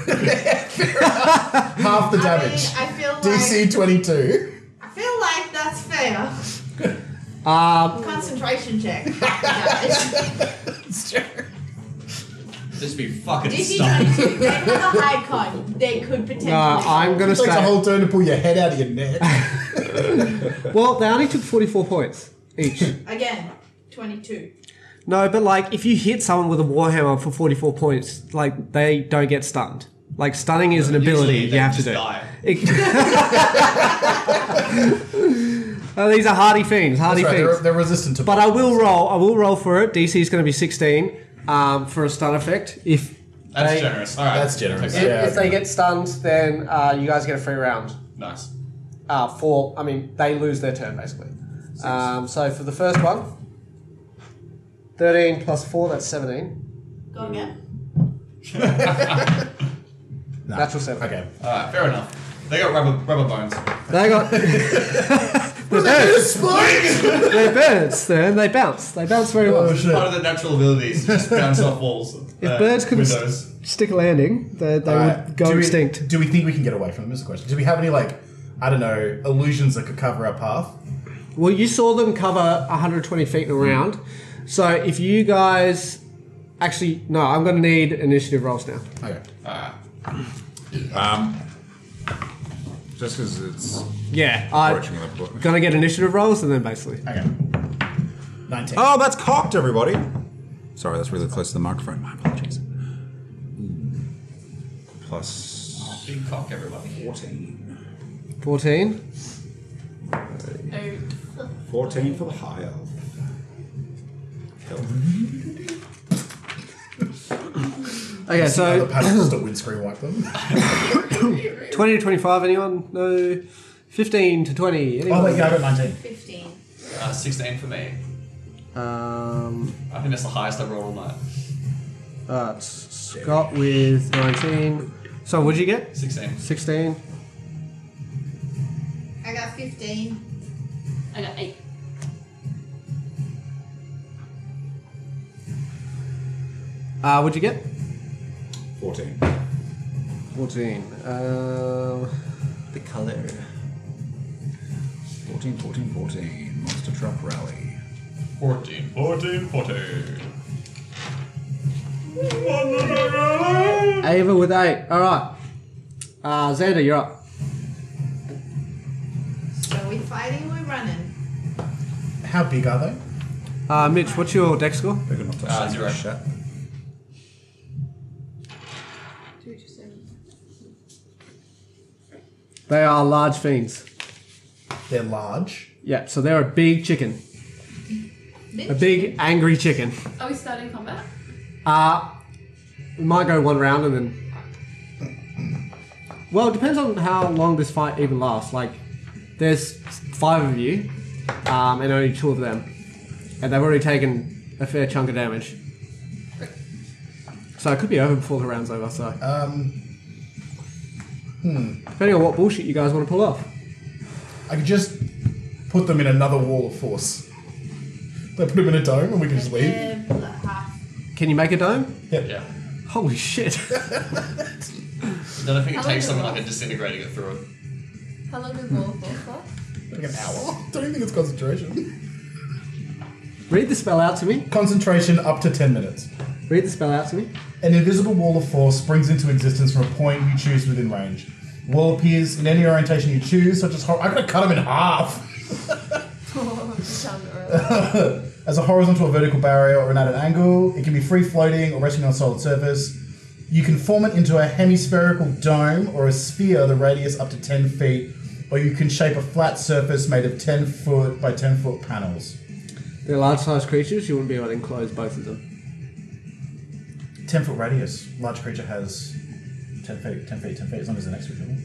Speaker 3: Half the damage.
Speaker 6: I, mean, I feel like
Speaker 3: DC 22.
Speaker 6: I feel like that's fair.
Speaker 9: Um,
Speaker 6: Concentration
Speaker 3: *laughs*
Speaker 6: check.
Speaker 3: It's true.
Speaker 10: Just be fucking
Speaker 6: DC
Speaker 10: stunned.
Speaker 6: twenty two. They have a high con. They could potentially.
Speaker 9: no, Uh, I'm going to
Speaker 3: It takes a
Speaker 9: say.
Speaker 3: whole turn to pull your head out of your
Speaker 9: *laughs*
Speaker 3: neck.
Speaker 9: Well, they only took 44 points each.
Speaker 6: again twenty two.
Speaker 9: No, but like if you hit someone with a warhammer for 44 points, like they don't get stunned. Like stunning is an ability
Speaker 10: Usually they
Speaker 9: you have to
Speaker 10: just
Speaker 9: do.
Speaker 10: die.
Speaker 9: *laughs* It- Oh, these are hardy fiends, hardy
Speaker 3: That's right, they're,
Speaker 9: fiends.
Speaker 3: they're resistant to
Speaker 9: But I will roll. I will roll for it. DC is going to be 16 um, for a stun effect. If
Speaker 10: That's
Speaker 9: they,
Speaker 10: generous. All right.
Speaker 3: That's generous.
Speaker 10: Take that.
Speaker 3: Yeah.
Speaker 9: if they get stunned, then uh, you guys get a free round.
Speaker 10: Nice.
Speaker 9: Uh, for I mean, they lose their turn basically. Um, so for the first one, 13 plus four, that's 17.
Speaker 6: Go again.
Speaker 3: No.
Speaker 9: Natural seven.
Speaker 3: Okay.
Speaker 10: All right. Fair enough. They got rubber rubber bones.
Speaker 3: *laughs*
Speaker 9: They got. they're birds. *laughs* they're birds. Then they bounce. They bounce very well.
Speaker 3: Oh, shit.
Speaker 10: Part of the natural abilities just bounce off walls. uh,
Speaker 9: if birds could
Speaker 10: windows.
Speaker 9: st- stick a landing, they, they would
Speaker 3: Alright,
Speaker 9: go
Speaker 3: do we-
Speaker 9: extinct.
Speaker 3: do we think we can get away from them? Is the question. Do we have any, like, I don't know, illusions that could cover our path?
Speaker 9: Well, you saw them cover 120 feet in a round. So if you guys. Actually, no, I'm going to need initiative rolls now.
Speaker 3: Okay.
Speaker 19: Um, just because it's
Speaker 9: Yeah. I'm
Speaker 19: approaching the book.
Speaker 9: going to get initiative rolls and then basically.
Speaker 3: Okay. 19.
Speaker 19: Oh, that's cocked, everybody. Sorry, that's really close to the microphone. My apologies. Plus
Speaker 10: Big cock, everybody.
Speaker 19: 14.
Speaker 9: 14.
Speaker 11: Oh,
Speaker 19: 14 for the high elf. Elf.
Speaker 9: Okay,
Speaker 3: The
Speaker 9: so
Speaker 3: paddles to windscreen wipe
Speaker 9: *laughs*
Speaker 3: them.
Speaker 9: 20 to 25, anyone? No. 15 to 20, anyone?
Speaker 3: Oh, wait, yeah, I got 19.
Speaker 6: Fifteen.
Speaker 10: Uh, Sixteen for me.
Speaker 9: Um,
Speaker 10: I think that's the highest I've rolled all night.
Speaker 9: uh, it's Scott with 19. So what'd you get?
Speaker 10: Sixteen.
Speaker 9: 16.
Speaker 6: I got fifteen.
Speaker 11: I got eight.
Speaker 9: Uh, what'd you get?
Speaker 19: 14.
Speaker 9: 14. Um,
Speaker 19: The color. 14, 14, 14. Monster Truck Rally.
Speaker 10: 14, 14, 14.
Speaker 9: Ava with 8. Alright. Uh, Xander, you're up.
Speaker 25: So we fighting, we running.
Speaker 3: How big are they?
Speaker 9: Uh, Mitch, what's your deck score?
Speaker 10: Uh, zero.
Speaker 9: They are large fiends.
Speaker 3: They're large.
Speaker 9: Yeah, so they're a big chicken. A big, angry chicken.
Speaker 11: Are we starting combat?
Speaker 9: Uh, we might go one round and then. Well, it depends on how long this fight even lasts. Like, there's five of you, um, and only two of them, and they've already taken a fair chunk of damage. So it could be over before the round's over. So,
Speaker 3: Um, hmm.
Speaker 9: depending on what bullshit you guys want to pull off.
Speaker 3: I could just put them in another wall of force. They put them in a dome and we can just leave.
Speaker 6: They're like half.
Speaker 9: Can you make a dome?
Speaker 10: Yeah.
Speaker 9: Holy shit! *laughs*
Speaker 10: Then I think it
Speaker 11: How
Speaker 10: takes
Speaker 11: long
Speaker 10: something
Speaker 11: does it
Speaker 10: like a disintegrating it through it.
Speaker 11: How long does all of this *laughs* last?
Speaker 3: Like an *laughs* hour. Don't you think it's concentration?
Speaker 9: Read the spell out to me.
Speaker 3: Concentration up to 10 minutes.
Speaker 9: Read the spell out to me.
Speaker 3: An invisible wall of force springs into existence from a point you choose within range. Wall appears in any orientation you choose, such as hor- I'm gonna cut them in half.
Speaker 11: Sound early.
Speaker 3: as a horizontal or vertical barrier or an at an angle. It can be free floating or resting on a solid surface. You can form it into a hemispherical dome or a sphere, the radius up to 10 feet, or you can shape a flat surface made of 10 foot by 10 foot panels.
Speaker 9: They're large-sized creatures. You wouldn't be able to enclose both of them.
Speaker 3: 10 foot radius. Large creature has 10 feet, 10 feet, 10 feet, as long as they're next to each other.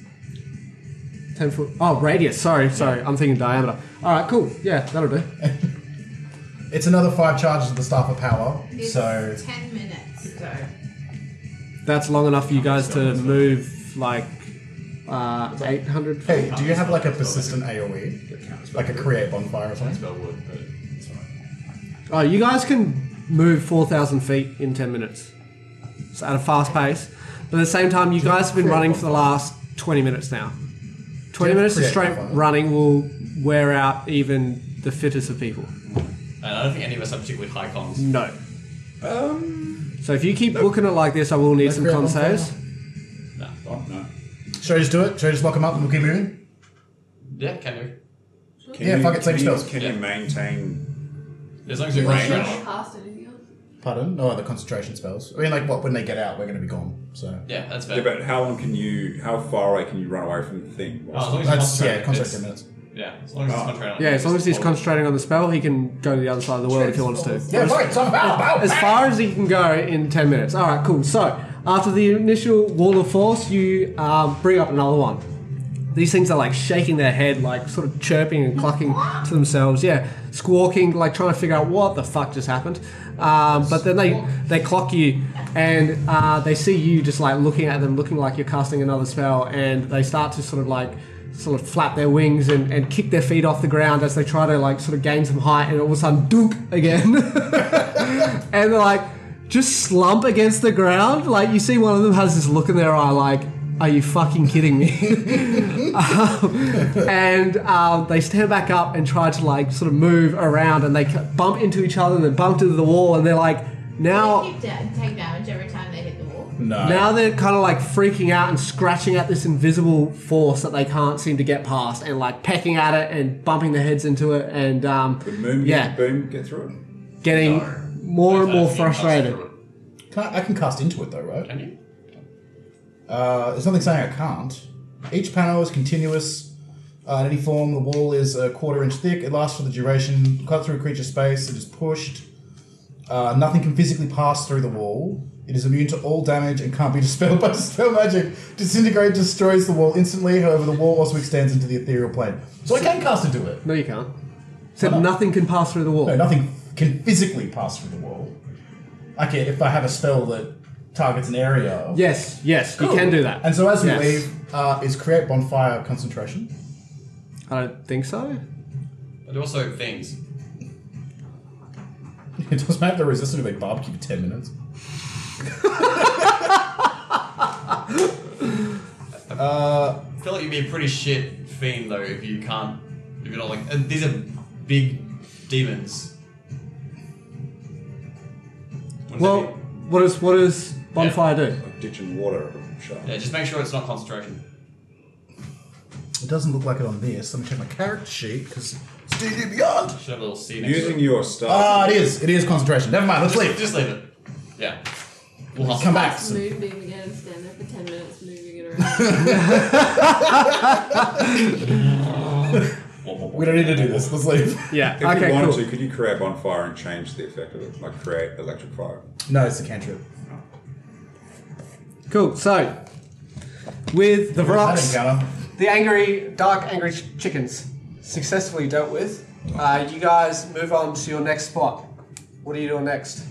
Speaker 9: Ten foot. Oh, radius. Sorry, sorry. I'm thinking diameter. All right, cool. Yeah, that'll do.
Speaker 3: It's another five charges of the Staff of Power,
Speaker 6: It's
Speaker 3: so.
Speaker 6: ten minutes. So
Speaker 9: That's long enough for you guys to move like uh, 800 feet.
Speaker 3: Hey, do you have like a persistent AoE? Like a create bonfire or something?
Speaker 10: Spell wood, but it's alright.
Speaker 9: Oh, you guys can move 4,000 feet in 10 minutes. So at a fast pace. But at the same time, you guys have been running for the last 20 minutes now. 20
Speaker 3: Do you
Speaker 9: minutes of
Speaker 3: create
Speaker 9: straight
Speaker 3: bonfire?
Speaker 9: running will wear out even the fittest of people.
Speaker 10: And I don't think any of us have particularly high cons.
Speaker 9: No. Um, so if you keep looking it like this, I will need
Speaker 3: No
Speaker 9: some
Speaker 3: Um, create
Speaker 9: con
Speaker 3: bonfire.
Speaker 9: saves.
Speaker 10: Nah.
Speaker 19: Oh, no.
Speaker 3: Should I just do it? Should I just lock them up and we'll keep moving?
Speaker 10: Yeah, can do.
Speaker 19: Can
Speaker 3: Yeah, fuck it,
Speaker 19: can
Speaker 3: take
Speaker 19: you,
Speaker 3: spells.
Speaker 19: Can you maintain.
Speaker 10: As long as you're
Speaker 11: Once
Speaker 10: running
Speaker 11: you
Speaker 10: around.
Speaker 11: get past anything else.
Speaker 3: Pardon? No, the concentration spells. I mean, like, what? When they get out, we're going to be gone. So
Speaker 10: Yeah, that's
Speaker 19: Yeah,
Speaker 10: fair.
Speaker 19: but how long can you. How far away can you run away from the thing?
Speaker 10: Oh, as long as you're
Speaker 3: that's yeah,
Speaker 10: concentrating.
Speaker 3: concentration
Speaker 10: it's-
Speaker 3: minutes.
Speaker 10: Yeah, as long
Speaker 3: Oh.
Speaker 10: as it's concentrating.
Speaker 9: Yeah, as long as he's
Speaker 10: Hold it.
Speaker 9: concentrating on the spell, he can go to the other side of the world if he wants to.
Speaker 3: Yeah, right. So bow, bow,
Speaker 9: as
Speaker 3: bow.
Speaker 9: far as he can go in 10 minutes. All right, cool. So, after the initial wall of force, you um, bring up another one. These things are like shaking their head, like sort of chirping and clucking to themselves. Yeah, squawking, like trying to figure out what the fuck just happened. Um, but then they they clock you, and uh, they see you just like looking at them, looking like you're casting another spell, and they start to sort of like sort of flap their wings and, and kick their feet off the ground as they try to like sort of gain some height, and all of a sudden, dunk *laughs* again. and they're like just slump against the ground. Like you see one of them has this look in their eye, like, "Are you fucking kidding me?" *laughs* um, and um, they stand back up and try to like sort of move around, and they c- bump into each other and then bump into the wall, and they're like, now.
Speaker 6: they keep da- take damage every time they hit the wall.
Speaker 19: Mm.
Speaker 3: No.
Speaker 9: Now they're kind of like freaking out and scratching at this invisible force that they can't seem to get past, and like pecking at it and bumping their heads into it, and um,
Speaker 19: Would Moon
Speaker 9: yeah,
Speaker 19: get, Boom get through it?
Speaker 9: getting more and more frustrated.
Speaker 3: Can I, I can cast into it though, right?
Speaker 10: Can you?
Speaker 3: Uh, there's nothing saying I can't. Each panel is continuous uh, in any form. The wall is a quarter inch thick. It lasts for the duration. Cut through creature space. It is pushed. Uh, nothing can physically pass through the wall. It is immune to all damage and can't be *laughs* dispelled by spell magic. Disintegrate destroys the wall instantly. However, the wall also extends into the ethereal plane. So I can cast into it.
Speaker 9: No, you can't. Said
Speaker 3: not?
Speaker 9: nothing can pass through the wall.
Speaker 3: No, nothing can physically pass through the wall. I can if I have a spell that targets an area.
Speaker 9: Yes, yes, you can do that.
Speaker 3: And so as we
Speaker 9: Yes.
Speaker 3: leave, uh, is create bonfire concentration? *laughs*
Speaker 9: I don't think so.
Speaker 10: But also things.
Speaker 3: It doesn't matter if they're resistant to a barbecue for ten minutes.
Speaker 26: Uh,
Speaker 10: I feel like you'd be a pretty shit fiend though if you can't. If you're not like and these are big demons. Wouldn't
Speaker 9: Well, what does what does bonfire do?
Speaker 8: Like ditching water
Speaker 10: they be- yeah, just make sure it's not concentration.
Speaker 3: It doesn't look like it on this. Let me check my character sheet because it's DD Beyond.
Speaker 10: Should have a little C next to
Speaker 8: Using
Speaker 10: it.
Speaker 8: your stuff.
Speaker 3: Ah, it is. It is concentration. Never mind. Let's leave.
Speaker 10: Just leave it. Yeah. We'll hustle.
Speaker 3: Come back.
Speaker 11: Just move, move again, stand there for 10 minutes, moving it around.
Speaker 3: We don't need to do this. Let's leave. *laughs*
Speaker 9: Yeah.
Speaker 8: If
Speaker 9: Okay.
Speaker 8: you wanted
Speaker 9: Cool.
Speaker 8: to, could you create bonfire and change the effect of it? Like create electric fire?
Speaker 3: No, it's a cantrip.
Speaker 9: Cool. So, with the rocks,
Speaker 3: Gunner.
Speaker 9: the angry, dark, angry ch- chickens successfully dealt with. Uh, you guys move on to your next spot. What are you doing next?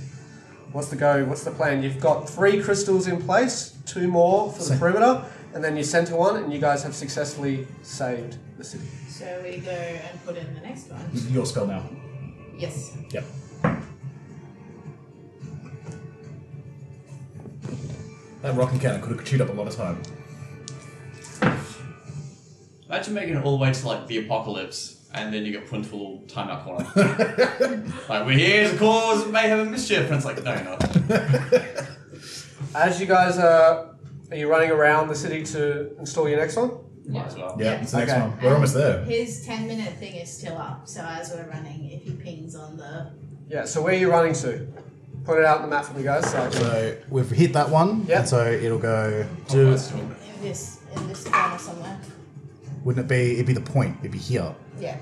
Speaker 9: What's the go? What's the plan? You've got three crystals in place, two more for the perimeter, and then your center one, and you guys have successfully saved the city.
Speaker 6: So we go and put in the next one.
Speaker 3: Your spell now.
Speaker 19: Mm.
Speaker 6: Yes.
Speaker 3: Yep. That rock and cannon could have chewed up a lot of time.
Speaker 10: Imagine making it all the way to like the apocalypse, and then you get put into a little
Speaker 3: *laughs*
Speaker 10: timeout corner. like we're here to cause mayhem and mischief, and it's like no, you're not.
Speaker 9: As you guys are, are you running around the city to install your next one?
Speaker 10: Might as well.
Speaker 3: Yeah, it's the next
Speaker 9: Okay.
Speaker 3: one. We're almost there.
Speaker 6: His 10 minute thing is still up, so as we're running, if he pings on the.
Speaker 9: Yeah. So where are you running to? Put it out on the map for me, guys. So I can-
Speaker 3: So we've hit that one.
Speaker 9: Yeah.
Speaker 3: and So it'll go
Speaker 10: Oh,
Speaker 3: to.
Speaker 10: that's cool.
Speaker 6: in this, in this corner somewhere.
Speaker 3: Wouldn't it be? It'd be the point. It'd be here.
Speaker 6: Yeah.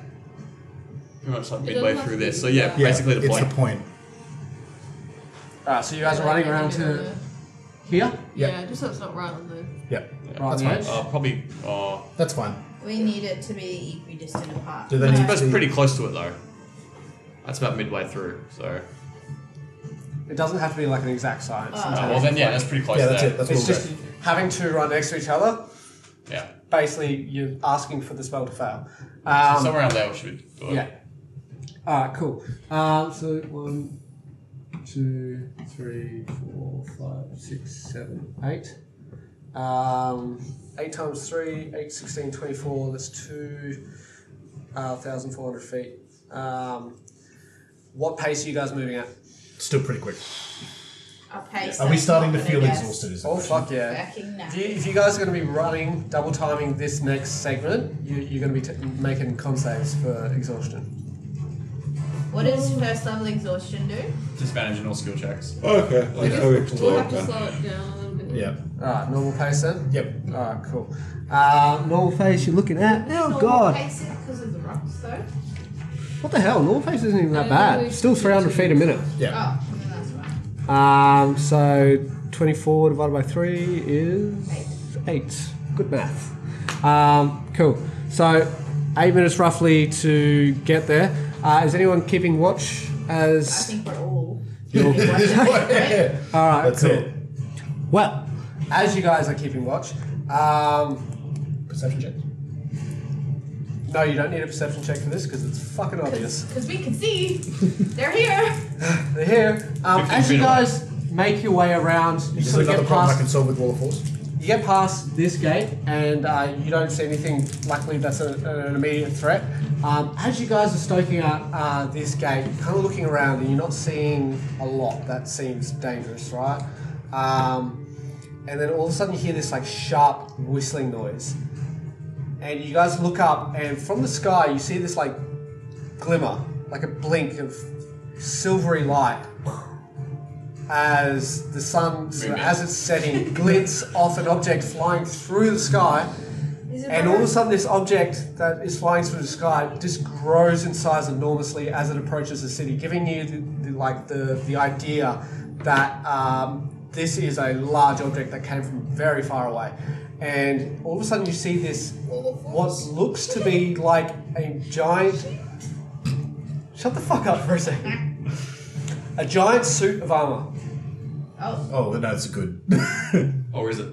Speaker 10: Pretty much like
Speaker 11: It
Speaker 10: midway
Speaker 11: doesn't have
Speaker 10: through
Speaker 11: to
Speaker 10: this.
Speaker 11: be-
Speaker 10: So yeah,
Speaker 3: Yeah,
Speaker 10: basically the
Speaker 3: it's
Speaker 10: point.
Speaker 3: the point.
Speaker 9: All right. Ah, So you guys are running around to here.
Speaker 3: Yeah.
Speaker 11: Yeah, just so it's not right on the.
Speaker 3: Yeah,
Speaker 9: Right on
Speaker 3: that's
Speaker 9: the
Speaker 3: fine.
Speaker 9: edge.
Speaker 10: Uh, probably. Uh,
Speaker 3: That's fine.
Speaker 6: We need it to be equidistant apart.
Speaker 3: Do they need
Speaker 10: that's
Speaker 3: to be-
Speaker 10: pretty close to it though. That's about midway through. So Uh,
Speaker 9: It doesn't have to be like an exact science.
Speaker 6: Oh.
Speaker 10: Uh,
Speaker 9: Sometimes
Speaker 10: well then yeah, that's pretty close
Speaker 3: yeah,
Speaker 10: to
Speaker 3: that's
Speaker 10: there.
Speaker 3: it. That's
Speaker 9: it's
Speaker 3: all.
Speaker 9: just having two right next to each other.
Speaker 10: Yeah.
Speaker 9: Basically, you're asking for the spell to fail.
Speaker 10: So
Speaker 9: Um,
Speaker 10: somewhere around there we should do it.
Speaker 9: yeah. All right. Cool. Um, so one, two, three, four, five, six, seven, eight. Um, eight times three, eight, 16, 24. That's two uh, thousand four hundred feet. Um, what pace are you guys moving at?
Speaker 3: Still pretty quick.
Speaker 6: Our pace
Speaker 3: Are we
Speaker 6: is
Speaker 3: starting to
Speaker 6: not
Speaker 3: feel
Speaker 6: gonna guess.
Speaker 3: exhausted? Is the
Speaker 9: Oh
Speaker 3: question.
Speaker 9: fuck yeah!
Speaker 6: Fucking no.
Speaker 9: If you, if you guys are going to be running, double timing this next segment, you, you're going to be t- making con saves for exhaustion.
Speaker 6: What does first level exhaustion do?
Speaker 10: Disadvantage and all skill checks.
Speaker 8: Okay. Like,
Speaker 11: just-
Speaker 8: oh, we can
Speaker 11: We'll
Speaker 8: talk
Speaker 11: have to
Speaker 8: then.
Speaker 11: slow it down a little bit.
Speaker 3: Yeah.
Speaker 9: Alright, normal pace then?
Speaker 3: Yep.
Speaker 9: *laughs* Alright, cool. Uh, normal pace you're looking at? Oh god!
Speaker 6: Pace it because of the rocks, though.
Speaker 9: What the hell? Normal pace isn't even that
Speaker 11: I know.
Speaker 9: bad. Still 300 feet a minute.
Speaker 3: Yeah.
Speaker 6: Oh, then that's right.
Speaker 9: Um, so 24 divided by 3 is 8. Good math. Um, cool. So 8 minutes roughly to get there. Uh, is anyone keeping watch
Speaker 6: I
Speaker 9: as.
Speaker 6: think we're all.
Speaker 9: *laughs* Alright,
Speaker 3: *laughs* That's
Speaker 9: cool.
Speaker 3: it.
Speaker 9: Well, as you guys are keeping watch, um,
Speaker 3: Perception check.
Speaker 9: no, you don't need a perception check for this because it's fucking obvious.
Speaker 6: Because we can see. They're here.
Speaker 9: They're here. Um,
Speaker 10: Fifteen
Speaker 9: as you
Speaker 10: feet away.
Speaker 9: guys make your way around, you
Speaker 3: Is
Speaker 9: sort
Speaker 3: there
Speaker 9: of
Speaker 3: another
Speaker 9: get
Speaker 3: problem I
Speaker 9: past,
Speaker 3: can solve with wall of force?
Speaker 9: you get past this gate, and uh, you don't see anything. Luckily, that's a, an immediate threat. Um, as you guys are stoking out uh, this gate, kind of looking around, and you're not seeing a lot. That seems dangerous, right? Um, and then all of a sudden, you hear this like sharp whistling noise. and you guys look up, and from the sky you see this like glimmer, like a blink of silvery light, as the sun, sort of, as it's setting, glints off an object flying through the sky, and all of a sudden this object that is flying through the sky just grows in size enormously as it approaches the city, giving you the, the, like the the idea that. Um, this is a large object that came from very far away, and all of a sudden you see this what looks to be like a giant. Shut the fuck up for a second. A giant suit of armor
Speaker 6: Oh,
Speaker 3: Oh, no, it's good. *laughs*
Speaker 10: Or Oh, is it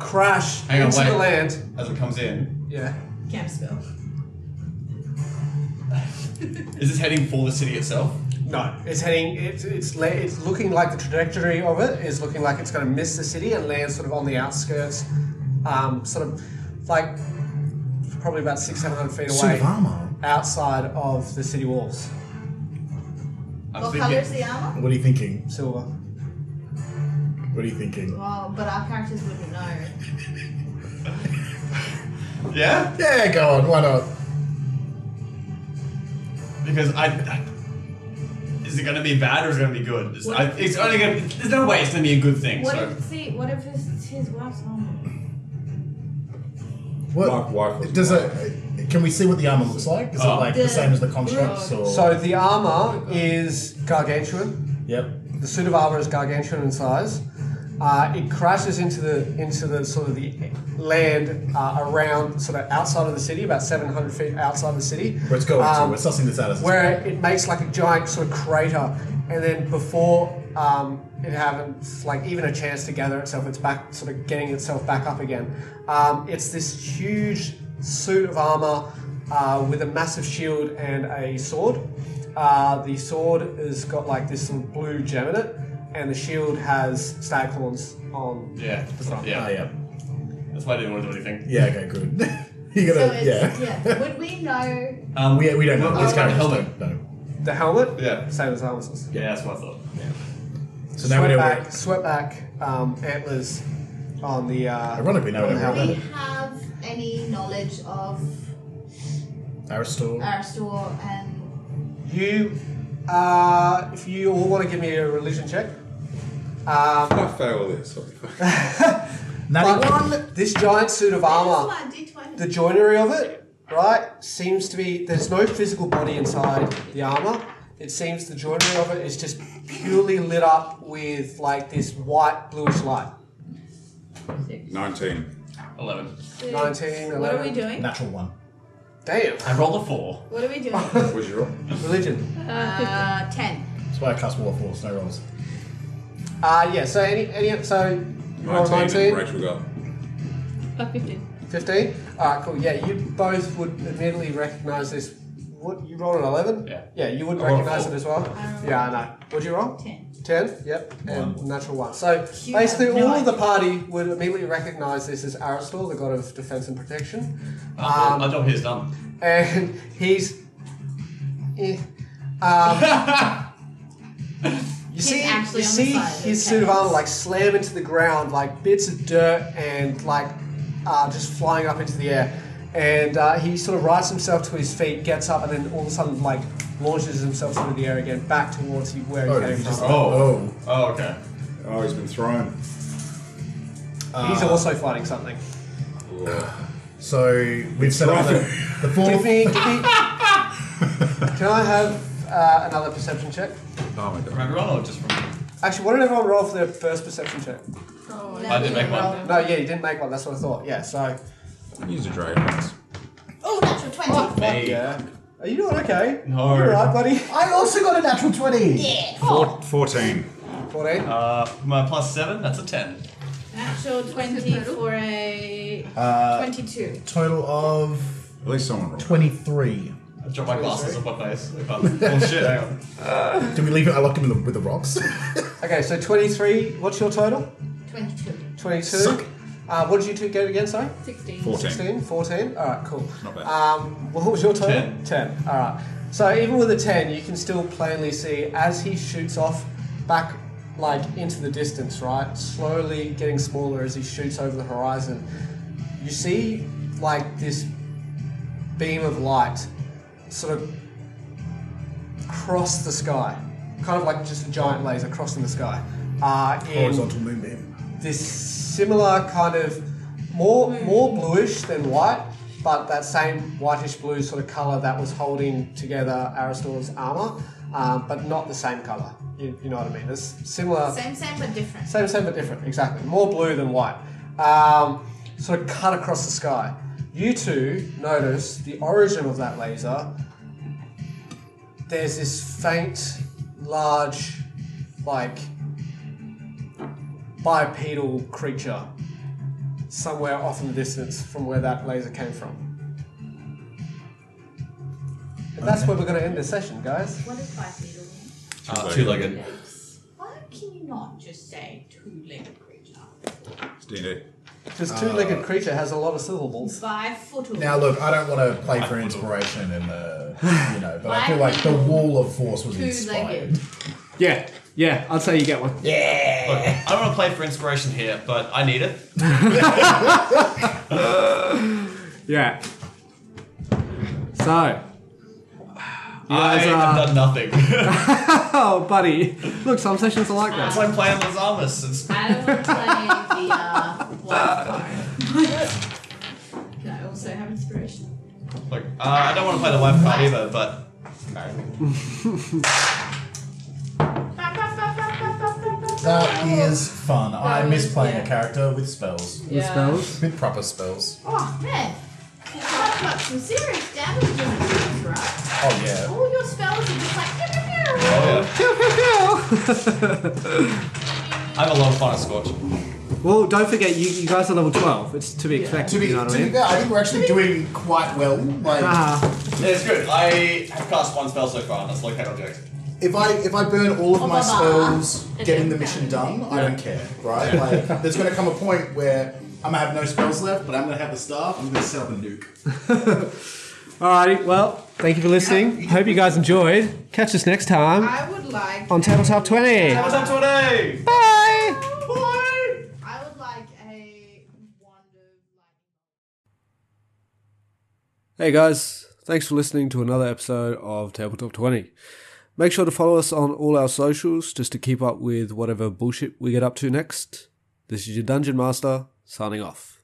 Speaker 9: crash
Speaker 10: Hang on,
Speaker 9: into the
Speaker 10: wait.
Speaker 9: land.
Speaker 10: as it comes in?
Speaker 9: Yeah.
Speaker 6: camp spell.
Speaker 10: Is this heading for the city itself?
Speaker 9: No, it's heading. It's it's la- it's looking like the trajectory of it is looking like it's going to miss the city and land sort of on the outskirts, um, sort of like probably about six, seven hundred feet away,
Speaker 14: Suit of armor?
Speaker 9: outside of the city walls.
Speaker 25: What colour's the armor?
Speaker 14: What are you thinking?
Speaker 9: Silver.
Speaker 14: What are you thinking?
Speaker 25: Well, but our characters wouldn't know.
Speaker 10: Yeah?
Speaker 14: Yeah, go on. Why not?
Speaker 10: Because I, I- is it gonna be bad or is it gonna be good? It's, I, it's only gonna. There's no way it's gonna be a good thing.
Speaker 6: What
Speaker 10: so
Speaker 6: if see? What if it's his wife's armor?
Speaker 14: What?
Speaker 19: Mark Wife
Speaker 14: Does it? Can we see what the armor looks like? Is it
Speaker 9: Oh.
Speaker 14: like the same as the constructs? Or
Speaker 9: So the armor is gargantuan.
Speaker 14: Yep.
Speaker 9: The suit of armor is gargantuan in size. Uh, it crashes into the into the sort of the land uh, around sort of outside of the city, about seven hundred feet outside the city.
Speaker 14: where it's going
Speaker 9: Um,
Speaker 14: to? We're sussing this out as it's
Speaker 9: where it makes like a giant sort of crater, and then before um, it happens, like even a chance to gather itself, it's back sort of getting itself back up again. Um, it's this huge suit of armor uh, with a massive shield and a sword. Uh, the sword has got like this little blue gem in it, and the shield has stag horns on.
Speaker 10: yeah,
Speaker 9: the front.
Speaker 10: yeah.
Speaker 3: Ah,
Speaker 14: Oh, yeah.
Speaker 10: That's why I didn't want to do anything.
Speaker 14: Yeah. Okay. Good. *laughs* you
Speaker 25: So
Speaker 14: gotta.
Speaker 25: it's,
Speaker 14: yeah.
Speaker 25: Would we know?
Speaker 10: Um,
Speaker 14: We, we don't know.
Speaker 10: What-
Speaker 14: These
Speaker 10: what about
Speaker 14: characters
Speaker 10: the helmet?
Speaker 14: don't know.
Speaker 9: The helmet,
Speaker 10: Yeah.
Speaker 9: same as Armistice.
Speaker 10: Yeah, that's what I thought.
Speaker 14: So now we know.
Speaker 9: sweatback,
Speaker 14: Where,
Speaker 9: sweatback, um, antlers on the. Uh,
Speaker 14: ironically, now we
Speaker 9: on the
Speaker 14: know
Speaker 25: Do we
Speaker 9: helmet.
Speaker 14: where
Speaker 25: have any knowledge of
Speaker 14: Aristotle.
Speaker 25: Aristotle and
Speaker 9: You, uh, if you all want to give me a religion check, um,
Speaker 8: *laughs*
Speaker 19: I fail this. Sorry.
Speaker 11: *laughs*
Speaker 14: Ninety-one.
Speaker 9: but this giant suit of armor,
Speaker 25: This one, D20.
Speaker 9: the joinery of it, right, seems to be there's no physical body inside the armor. It seems the joinery of it is just purely lit up with like this white bluish light.
Speaker 19: Nineteen.
Speaker 10: Eleven.
Speaker 9: 19,
Speaker 11: What are
Speaker 9: 11.
Speaker 11: we
Speaker 14: *laughs*
Speaker 11: doing?
Speaker 14: Natural one.
Speaker 9: Damn.
Speaker 10: I rolled a four.
Speaker 11: What are we doing?
Speaker 19: Was your
Speaker 9: Religion.
Speaker 25: Uh, ten.
Speaker 14: That's why I cast Wall of Force. No rolls.
Speaker 9: Uh, yeah, so any, any, so, roll a
Speaker 19: Oh, nineteen? and
Speaker 9: 19.
Speaker 19: Rachel got.
Speaker 11: A 15.
Speaker 9: 15? Alright, cool. Yeah, you both would immediately recognize this. What you rolled an 11?
Speaker 10: Yeah.
Speaker 9: Yeah, you would
Speaker 10: I rolled a
Speaker 9: recognize
Speaker 10: four.
Speaker 9: it as well? Yeah, I know. What'd you roll?
Speaker 25: 10.
Speaker 9: 10? Yep. And natural 1. So
Speaker 25: You
Speaker 9: basically,
Speaker 25: have no
Speaker 9: all of the
Speaker 25: idea.
Speaker 9: party would immediately recognize this as Aristotle, the god of defense and protection.
Speaker 10: Uh,
Speaker 9: Um,
Speaker 10: my job here's done.
Speaker 9: And he's. eh. Um,
Speaker 14: *laughs*
Speaker 9: you see,
Speaker 25: actually
Speaker 9: you
Speaker 25: on the
Speaker 9: see
Speaker 25: side of
Speaker 9: his
Speaker 25: the
Speaker 9: suit of
Speaker 25: chaos.
Speaker 9: armor like slam into the ground, like bits of dirt and like uh, just flying up into the air. And uh, he sort of rights himself to his feet, gets up, and then all of a sudden like launches himself through the air again, back towards you where he
Speaker 14: Oh,
Speaker 9: came
Speaker 14: he
Speaker 9: from.
Speaker 14: just-
Speaker 10: Oh. Oh, okay.
Speaker 19: Oh, he's been thrown.
Speaker 14: uh,
Speaker 9: He's also fighting something.
Speaker 14: So we've set up the, the four.
Speaker 9: *laughs* Give me,
Speaker 14: *laughs*
Speaker 9: give me. Can I have uh, another perception check?
Speaker 19: Oh my
Speaker 10: From
Speaker 19: god.
Speaker 10: everyone or just from me?
Speaker 9: Actually, why did everyone roll for their first perception check?
Speaker 6: Oh,
Speaker 10: I did make one.
Speaker 9: No, yeah, you didn't make one. That's what I thought. Yeah, so
Speaker 19: Use a dragon. once.
Speaker 25: Oh, natural twenty.
Speaker 10: Me.
Speaker 9: yeah. Are you doing okay?
Speaker 10: No.
Speaker 9: You alright, buddy?
Speaker 14: I also got a natural twenty.
Speaker 25: Yeah.
Speaker 19: Four, Fourteen.
Speaker 9: 14.
Speaker 10: Uh, my plus seven. That's a ten.
Speaker 6: Actual twenty for a
Speaker 14: Uh,
Speaker 6: twenty-two.
Speaker 14: total of
Speaker 19: At least someone rolled.
Speaker 14: twenty-three.
Speaker 10: I dropped my glasses off my face. I can't- Oh shit! Hang *laughs* on.
Speaker 14: Did we leave it? I locked him in the, with
Speaker 25: *laughs*
Speaker 14: the rocks.
Speaker 9: Okay, so 23. What's your total?
Speaker 25: Twenty-two.
Speaker 9: 22.
Speaker 14: Suck.
Speaker 9: Uh, what did you two get again, sorry?
Speaker 11: 16.
Speaker 19: Fourteen.
Speaker 9: 16, 14. Alright, cool.
Speaker 19: Not bad.
Speaker 9: Um, what was your total?
Speaker 10: Ten.
Speaker 9: 10. Alright. So even with a 10, you can still plainly see as he shoots off back like into the distance, right? Slowly getting smaller as he shoots over the horizon. You see like this beam of light sort of cross the sky. Kind of like just a giant laser crossing the sky. Uh, in
Speaker 14: Horizontal moonbeam.
Speaker 9: this similar kind of more more bluish than white, but that same whitish blue sort of color that was holding together Aristotle's armor, um, but not the same color. You, you know what I mean? It's similar,
Speaker 25: Same, same, but different.
Speaker 9: same, same but different. Exactly, more blue than white. Um, sort of cut across the sky. You two notice the origin of that laser. There's this faint, large, like bipedal creature somewhere off in the distance from where that laser came from. And that's where we're going to end this session, guys.
Speaker 6: What is five feet away?
Speaker 10: Uh, two-legged.
Speaker 6: Why can you not just say two-legged creature?
Speaker 19: It's D&D.
Speaker 9: This two-legged creature has a lot of syllables.
Speaker 6: By foot.
Speaker 3: Now, look, I don't want to play for inspiration and
Speaker 14: uh,
Speaker 3: the, you know, but I feel like the wall of force was inspired.
Speaker 9: Yeah, yeah, I'd say you get one.
Speaker 4: Look, I don't want to play for inspiration here, but I need it.
Speaker 9: Yeah. So.
Speaker 4: I have done nothing.
Speaker 10: *laughs*
Speaker 9: oh, buddy. Look, some sessions are like that.
Speaker 4: It's like *laughs* playing Lazamas. It's
Speaker 6: I don't want to play the uh, *laughs* wildfire.
Speaker 11: Can I also have inspiration?
Speaker 4: Look, uh, I don't want to play the wife card either, but marry me.
Speaker 3: That is fun. I miss playing a character with spells.
Speaker 9: With Yeah. spells?
Speaker 3: With proper spells.
Speaker 6: Oh man, you've got some serious damage in this, right?
Speaker 3: Oh, yeah.
Speaker 6: All your spells are just like. pew, pew, pew.
Speaker 4: I'm a lot of fun at Scorch.
Speaker 9: Well, don't forget, you, you guys are level 12. It's to be expected,
Speaker 3: To be,
Speaker 9: you know
Speaker 3: to
Speaker 9: what I
Speaker 3: be
Speaker 9: mean?
Speaker 3: fair, I think we're actually doing quite well. Like,
Speaker 9: Ah,
Speaker 4: Yeah, it's good. I have cast one spell so far, and that's locate object.
Speaker 3: if I if I burn all of my spells
Speaker 11: It
Speaker 3: getting the
Speaker 11: doesn't
Speaker 3: mission done, I don't care, right? Like, there's going to come a point where I'm gonna have no spells left, but I'm gonna have the staff. I'm gonna set up a nuke.
Speaker 9: alrighty, well, thank you for listening. Hope you guys enjoyed. Catch us next time
Speaker 27: I would like.
Speaker 9: on Tabletop 20.
Speaker 4: What's up today?
Speaker 9: Bye!
Speaker 27: I would like a wonder.
Speaker 5: Hey guys, thanks for listening to another episode of Tabletop 20. Make sure to follow us on all our socials just to keep up with whatever bullshit we get up to next. This is your Dungeon Master, signing off.